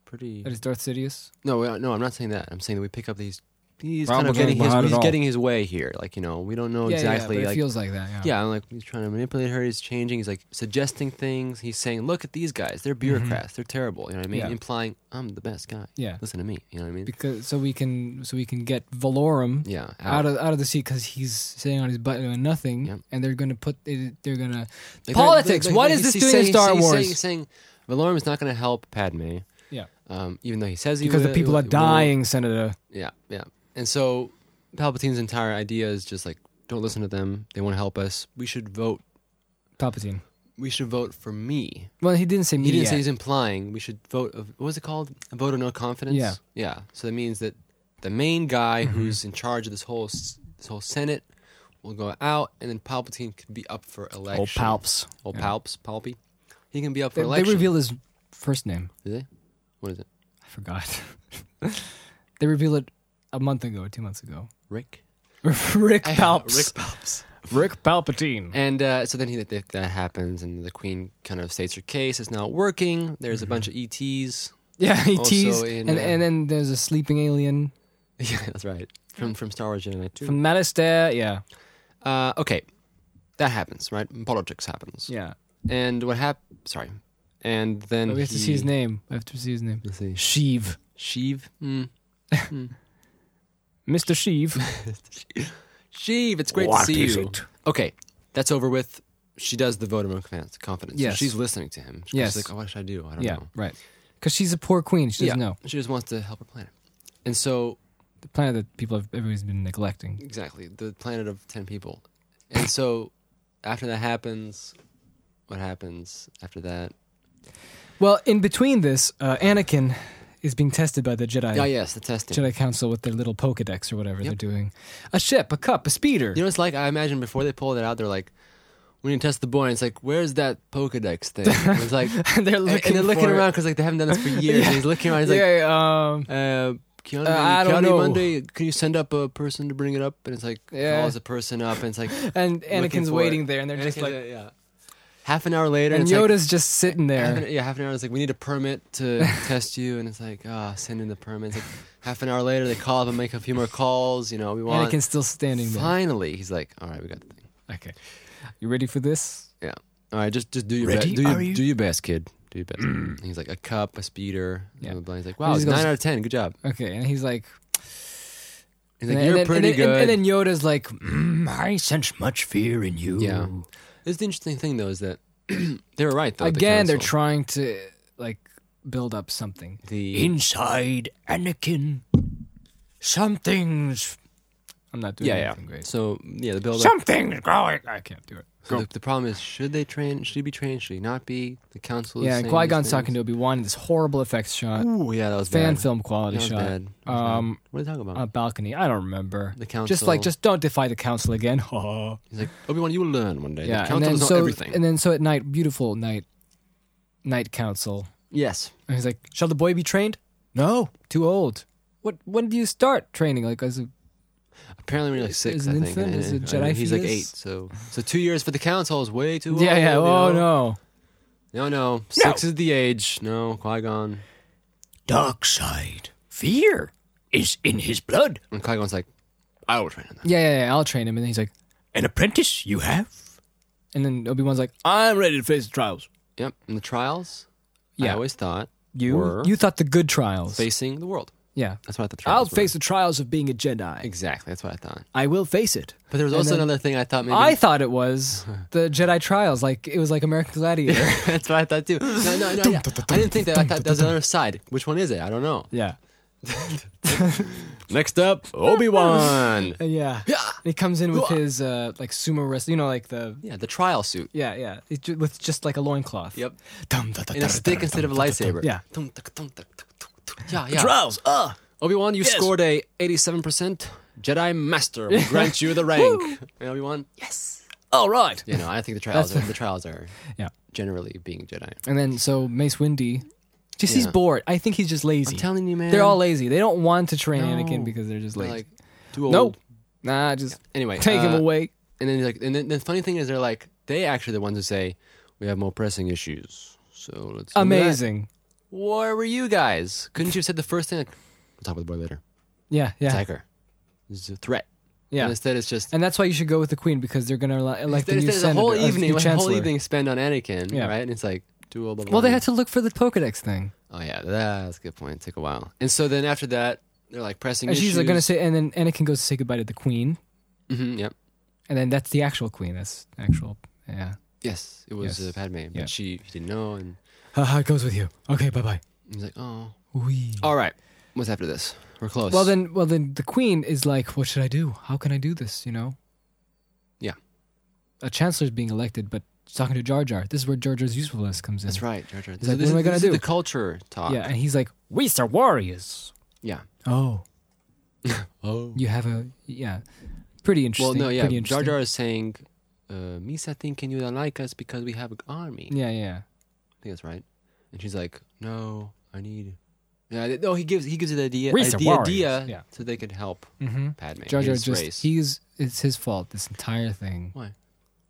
[SPEAKER 1] pretty.
[SPEAKER 2] That is Darth Sidious.
[SPEAKER 1] No, we- no, I'm not saying that. I'm saying that we pick up these. He's
[SPEAKER 2] Rob
[SPEAKER 1] kind of
[SPEAKER 2] wasn't
[SPEAKER 1] getting his.
[SPEAKER 2] behind at
[SPEAKER 1] He's
[SPEAKER 2] all.
[SPEAKER 1] getting his way here. Like you know, we don't know
[SPEAKER 2] Yeah, yeah,
[SPEAKER 1] exactly.
[SPEAKER 2] Yeah, but it
[SPEAKER 1] like
[SPEAKER 2] feels like that. Yeah.
[SPEAKER 1] yeah, I'm like he's trying to manipulate her. He's changing. He's like suggesting things. He's saying, "Look at these guys. They're bureaucrats. They're terrible." You know what I mean?
[SPEAKER 2] Mm-hmm. Yeah.
[SPEAKER 1] Implying I'm the best guy.
[SPEAKER 2] Yeah.
[SPEAKER 1] Listen to me. You know what I mean?
[SPEAKER 2] Because so we can so we can get Valorum
[SPEAKER 1] yeah.
[SPEAKER 2] out of out of the seat because he's sitting on his butt doing nothing,
[SPEAKER 1] Yeah.
[SPEAKER 2] and they're gonna put it, they're gonna
[SPEAKER 1] Like, they're-
[SPEAKER 2] politics.
[SPEAKER 1] they're-
[SPEAKER 2] What
[SPEAKER 1] like,
[SPEAKER 2] is
[SPEAKER 1] he's-
[SPEAKER 2] this doing
[SPEAKER 1] he's
[SPEAKER 2] in Star
[SPEAKER 1] saying, he's
[SPEAKER 2] Wars?
[SPEAKER 1] Saying, he's saying Valorum is not going to help Padme.
[SPEAKER 2] Yeah.
[SPEAKER 1] Um, even though he says he
[SPEAKER 2] because the
[SPEAKER 1] will-
[SPEAKER 2] people are
[SPEAKER 1] will-
[SPEAKER 2] dying, Senator.
[SPEAKER 1] Yeah, yeah. And so Palpatine's entire idea is just like, don't listen to them. They want to help us. We should vote.
[SPEAKER 2] Palpatine.
[SPEAKER 1] We should vote for me.
[SPEAKER 2] Well, he didn't say me.
[SPEAKER 1] He didn't
[SPEAKER 2] yet.
[SPEAKER 1] say he's implying we should vote. Of, what was it called? A vote of no confidence.
[SPEAKER 2] Yeah. Mm-hmm.
[SPEAKER 1] yeah. So that means that the main guy who's in charge of this whole s- this whole Senate will go out, and then Palpatine could be up for election.
[SPEAKER 2] Oh, Palps.
[SPEAKER 1] Old
[SPEAKER 2] Yeah.
[SPEAKER 1] Palps. Palpy. He can be up for
[SPEAKER 2] They, they
[SPEAKER 1] election.
[SPEAKER 2] reveal his first name.
[SPEAKER 1] Did they? What is it?
[SPEAKER 2] I forgot. they reveal it a month ago, two months ago.
[SPEAKER 1] Rick.
[SPEAKER 2] Rick Palps.
[SPEAKER 1] Rick Palps.
[SPEAKER 2] Rick Palpatine.
[SPEAKER 1] And uh, so then he, that, that happens, and the queen kind of states her case. It's not working. There's
[SPEAKER 2] Mm-hmm.
[SPEAKER 1] a bunch of E ETs.
[SPEAKER 2] Yeah, he
[SPEAKER 1] Also
[SPEAKER 2] teased,
[SPEAKER 1] in,
[SPEAKER 2] and,
[SPEAKER 1] uh,
[SPEAKER 2] and then there's a sleeping alien
[SPEAKER 1] Yeah, that's right. From from Star Wars Jedi Knight 2.
[SPEAKER 2] from Malastare. Yeah,
[SPEAKER 1] uh, okay, that happens, right? Politics happens.
[SPEAKER 2] yeah.
[SPEAKER 1] And what hap Sorry. And then
[SPEAKER 2] But we have to
[SPEAKER 1] he-
[SPEAKER 2] see his name. We have to see his name.
[SPEAKER 1] Let's see.
[SPEAKER 2] Sheev,
[SPEAKER 1] Sheev. Mm.
[SPEAKER 2] Mr. Sheev.
[SPEAKER 1] Sheev, it's great
[SPEAKER 3] What
[SPEAKER 1] to see
[SPEAKER 3] is
[SPEAKER 1] you.
[SPEAKER 3] it?
[SPEAKER 1] Okay, that's over with. She does the vote of confidence. confidence. So
[SPEAKER 2] Yes.
[SPEAKER 1] she's listening to him. She's
[SPEAKER 2] Yes.
[SPEAKER 1] like, oh, what should I do? I don't
[SPEAKER 2] yeah,
[SPEAKER 1] know.
[SPEAKER 2] right. Because she's a poor queen. She doesn't know
[SPEAKER 1] She just wants to help her planet. And so
[SPEAKER 2] the planet that people have everybody's been neglecting.
[SPEAKER 1] Exactly. The planet of 10 people. And so after that happens, what happens after that?
[SPEAKER 2] Well, in between this, uh, Anakin is being tested by the Jedi.
[SPEAKER 1] Oh, yes, the testing.
[SPEAKER 2] Jedi Council with their little Pokedex or whatever
[SPEAKER 1] Yep.
[SPEAKER 2] they're doing. A ship, a cup, a speeder.
[SPEAKER 1] You know, it's like, I imagine before they pull that out, they're like, we need to test the boy. And it's like, where's that Pokedex thing? And it's like,
[SPEAKER 2] and they're
[SPEAKER 1] and-
[SPEAKER 2] looking,
[SPEAKER 1] and they're looking
[SPEAKER 2] for it.
[SPEAKER 1] around because like, they haven't done this for years.
[SPEAKER 2] Yeah.
[SPEAKER 1] And he's looking around, he's like,
[SPEAKER 2] yeah, yeah, um,
[SPEAKER 1] uh, Keanu,
[SPEAKER 2] Uh, I don't
[SPEAKER 1] Keanu
[SPEAKER 2] know.
[SPEAKER 1] Monday, can you send up a person to bring it up? And it's like,
[SPEAKER 2] Yeah.
[SPEAKER 1] calls a person up. And it's like,
[SPEAKER 2] and Anakin's
[SPEAKER 1] for
[SPEAKER 2] waiting
[SPEAKER 1] it.
[SPEAKER 2] there, and they're just
[SPEAKER 1] Anakin's
[SPEAKER 2] like,
[SPEAKER 1] like- yeah. Half an hour later,
[SPEAKER 2] and
[SPEAKER 1] it's like,
[SPEAKER 2] Yoda's just sitting
[SPEAKER 1] Half
[SPEAKER 2] there.
[SPEAKER 1] an, yeah, half an hour. It's like we need a permit to test you, and it's like ah, send in the permit. It's like half an hour later, they call up and make a few more calls. You know, we want.
[SPEAKER 2] Anakin's still standing there.
[SPEAKER 1] Finally, he's like, all right, we got the thing.
[SPEAKER 2] Okay, you ready for this?
[SPEAKER 1] Yeah, all right, just just do your
[SPEAKER 3] Ready?
[SPEAKER 1] best. Do, your-
[SPEAKER 3] Are you-
[SPEAKER 1] do your best, kid. Do your best. And he's like a cup, a speeder.
[SPEAKER 2] Mm. Yeah.
[SPEAKER 1] Yeah. Blah, blah, blah. He's like,
[SPEAKER 2] He
[SPEAKER 1] wow, it's
[SPEAKER 2] just goes-
[SPEAKER 1] nine out of ten. Good job.
[SPEAKER 2] Okay, and he's like,
[SPEAKER 1] He's like,
[SPEAKER 2] and
[SPEAKER 1] you're
[SPEAKER 2] then,
[SPEAKER 1] pretty
[SPEAKER 2] and then,
[SPEAKER 1] good.
[SPEAKER 2] And, and then Yoda's like,
[SPEAKER 3] Mm, I sense much fear in you.
[SPEAKER 1] yeah. This is the interesting thing though is that they were right though. the
[SPEAKER 2] again, they're
[SPEAKER 1] council.
[SPEAKER 2] trying to like build up something.
[SPEAKER 1] the
[SPEAKER 3] Inside Anakin, something's
[SPEAKER 2] I'm not doing
[SPEAKER 1] yeah
[SPEAKER 2] yeah,
[SPEAKER 1] yeah.
[SPEAKER 2] anything great.
[SPEAKER 1] So yeah, the build up.
[SPEAKER 3] something's going.
[SPEAKER 2] I can't do it.
[SPEAKER 1] So
[SPEAKER 3] Go.
[SPEAKER 1] the, the problem is, should they train? Should he be trained? Should he not be? The council is
[SPEAKER 2] yeah, and
[SPEAKER 1] saying
[SPEAKER 2] Qui Gon's
[SPEAKER 1] these
[SPEAKER 2] talking
[SPEAKER 1] things.
[SPEAKER 2] to Obi Wan in this horrible effects shot,
[SPEAKER 1] Ooh, yeah, that was
[SPEAKER 2] fan
[SPEAKER 1] bad.
[SPEAKER 2] film
[SPEAKER 1] That
[SPEAKER 2] quality
[SPEAKER 1] was
[SPEAKER 2] shot,
[SPEAKER 1] bad. That was bad.
[SPEAKER 2] Um,
[SPEAKER 1] What are they talking about?
[SPEAKER 2] on a balcony. I don't remember.
[SPEAKER 1] the council.
[SPEAKER 2] Just like, just don't defy the council again. yeah,
[SPEAKER 1] He's like, Obi Wan, you will learn one day. the
[SPEAKER 2] and
[SPEAKER 1] council
[SPEAKER 2] then
[SPEAKER 1] is not
[SPEAKER 2] so,
[SPEAKER 1] everything.
[SPEAKER 2] and then so at night, beautiful night, night council.
[SPEAKER 1] yes.
[SPEAKER 2] And he's like, "Shall the boy be trained? No, too old. What? When do you start training? Like as a
[SPEAKER 1] Apparently, when you're like six,
[SPEAKER 2] Is
[SPEAKER 1] I
[SPEAKER 2] an
[SPEAKER 1] think.
[SPEAKER 2] infant-
[SPEAKER 1] and-
[SPEAKER 2] is
[SPEAKER 1] and-
[SPEAKER 2] a
[SPEAKER 1] and
[SPEAKER 2] Jedi
[SPEAKER 1] He's like
[SPEAKER 2] fetus?
[SPEAKER 1] eight, so so two years for the council is way too.
[SPEAKER 2] yeah,
[SPEAKER 1] old,
[SPEAKER 2] yeah.
[SPEAKER 1] you
[SPEAKER 2] Oh
[SPEAKER 1] know? no,
[SPEAKER 2] no,
[SPEAKER 1] no. Six is the age. No, Qui Gon.
[SPEAKER 3] Dark side. Fear is in his blood.
[SPEAKER 1] And Qui Gon's like, I will train him.
[SPEAKER 2] yeah, yeah, yeah. I'll train him." And then he's like,
[SPEAKER 3] An apprentice you have.
[SPEAKER 2] and then Obi Wan's like,
[SPEAKER 3] I'm ready to face the trials.
[SPEAKER 1] Yep. And the trials. I
[SPEAKER 2] Yeah.
[SPEAKER 1] always thought
[SPEAKER 2] "You,
[SPEAKER 1] were
[SPEAKER 2] you thought the good trials?
[SPEAKER 1] facing the world.
[SPEAKER 2] yeah,
[SPEAKER 1] That's what I thought. The trials
[SPEAKER 2] I'll
[SPEAKER 1] were.
[SPEAKER 2] face the trials of being a Jedi.
[SPEAKER 1] Exactly. That's what I thought.
[SPEAKER 2] I will face it."
[SPEAKER 1] But there was
[SPEAKER 2] And
[SPEAKER 1] also
[SPEAKER 2] then-
[SPEAKER 1] another thing I thought maybe.
[SPEAKER 2] I thought it was the Jedi trials, like it was like American Gladiator.
[SPEAKER 1] that's what I thought too. No, no, no. yeah. I didn't think that. I thought there was another side. Which one is it? I don't know.
[SPEAKER 2] yeah,
[SPEAKER 1] Next up, Obi Wan.
[SPEAKER 2] and yeah. And he comes in with his uh, like sumo wrestling, you know, like the
[SPEAKER 1] Yeah, the trial suit.
[SPEAKER 2] yeah, yeah, it, ju- with just like a loincloth.
[SPEAKER 1] Yep.
[SPEAKER 3] Dum, da, da,
[SPEAKER 1] And a stick instead of a lightsaber.
[SPEAKER 2] Yeah.
[SPEAKER 1] Dum, tuk, dum, tuk, tuk, tuk, tuk. Yeah, yeah.
[SPEAKER 3] Trials. Ah.
[SPEAKER 1] Obi Wan, you scored a 87%. Jedi Master will grant you the rank. and Obi Wan, yes.
[SPEAKER 3] all right.
[SPEAKER 1] You know, I think the trials are the trials are
[SPEAKER 2] Yeah.
[SPEAKER 1] generally being Jedi.
[SPEAKER 2] And then so Mace Windu, just he's
[SPEAKER 1] Yeah.
[SPEAKER 2] bored. I think he's just lazy.
[SPEAKER 1] I'm telling you, man.
[SPEAKER 2] They're all lazy. They don't want to train
[SPEAKER 1] No.
[SPEAKER 2] Anakin because they're just
[SPEAKER 1] They're
[SPEAKER 2] lazy.
[SPEAKER 1] like too old.
[SPEAKER 2] nope. Nah, just
[SPEAKER 1] Anyway,
[SPEAKER 2] take him
[SPEAKER 1] uh,
[SPEAKER 2] away.
[SPEAKER 1] And then he's like, and then the funny thing is, they're like, they actually the ones who say we have more pressing issues. So let's do that."
[SPEAKER 2] Amazing.
[SPEAKER 1] Where were you guys? Couldn't you have said the first thing? Like, we'll talk about the boy later.
[SPEAKER 2] Yeah, yeah,
[SPEAKER 1] Tiger. This is a threat.
[SPEAKER 2] yeah.
[SPEAKER 1] And
[SPEAKER 2] And,
[SPEAKER 1] instead, it's just
[SPEAKER 2] that's why you should go with the queen because they're gonna ele- elect the
[SPEAKER 1] instead,
[SPEAKER 2] new
[SPEAKER 1] instead it's a
[SPEAKER 2] senator,
[SPEAKER 1] whole
[SPEAKER 2] uh,
[SPEAKER 1] evening,
[SPEAKER 2] new
[SPEAKER 1] a
[SPEAKER 2] chancellor.
[SPEAKER 1] whole evening spent on Anakin,
[SPEAKER 2] Yeah.
[SPEAKER 1] right? And it's like do all the
[SPEAKER 2] Well, they had to look for the Pokedex thing.
[SPEAKER 1] Oh yeah, that's a good point. It took a while. And so then after that, they're like pressing
[SPEAKER 2] And
[SPEAKER 1] issues.
[SPEAKER 2] she's like, gonna say, and then Anakin goes to say goodbye to the queen,
[SPEAKER 1] Mhm, yep.
[SPEAKER 2] and then that's the actual queen. That's actual. Yeah.
[SPEAKER 1] Yes, it was
[SPEAKER 2] Yes.
[SPEAKER 1] uh, Padme, but
[SPEAKER 2] Yeah.
[SPEAKER 1] she he didn't know, and
[SPEAKER 2] Haha, it goes with you. Okay, bye bye.
[SPEAKER 1] he's like, oh, all right. What's after this? We're close.
[SPEAKER 2] Well then, well then, the queen is like, "What should I do? How can I do this?" You know.
[SPEAKER 1] Yeah.
[SPEAKER 2] A chancellor's being elected, but she's talking to Jar Jar. This is where Jar Jar's usefulness comes in.
[SPEAKER 1] That's right, Jar Jar. This,
[SPEAKER 2] like,
[SPEAKER 1] is-
[SPEAKER 2] what
[SPEAKER 1] this
[SPEAKER 2] am I
[SPEAKER 1] is-
[SPEAKER 2] gonna
[SPEAKER 1] this is
[SPEAKER 2] do?
[SPEAKER 1] the culture talk.
[SPEAKER 2] Yeah, and he's like, "We are warriors."
[SPEAKER 1] Yeah.
[SPEAKER 2] Oh,
[SPEAKER 1] Oh.
[SPEAKER 2] you have a yeah, pretty
[SPEAKER 1] Well,
[SPEAKER 2] interesting.
[SPEAKER 1] no, yeah.
[SPEAKER 2] pretty
[SPEAKER 1] Jar
[SPEAKER 2] interesting.
[SPEAKER 1] Jar is saying, uh, Misa thinking you don't like us because we have an army.
[SPEAKER 2] Yeah, yeah.
[SPEAKER 1] I think that's right. And she's like, no, I need. Yeah, th- no, he gives he gives it the idea,
[SPEAKER 2] We're some
[SPEAKER 1] idea,
[SPEAKER 2] warriors.
[SPEAKER 1] idea
[SPEAKER 2] Yeah.
[SPEAKER 1] so they could help
[SPEAKER 2] Mm-hmm.
[SPEAKER 1] Padme.
[SPEAKER 2] Jar Jar
[SPEAKER 1] his
[SPEAKER 2] just
[SPEAKER 1] race.
[SPEAKER 2] he's it's his fault. This entire thing.
[SPEAKER 1] Why?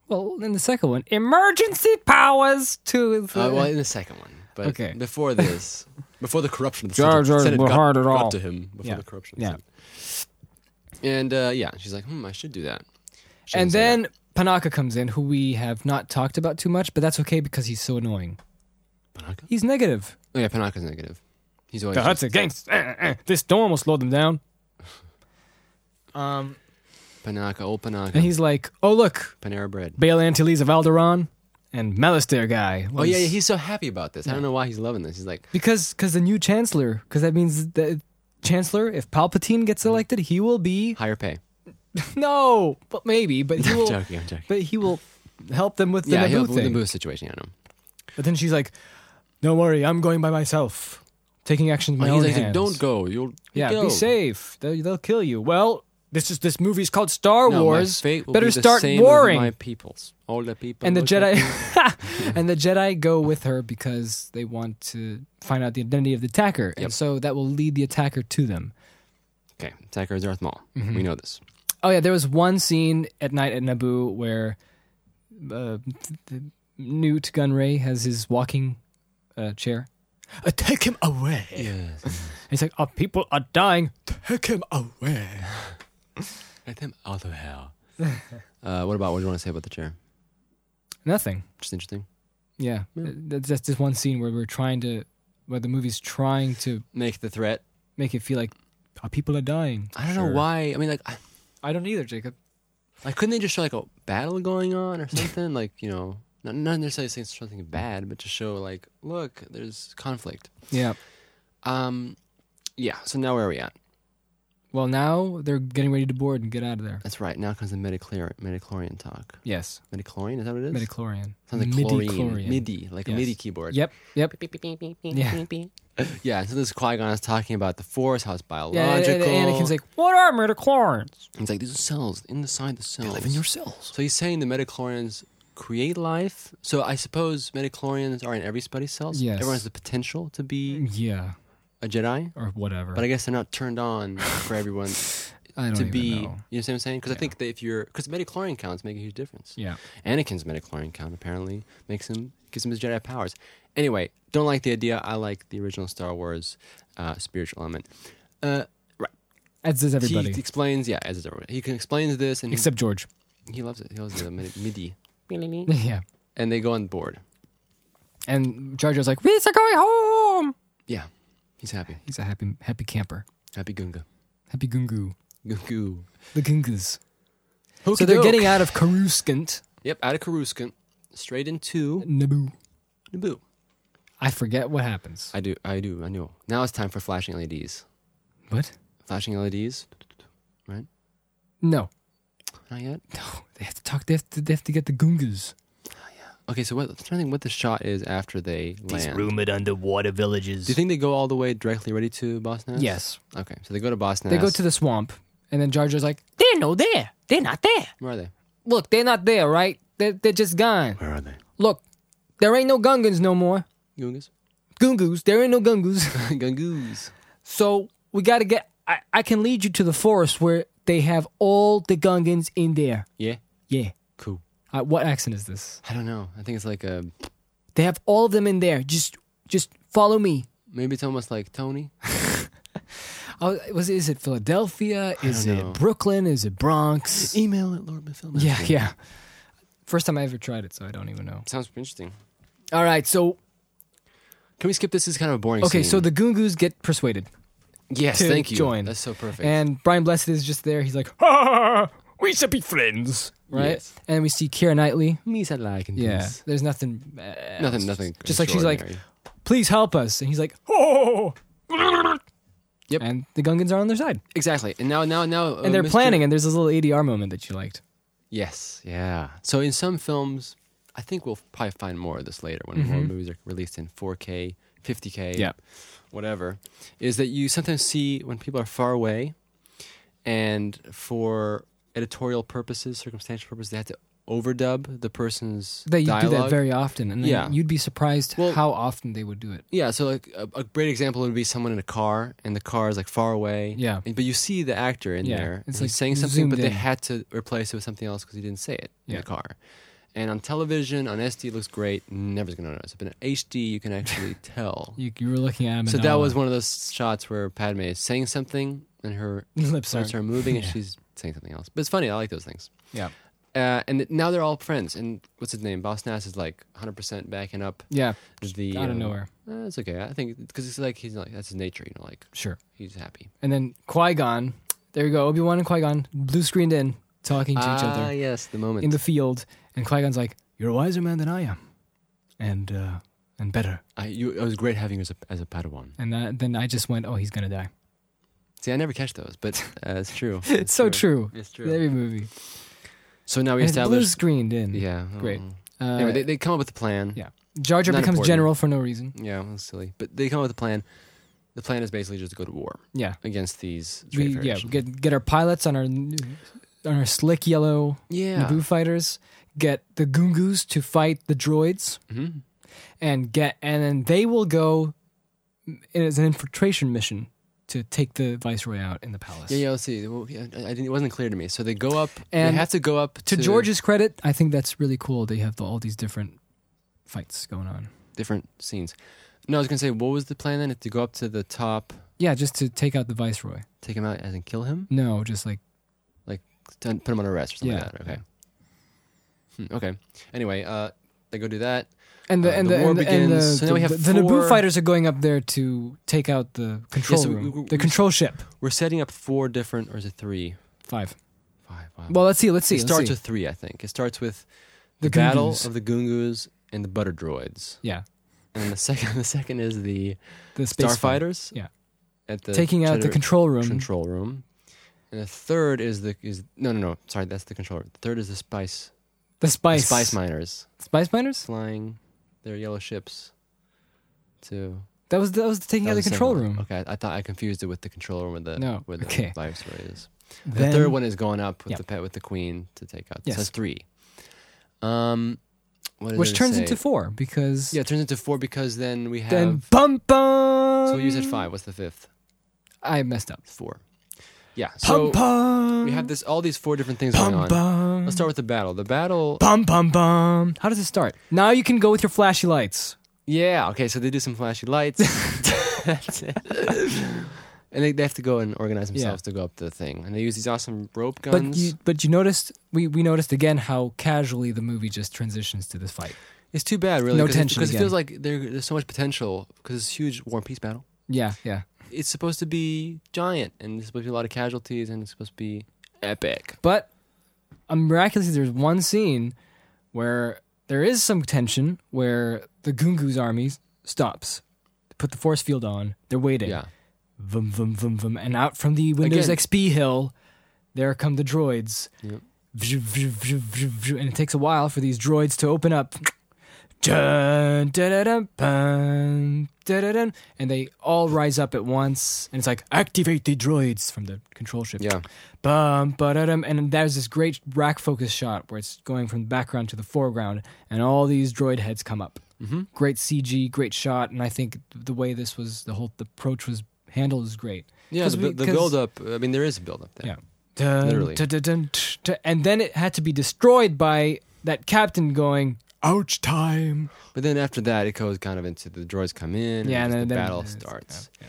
[SPEAKER 2] Well, then the second one, emergency powers to the,
[SPEAKER 1] Uh, well, in the second one, but
[SPEAKER 2] Okay.
[SPEAKER 1] before this, before the corruption, of the
[SPEAKER 2] Jar
[SPEAKER 1] Senate-
[SPEAKER 2] Jars
[SPEAKER 1] Senate
[SPEAKER 2] were
[SPEAKER 1] got,
[SPEAKER 2] hard at
[SPEAKER 1] got
[SPEAKER 2] all.
[SPEAKER 1] to him before
[SPEAKER 2] Yeah.
[SPEAKER 1] the corruption. of the
[SPEAKER 2] Yeah.
[SPEAKER 1] Senate. And uh, yeah, she's like, hmm, I should do that. She
[SPEAKER 2] and
[SPEAKER 1] doesn't say
[SPEAKER 2] then Panaka comes in, who we have not talked about too much, but that's okay because he's so annoying.
[SPEAKER 1] that. Panaka.
[SPEAKER 2] He's negative.
[SPEAKER 1] Oh yeah, Panaka's negative. He's always
[SPEAKER 2] The
[SPEAKER 1] just,
[SPEAKER 2] Huts against eh, eh, this storm will slow them down. Um,
[SPEAKER 1] Panaka, old Panaka,
[SPEAKER 2] and he's like, "Oh look,
[SPEAKER 1] Panera Bread.
[SPEAKER 2] Bail Antilles of Alderaan and Malastare guy."
[SPEAKER 1] Oh
[SPEAKER 2] was-
[SPEAKER 1] yeah, yeah, he's so happy about this. I don't know why he's loving this. He's like,
[SPEAKER 2] because because the new chancellor because that means the chancellor if Palpatine
[SPEAKER 1] Mm-hmm.
[SPEAKER 2] gets elected he will be
[SPEAKER 1] higher pay.
[SPEAKER 2] no but maybe but he
[SPEAKER 1] I'm
[SPEAKER 2] will
[SPEAKER 1] joking. I'm joking.
[SPEAKER 2] but he will help them with the
[SPEAKER 1] yeah,
[SPEAKER 2] Naboo
[SPEAKER 1] he'll
[SPEAKER 2] thing.
[SPEAKER 1] the boost situation. I know.
[SPEAKER 2] But then she's like, "Don't worry, I'm going by myself, taking actions with my
[SPEAKER 1] Oh,
[SPEAKER 2] own
[SPEAKER 1] he's like,
[SPEAKER 2] hands.
[SPEAKER 1] don't go. You'll
[SPEAKER 2] Yeah,
[SPEAKER 1] go.
[SPEAKER 2] be safe. They'll, they'll kill you. Well, this is this movie's called Star
[SPEAKER 1] No, my
[SPEAKER 2] Wars.
[SPEAKER 1] fate will
[SPEAKER 2] Better
[SPEAKER 1] be the
[SPEAKER 2] start
[SPEAKER 1] same as
[SPEAKER 2] warring.
[SPEAKER 1] My peoples, all the people,
[SPEAKER 2] and the
[SPEAKER 1] look at
[SPEAKER 2] Jedi and the Jedi go with her because they want to find out the identity of the attacker,
[SPEAKER 1] Yep.
[SPEAKER 2] and so that will lead the attacker to them.
[SPEAKER 1] Okay, attacker is Darth Maul. We know this.
[SPEAKER 2] Oh yeah, there was one scene at night at Naboo where uh, th- th- Newt Gunray has his walking uh, chair.
[SPEAKER 3] Uh, take him away.
[SPEAKER 2] And he's like, "Our people are dying."
[SPEAKER 3] Take him away.
[SPEAKER 1] Let them out of hell. uh, what about what do you want to say about the chair?
[SPEAKER 2] Nothing.
[SPEAKER 1] Just interesting.
[SPEAKER 2] Yeah, that's that's just one scene where we're trying to, where the movie's trying to
[SPEAKER 1] Make the threat.
[SPEAKER 2] make it feel like our people are dying.
[SPEAKER 1] I don't know why. I mean, like, I,
[SPEAKER 2] I don't either, Jacob.
[SPEAKER 1] like, couldn't they just show like a battle going on or something? like, you know, not, not necessarily saying something bad, but just show like, look, there's conflict.
[SPEAKER 2] Yeah.
[SPEAKER 1] Um, yeah. So now where are we at?
[SPEAKER 2] Well, now they're getting ready to board and get out of there.
[SPEAKER 1] That's right. Now comes the Metachlor- Metachlorian talk.
[SPEAKER 2] Yes,
[SPEAKER 1] Metachlorian, is that what it is?
[SPEAKER 2] Metachlorian.
[SPEAKER 1] Sounds like
[SPEAKER 2] Midi
[SPEAKER 1] chlorine. MIDI, like a
[SPEAKER 2] Yes.
[SPEAKER 1] MIDI keyboard.
[SPEAKER 2] Yep, yep. Yeah.
[SPEAKER 5] Yeah.
[SPEAKER 1] Yeah, and so this Qui Gon is talking about the Force, how it's
[SPEAKER 2] Yeah, and-
[SPEAKER 1] biological.
[SPEAKER 2] and Anakin's like, "What are metachlorians?"
[SPEAKER 1] He's like, these are cells inside the cells.
[SPEAKER 4] Live in your cells.
[SPEAKER 1] so he's saying the Metachlorians create life. So I suppose Metachlorians are in everybody's cells.
[SPEAKER 2] Yes.
[SPEAKER 1] Everyone has the potential to be
[SPEAKER 2] Yeah,
[SPEAKER 1] a Jedi,
[SPEAKER 2] or whatever.
[SPEAKER 1] but I guess they're not turned on for everyone
[SPEAKER 2] I don't
[SPEAKER 1] to
[SPEAKER 2] even
[SPEAKER 1] be.
[SPEAKER 2] know.
[SPEAKER 1] You know what I'm saying? Because I think that if you're. Because Metachlorian counts make a huge difference.
[SPEAKER 2] Yeah,
[SPEAKER 1] Anakin's metachlorian count apparently makes him gives him his Jedi powers. Anyway, don't like the idea. I like the original Star Wars uh, spiritual element. Uh,
[SPEAKER 2] as does everybody
[SPEAKER 1] He explains, yeah, as is everybody. He can explains this, and he,
[SPEAKER 2] except George.
[SPEAKER 1] he loves it. He loves the mid- midi,
[SPEAKER 2] yeah,
[SPEAKER 1] and they go on board.
[SPEAKER 2] and Jar Jar's like, "We are going home."
[SPEAKER 1] Yeah, he's happy,
[SPEAKER 2] He's a happy, happy camper,
[SPEAKER 1] happy Gunga,
[SPEAKER 2] happy gungu,
[SPEAKER 1] Gungu.
[SPEAKER 2] the gungus. So they're getting out of Karuskant,
[SPEAKER 1] yep out of Coruscant, straight into
[SPEAKER 2] Naboo.
[SPEAKER 1] Naboo.
[SPEAKER 2] I forget what happens.
[SPEAKER 1] I do, I do, I know. Now it's time for flashing LEDs.
[SPEAKER 2] What?
[SPEAKER 1] Flashing E LEDs?
[SPEAKER 2] No,
[SPEAKER 1] Not yet.
[SPEAKER 2] no. They have to talk. They have to. They have to get the gungus.
[SPEAKER 1] Okay, so what, I'm trying to think what the shot is after they
[SPEAKER 3] These
[SPEAKER 1] land.
[SPEAKER 3] rumored underwater villages.
[SPEAKER 1] Do you think they go all the way directly ready to Boss Nass?
[SPEAKER 2] Yes,
[SPEAKER 1] Okay, so they go to Boss Nass.
[SPEAKER 2] they go to the swamp, and then Jar Jar's like,
[SPEAKER 5] They're no there. They're not there.
[SPEAKER 1] Where are they?
[SPEAKER 2] "Look, they're not there, right? They're, they're just gone.
[SPEAKER 3] Where are they?
[SPEAKER 2] Look, there ain't no gungans no more.
[SPEAKER 1] Goongas?
[SPEAKER 2] Gungus, there ain't no gungus."
[SPEAKER 1] Gungoos.
[SPEAKER 2] So we got to get. I, I can lead you to the forest where they have all the Gungans in there.
[SPEAKER 1] Yeah?
[SPEAKER 2] Yeah.
[SPEAKER 1] Cool.
[SPEAKER 2] Uh, what accent is this?
[SPEAKER 1] I don't know. I think it's like a.
[SPEAKER 2] They have all of them in there. Just, just follow me.
[SPEAKER 1] Maybe it's almost like Tony.
[SPEAKER 2] Oh, was is it Philadelphia? Is
[SPEAKER 1] don't
[SPEAKER 2] it
[SPEAKER 1] know.
[SPEAKER 2] Brooklyn? Is it Bronx?
[SPEAKER 1] Email at Lord McPhillips.
[SPEAKER 2] Yeah, yeah. First time I ever tried it, so I don't even know.
[SPEAKER 1] Sounds interesting.
[SPEAKER 2] All right, so
[SPEAKER 1] Can we skip this? This is kind of a boring
[SPEAKER 2] okay,
[SPEAKER 1] scene.
[SPEAKER 2] so the Gungus get persuaded,
[SPEAKER 1] Yes,
[SPEAKER 2] to
[SPEAKER 1] thank you.
[SPEAKER 2] join.
[SPEAKER 1] That's so perfect.
[SPEAKER 2] and Brian Blessed is just there. He's like, "Ha, we should be friends, right?"
[SPEAKER 1] Yes.
[SPEAKER 2] And we see Kira Knightley.
[SPEAKER 1] me said like and
[SPEAKER 2] Yeah,
[SPEAKER 1] this.
[SPEAKER 2] there's nothing. uh,
[SPEAKER 1] Nothing, nothing.
[SPEAKER 2] Just like she's like,
[SPEAKER 1] extraordinary.
[SPEAKER 2] please help us. And he's like, oh.
[SPEAKER 1] Yep. Oh,
[SPEAKER 2] And the Gungans are on their side.
[SPEAKER 1] Exactly. And now, now, now. uh,
[SPEAKER 2] And they're planning, and there's this little ADR moment that you liked.
[SPEAKER 1] Yes, yeah. So in some films, I think we'll probably find more of this later when more movies are released in 4K, 50K,
[SPEAKER 2] Mm-hmm. Yeah.
[SPEAKER 1] whatever. Is that you sometimes see when people are far away, and for editorial purposes, circumstantial purposes, they have to overdub the person's
[SPEAKER 2] They
[SPEAKER 1] dialogue.
[SPEAKER 2] do that very often, and then
[SPEAKER 1] Yeah.
[SPEAKER 2] you'd be surprised
[SPEAKER 1] Well-
[SPEAKER 2] how often they would do it.
[SPEAKER 1] yeah, so like a, a great example would be someone in a car, and the car is like far away.
[SPEAKER 2] Yeah.
[SPEAKER 1] and- but you see the actor in
[SPEAKER 2] Yeah,
[SPEAKER 1] there.
[SPEAKER 2] it's
[SPEAKER 1] It's
[SPEAKER 2] like
[SPEAKER 1] like saying something, but
[SPEAKER 2] zoomed
[SPEAKER 1] they
[SPEAKER 2] in.
[SPEAKER 1] had to replace it with something else because he didn't say it in
[SPEAKER 2] Yeah.
[SPEAKER 1] the car. And on television, on SD, it looks great. Never's gonna notice. But in HD, you can actually tell.
[SPEAKER 2] You, you were looking at him.
[SPEAKER 1] so
[SPEAKER 2] and
[SPEAKER 1] that
[SPEAKER 2] all
[SPEAKER 1] was one of those shots where Padme is saying something, and her
[SPEAKER 2] lips are.
[SPEAKER 1] lips are moving, and she's saying something else. But it's funny. I like those things.
[SPEAKER 2] Yeah.
[SPEAKER 1] Uh, and th- now they're all friends. And what's his name? Boss Nass is like 100% backing up
[SPEAKER 2] Yeah,
[SPEAKER 1] the.
[SPEAKER 2] out of
[SPEAKER 1] um,
[SPEAKER 2] nowhere.
[SPEAKER 1] uh, it's okay. I think because it's like he's like that's his nature. You know, like
[SPEAKER 2] Sure.
[SPEAKER 1] he's happy.
[SPEAKER 2] And then Qui Gon. There you go. Obi Wan and Qui Gon blue screened in, talking to each
[SPEAKER 1] Ah,
[SPEAKER 2] other
[SPEAKER 1] yes, the moment.
[SPEAKER 2] in the field. And Qui Gon's like,
[SPEAKER 4] You're a wiser man than I am, and uh, and better.
[SPEAKER 1] I, you, it was great having you as a, as a Padawan.
[SPEAKER 2] and that, then I just went, oh, he's gonna die.
[SPEAKER 1] See, I never catch those, but uh, it's true.
[SPEAKER 2] It's, so true.
[SPEAKER 1] It's true.
[SPEAKER 2] In Every movie.
[SPEAKER 1] So now we
[SPEAKER 2] And it's blue
[SPEAKER 1] establish.
[SPEAKER 2] screened in.
[SPEAKER 1] Yeah. oh.
[SPEAKER 2] Great. Uh,
[SPEAKER 1] Anyway, they, they come up with a plan.
[SPEAKER 2] Yeah. Jar Jar
[SPEAKER 1] Not
[SPEAKER 2] becomes
[SPEAKER 1] important.
[SPEAKER 2] general for no reason.
[SPEAKER 1] Yeah, that's silly. But they come up with a plan. The plan is basically just to go to war
[SPEAKER 2] Yeah,
[SPEAKER 1] against these.
[SPEAKER 2] we,
[SPEAKER 1] Trade
[SPEAKER 2] yeah,
[SPEAKER 1] Federation.
[SPEAKER 2] we get get our pilots on our on our slick yellow
[SPEAKER 1] yeah.
[SPEAKER 2] Naboo fighters. Get the Goongoos to fight the droids,
[SPEAKER 1] Mhm.
[SPEAKER 2] and get and then they will go as an infiltration mission to take the viceroy out in the palace.
[SPEAKER 1] Yeah, yeah. Let's see. Well, yeah, I I didn't, it wasn't clear to me. So they go up.
[SPEAKER 2] And
[SPEAKER 1] they have to go up
[SPEAKER 2] To, George's credit, I think that's really cool. They have the, all these different fights going on.
[SPEAKER 1] different scenes. No, I was gonna say, what was the plan then? To go up to the top,
[SPEAKER 2] Yeah, just to take out the viceroy.
[SPEAKER 1] take him out, as in kill him,
[SPEAKER 2] No, just like
[SPEAKER 1] to put him on arrest or something
[SPEAKER 2] Yeah.
[SPEAKER 1] like that. Okay. Hmm, okay. Anyway, uh, they go do that.
[SPEAKER 2] and the
[SPEAKER 1] Uh,
[SPEAKER 2] and the,
[SPEAKER 1] the war
[SPEAKER 2] and the, and the,
[SPEAKER 1] begins. So now we have
[SPEAKER 2] the, the Naboo
[SPEAKER 1] four-
[SPEAKER 2] fighters are going up there to take out the control
[SPEAKER 1] so we-
[SPEAKER 2] room,
[SPEAKER 1] we- we-
[SPEAKER 2] the control ship.
[SPEAKER 1] We're setting up four different, or is it three?
[SPEAKER 2] Five.
[SPEAKER 1] Five. Wow.
[SPEAKER 2] Well, let's see. Let's see.
[SPEAKER 1] it
[SPEAKER 2] let's
[SPEAKER 1] starts
[SPEAKER 2] see.
[SPEAKER 1] with three, I think. It starts with the,
[SPEAKER 2] The
[SPEAKER 1] battle
[SPEAKER 2] Gungus.
[SPEAKER 1] of the Gungus and the Butter Droids,
[SPEAKER 2] yeah,
[SPEAKER 1] and the second, the second is the
[SPEAKER 2] the space fighter
[SPEAKER 1] Starfighters.
[SPEAKER 2] Yeah.
[SPEAKER 1] At the
[SPEAKER 2] taking out the
[SPEAKER 1] Federa-
[SPEAKER 2] control room.
[SPEAKER 1] control room. and the third is the is no no no sorry that's the controller. The third is the spice
[SPEAKER 2] The
[SPEAKER 1] the
[SPEAKER 2] spice.
[SPEAKER 1] spice miners
[SPEAKER 2] Spice miners?
[SPEAKER 1] flying their yellow ships to
[SPEAKER 2] That was that was the taking
[SPEAKER 1] that
[SPEAKER 2] out
[SPEAKER 1] was
[SPEAKER 2] of the
[SPEAKER 1] same
[SPEAKER 2] control
[SPEAKER 1] one.
[SPEAKER 2] room.
[SPEAKER 1] Okay, I, I thought I confused it with the controller where the
[SPEAKER 2] No,
[SPEAKER 1] where the
[SPEAKER 2] okay.
[SPEAKER 1] virus is.
[SPEAKER 2] Then-
[SPEAKER 1] the third one is going up with
[SPEAKER 2] Yeah.
[SPEAKER 1] the pet with the queen to take out.
[SPEAKER 2] Yes.
[SPEAKER 1] So that's three. Um, what did
[SPEAKER 2] which
[SPEAKER 1] it
[SPEAKER 2] turns
[SPEAKER 1] say?
[SPEAKER 2] into four because
[SPEAKER 1] yeah, it turns into four because then we have.
[SPEAKER 2] then bum bum.
[SPEAKER 1] so you said five. What's the fifth?
[SPEAKER 2] I messed up.
[SPEAKER 1] It's four. Yeah. So
[SPEAKER 2] bum
[SPEAKER 1] we have this all these four different things going
[SPEAKER 2] bum
[SPEAKER 1] on.
[SPEAKER 2] bum.
[SPEAKER 1] Let's start with the battle. The battle.
[SPEAKER 2] Bum bum bum. How does it start? Now you can go with your flashy lights.
[SPEAKER 1] Yeah. Okay. So they do some flashy lights. That's it. And they, they have to go and organize themselves to go up the thing. And they use these awesome rope guns.
[SPEAKER 2] But you but you noticed we, we noticed again how casually the movie just transitions to this fight.
[SPEAKER 1] It's too bad, really.
[SPEAKER 2] No
[SPEAKER 1] 'cause it-
[SPEAKER 2] tension
[SPEAKER 1] because it
[SPEAKER 2] again.
[SPEAKER 1] feels like there, there's so much potential because it's a huge war and peace battle.
[SPEAKER 2] Yeah, yeah.
[SPEAKER 1] It's supposed to be giant, and there's supposed to be a lot of casualties, and it's supposed to be epic.
[SPEAKER 2] But um, miraculously, there's one scene where there is some tension where the Gungu's army stops. They put the force field on. They're waiting.
[SPEAKER 1] Yeah,
[SPEAKER 2] Vum, vum, vum, vum. And out from the Windows
[SPEAKER 1] Again.
[SPEAKER 2] XP hill, there come the droids.
[SPEAKER 1] Yep.
[SPEAKER 2] Vzhu, vzhu, vzhu, vzhu, vzhu. And it takes a while for these droids to open up. Dun, da-da-dum, bum, da-da-dum. And they all rise up at once. And it's like, activate the droids from the control ship
[SPEAKER 1] yeah.
[SPEAKER 2] bum ba-da-dum, and there's this great rack focus shot where it's going from the background to the foreground and all these droid heads come up
[SPEAKER 1] Mhm.
[SPEAKER 2] great cg great shot and i think the way this was the whole the approach was handled is great
[SPEAKER 1] Yeah,
[SPEAKER 2] 'Cause
[SPEAKER 1] the,
[SPEAKER 2] we-
[SPEAKER 1] the
[SPEAKER 2] 'cause-
[SPEAKER 1] build up, I mean, there is a build up there.
[SPEAKER 2] yeah Dun,
[SPEAKER 1] Literally.
[SPEAKER 2] dun, dun, dun, tsh, dun. and then it had to be destroyed by that captain going ouch time
[SPEAKER 1] But then after that, it goes kind of into the droids come in,
[SPEAKER 2] Yeah,
[SPEAKER 1] and, just
[SPEAKER 2] and then-
[SPEAKER 1] the
[SPEAKER 2] then-
[SPEAKER 1] battle
[SPEAKER 2] yeah,
[SPEAKER 1] starts.
[SPEAKER 2] yeah.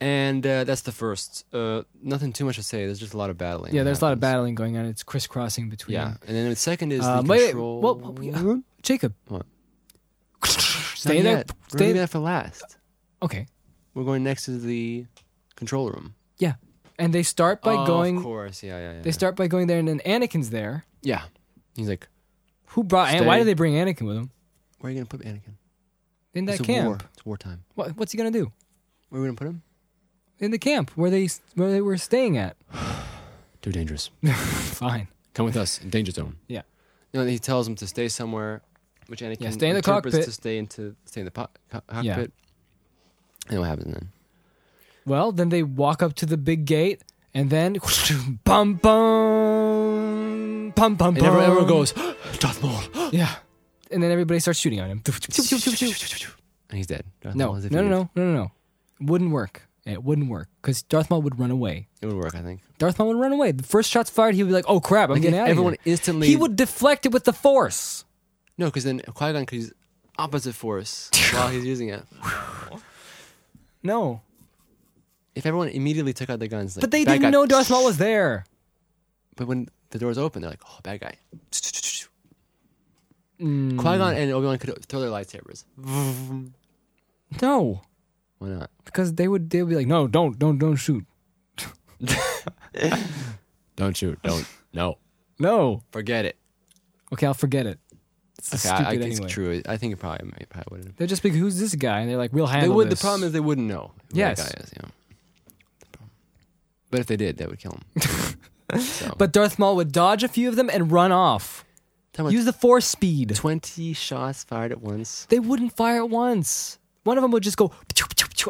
[SPEAKER 1] And uh, that's the first. Uh, nothing too much to say. There's just a lot of battling.
[SPEAKER 2] yeah
[SPEAKER 1] that
[SPEAKER 2] there's a lot of
[SPEAKER 1] happens.
[SPEAKER 2] battling going on it's crisscrossing between
[SPEAKER 1] Yeah, and then the second is
[SPEAKER 2] Um,
[SPEAKER 1] the
[SPEAKER 2] wait, wait,
[SPEAKER 1] control.
[SPEAKER 2] what- what we-
[SPEAKER 1] Not
[SPEAKER 2] jacob
[SPEAKER 1] What?
[SPEAKER 2] stay there
[SPEAKER 1] yet. We're
[SPEAKER 2] stay
[SPEAKER 1] leaving
[SPEAKER 2] there
[SPEAKER 1] that for last.
[SPEAKER 2] okay
[SPEAKER 1] We're going next to the control room.
[SPEAKER 2] and they start by
[SPEAKER 1] Oh, Of
[SPEAKER 2] going
[SPEAKER 1] course, yeah, yeah, yeah.
[SPEAKER 2] they start by going there and then anakin's there
[SPEAKER 1] Yeah. He's like,
[SPEAKER 2] Who brought? An- why
[SPEAKER 1] Stay.
[SPEAKER 2] did they bring Anakin with them
[SPEAKER 1] where are you going to put Anakin?
[SPEAKER 2] in that
[SPEAKER 1] it's a war.
[SPEAKER 2] camp?
[SPEAKER 1] It's wartime.
[SPEAKER 2] What, what's he gonna do
[SPEAKER 1] Where are we going to put him?
[SPEAKER 2] in the camp where they where they were staying at?
[SPEAKER 1] Too dangerous.
[SPEAKER 2] Fine.
[SPEAKER 1] Come with us. Danger zone.
[SPEAKER 2] Yeah.
[SPEAKER 1] You know, he tells him to stay somewhere, which Anakin
[SPEAKER 2] Yeah, stay in the
[SPEAKER 1] interprets
[SPEAKER 2] cockpit.
[SPEAKER 1] to stay, into, stay in the po- co- cockpit.
[SPEAKER 2] Yeah.
[SPEAKER 1] And what happens then?
[SPEAKER 2] Well, then they walk up to the big gate, and then bum bum bum bum bum.
[SPEAKER 1] And everyone, everyone goes, Darth Maul.
[SPEAKER 2] yeah, and then everybody starts shooting on him.
[SPEAKER 1] And he's dead. Darth
[SPEAKER 2] no,
[SPEAKER 1] Maul
[SPEAKER 2] no,
[SPEAKER 1] is
[SPEAKER 2] no, no,
[SPEAKER 1] defeated.
[SPEAKER 2] no, no, no. Wouldn't work. It wouldn't work because Darth Maul would run away.
[SPEAKER 1] It would work, I think.
[SPEAKER 2] Darth Maul would run away. The first shots fired, he would be like, "Oh crap, I'm
[SPEAKER 1] Like,
[SPEAKER 2] getting out
[SPEAKER 1] everyone
[SPEAKER 2] of here."
[SPEAKER 1] instantly.
[SPEAKER 2] He would deflect it with the Force.
[SPEAKER 1] No, because then Qui Gon could use opposite force while he's using it.
[SPEAKER 2] No,
[SPEAKER 1] If everyone immediately took out their guns, like,
[SPEAKER 2] but they
[SPEAKER 1] bad
[SPEAKER 2] didn't
[SPEAKER 1] guy.
[SPEAKER 2] know Darth Maul was there.
[SPEAKER 1] But when the doors open, they're like, "Oh, bad guy."
[SPEAKER 2] Mm.
[SPEAKER 1] Qui Gon and Obi Wan could throw their lightsabers.
[SPEAKER 2] No,
[SPEAKER 1] Why not?
[SPEAKER 2] because they would they would be like, no, don't, don't, don't shoot.
[SPEAKER 1] Don't shoot. Don't. No.
[SPEAKER 2] No.
[SPEAKER 1] Forget it.
[SPEAKER 2] Okay, I'll forget it. It's
[SPEAKER 1] Okay,
[SPEAKER 2] stupid
[SPEAKER 1] I, I think
[SPEAKER 2] anyway.
[SPEAKER 1] it's true. I think it probably, it probably would.
[SPEAKER 2] They're just like, who's this guy? And they're like, we'll
[SPEAKER 1] They
[SPEAKER 2] handle
[SPEAKER 1] would. The
[SPEAKER 2] this.
[SPEAKER 1] problem is they wouldn't know. Who
[SPEAKER 2] Yes.
[SPEAKER 1] That guy is. Yeah. But if they did, that would kill him. so.
[SPEAKER 2] But Darth Maul would dodge a few of them and run off.
[SPEAKER 1] Talking about
[SPEAKER 2] Use the Force speed.
[SPEAKER 1] twenty shots fired at once.
[SPEAKER 2] they wouldn't fire at once. One of them would just go,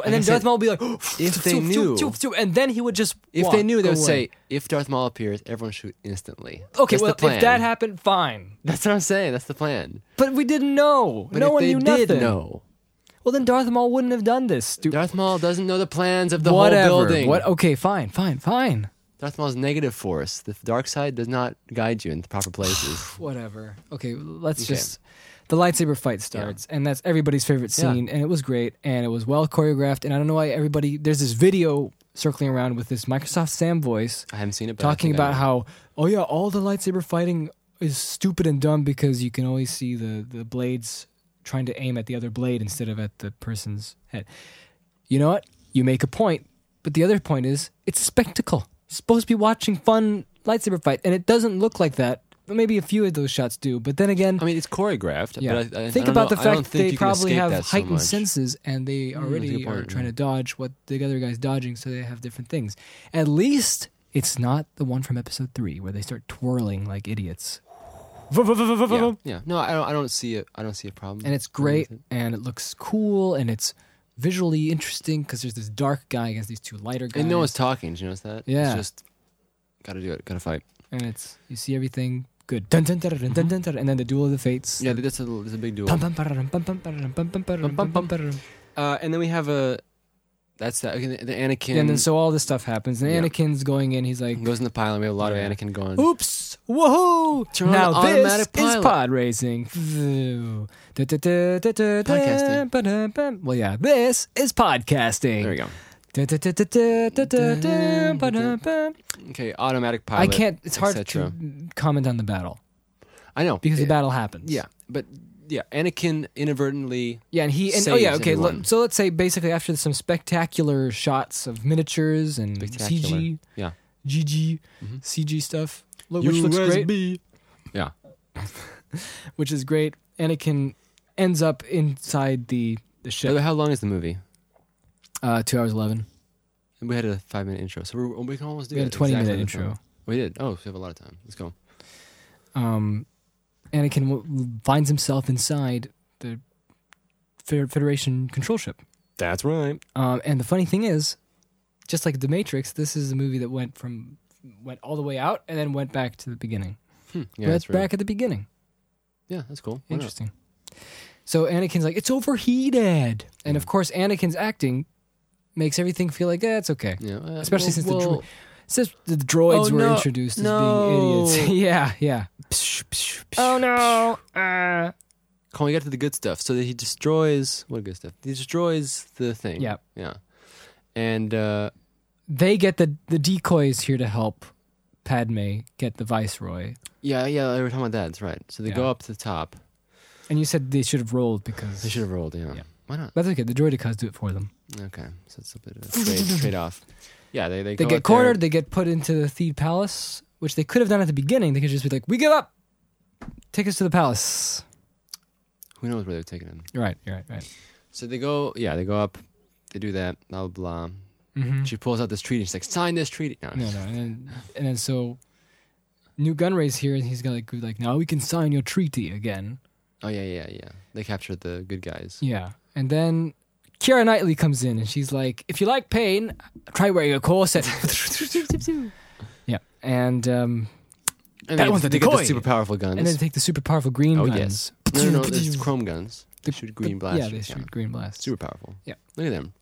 [SPEAKER 2] and then
[SPEAKER 1] I said,
[SPEAKER 2] Darth Maul would be like,
[SPEAKER 1] if they knew-
[SPEAKER 2] and then he would just.
[SPEAKER 1] If they knew, they would
[SPEAKER 2] walk
[SPEAKER 1] say,
[SPEAKER 2] away.
[SPEAKER 1] "If Darth Maul appears, everyone shoot instantly."
[SPEAKER 2] okay,
[SPEAKER 1] That's
[SPEAKER 2] well,
[SPEAKER 1] the plan.
[SPEAKER 2] if that happened, fine.
[SPEAKER 1] that's what I'm saying. That's the plan.
[SPEAKER 2] But we didn't know.
[SPEAKER 1] But
[SPEAKER 2] no
[SPEAKER 1] if
[SPEAKER 2] one
[SPEAKER 1] they
[SPEAKER 2] knew
[SPEAKER 1] did
[SPEAKER 2] nothing.
[SPEAKER 1] know.
[SPEAKER 2] Well, then Darth Maul wouldn't have done this. Stu-
[SPEAKER 1] Darth Maul doesn't know the plans of the whole building.
[SPEAKER 2] What? Okay, fine, fine, fine.
[SPEAKER 1] Darth Maul's negative force. The dark side does not guide you in the proper places.
[SPEAKER 2] Whatever. Okay, let's
[SPEAKER 1] Okay.
[SPEAKER 2] just. The lightsaber fight starts, and that's everybody's favorite
[SPEAKER 1] Yeah.
[SPEAKER 2] scene, and it was great, and it was well choreographed, and I don't know why everybody. There's this video circling around with this Microsoft Sam voice
[SPEAKER 1] I haven't seen it. But I
[SPEAKER 2] talking
[SPEAKER 1] think I
[SPEAKER 2] about
[SPEAKER 1] know.
[SPEAKER 2] how, oh yeah, all the lightsaber fighting is stupid and dumb because you can always see the the blades trying to aim at the other blade instead of at the person's head. You know what? You make a point, but the other point is it's a spectacle. You're supposed to be watching fun lightsaber fight, and it doesn't look like that. But maybe a few of those shots do. But then again,
[SPEAKER 1] I mean, it's choreographed.
[SPEAKER 2] yeah.
[SPEAKER 1] But I, I, I
[SPEAKER 2] think
[SPEAKER 1] don't
[SPEAKER 2] about
[SPEAKER 1] know-
[SPEAKER 2] the
[SPEAKER 1] I don't
[SPEAKER 2] fact that
[SPEAKER 1] think
[SPEAKER 2] they
[SPEAKER 1] you can
[SPEAKER 2] probably
[SPEAKER 1] escape
[SPEAKER 2] have
[SPEAKER 1] that so
[SPEAKER 2] heightened
[SPEAKER 1] much.
[SPEAKER 2] senses and they already
[SPEAKER 1] good point,
[SPEAKER 2] are trying
[SPEAKER 1] yeah.
[SPEAKER 2] to dodge what the other guy's dodging, so they have different things. At least It's not the one from episode three where they start twirling like idiots.
[SPEAKER 1] Yeah, yeah. No, I don't. I don't see it. I don't see a problem.
[SPEAKER 2] And it's great and it looks cool and it's visually interesting because there's this dark guy against these two lighter guys.
[SPEAKER 1] and no one's talking. Do you notice that?
[SPEAKER 2] Yeah.
[SPEAKER 1] It's just gotta do it. Gotta fight.
[SPEAKER 2] and it's you see everything good. Dun, dun, dun, dun, dun, dun, dun, and then the duel of the fates.
[SPEAKER 1] Yeah, that's a that's a big duel.
[SPEAKER 2] Pum, pum, pararum, pum, pum, pararum, pum, pum, pararum, pum, pum, pararum.
[SPEAKER 1] Uh, and then we have a. That's that. Okay, the, the Anakin
[SPEAKER 2] And then so all this stuff happens. And
[SPEAKER 1] Yeah.
[SPEAKER 2] Anakin's going in. He's like,
[SPEAKER 1] goes in the pile, and we have a lot of Anakin going.
[SPEAKER 2] "Oops, whoa!
[SPEAKER 1] Turn on
[SPEAKER 2] Now this
[SPEAKER 1] automatic
[SPEAKER 2] is
[SPEAKER 1] pilot."
[SPEAKER 2] pod racing." Podcasting.
[SPEAKER 1] Podcasting.
[SPEAKER 2] Well, yeah, this is
[SPEAKER 1] There we
[SPEAKER 2] podcasting.
[SPEAKER 1] go. Okay, automatic pilot.
[SPEAKER 2] I can't. It's hard
[SPEAKER 1] etc..
[SPEAKER 2] to comment on the battle
[SPEAKER 1] I know
[SPEAKER 2] because the
[SPEAKER 1] It-
[SPEAKER 2] battle happens.
[SPEAKER 1] Yeah, but yeah, Anakin inadvertently.
[SPEAKER 2] Yeah, and he and oh yeah,
[SPEAKER 1] saves
[SPEAKER 2] okay.
[SPEAKER 1] everyone.
[SPEAKER 2] Let, so let's say basically after some spectacular shots of miniatures and CG,
[SPEAKER 1] Yeah.
[SPEAKER 2] GG,
[SPEAKER 1] Mhm.
[SPEAKER 2] CG stuff, lo- which looks great,
[SPEAKER 1] Yeah.
[SPEAKER 2] which is great. Anakin ends up inside the the
[SPEAKER 1] By the way,
[SPEAKER 2] ship.
[SPEAKER 1] How long is the movie?
[SPEAKER 2] Uh, two hours eleven.
[SPEAKER 1] We had a five minute intro, so we're, we can almost do
[SPEAKER 2] We had a
[SPEAKER 1] it
[SPEAKER 2] twenty
[SPEAKER 1] exactly
[SPEAKER 2] minute
[SPEAKER 1] the time.
[SPEAKER 2] intro.
[SPEAKER 1] We did. Oh, so we have a lot of time. Let's go.
[SPEAKER 2] Um, Anakin w- finds himself inside the Fe- Federation control ship.
[SPEAKER 1] That's right.
[SPEAKER 2] Um, and the funny thing is, just like The Matrix, this is a movie that went from went all the way out and then went back to the beginning.
[SPEAKER 1] Hmm. Yeah,
[SPEAKER 2] Right
[SPEAKER 1] that's right.
[SPEAKER 2] back at the beginning.
[SPEAKER 1] Yeah, that's cool. Why not?
[SPEAKER 2] Interesting. So Anakin's like, it's overheated. And of course, Anakin's acting makes everything feel like, eh, it's okay.
[SPEAKER 1] Yeah, uh,
[SPEAKER 2] Especially
[SPEAKER 1] well-
[SPEAKER 2] since the dro-
[SPEAKER 1] well,
[SPEAKER 2] Since the droids
[SPEAKER 1] Oh,
[SPEAKER 2] were
[SPEAKER 1] no.
[SPEAKER 2] introduced as
[SPEAKER 1] No.
[SPEAKER 2] being idiots. yeah, yeah.
[SPEAKER 5] Oh no. Uh,
[SPEAKER 1] Can we get to the good stuff? So that he destroys what good stuff? He destroys the thing.
[SPEAKER 2] Yep.
[SPEAKER 1] Yeah. And uh,
[SPEAKER 2] They get the, the decoys here to help Padme get the Viceroy.
[SPEAKER 1] yeah, yeah, we were talking about that. That's right. So they
[SPEAKER 2] Yeah.
[SPEAKER 1] go up to the top.
[SPEAKER 2] And you said they should have rolled because.
[SPEAKER 1] They should have rolled. Yeah.
[SPEAKER 2] Yeah.
[SPEAKER 1] Why not?
[SPEAKER 2] That's okay. The droidicons do it for them.
[SPEAKER 1] Okay. So it's a bit of a trade, trade off. Yeah, they they,
[SPEAKER 2] They
[SPEAKER 1] go
[SPEAKER 2] get
[SPEAKER 1] out there.
[SPEAKER 2] cornered. They get put into the Thebe Palace, which they could have done at the beginning. They could just be like, we give up. Take us to the palace.
[SPEAKER 1] Who knows where they're taking him?
[SPEAKER 2] You're right. You're right. Right.
[SPEAKER 1] So they go. Yeah, they go up. They do that. Blah blah. blah.
[SPEAKER 2] Mm-hmm.
[SPEAKER 1] She pulls out this treaty. She's like, sign this treaty. No,
[SPEAKER 2] No, no, and then, and then so New Gunray's here, and he's got like like now we can sign your treaty again.
[SPEAKER 1] Oh yeah, yeah, yeah. They captured the good guys.
[SPEAKER 2] Yeah, and then Kira Knightley comes in, and she's like, "If you like pain, try wearing a corset." yeah, and um,
[SPEAKER 1] And
[SPEAKER 2] That
[SPEAKER 1] they,
[SPEAKER 2] one's a
[SPEAKER 1] they get the
[SPEAKER 2] decoy.
[SPEAKER 1] super powerful guns.
[SPEAKER 2] and then take the super powerful green
[SPEAKER 1] oh
[SPEAKER 2] guns.
[SPEAKER 1] yes. No, no, no. It's chrome guns. They
[SPEAKER 2] The-
[SPEAKER 1] shoot green
[SPEAKER 2] the-
[SPEAKER 1] blast.
[SPEAKER 2] Yeah, they shoot green blast.
[SPEAKER 1] Super powerful.
[SPEAKER 2] Yeah.
[SPEAKER 1] Look at them.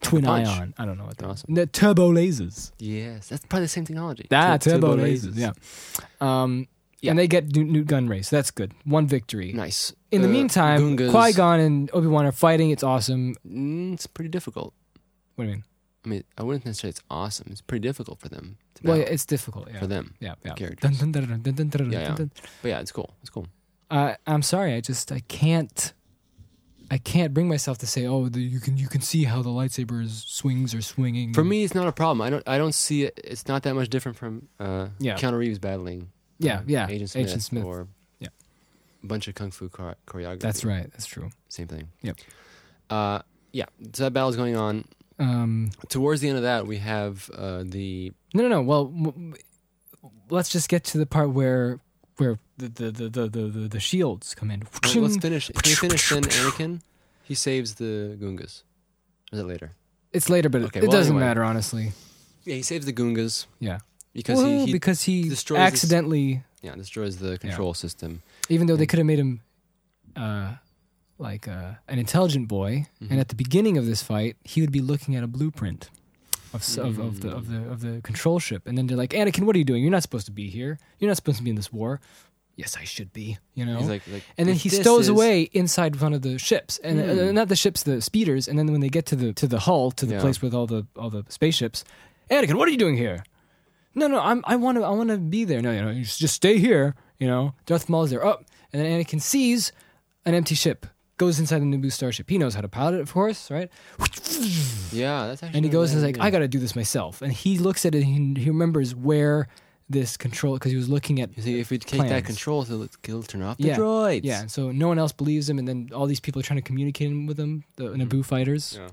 [SPEAKER 2] Twin
[SPEAKER 1] punch.
[SPEAKER 2] ion. I don't know what that
[SPEAKER 1] Awesome.
[SPEAKER 2] And the turbo lasers.
[SPEAKER 1] Yes, that's probably the same technology.
[SPEAKER 2] Ah,
[SPEAKER 1] Tur-
[SPEAKER 2] turbo, lasers. Yeah. Um,
[SPEAKER 1] Yeah.
[SPEAKER 2] and they get New, new Gunray, so that's good. One victory.
[SPEAKER 1] Nice.
[SPEAKER 2] In the
[SPEAKER 1] Uh,
[SPEAKER 2] meantime,
[SPEAKER 1] Goongas-
[SPEAKER 2] Qui Gon and Obi Wan are fighting. It's awesome.
[SPEAKER 1] Mm, it's pretty difficult.
[SPEAKER 2] What do you mean?
[SPEAKER 1] I mean, I wouldn't necessarily say it's awesome. It's pretty difficult for them. To
[SPEAKER 2] Well,
[SPEAKER 1] battle,
[SPEAKER 2] it's difficult. Yeah.
[SPEAKER 1] for them.
[SPEAKER 2] yeah, yeah.
[SPEAKER 1] characters.
[SPEAKER 2] Dun, dun, dun, dun, dun, dun, dun,
[SPEAKER 1] Yeah, yeah.
[SPEAKER 2] dun, dun.
[SPEAKER 1] But yeah, it's cool. It's cool.
[SPEAKER 2] Uh, I'm sorry. I just I can't. I can't bring myself to say, oh, the, you can you can see how the lightsaber is, swings are swinging.
[SPEAKER 1] For me, it's not a problem. I don't. I don't see it. It's not that much different from uh,
[SPEAKER 2] Yeah.
[SPEAKER 1] Keanu Reeves battling.
[SPEAKER 2] Yeah,
[SPEAKER 1] uh,
[SPEAKER 2] yeah,
[SPEAKER 1] Agent Smith,
[SPEAKER 2] Agent Smith.
[SPEAKER 1] or
[SPEAKER 2] Yeah.
[SPEAKER 1] a bunch of kung fu chore- choreography.
[SPEAKER 2] that's right. That's true.
[SPEAKER 1] Same thing.
[SPEAKER 2] Yep.
[SPEAKER 1] Uh, yeah. So that battle's going on.
[SPEAKER 2] Um,
[SPEAKER 1] Towards the end of that, we have uh, the
[SPEAKER 2] no, no, no. Well, w- w- let's just get to the part where where the the the the, the, the, the shields come in.
[SPEAKER 1] Well, let's finish. Can we finish then Anakin? He saves the Goongas. Or Is it later?
[SPEAKER 2] It's later, but it-
[SPEAKER 1] Okay,
[SPEAKER 2] it,
[SPEAKER 1] well,
[SPEAKER 2] doesn't
[SPEAKER 1] anyway.
[SPEAKER 2] matter, honestly.
[SPEAKER 1] Yeah, he saves the Goongas
[SPEAKER 2] Yeah,
[SPEAKER 1] because
[SPEAKER 2] Well,
[SPEAKER 1] he, he
[SPEAKER 2] because he
[SPEAKER 1] destroys this-
[SPEAKER 2] accidentally.
[SPEAKER 1] yeah destroys the control system.
[SPEAKER 2] even though they could have made him uh, like uh, an intelligent boy.
[SPEAKER 1] Mm-hmm.
[SPEAKER 2] And at the beginning of this fight, he would be looking at a blueprint of, s of, of
[SPEAKER 1] Mm.
[SPEAKER 2] the of the of the control ship, and then they're like, "Anakin, what are you doing? You're not supposed to be here. You're not supposed to be in this war." Yes, I should be. You know.
[SPEAKER 1] He's like, like,
[SPEAKER 2] and then
[SPEAKER 1] if
[SPEAKER 2] he
[SPEAKER 1] this
[SPEAKER 2] stows
[SPEAKER 1] is- Hmm.
[SPEAKER 2] away inside one of the ships, and uh, not the ships, the speeders. And then when they get to the to the hull, to the
[SPEAKER 1] Yeah.
[SPEAKER 2] place with all the all the spaceships, Anakin, what are you doing here? No, no, I'm, I want to, I want to be there. No, you know, you just, just stay here. You know, Darth Maul is there. Up, and then Anakin sees an empty ship, goes inside the Naboo starship. He knows how to pilot it, of course, right?
[SPEAKER 1] Yeah, that's actually.
[SPEAKER 2] And he
[SPEAKER 1] not
[SPEAKER 2] goes
[SPEAKER 1] bad
[SPEAKER 2] and is like,
[SPEAKER 1] idea.
[SPEAKER 2] I got to do this myself. And he looks at it. and He, he remembers where this control because he was looking at
[SPEAKER 1] You see, if we take that
[SPEAKER 2] plans.
[SPEAKER 1] control, he'll, he'll turn off the
[SPEAKER 2] Yeah.
[SPEAKER 1] droids.
[SPEAKER 2] Yeah, and so no one else believes him, and then all these people are trying to communicate him with him, the Naboo fighters.
[SPEAKER 1] Yeah.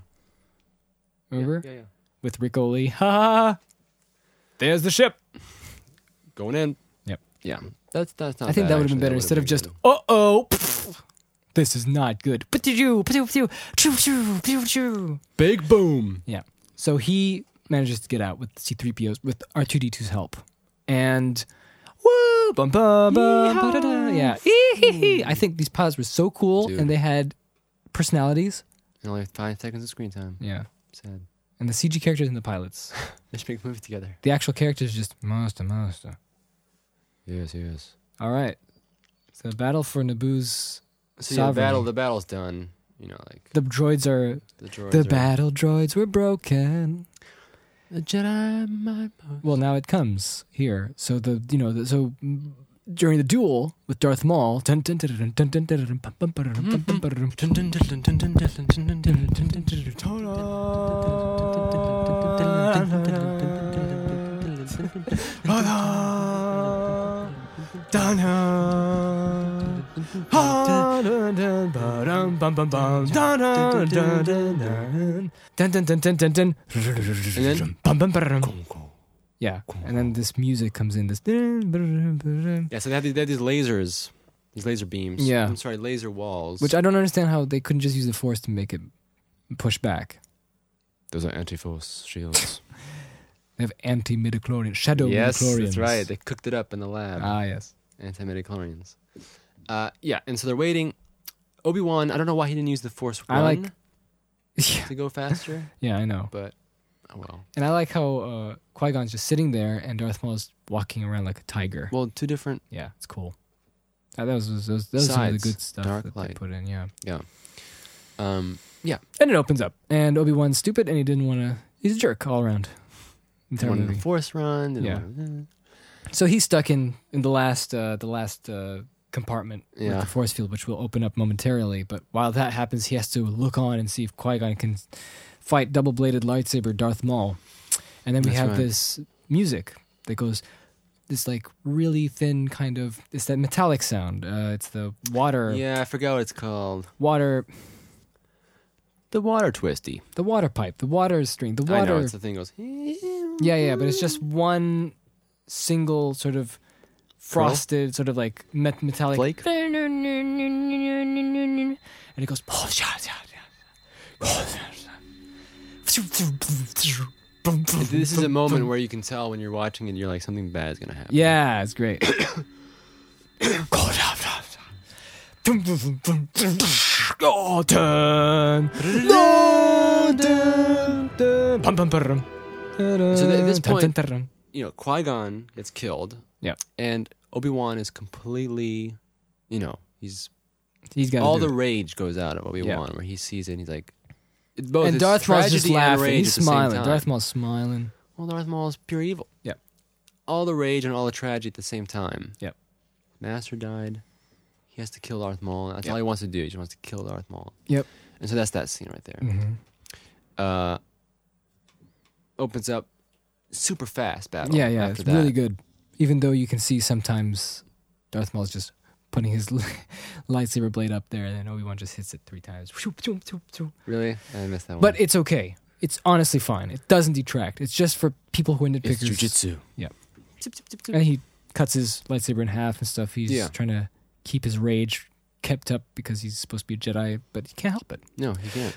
[SPEAKER 2] Remember?
[SPEAKER 1] Yeah, yeah.
[SPEAKER 2] With Rick Oli. Ha ha, ha. There's the ship.
[SPEAKER 1] Going in.
[SPEAKER 2] Yep.
[SPEAKER 1] Yeah. That's that's not.
[SPEAKER 2] I think
[SPEAKER 1] bad,
[SPEAKER 2] that would have
[SPEAKER 1] actually.
[SPEAKER 2] been better
[SPEAKER 1] would've
[SPEAKER 2] instead of
[SPEAKER 1] been
[SPEAKER 2] just
[SPEAKER 1] good.
[SPEAKER 2] uh oh. This is not good.
[SPEAKER 1] big boom.
[SPEAKER 2] Yeah. So he manages to get out with C3PO's with R2D2's help. And woo bum bum bum ba, da, da, yeah. Ee-hee-hee. I think these pilots were so cool
[SPEAKER 1] Dude.
[SPEAKER 2] and they had personalities.
[SPEAKER 1] And only five seconds of screen time.
[SPEAKER 2] Yeah.
[SPEAKER 1] Sad.
[SPEAKER 2] And the CG characters and the pilots.
[SPEAKER 1] They should make a movie together.
[SPEAKER 2] The actual characters just master master.
[SPEAKER 1] Yes, yes.
[SPEAKER 2] All right. So the battle for Naboo's
[SPEAKER 1] So yeah, the
[SPEAKER 2] Sovereignty.
[SPEAKER 1] battle. The battle's done. You know, like
[SPEAKER 2] the droids are
[SPEAKER 1] the droids.
[SPEAKER 2] the
[SPEAKER 1] are-
[SPEAKER 2] battle droids were broken.
[SPEAKER 1] The Jedi mind. mode.
[SPEAKER 2] Well, now it comes here. So the you know the, so during the duel with Darth Maul, dun- dun- dun- dun- dun- dun- dun- dun- dun- dun- dun- dun- dun- dun- dun- dun- dun- dun- dun- dun- dun- dun.
[SPEAKER 1] And then
[SPEAKER 2] Bum, bum, ba-da-dum. Yeah, and then this music comes in. This
[SPEAKER 1] yeah, so they have, these, they have these lasers, these laser beams.
[SPEAKER 2] Yeah.
[SPEAKER 1] I'm sorry, laser walls.
[SPEAKER 2] which I don't understand how they couldn't just use the force to make it push back.
[SPEAKER 1] those are anti-force shields.
[SPEAKER 2] They have anti midichlorians, shadow
[SPEAKER 1] yes,
[SPEAKER 2] midichlorians.
[SPEAKER 1] that's right. They cooked it up in the lab.
[SPEAKER 2] Ah, yes.
[SPEAKER 1] Anti-midichlorians. Uh, yeah, and so they're waiting. Obi Wan, I don't know why he didn't use the Force
[SPEAKER 2] I
[SPEAKER 1] one
[SPEAKER 2] like- Yeah,
[SPEAKER 1] to go faster,
[SPEAKER 2] yeah, I know.
[SPEAKER 1] but oh well.
[SPEAKER 2] And I like how uh, Qui Gon's just sitting there, and Darth Maul's walking around like a tiger.
[SPEAKER 1] Well, two different.
[SPEAKER 2] Yeah, it's cool. Uh, That, that was, that was, that was some of the
[SPEAKER 1] Sides,
[SPEAKER 2] good stuff
[SPEAKER 1] dark
[SPEAKER 2] that they
[SPEAKER 1] light.
[SPEAKER 2] put in. Yeah,
[SPEAKER 1] Um,
[SPEAKER 2] and it opens up, and Obi Wan's stupid, and he didn't want to. He's a jerk all around. Entire
[SPEAKER 1] one in
[SPEAKER 2] movie.
[SPEAKER 1] the Force run. and
[SPEAKER 2] Yeah.
[SPEAKER 1] one-
[SPEAKER 2] So he's stuck in in the last uh, the last uh, compartment with
[SPEAKER 1] Yeah.
[SPEAKER 2] the force field, which will open up momentarily. But while that happens, he has to look on and see if Qui Gon can fight double bladed lightsaber Darth Maul. And then we
[SPEAKER 1] That's
[SPEAKER 2] have
[SPEAKER 1] right.
[SPEAKER 2] this music that goes this like really thin kind of it's that metallic sound. Uh, it's the water
[SPEAKER 1] Yeah, I forgot what it's called.
[SPEAKER 2] water
[SPEAKER 1] The water twisty.
[SPEAKER 2] the water pipe the water string the water.
[SPEAKER 1] I know it's the thing that goes.
[SPEAKER 2] Yeah, yeah, but it's just one single sort of frosted, sort of like met- metallic
[SPEAKER 1] Flake?
[SPEAKER 2] and it goes.
[SPEAKER 1] This is a moment where you can tell when you're watching and you're like something bad is gonna happen.
[SPEAKER 2] Yeah, it's great. Norton. Norton.
[SPEAKER 1] So at this point- You know, Qui Gon gets killed.
[SPEAKER 2] Yeah.
[SPEAKER 1] And Obi Wan is completely, you know, he's
[SPEAKER 2] he's got
[SPEAKER 1] all the rage goes out of Obi Wan
[SPEAKER 2] Yeah.
[SPEAKER 1] where he sees it and he's like. it's Both
[SPEAKER 2] and
[SPEAKER 1] it's
[SPEAKER 2] Darth Maul's just
[SPEAKER 1] tragedy and
[SPEAKER 2] laughing.
[SPEAKER 1] rage
[SPEAKER 2] He's
[SPEAKER 1] at the same
[SPEAKER 2] smiling.
[SPEAKER 1] time.
[SPEAKER 2] Darth Maul's smiling.
[SPEAKER 1] Well, Darth Maul is pure evil.
[SPEAKER 2] Yep.
[SPEAKER 1] All the rage and all the tragedy at the same time.
[SPEAKER 2] Yep.
[SPEAKER 1] Master died. He has to kill Darth Maul. That's all he wants to do. He just wants to kill Darth Maul.
[SPEAKER 2] Yep.
[SPEAKER 1] And so that's that scene right there.
[SPEAKER 2] Mm-hmm.
[SPEAKER 1] Uh, opens up super fast battle.
[SPEAKER 2] Yeah, yeah,
[SPEAKER 1] after
[SPEAKER 2] it's
[SPEAKER 1] that.
[SPEAKER 2] really good. Even though you can see sometimes Darth Maul's just putting his lightsaber blade up there, and then Obi Wan just hits it three times.
[SPEAKER 1] Mm. Really? I missed that one.
[SPEAKER 2] But it's okay. It's honestly fine. It doesn't detract. It's just for people who are
[SPEAKER 1] it's
[SPEAKER 2] nitpickers.
[SPEAKER 1] jujitsu.
[SPEAKER 2] And he cuts his lightsaber in half and stuff. He's
[SPEAKER 1] Yeah.
[SPEAKER 2] trying to keep his rage kept up because he's supposed to be a Jedi, but he can't help it.
[SPEAKER 1] No, he can't.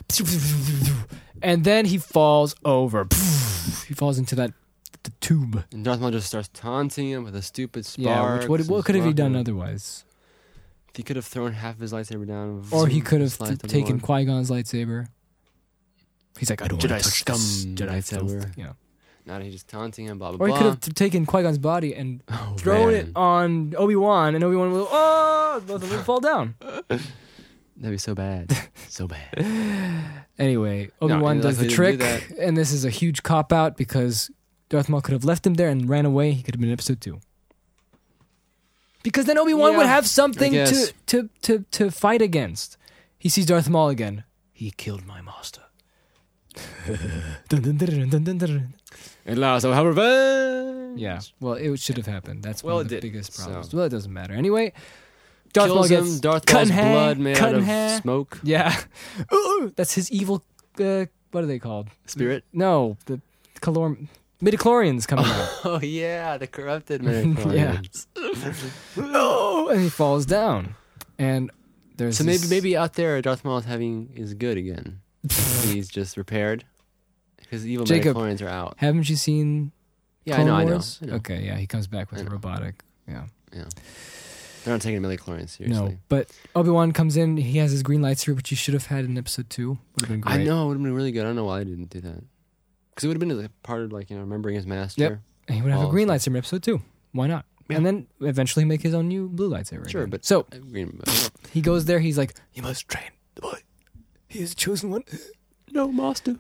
[SPEAKER 2] And then he falls over. He falls into that the tube.
[SPEAKER 1] And Darth Maul just starts taunting him with a stupid spark.
[SPEAKER 2] Yeah, which, what, what could have he done otherwise?
[SPEAKER 1] He could have thrown half of his lightsaber down. and
[SPEAKER 2] Or he
[SPEAKER 1] zoom,
[SPEAKER 2] could have
[SPEAKER 1] sliced
[SPEAKER 2] t-
[SPEAKER 1] him
[SPEAKER 2] taken
[SPEAKER 1] one.
[SPEAKER 2] Qui Gon's lightsaber. He's like, I don't want
[SPEAKER 3] Jedi
[SPEAKER 2] to touch this
[SPEAKER 3] scum,
[SPEAKER 2] Jedi
[SPEAKER 1] Jedi
[SPEAKER 2] filth.
[SPEAKER 1] filth.
[SPEAKER 2] Yeah.
[SPEAKER 1] Now he's just taunting him, blah, blah,
[SPEAKER 2] Or he
[SPEAKER 1] blah.
[SPEAKER 2] could have t- taken Qui Gon's body and
[SPEAKER 1] Oh,
[SPEAKER 2] thrown
[SPEAKER 1] man.
[SPEAKER 2] it on Obi Wan, and Obi Wan will oh, both of them fall down.
[SPEAKER 1] That'd be so bad. so bad.
[SPEAKER 2] Anyway,
[SPEAKER 1] No,
[SPEAKER 2] Obi Wan
[SPEAKER 1] and
[SPEAKER 2] does
[SPEAKER 1] like
[SPEAKER 2] the
[SPEAKER 1] they
[SPEAKER 2] trick,
[SPEAKER 1] do that-
[SPEAKER 2] and this is a huge cop out because Darth Maul could have left him there and ran away. He could have been in Episode Two. Because then Obi Wan
[SPEAKER 1] Yeah,
[SPEAKER 2] would have something
[SPEAKER 1] I
[SPEAKER 2] to,
[SPEAKER 1] guess.
[SPEAKER 2] to to to fight against. He sees Darth Maul again.
[SPEAKER 3] He killed my master.
[SPEAKER 2] Dun, dun, dun, dun, dun, dun, dun.
[SPEAKER 1] And last, oh, I'll have revenge.
[SPEAKER 2] Yeah. Well, it should have happened. That's
[SPEAKER 1] Mm-hmm. Well,
[SPEAKER 2] one of
[SPEAKER 1] it
[SPEAKER 2] the
[SPEAKER 1] did,
[SPEAKER 2] biggest
[SPEAKER 1] so-
[SPEAKER 2] problems. Well, it doesn't matter. Anyway, Darth Maul
[SPEAKER 1] Kills
[SPEAKER 2] gets
[SPEAKER 1] him. Darth
[SPEAKER 2] cut
[SPEAKER 1] Maul's
[SPEAKER 2] in half,
[SPEAKER 1] blood made
[SPEAKER 2] cut
[SPEAKER 1] out
[SPEAKER 2] in
[SPEAKER 1] of
[SPEAKER 2] half.
[SPEAKER 1] smoke.
[SPEAKER 2] Yeah. Ooh, that's his evil. Uh, what are they called?
[SPEAKER 1] Spirit.
[SPEAKER 2] No, the calorm. midichlorians coming out.
[SPEAKER 1] Oh yeah, the corrupted
[SPEAKER 2] Yeah.
[SPEAKER 1] midichlorians.
[SPEAKER 2] Oh, and he falls down. And there's
[SPEAKER 1] So maybe
[SPEAKER 2] this-
[SPEAKER 1] maybe out there Darth Maul is having is good again. He's just repaired because evil
[SPEAKER 2] Jacob.
[SPEAKER 1] midichlorians are out.
[SPEAKER 2] haven't you seen
[SPEAKER 1] Yeah,
[SPEAKER 2] Clone
[SPEAKER 1] I know,
[SPEAKER 2] Wars?
[SPEAKER 1] I know. I know.
[SPEAKER 2] Okay, yeah, he comes back with
[SPEAKER 1] I
[SPEAKER 2] a
[SPEAKER 1] know.
[SPEAKER 2] robotic. Yeah.
[SPEAKER 1] They're not taking midichlorians seriously.
[SPEAKER 2] No, but Obi Wan comes in. He has his green lightsaber, which you should have had in episode two. Would have been great.
[SPEAKER 1] I know it would have been really good. I don't know why I didn't do that because it would have been like part of like you know remembering his master.
[SPEAKER 2] And he would have
[SPEAKER 1] Well,
[SPEAKER 2] a green
[SPEAKER 1] it's
[SPEAKER 2] lightsaber in episode two. Why not?
[SPEAKER 1] Yeah.
[SPEAKER 2] And then eventually make his own new blue lightsaber.
[SPEAKER 1] Sure,
[SPEAKER 2] again.
[SPEAKER 1] but-
[SPEAKER 2] so
[SPEAKER 1] I mean, but-
[SPEAKER 2] he goes there. He's like,
[SPEAKER 4] You must train the boy. He is the chosen one.
[SPEAKER 1] no master.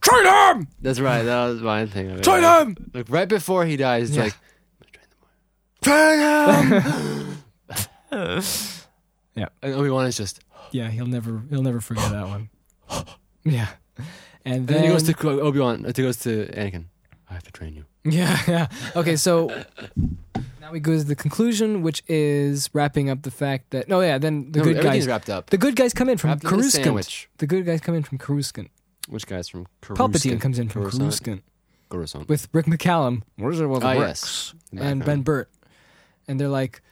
[SPEAKER 4] Train him!
[SPEAKER 1] That's right. That was my thing. Of it.
[SPEAKER 4] Train him!
[SPEAKER 1] Like right before he dies, it's
[SPEAKER 2] Yeah.
[SPEAKER 1] like
[SPEAKER 4] Train him!
[SPEAKER 1] and Obi Wan uh, is just.
[SPEAKER 2] yeah, he'll never, he'll never forget that one. Yeah. And
[SPEAKER 1] And
[SPEAKER 2] then,
[SPEAKER 1] then he goes to Obi Wan. He goes to Anakin. I have to train you.
[SPEAKER 2] yeah, yeah. Okay, so now we go to the conclusion, which is wrapping up the fact that no, yeah. Then the
[SPEAKER 1] No,
[SPEAKER 2] good
[SPEAKER 1] everything's
[SPEAKER 2] guys,
[SPEAKER 1] wrapped up.
[SPEAKER 2] the good guys come in from
[SPEAKER 1] Wrapped up in a
[SPEAKER 2] Coruscant.
[SPEAKER 1] sandwich.
[SPEAKER 2] The good guys come in from Coruscant.
[SPEAKER 1] Which guy's from Coruscant?
[SPEAKER 2] Palpatine comes in from
[SPEAKER 1] Coruscant.
[SPEAKER 2] Coruscant
[SPEAKER 1] Coruscant.
[SPEAKER 2] with Rick McCallum
[SPEAKER 4] What is it with
[SPEAKER 1] Ah,
[SPEAKER 4] bricks?
[SPEAKER 1] yes.
[SPEAKER 2] and
[SPEAKER 1] Background.
[SPEAKER 2] Ben Burt. And they're like,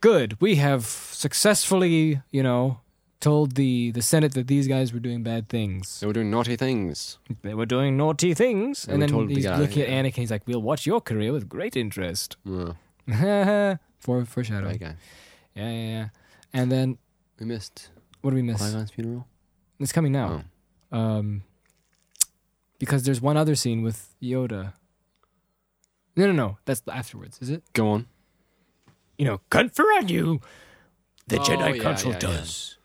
[SPEAKER 2] good, we have successfully, you know, told the, the Senate that these guys were doing bad things.
[SPEAKER 1] They were doing naughty things.
[SPEAKER 2] They were doing naughty things.
[SPEAKER 1] And
[SPEAKER 2] And,
[SPEAKER 1] we
[SPEAKER 2] then
[SPEAKER 1] told the
[SPEAKER 2] he's
[SPEAKER 1] guy,
[SPEAKER 2] looking at
[SPEAKER 1] yeah.
[SPEAKER 2] Anakin. He's like, we'll watch your career with great interest.
[SPEAKER 1] Yeah,
[SPEAKER 2] For,
[SPEAKER 1] bad
[SPEAKER 2] foreshadowing.
[SPEAKER 1] Ah, guy.
[SPEAKER 2] Yeah, yeah, yeah. And then,
[SPEAKER 1] We missed
[SPEAKER 2] what do we
[SPEAKER 1] Qui
[SPEAKER 2] miss?
[SPEAKER 1] Gon's funeral.
[SPEAKER 2] It's coming now.
[SPEAKER 1] Oh.
[SPEAKER 2] Um, because there's one other scene with Yoda. No, no, no. That's afterwards, is it?
[SPEAKER 1] Go on.
[SPEAKER 3] You know, confer on you. The
[SPEAKER 1] Oh,
[SPEAKER 3] Jedi
[SPEAKER 1] yeah,
[SPEAKER 3] Council
[SPEAKER 1] yeah, yeah.
[SPEAKER 3] does.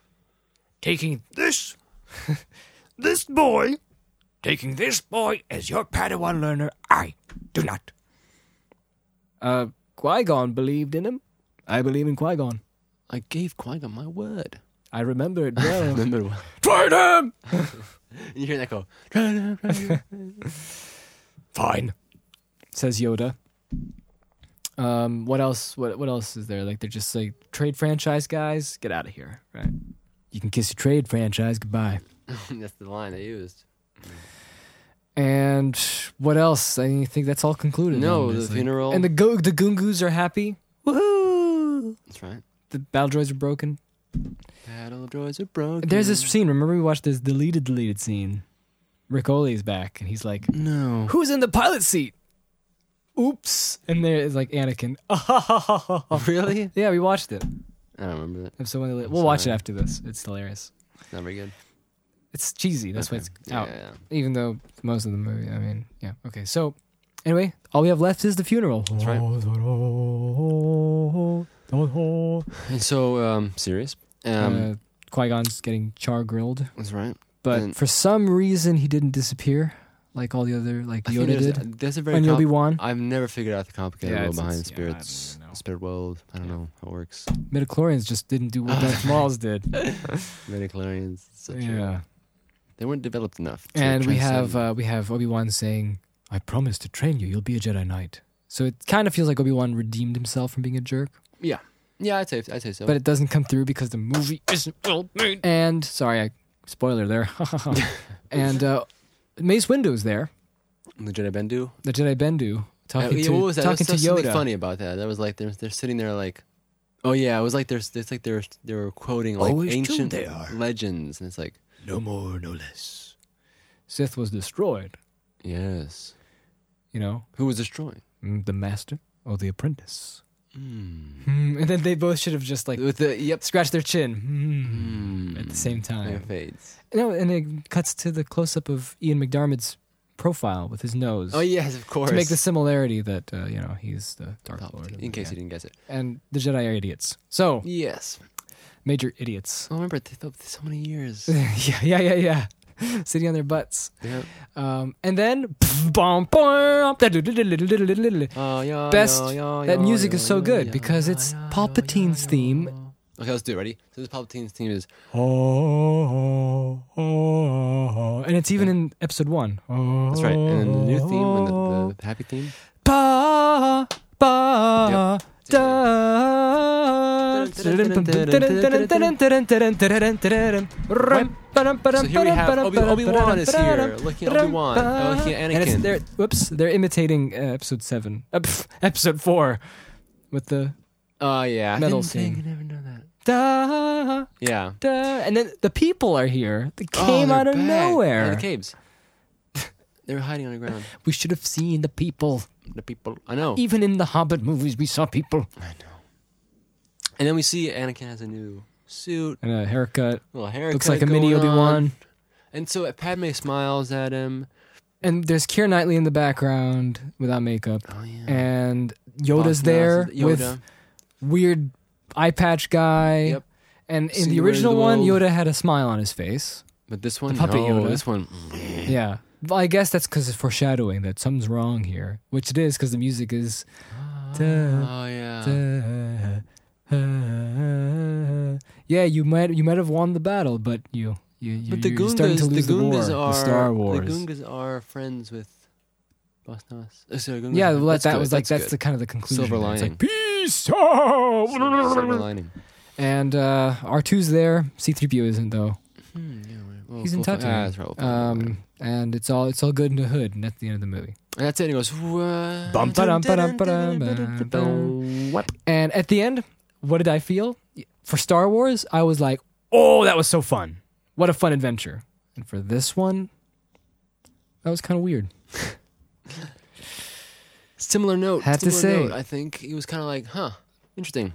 [SPEAKER 3] Taking this, this boy, taking this boy as your Padawan learner, I do not.
[SPEAKER 2] Uh, Qui Gon believed in him. I believe in Qui Gon.
[SPEAKER 1] I gave Qui Gon my word.
[SPEAKER 2] I remember it well.
[SPEAKER 1] Remember what?
[SPEAKER 3] Fight him!
[SPEAKER 1] You hear that go?
[SPEAKER 3] Fine.
[SPEAKER 2] says Yoda. Um, what else? What what else is there? Like they're just like trade franchise guys. Get out of here, right? You can kiss your trade franchise goodbye.
[SPEAKER 1] That's the line they used.
[SPEAKER 2] And what else? I think that's all concluded.
[SPEAKER 1] No,
[SPEAKER 2] then.
[SPEAKER 1] the
[SPEAKER 2] It's like-
[SPEAKER 1] funeral.
[SPEAKER 2] and the go- the Goongoos are happy. Woohoo!
[SPEAKER 1] That's right.
[SPEAKER 2] The battle droids are broken.
[SPEAKER 1] Battle of droids are broken.
[SPEAKER 2] There's this scene. Remember we watched this deleted deleted scene. Ricoli's back, and he's like,
[SPEAKER 1] No.
[SPEAKER 2] who's in the pilot seat? Oops. And there is like Anakin. Oh,
[SPEAKER 1] really?
[SPEAKER 2] yeah, we watched it.
[SPEAKER 1] I don't remember that.
[SPEAKER 2] If someone, we'll
[SPEAKER 1] sorry.
[SPEAKER 2] watch it after this. It's hilarious.
[SPEAKER 1] It's not very good.
[SPEAKER 2] It's cheesy. That's why
[SPEAKER 1] Okay.
[SPEAKER 2] it's
[SPEAKER 1] Yeah,
[SPEAKER 2] out.
[SPEAKER 1] yeah,
[SPEAKER 2] Even though most of the movie, I mean, yeah. Okay, so anyway, all we have left is the funeral. That's
[SPEAKER 1] right. yeah. And so, um, serious. Um,
[SPEAKER 2] uh, Qui Gon's getting char grilled,
[SPEAKER 1] that's right.
[SPEAKER 2] but
[SPEAKER 1] and-
[SPEAKER 2] for some reason he didn't disappear like all the other like
[SPEAKER 1] I think
[SPEAKER 2] Yoda
[SPEAKER 1] there's-
[SPEAKER 2] did
[SPEAKER 1] That's a very
[SPEAKER 2] and Obi
[SPEAKER 1] compli-
[SPEAKER 2] Wan.
[SPEAKER 1] I've never figured out the complicated
[SPEAKER 2] Yeah,
[SPEAKER 1] world
[SPEAKER 2] it's-
[SPEAKER 1] behind
[SPEAKER 2] it's- yeah, I don't
[SPEAKER 1] spirits,
[SPEAKER 2] even know.
[SPEAKER 1] spirit world. I don't know how it works.
[SPEAKER 2] Midichlorians just didn't do what Darth Maul's did.
[SPEAKER 1] Midichlorians. Ah, such a-
[SPEAKER 2] yeah.
[SPEAKER 1] They weren't developed enough. to
[SPEAKER 2] and we
[SPEAKER 1] transcend-
[SPEAKER 2] have uh, we have Obi Wan saying, "I promise to train you. You'll be a Jedi Knight." So it kind of feels like Obi Wan redeemed himself from being a jerk,
[SPEAKER 1] yeah, yeah. I'd say I'd say so.
[SPEAKER 2] but it doesn't come through because the movie isn't well made. And sorry, I spoiler there. and uh, Mace Windu's there,
[SPEAKER 1] the Jedi Bendu.
[SPEAKER 2] the Jedi Bendu
[SPEAKER 1] Uh,
[SPEAKER 2] talking
[SPEAKER 1] yeah,
[SPEAKER 2] to
[SPEAKER 1] what was that?
[SPEAKER 2] talking
[SPEAKER 1] There was
[SPEAKER 2] to
[SPEAKER 1] something
[SPEAKER 2] Yoda.
[SPEAKER 1] funny about that. That was like they're they're sitting there like, oh yeah, it was like they're it's like they're they were quoting like
[SPEAKER 3] Always true
[SPEAKER 1] ancient
[SPEAKER 3] they are.
[SPEAKER 1] legends, and it's like
[SPEAKER 3] No more, no less.
[SPEAKER 2] Sith was destroyed.
[SPEAKER 1] yes,
[SPEAKER 2] You know,
[SPEAKER 1] who was destroyed?
[SPEAKER 2] Mm, the master or the apprentice.
[SPEAKER 1] Mm.
[SPEAKER 2] Mm, and then they both should have just like
[SPEAKER 1] With the yep,
[SPEAKER 2] scratched their chin mm,
[SPEAKER 1] mm.
[SPEAKER 2] at the same time.
[SPEAKER 1] It fades.
[SPEAKER 2] No, and it cuts to the close up of Ian McDiarmid's profile with his nose.
[SPEAKER 1] Oh yes, of course.
[SPEAKER 2] To make the similarity that uh, you know he's the Dark
[SPEAKER 1] Top,
[SPEAKER 2] Lord,
[SPEAKER 1] in case
[SPEAKER 2] yeah.
[SPEAKER 1] you didn't guess it.
[SPEAKER 2] and the Jedi are idiots. So
[SPEAKER 1] Yes,
[SPEAKER 2] major idiots.
[SPEAKER 1] I remember it took so many years.
[SPEAKER 2] yeah, yeah, yeah, yeah. Sitting on their butts.
[SPEAKER 1] yeah.
[SPEAKER 2] Um, and then bom, bom, da-du-du-du-du-du-du-du-du-du.
[SPEAKER 1] Oh yeah,
[SPEAKER 2] Best-
[SPEAKER 1] yeah, yeah,
[SPEAKER 2] that
[SPEAKER 1] yeah,
[SPEAKER 2] music
[SPEAKER 1] yeah,
[SPEAKER 2] is so
[SPEAKER 1] yeah,
[SPEAKER 2] good
[SPEAKER 1] yeah,
[SPEAKER 2] because
[SPEAKER 1] yeah,
[SPEAKER 2] it's
[SPEAKER 1] yeah, yeah,
[SPEAKER 2] Palpatine's
[SPEAKER 1] yeah,
[SPEAKER 2] theme.
[SPEAKER 1] yeah. Okay, let's do it. Ready? So this Palpatine's theme is
[SPEAKER 2] and it's even in episode one.
[SPEAKER 1] that's right, and then the new theme and the, the happy theme.
[SPEAKER 2] Ba ba
[SPEAKER 1] Yep.
[SPEAKER 2] da
[SPEAKER 1] So here we have Obi- Obi-Wan is here, looking at Obi-Wan. Oh, he-
[SPEAKER 2] And it's,
[SPEAKER 1] Anakin.
[SPEAKER 2] they're, whoops, they're imitating uh, episode seven, uh, pff, episode four, with the
[SPEAKER 1] Oh yeah, I
[SPEAKER 2] Metal
[SPEAKER 1] didn't
[SPEAKER 2] scene.
[SPEAKER 1] think I'd ever know that.
[SPEAKER 2] da
[SPEAKER 1] Yeah,
[SPEAKER 2] da, and then the people are here. They
[SPEAKER 1] Oh,
[SPEAKER 2] came
[SPEAKER 1] they're
[SPEAKER 2] out of
[SPEAKER 1] back. Yeah,
[SPEAKER 2] nowhere.
[SPEAKER 1] the caves. they were hiding underground.
[SPEAKER 2] We should have seen the people.
[SPEAKER 1] The people. I know.
[SPEAKER 2] Even in the Hobbit movies, we saw people.
[SPEAKER 1] And then we see Anakin has a new suit,
[SPEAKER 2] And a haircut.
[SPEAKER 1] little haircut.
[SPEAKER 2] Looks like a mini
[SPEAKER 1] going
[SPEAKER 2] Obi
[SPEAKER 1] on.
[SPEAKER 2] Wan.
[SPEAKER 1] And so Padme smiles at him.
[SPEAKER 2] And there's Keira Knightley in the background without makeup.
[SPEAKER 1] Oh yeah.
[SPEAKER 2] And
[SPEAKER 1] Boss
[SPEAKER 2] Yoda's
[SPEAKER 1] Nass
[SPEAKER 2] there
[SPEAKER 1] is- Yoda.
[SPEAKER 2] with weird eye patch guy.
[SPEAKER 1] Yep.
[SPEAKER 2] And in
[SPEAKER 1] Seen
[SPEAKER 2] the
[SPEAKER 1] the way of
[SPEAKER 2] original
[SPEAKER 1] the
[SPEAKER 2] one,
[SPEAKER 1] world.
[SPEAKER 2] Yoda had a smile on his face.
[SPEAKER 1] but this one,
[SPEAKER 2] puppy
[SPEAKER 1] no,
[SPEAKER 2] Yoda.
[SPEAKER 1] This one, mm.
[SPEAKER 2] Yeah. Well, I guess that's because it's foreshadowing that something's wrong here, which it is because the music is. Da,
[SPEAKER 1] oh yeah.
[SPEAKER 2] da, uh, yeah, you might you might have won the battle, but you you you
[SPEAKER 1] But the
[SPEAKER 2] you're starting to
[SPEAKER 1] Goongas, the
[SPEAKER 2] lose the, war.
[SPEAKER 1] Goongas
[SPEAKER 2] The
[SPEAKER 1] are
[SPEAKER 2] Star Wars.
[SPEAKER 1] The Goongas are friends with Boss Nass. Oh, sorry, Goongas
[SPEAKER 2] yeah,
[SPEAKER 1] are-
[SPEAKER 2] well, that, that
[SPEAKER 1] good,
[SPEAKER 2] was like that's, the
[SPEAKER 1] good.
[SPEAKER 2] kind of the conclusion.
[SPEAKER 1] Silver
[SPEAKER 2] there. It's
[SPEAKER 1] lining.
[SPEAKER 2] like peace. Oh!
[SPEAKER 1] Silver- silver lining.
[SPEAKER 2] And uh, R2's there. C3PO isn't though.
[SPEAKER 1] Hmm, yeah, well, well,
[SPEAKER 2] He's in
[SPEAKER 1] we'll
[SPEAKER 2] touch.
[SPEAKER 1] fi-
[SPEAKER 2] with
[SPEAKER 1] ah,
[SPEAKER 2] him.
[SPEAKER 1] that's right, we'll find out later.
[SPEAKER 2] um, and it's all it's all good in the hood, and that's the end of the movie.
[SPEAKER 1] And that's it. And he goes. "Wha-
[SPEAKER 2] Bum, ba-dum, ba-dum, ba-dum, ba-dum, ba-dum." And at the end, what did I feel? For Star Wars, I was like, "Oh, that was so fun! What a fun adventure!" And for this one, that was kind of weird.
[SPEAKER 1] Similar note.
[SPEAKER 2] Have to
[SPEAKER 1] similar
[SPEAKER 2] say.
[SPEAKER 1] note, I think he was kind of like, huh, interesting.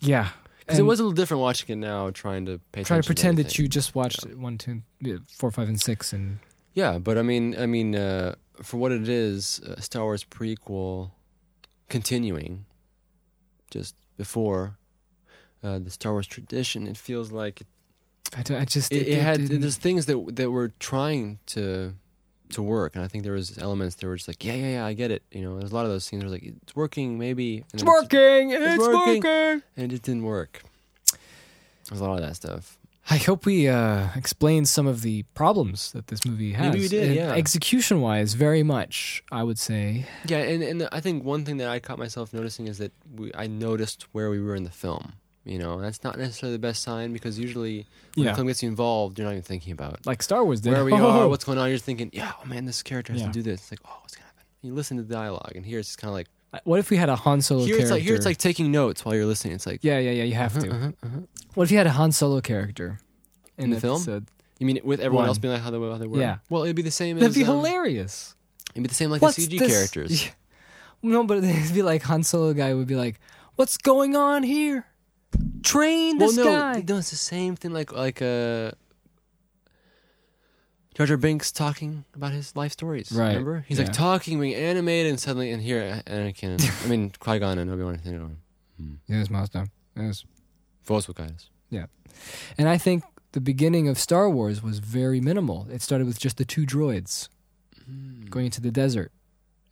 [SPEAKER 2] Yeah,
[SPEAKER 1] Because it was a little different watching it now, trying to pay
[SPEAKER 2] try to
[SPEAKER 1] attention
[SPEAKER 2] pretend that
[SPEAKER 1] everything.
[SPEAKER 2] you just watched one, two, yeah, four, five, and six, and
[SPEAKER 1] Yeah, but I mean, I mean, uh, for what it is, uh, Star Wars prequel, continuing, just before uh, the Star Wars tradition, it feels like it,
[SPEAKER 2] I, don't- I just
[SPEAKER 1] it, had
[SPEAKER 2] didn't-
[SPEAKER 1] there's things that that were trying to to work, and I think there was elements that were just like, yeah, yeah, yeah, I get it. You know, there's a lot of those scenes where it's like it's working, maybe and then
[SPEAKER 2] it's working, it's,
[SPEAKER 1] working.
[SPEAKER 2] working.
[SPEAKER 1] and it didn't work. There's a lot of that stuff.
[SPEAKER 2] I hope we uh, explained some of the problems that this movie has.
[SPEAKER 1] Maybe we did, yeah.
[SPEAKER 2] Execution wise, very much, I would say.
[SPEAKER 1] Yeah, and, and I think one thing that I caught myself noticing is that we, I noticed where we were in the film. You know, and that's not necessarily the best sign because usually when the film gets you involved, you're not even thinking about
[SPEAKER 2] Like Star Wars did.
[SPEAKER 1] where we
[SPEAKER 2] Oh,
[SPEAKER 1] are,
[SPEAKER 2] oh,
[SPEAKER 1] what's going on. You're just thinking, yeah, oh man, this character has
[SPEAKER 2] Yeah.
[SPEAKER 1] to do this. It's like, oh, what's gonna happen? You listen to the dialogue, and here it's just kind of like
[SPEAKER 2] oh. What if we had a Han Solo
[SPEAKER 1] here it's
[SPEAKER 2] character?
[SPEAKER 1] like here it's like taking notes while you're listening. It's like,
[SPEAKER 2] yeah, yeah, yeah, you have to.
[SPEAKER 1] uh-huh, uh-huh.
[SPEAKER 2] What if you had a Han Solo character
[SPEAKER 1] In the film?
[SPEAKER 2] episode?
[SPEAKER 1] you mean with everyone
[SPEAKER 2] One.
[SPEAKER 1] else being like how they, how they were?
[SPEAKER 2] Yeah.
[SPEAKER 1] Well, it'd be the same.
[SPEAKER 2] That'd
[SPEAKER 1] as,
[SPEAKER 2] be
[SPEAKER 1] um,
[SPEAKER 2] hilarious.
[SPEAKER 1] It'd be the same like
[SPEAKER 2] What's
[SPEAKER 1] the CG
[SPEAKER 2] this-
[SPEAKER 1] characters.
[SPEAKER 2] Yeah. No, but it'd be like Han Solo guy would be like, "What's going on here? Train
[SPEAKER 1] Well,
[SPEAKER 2] this
[SPEAKER 1] no,
[SPEAKER 2] guy."
[SPEAKER 1] no, it's the same thing. Like like uh, Jar Jar Binks talking about his life stories.
[SPEAKER 2] Right,
[SPEAKER 1] Remember, he's
[SPEAKER 2] yeah.
[SPEAKER 1] like talking, being animated, and suddenly, and here Anakin, I mean Qui Gon and Obi Wan, you know,
[SPEAKER 2] Yes, master. Yes.
[SPEAKER 1] Force will guide us.
[SPEAKER 2] And I think the beginning of Star Wars was very minimal. It started with just the two droids
[SPEAKER 1] Hmm.
[SPEAKER 2] going into the desert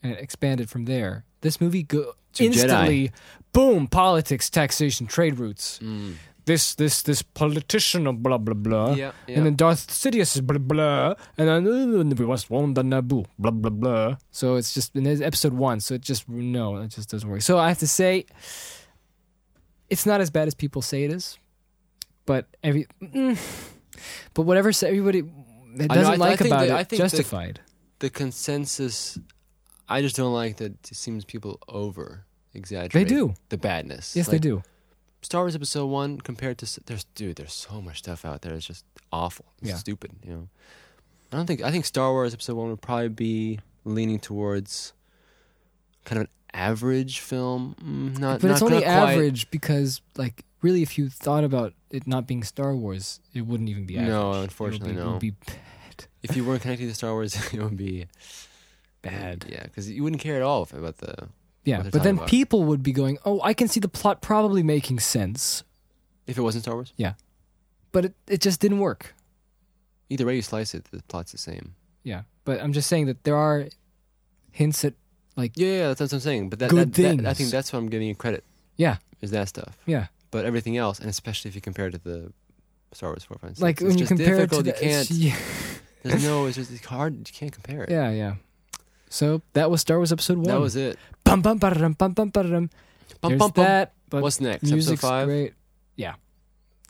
[SPEAKER 2] and it expanded from there. This movie go-
[SPEAKER 1] To Jedi.
[SPEAKER 2] instantly boom politics, taxation, trade routes.
[SPEAKER 1] Mm.
[SPEAKER 2] This this this politician of blah blah blah.
[SPEAKER 1] Yeah, yeah.
[SPEAKER 2] And then Darth Sidious is blah blah, and then uh, we must warn the Naboo blah blah blah. So it's just in episode one. So it just no, it just doesn't work. So I have to say, it's not as bad as people say it is, but every, mm, but whatever s- everybody that
[SPEAKER 1] I know,
[SPEAKER 2] doesn't
[SPEAKER 1] I th- I
[SPEAKER 2] like
[SPEAKER 1] think
[SPEAKER 2] about
[SPEAKER 1] that-
[SPEAKER 2] it
[SPEAKER 1] I think that-
[SPEAKER 2] justified.
[SPEAKER 1] the consensus, I just don't like that. It seems people over exaggerate.
[SPEAKER 2] They do.
[SPEAKER 1] the badness.
[SPEAKER 2] yes, they
[SPEAKER 1] Like,
[SPEAKER 2] do.
[SPEAKER 1] Star Wars Episode One compared to s- there's dude, there's so much stuff out there. It's just awful, it's
[SPEAKER 2] Yeah.
[SPEAKER 1] stupid. You know, I don't think I think Star Wars Episode One would probably be leaning towards kind of an average film. Mm, not,
[SPEAKER 2] But it's
[SPEAKER 1] not-
[SPEAKER 2] only
[SPEAKER 1] not quite.
[SPEAKER 2] average because like really, if you thought about it not being Star Wars, it wouldn't even be average.
[SPEAKER 1] No,
[SPEAKER 2] It would
[SPEAKER 1] unfortunately,
[SPEAKER 2] be- it would
[SPEAKER 1] no.
[SPEAKER 2] be
[SPEAKER 1] If you weren't connected to Star Wars, it would be
[SPEAKER 2] bad.
[SPEAKER 1] yeah, because you wouldn't care at all if- about the
[SPEAKER 2] Yeah,
[SPEAKER 1] what they're
[SPEAKER 2] but
[SPEAKER 1] talking
[SPEAKER 2] then
[SPEAKER 1] about.
[SPEAKER 2] people would be going, "Oh, I can see the plot probably making sense,"
[SPEAKER 1] if it wasn't Star Wars.
[SPEAKER 2] but it, it just didn't work.
[SPEAKER 1] Either way you slice it, the plot's the same.
[SPEAKER 2] Yeah, but I'm just saying that there are hints at like,
[SPEAKER 1] Yeah, yeah, that's what I'm saying. But that,
[SPEAKER 2] Good
[SPEAKER 1] that- that- I
[SPEAKER 2] things.
[SPEAKER 1] think that's what I'm giving you credit
[SPEAKER 2] yeah,
[SPEAKER 1] is that stuff.
[SPEAKER 2] yeah,
[SPEAKER 1] But everything else, and especially if you compare it to the Star Wars four five six,
[SPEAKER 2] like
[SPEAKER 1] it's
[SPEAKER 2] when you
[SPEAKER 1] just
[SPEAKER 2] compare it to
[SPEAKER 1] difficult.
[SPEAKER 2] the,
[SPEAKER 1] you can't.
[SPEAKER 2] yeah,
[SPEAKER 1] There's no, it's just it's hard. You can't compare it.
[SPEAKER 2] yeah, yeah. So that was Star Wars episode one.
[SPEAKER 1] that was it.
[SPEAKER 2] bum bum ba-da-dum, bum bum ba-da-dum.
[SPEAKER 1] Bum,
[SPEAKER 2] There's
[SPEAKER 1] bum, bum.
[SPEAKER 2] that. But
[SPEAKER 1] What's next?
[SPEAKER 2] Music's
[SPEAKER 1] Episode five.
[SPEAKER 2] great. yeah,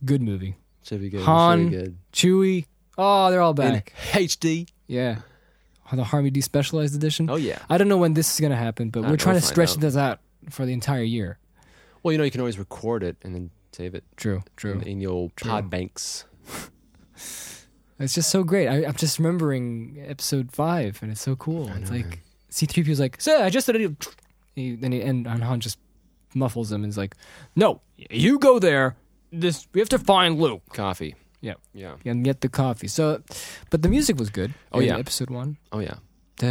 [SPEAKER 2] good movie.
[SPEAKER 1] Should be good. Should
[SPEAKER 2] Han.
[SPEAKER 1] be good.
[SPEAKER 2] Chewie. Oh, they're all
[SPEAKER 1] In
[SPEAKER 2] back.
[SPEAKER 1] HD.
[SPEAKER 2] yeah, Oh, the Harmy D Specialized Edition.
[SPEAKER 1] Oh yeah.
[SPEAKER 2] I don't know when this is gonna happen, but
[SPEAKER 1] I
[SPEAKER 2] we're
[SPEAKER 1] don't
[SPEAKER 2] trying
[SPEAKER 1] know,
[SPEAKER 2] to
[SPEAKER 1] find
[SPEAKER 2] stretch
[SPEAKER 1] out.
[SPEAKER 2] this out for the entire year.
[SPEAKER 1] Well, you know, you can always record it and then save it
[SPEAKER 2] True, true.
[SPEAKER 1] in, in your old pod banks.
[SPEAKER 2] It's just so great. I, I'm just remembering episode five, and it's so cool. It's like C-3PO's like, "Sir, I just did it." He- Then he, and and Han just muffles him and is like, "No, you go there. This we have to find Luke
[SPEAKER 1] Coffee.
[SPEAKER 2] Yep.
[SPEAKER 1] Yeah.
[SPEAKER 2] and get the coffee." So, but the music was good.
[SPEAKER 1] Oh,
[SPEAKER 2] in
[SPEAKER 1] yeah.
[SPEAKER 2] episode one.
[SPEAKER 1] Oh yeah.
[SPEAKER 2] Da-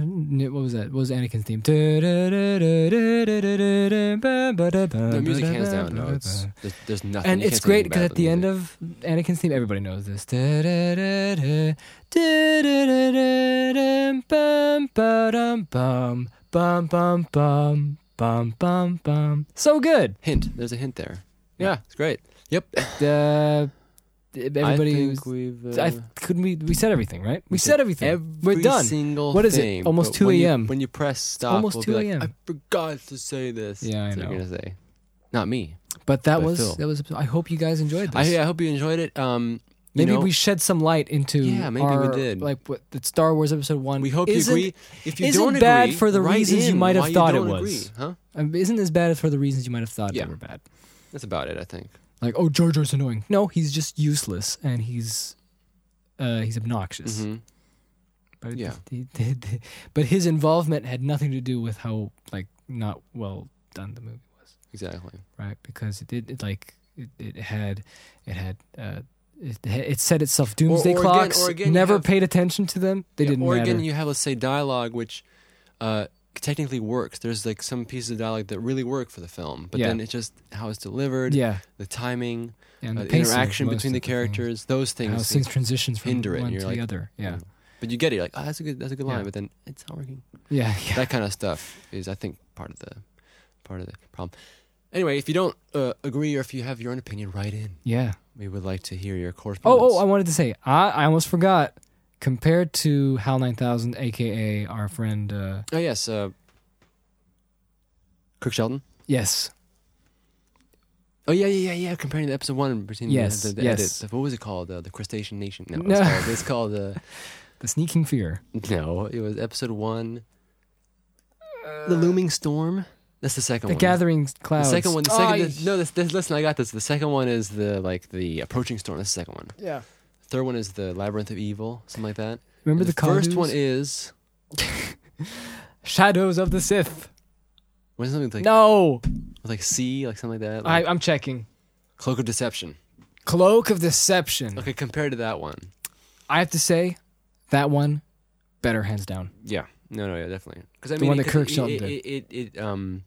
[SPEAKER 2] What was that? What was Anakin's theme? The
[SPEAKER 1] No, music hands down. No, it's there's, there's nothing.
[SPEAKER 2] and
[SPEAKER 1] you can't
[SPEAKER 2] it's
[SPEAKER 1] say anything
[SPEAKER 2] great because
[SPEAKER 1] bad
[SPEAKER 2] at
[SPEAKER 1] about
[SPEAKER 2] the end
[SPEAKER 1] music.
[SPEAKER 2] of Anakin's theme, everybody knows this. Da-da-da-da, da-da-da-da-dum, bum, ba-dum, bum, bum, bum, bum, bum, bum, bum. So good.
[SPEAKER 1] hint, there's a hint there. Yeah,
[SPEAKER 2] Yeah.
[SPEAKER 1] it's great. Yep.
[SPEAKER 2] Uh, everybody.
[SPEAKER 1] I think
[SPEAKER 2] was-
[SPEAKER 1] we've. Uh,
[SPEAKER 2] I couldn't. We we said everything, right? We,
[SPEAKER 1] we
[SPEAKER 2] said
[SPEAKER 1] did
[SPEAKER 2] everything. We're
[SPEAKER 1] every
[SPEAKER 2] done.
[SPEAKER 1] Single
[SPEAKER 2] What is it?
[SPEAKER 1] thing,
[SPEAKER 2] Almost
[SPEAKER 1] but
[SPEAKER 2] 2
[SPEAKER 1] when you-
[SPEAKER 2] a.m..
[SPEAKER 1] When you press stop,
[SPEAKER 2] almost
[SPEAKER 1] we'll be
[SPEAKER 2] 2
[SPEAKER 1] like,
[SPEAKER 2] a.m..
[SPEAKER 1] I forgot to say this.
[SPEAKER 2] Yeah, I
[SPEAKER 1] That's what
[SPEAKER 2] know.
[SPEAKER 1] You're gonna say, not me.
[SPEAKER 2] But that
[SPEAKER 1] But
[SPEAKER 2] was
[SPEAKER 1] Phil.
[SPEAKER 2] that was. I hope you guys enjoyed this.
[SPEAKER 1] I, I hope you enjoyed it. Um, you
[SPEAKER 2] maybe
[SPEAKER 1] know,
[SPEAKER 2] we shed some light into.
[SPEAKER 1] Yeah, maybe we
[SPEAKER 2] our,
[SPEAKER 1] did.
[SPEAKER 2] Like what the Star Wars Episode One.
[SPEAKER 1] we hope you
[SPEAKER 2] isn't,
[SPEAKER 1] agree. If you
[SPEAKER 2] isn't
[SPEAKER 1] don't
[SPEAKER 2] bad
[SPEAKER 1] agree,
[SPEAKER 2] for the
[SPEAKER 1] write
[SPEAKER 2] reasons you
[SPEAKER 1] in
[SPEAKER 2] might have
[SPEAKER 1] why
[SPEAKER 2] thought it
[SPEAKER 1] don't
[SPEAKER 2] was.
[SPEAKER 1] agree, huh?
[SPEAKER 2] um, isn't as bad as for the reasons you might have thought
[SPEAKER 1] Yeah.
[SPEAKER 2] they were bad.
[SPEAKER 1] That's about it, I think.
[SPEAKER 2] Like, oh, Jar Jar's annoying. No, he's just useless and he's uh, he's obnoxious.
[SPEAKER 1] Mhm.
[SPEAKER 2] But
[SPEAKER 1] Yeah.
[SPEAKER 2] the- the- the- but his involvement had nothing to do with how like not well done the movie was,
[SPEAKER 1] Exactly.
[SPEAKER 2] right? Because it did it like it, it had it had. Uh, it, it set itself doomsday
[SPEAKER 1] or again-
[SPEAKER 2] clocks.
[SPEAKER 1] or again you
[SPEAKER 2] never
[SPEAKER 1] have-
[SPEAKER 2] paid attention to them. They
[SPEAKER 1] Yeah,
[SPEAKER 2] didn't
[SPEAKER 1] or
[SPEAKER 2] matter.
[SPEAKER 1] again, you have let's say dialogue, which uh, technically works. There's like some pieces of dialogue that really work for the film, but
[SPEAKER 2] Yeah.
[SPEAKER 1] then it's just how it's delivered,
[SPEAKER 2] yeah,
[SPEAKER 1] the timing,
[SPEAKER 2] and
[SPEAKER 1] uh,
[SPEAKER 2] the
[SPEAKER 1] the
[SPEAKER 2] pacing of
[SPEAKER 1] uh, interaction
[SPEAKER 2] most
[SPEAKER 1] between
[SPEAKER 2] of
[SPEAKER 1] the
[SPEAKER 2] things.
[SPEAKER 1] characters, those things.
[SPEAKER 2] how
[SPEAKER 1] it's-
[SPEAKER 2] things transitions from
[SPEAKER 1] hinder it, and
[SPEAKER 2] one
[SPEAKER 1] you're
[SPEAKER 2] to
[SPEAKER 1] like, "Hmm."
[SPEAKER 2] the other. Yeah,
[SPEAKER 1] But you get it, you're like, oh, that's a good, that's a good line.
[SPEAKER 2] Yeah.
[SPEAKER 1] But then it's not working.
[SPEAKER 2] yeah, yeah.
[SPEAKER 1] That kind of stuff is, I think, part of the part of the problem. Anyway, if you don't uh, agree or if you have your own opinion, write in.
[SPEAKER 2] yeah.
[SPEAKER 1] We would like to hear your correspondence.
[SPEAKER 2] Oh, oh, I wanted to say, I, I almost forgot. Compared to HAL 9000, aka our friend, uh,
[SPEAKER 1] oh yes, uh, Kirk Sheldon.
[SPEAKER 2] yes,
[SPEAKER 1] Oh yeah, yeah, yeah, yeah. Comparing the episode one between
[SPEAKER 2] Yes,
[SPEAKER 1] the, the, the
[SPEAKER 2] yes.
[SPEAKER 1] edit. What was it called? Uh, the Crustacean Nation. No, It's,
[SPEAKER 2] No.
[SPEAKER 1] called, it's called uh,
[SPEAKER 2] the sneaking fear.
[SPEAKER 1] no. It was episode one. the looming storm. That's the second
[SPEAKER 2] The
[SPEAKER 1] one.
[SPEAKER 2] gathering
[SPEAKER 1] The
[SPEAKER 2] clouds.
[SPEAKER 1] second one. The
[SPEAKER 2] Oh,
[SPEAKER 1] second.
[SPEAKER 2] I-
[SPEAKER 1] the- no, this, this, listen, I got this. The second one is the like the approaching storm. That's the second one.
[SPEAKER 2] yeah.
[SPEAKER 1] Third one is the labyrinth of evil, something like that.
[SPEAKER 2] Remember
[SPEAKER 1] And
[SPEAKER 2] the,
[SPEAKER 1] first
[SPEAKER 2] Kaldus?
[SPEAKER 1] one is
[SPEAKER 2] Shadows of the Sith.
[SPEAKER 1] was something like
[SPEAKER 2] no,
[SPEAKER 1] like C, like something like that.
[SPEAKER 2] I,
[SPEAKER 1] Like
[SPEAKER 2] I'm checking.
[SPEAKER 1] Cloak of Deception.
[SPEAKER 2] Cloak of Deception.
[SPEAKER 1] Okay, compared to that one.
[SPEAKER 2] I have to say, that one, better hands down.
[SPEAKER 1] Yeah. No, no, yeah, definitely. Because I
[SPEAKER 2] The
[SPEAKER 1] mean,
[SPEAKER 2] one
[SPEAKER 1] it-
[SPEAKER 2] that Kirk
[SPEAKER 1] it,
[SPEAKER 2] Sheldon
[SPEAKER 1] it,
[SPEAKER 2] did.
[SPEAKER 1] it, it, it, um,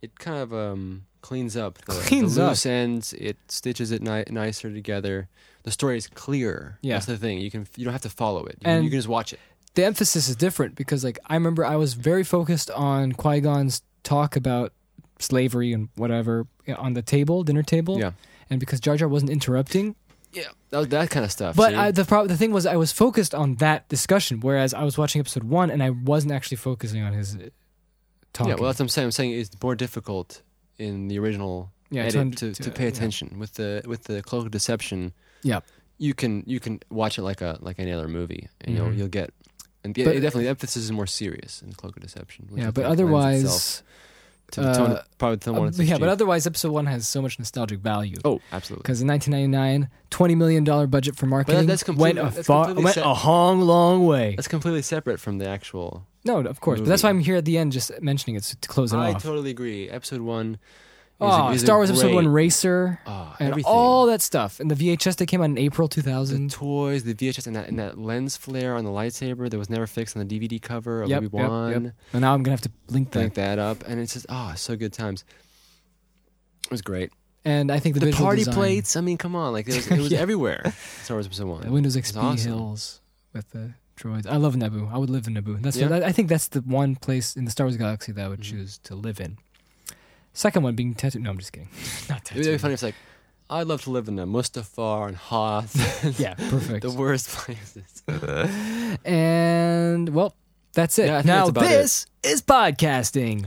[SPEAKER 1] it kind of um cleans up the,
[SPEAKER 2] Cleans
[SPEAKER 1] the
[SPEAKER 2] up.
[SPEAKER 1] loose ends. It stitches it ni- nicer together. The story is clear.
[SPEAKER 2] Yeah.
[SPEAKER 1] That's the thing. You can you don't have to follow it. You,
[SPEAKER 2] And-
[SPEAKER 1] you can just watch it.
[SPEAKER 2] the emphasis is different because like I remember I was very focused on Qui Gon's talk about slavery and whatever uh, on the table, dinner table.
[SPEAKER 1] Yeah.
[SPEAKER 2] And because Jar Jar wasn't interrupting,
[SPEAKER 1] Yeah. That, that kind of stuff.
[SPEAKER 2] but
[SPEAKER 1] see?
[SPEAKER 2] I, the prob- the thing was I was focused on that discussion, whereas I was watching episode one and I wasn't actually focusing on his uh, talking.
[SPEAKER 1] Yeah, well, that's what I'm saying. I'm saying it's more difficult in the original
[SPEAKER 2] Yeah, to
[SPEAKER 1] edit
[SPEAKER 2] un-
[SPEAKER 1] to,
[SPEAKER 2] to-
[SPEAKER 1] to,
[SPEAKER 2] yeah.
[SPEAKER 1] pay attention with the with the cloak of deception.
[SPEAKER 2] Yeah.
[SPEAKER 1] you can you can watch it like a like any other movie, and
[SPEAKER 2] Mhm.
[SPEAKER 1] you'll you'll get. And yeah,
[SPEAKER 2] But-
[SPEAKER 1] it definitely the emphasis is more serious in cloak of deception. which
[SPEAKER 2] yeah,
[SPEAKER 1] I
[SPEAKER 2] but
[SPEAKER 1] think lends itself
[SPEAKER 2] otherwise,
[SPEAKER 1] to the tone,
[SPEAKER 2] uh,
[SPEAKER 1] probably the one.
[SPEAKER 2] uh, yeah, but otherwise, episode one has so much nostalgic value.
[SPEAKER 1] oh, absolutely.
[SPEAKER 2] Because in 1999, 20 million dollar budget for marketing
[SPEAKER 1] that's
[SPEAKER 2] went
[SPEAKER 1] completely-
[SPEAKER 2] a
[SPEAKER 1] that's
[SPEAKER 2] far,
[SPEAKER 1] completely
[SPEAKER 2] went
[SPEAKER 1] set-
[SPEAKER 2] a long, long way.
[SPEAKER 1] That's completely separate from the actual.
[SPEAKER 2] No, of course, but that's why
[SPEAKER 1] movie.
[SPEAKER 2] I'm here at the end, just mentioning it so- to close it
[SPEAKER 1] I
[SPEAKER 2] off.
[SPEAKER 1] totally agree. Episode one. Is,
[SPEAKER 2] Oh,
[SPEAKER 1] is a
[SPEAKER 2] Star Wars Episode
[SPEAKER 1] great-
[SPEAKER 2] One Racer
[SPEAKER 1] Ah,
[SPEAKER 2] and
[SPEAKER 1] everything.
[SPEAKER 2] all that stuff, and the VHS that came out in April
[SPEAKER 1] the
[SPEAKER 2] 2000.
[SPEAKER 1] toys, the VHS, and that, and that lens flare on the lightsaber that was never fixed on the DVD cover of
[SPEAKER 2] Yep,
[SPEAKER 1] Obi
[SPEAKER 2] yep, yep.
[SPEAKER 1] Wan.
[SPEAKER 2] And now I'm gonna have to link that.
[SPEAKER 1] Link that up, and it's just oh, so good times. It was great.
[SPEAKER 2] And I think the,
[SPEAKER 1] The,
[SPEAKER 2] visual
[SPEAKER 1] party
[SPEAKER 2] design,
[SPEAKER 1] plates. I mean, come on, like it was, it was
[SPEAKER 2] Yeah.
[SPEAKER 1] everywhere. Star Wars Episode One.
[SPEAKER 2] the Windows
[SPEAKER 1] It's
[SPEAKER 2] XP
[SPEAKER 1] awesome.
[SPEAKER 2] hills with the droids. I love Naboo. I would live in Naboo. That's
[SPEAKER 1] Yeah.
[SPEAKER 2] what, I think that's the one place in the Star Wars galaxy that I would
[SPEAKER 1] Mhm.
[SPEAKER 2] choose to live in. Second one being tattooed. No, I'm just kidding. Not
[SPEAKER 1] It would be
[SPEAKER 2] tattooed.
[SPEAKER 1] funny. if It's like I'd love to live in a Mustafar and Hoth,
[SPEAKER 2] yeah, perfect.
[SPEAKER 1] the worst places.
[SPEAKER 2] And well, that's it.
[SPEAKER 1] Yeah, I think
[SPEAKER 2] now
[SPEAKER 1] that's about
[SPEAKER 2] this is podcasting.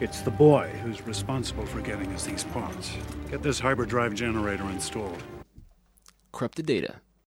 [SPEAKER 6] It's the boy who's responsible for getting us these parts. Get this hyperdrive generator installed.
[SPEAKER 1] Corrupt the data.